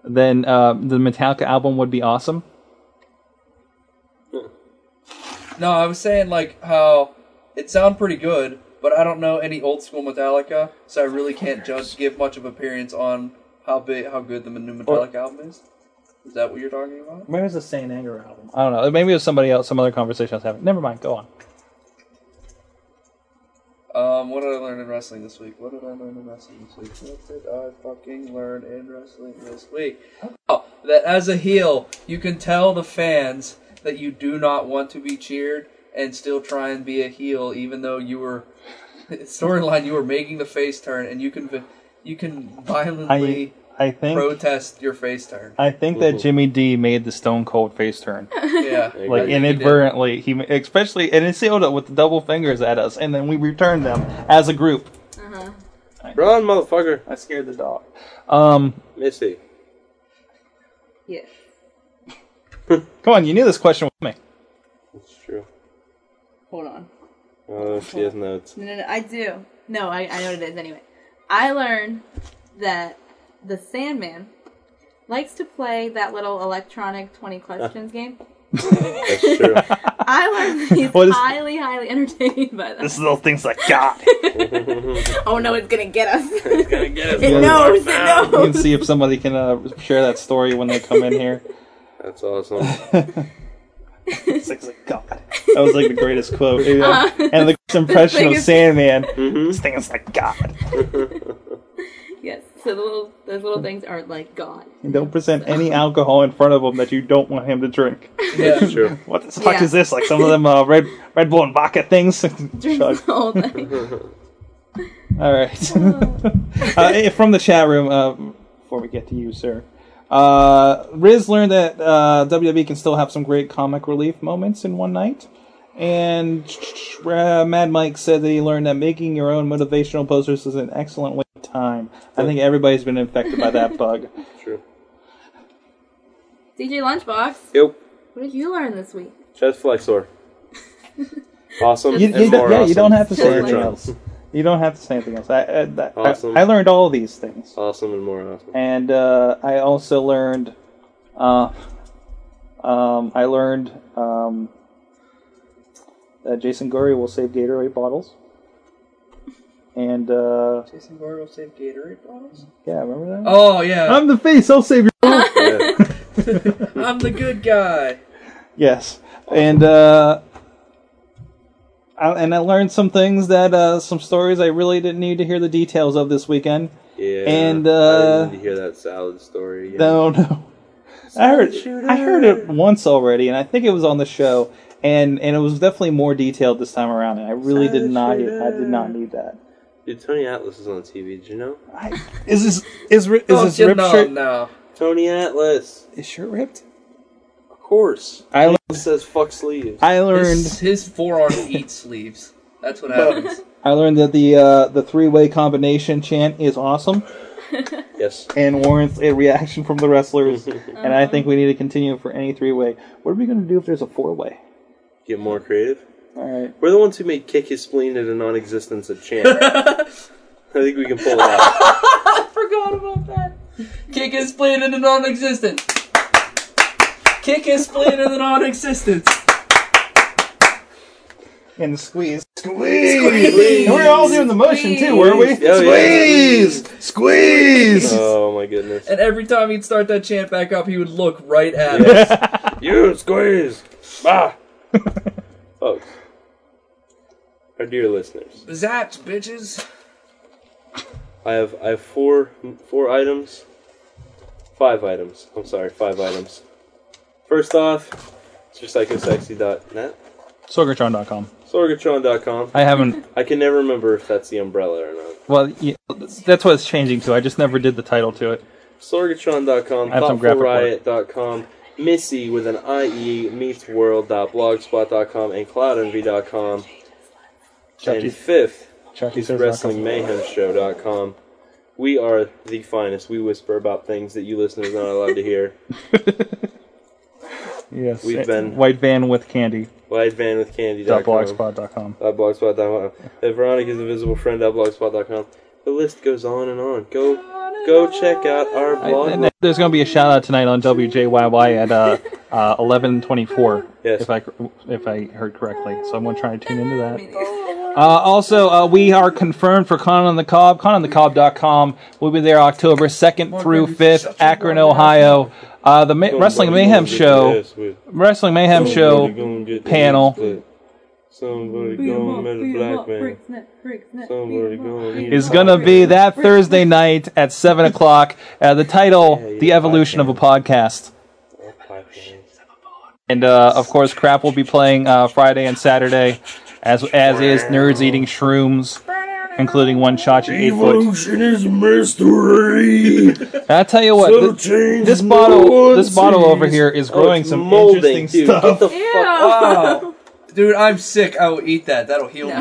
[SPEAKER 4] then uh, the Metallica album would be awesome?
[SPEAKER 2] No, I was saying like how it sound pretty good, but I don't know any old school Metallica, so I really can't judge give much of appearance on how big how good the new Metallica album is. Is that what you're talking about?
[SPEAKER 4] Maybe it's the Saint Anger album. I don't know. Maybe it was somebody else, some other conversation I was having. Never mind. Go on.
[SPEAKER 2] Um, what did I learn in wrestling this week? What did I learn in wrestling this week? What did I fucking learn in wrestling this week? Oh, that as a heel, you can tell the fans that you do not want to be cheered and still try and be a heel, even though you were storyline you were making the face turn, and you can vi- you can violently
[SPEAKER 4] I think-
[SPEAKER 2] protest your face turn.
[SPEAKER 4] I think that Jimmy D made the Stone Cold face turn.
[SPEAKER 2] yeah,
[SPEAKER 4] Like inadvertently, he ma- especially and he sealed it with the double fingers at us, and then we returned them as a group.
[SPEAKER 1] Run, motherfucker!
[SPEAKER 4] I scared the dog. Um,
[SPEAKER 1] Missy.
[SPEAKER 3] Yes.
[SPEAKER 4] come on, you knew this question was me.
[SPEAKER 1] It's true.
[SPEAKER 3] Hold on.
[SPEAKER 1] Oh, she has notes.
[SPEAKER 3] No, no, no. I do. No, I, I know what it is anyway. I learned that the Sandman likes to play that little electronic 20 questions game.
[SPEAKER 4] That's true.
[SPEAKER 3] I learned that he's
[SPEAKER 4] What is-
[SPEAKER 3] highly, highly entertained by that.
[SPEAKER 4] this little thing's like God.
[SPEAKER 3] Oh no, it's gonna get us. it's
[SPEAKER 1] gonna get us.
[SPEAKER 3] it knows, it knows.
[SPEAKER 4] You can see if somebody can uh, share that story when they come in here.
[SPEAKER 1] That's awesome.
[SPEAKER 4] Six like God. That was like the greatest quote. you know?
[SPEAKER 3] Uh,
[SPEAKER 4] and the greatest impression
[SPEAKER 1] Mm-hmm.
[SPEAKER 3] thing
[SPEAKER 4] of
[SPEAKER 3] is-
[SPEAKER 4] Sandman. This thing is like God.
[SPEAKER 3] Yes. So the little those little things are like gone.
[SPEAKER 4] And don't present any alcohol in front of him that you don't want him to drink.
[SPEAKER 1] Yeah, true.
[SPEAKER 4] What the fuck
[SPEAKER 3] Yeah.
[SPEAKER 4] is this? Like some of them uh, red Red Bull and vodka things. Chug.
[SPEAKER 3] All night.
[SPEAKER 4] All right. uh, eh, from the chat room, uh, before we get to you, sir, uh, Riz learned that uh, WWE can still have some great comic relief moments in one night. And uh, Mad Mike said that he learned that making your own motivational posters is an excellent way of time. I think everybody's been infected by that bug.
[SPEAKER 1] True.
[SPEAKER 3] DJ Lunchbox.
[SPEAKER 1] Yep.
[SPEAKER 3] What did you learn this week?
[SPEAKER 1] Chest flexor. Awesome.
[SPEAKER 4] You, you
[SPEAKER 1] and
[SPEAKER 4] don't,
[SPEAKER 1] more
[SPEAKER 4] yeah, you
[SPEAKER 1] awesome.
[SPEAKER 4] don't have to say
[SPEAKER 1] Sorry,
[SPEAKER 4] anything
[SPEAKER 1] Trump.
[SPEAKER 4] else. You don't have to say anything else. I, I, I-
[SPEAKER 1] Awesome.
[SPEAKER 4] I learned all these things.
[SPEAKER 1] Awesome and more awesome.
[SPEAKER 4] and uh, I also learned, uh, um, I learned um, that Jason Gurry will save Gatorade bottles, and uh,
[SPEAKER 24] Jason Gore will save Gatorade bottles.
[SPEAKER 4] yeah, remember that?
[SPEAKER 24] Oh, yeah.
[SPEAKER 4] I'm the face. I'll save your.
[SPEAKER 24] I'm the good guy.
[SPEAKER 4] Yes, and uh, I, and I learned some things that uh, some stories I really didn't need to hear the details of this weekend.
[SPEAKER 1] Yeah.
[SPEAKER 4] and
[SPEAKER 1] I
[SPEAKER 4] uh,
[SPEAKER 1] didn't hear that salad story. Again.
[SPEAKER 4] No, no. I heard I heard it once already, and I think it was on the show, and and it was definitely more detailed this time around. And I really did not I did not need that.
[SPEAKER 1] Dude, Tony Atlas is on TV. Did you know?
[SPEAKER 4] Is this is ri- is
[SPEAKER 1] Oh,
[SPEAKER 4] this
[SPEAKER 1] shit,
[SPEAKER 4] ripped
[SPEAKER 1] no,
[SPEAKER 4] shirt?
[SPEAKER 24] No.
[SPEAKER 1] Tony Atlas.
[SPEAKER 4] Is shirt ripped?
[SPEAKER 1] Of course.
[SPEAKER 4] I learned-
[SPEAKER 1] It says fuck sleeves.
[SPEAKER 4] I learned
[SPEAKER 24] His, his forearm eats sleeves. That's what happens.
[SPEAKER 4] I learned that the uh, the three way combination chant is awesome.
[SPEAKER 1] Yes.
[SPEAKER 4] And warrants a reaction from the wrestlers,
[SPEAKER 2] Uh-huh.
[SPEAKER 4] and I think we need to continue for any three way. What are we going to do if there's a four way?
[SPEAKER 1] Get more creative.
[SPEAKER 4] All right.
[SPEAKER 1] We're the ones who made kick his spleen at a non-existence of chant. I think we can pull it out.
[SPEAKER 2] I forgot about that. Kick his spleen into non-existence. Kick his spleen into non-existence.
[SPEAKER 4] And squeeze.
[SPEAKER 2] Squeeze.
[SPEAKER 4] We We're all doing the motion too, weren't we?
[SPEAKER 1] Oh, yeah.
[SPEAKER 4] squeeze, squeeze.
[SPEAKER 1] Oh my goodness.
[SPEAKER 2] And every time he'd start that chant back up, he would look right at us.
[SPEAKER 1] You squeeze. Ah. Folks, our dear listeners,
[SPEAKER 24] Zapped, bitches.
[SPEAKER 1] I have I have four four items, five items. I'm sorry, five items. First off, it's your psychosexy.net,
[SPEAKER 4] Sorgatron.com.
[SPEAKER 1] sorgatron.com.
[SPEAKER 4] I haven't-
[SPEAKER 1] I can never remember if that's the umbrella or not.
[SPEAKER 4] Well, yeah, that's what it's changing to. I just never did the title to it.
[SPEAKER 1] Sorgatron.com,
[SPEAKER 4] I have some graphic work.
[SPEAKER 1] thoughtfulriot.com, Missy with an IE, meets world.blogspot.com, and cloudenvy.com.
[SPEAKER 4] Chucky.
[SPEAKER 1] And fifth
[SPEAKER 4] Chucky
[SPEAKER 1] is
[SPEAKER 4] says dot com.
[SPEAKER 1] WrestlingMayhemShow.com. We are the finest. We whisper about things that you listeners are not allowed to hear.
[SPEAKER 4] Yes,
[SPEAKER 1] We've
[SPEAKER 4] eh,
[SPEAKER 1] been-
[SPEAKER 4] white van with candy.
[SPEAKER 1] Wide van with candy.
[SPEAKER 4] Dot blogspot.com.
[SPEAKER 1] Blogspot.com. Uh, Veronica's invisible friend. Blogspot.com. The list goes on and on. Go, go check out our blog.
[SPEAKER 4] And there's going to be a shout out tonight on WJYY at uh, uh, 11:24.
[SPEAKER 1] Yes.
[SPEAKER 4] if I if I heard correctly. So I'm going to try to tune into that. Uh, also, uh, we are confirmed for Con on the Cob. ConOnTheCob.com. We'll be there October 2nd through 5th, Akron, Ohio. Uh, the Ma- Wrestling Mayhem Show. Wrestling Mayhem Show panel
[SPEAKER 1] Somebody going metal black man. Somebody going.
[SPEAKER 4] is going to be that Thursday night at 7 o'clock. Uh, the title, The Evolution of a Podcast. And uh, of course, Crap will be playing uh, Friday and Saturday, as as is Nerds Eating Shrooms, including one shot eight foot.
[SPEAKER 15] is a mystery.
[SPEAKER 4] And I tell you what,
[SPEAKER 15] So
[SPEAKER 4] thi-
[SPEAKER 15] change
[SPEAKER 4] this
[SPEAKER 15] no
[SPEAKER 4] bottle
[SPEAKER 15] one
[SPEAKER 4] this bottle over
[SPEAKER 15] sees.
[SPEAKER 4] here is
[SPEAKER 15] Oh,
[SPEAKER 4] growing
[SPEAKER 15] it's
[SPEAKER 4] some
[SPEAKER 1] molding,
[SPEAKER 4] interesting
[SPEAKER 1] dude. Get
[SPEAKER 4] stuff.
[SPEAKER 1] the
[SPEAKER 24] Wow. Dude, I'm sick. I will eat that. That'll heal me.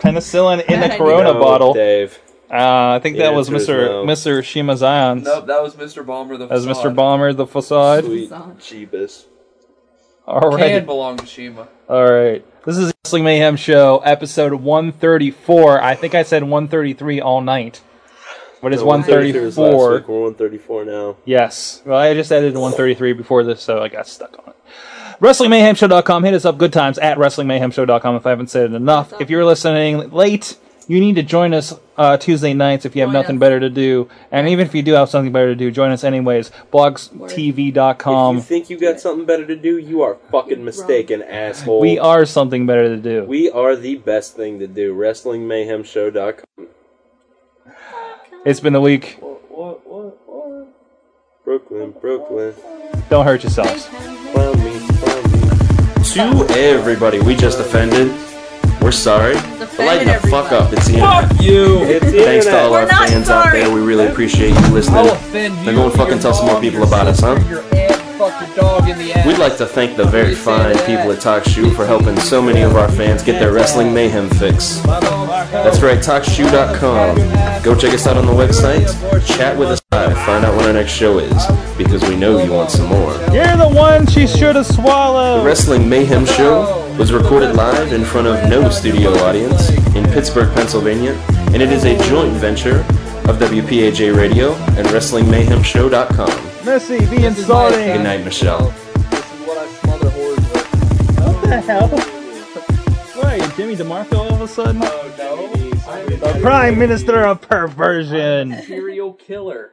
[SPEAKER 4] Penicillin in
[SPEAKER 24] No,
[SPEAKER 4] a Corona bottle.
[SPEAKER 1] Dave.
[SPEAKER 4] Uh, I think
[SPEAKER 24] The
[SPEAKER 4] that was
[SPEAKER 24] answer is
[SPEAKER 4] Mr.
[SPEAKER 24] no.
[SPEAKER 4] Mr. Shima Zion.
[SPEAKER 24] Nope, that was Mr. Bomber. The
[SPEAKER 4] As
[SPEAKER 24] facade.
[SPEAKER 4] Mr. Bomber, the facade.
[SPEAKER 1] Sweet Jeebus.
[SPEAKER 4] All
[SPEAKER 24] Can
[SPEAKER 4] right.
[SPEAKER 24] belong to Shima.
[SPEAKER 4] All right. This is Wrestling Mayhem Show, episode 134. I think I said 133 all night, but it's
[SPEAKER 1] No, 132 was last
[SPEAKER 4] 134.
[SPEAKER 1] week. We're 134 now.
[SPEAKER 4] Yes. Well, I just added 133 before this, so I got stuck on it. WrestlingMayhemShow.com. Hit us up good times at WrestlingMayhemShow.com if I haven't said it enough. If you're listening late, you need to join us uh, Tuesday nights if you have nothing better to do. And even if you do have something better to do, join us anyways.
[SPEAKER 1] You
[SPEAKER 4] BlogsTV.com.
[SPEAKER 1] think you got something better to do? You are fucking mistaken, asshole.
[SPEAKER 4] We are something better to do.
[SPEAKER 1] We are the best thing to do. WrestlingMayhemShow.com.
[SPEAKER 4] It's been a week.
[SPEAKER 8] What? What? What? Brooklyn, Brooklyn.
[SPEAKER 4] Don't hurt yourselves.
[SPEAKER 1] To everybody we just offended, we're sorry. But lighten the fuck up. It's the internet.
[SPEAKER 6] Fuck you.
[SPEAKER 8] It's
[SPEAKER 6] the
[SPEAKER 1] Thanks to all
[SPEAKER 6] internet. We're
[SPEAKER 1] our
[SPEAKER 6] not
[SPEAKER 1] fans out
[SPEAKER 6] sorry.
[SPEAKER 1] there. We really appreciate you listening.
[SPEAKER 6] I'll offend
[SPEAKER 1] Now go and fucking tell some more people about us, huh?
[SPEAKER 6] Fuck your dog in the ass.
[SPEAKER 1] We'd like to thank the very fine people at TalkShoe for helping so many of our fans get their wrestling mayhem fix. That's right, TalkShoe.com. Go check us out on the website, chat with us live, find out when our next show is, because we know you want some more.
[SPEAKER 4] You're the one she should have
[SPEAKER 1] The
[SPEAKER 4] swallowed.
[SPEAKER 1] Wrestling Mayhem Show was recorded live in front of no studio audience in Pittsburgh, Pennsylvania, and it is a joint venture of WPAJ Radio and WrestlingMayhemShow.com.
[SPEAKER 4] Missy, the
[SPEAKER 1] Good
[SPEAKER 4] insulting.
[SPEAKER 1] night, Michelle.
[SPEAKER 4] What the hell? What are you, Jimmy DeMarco all of a sudden?
[SPEAKER 6] Oh, No, no.
[SPEAKER 4] Prime Minister of Perversion.
[SPEAKER 6] Serial killer.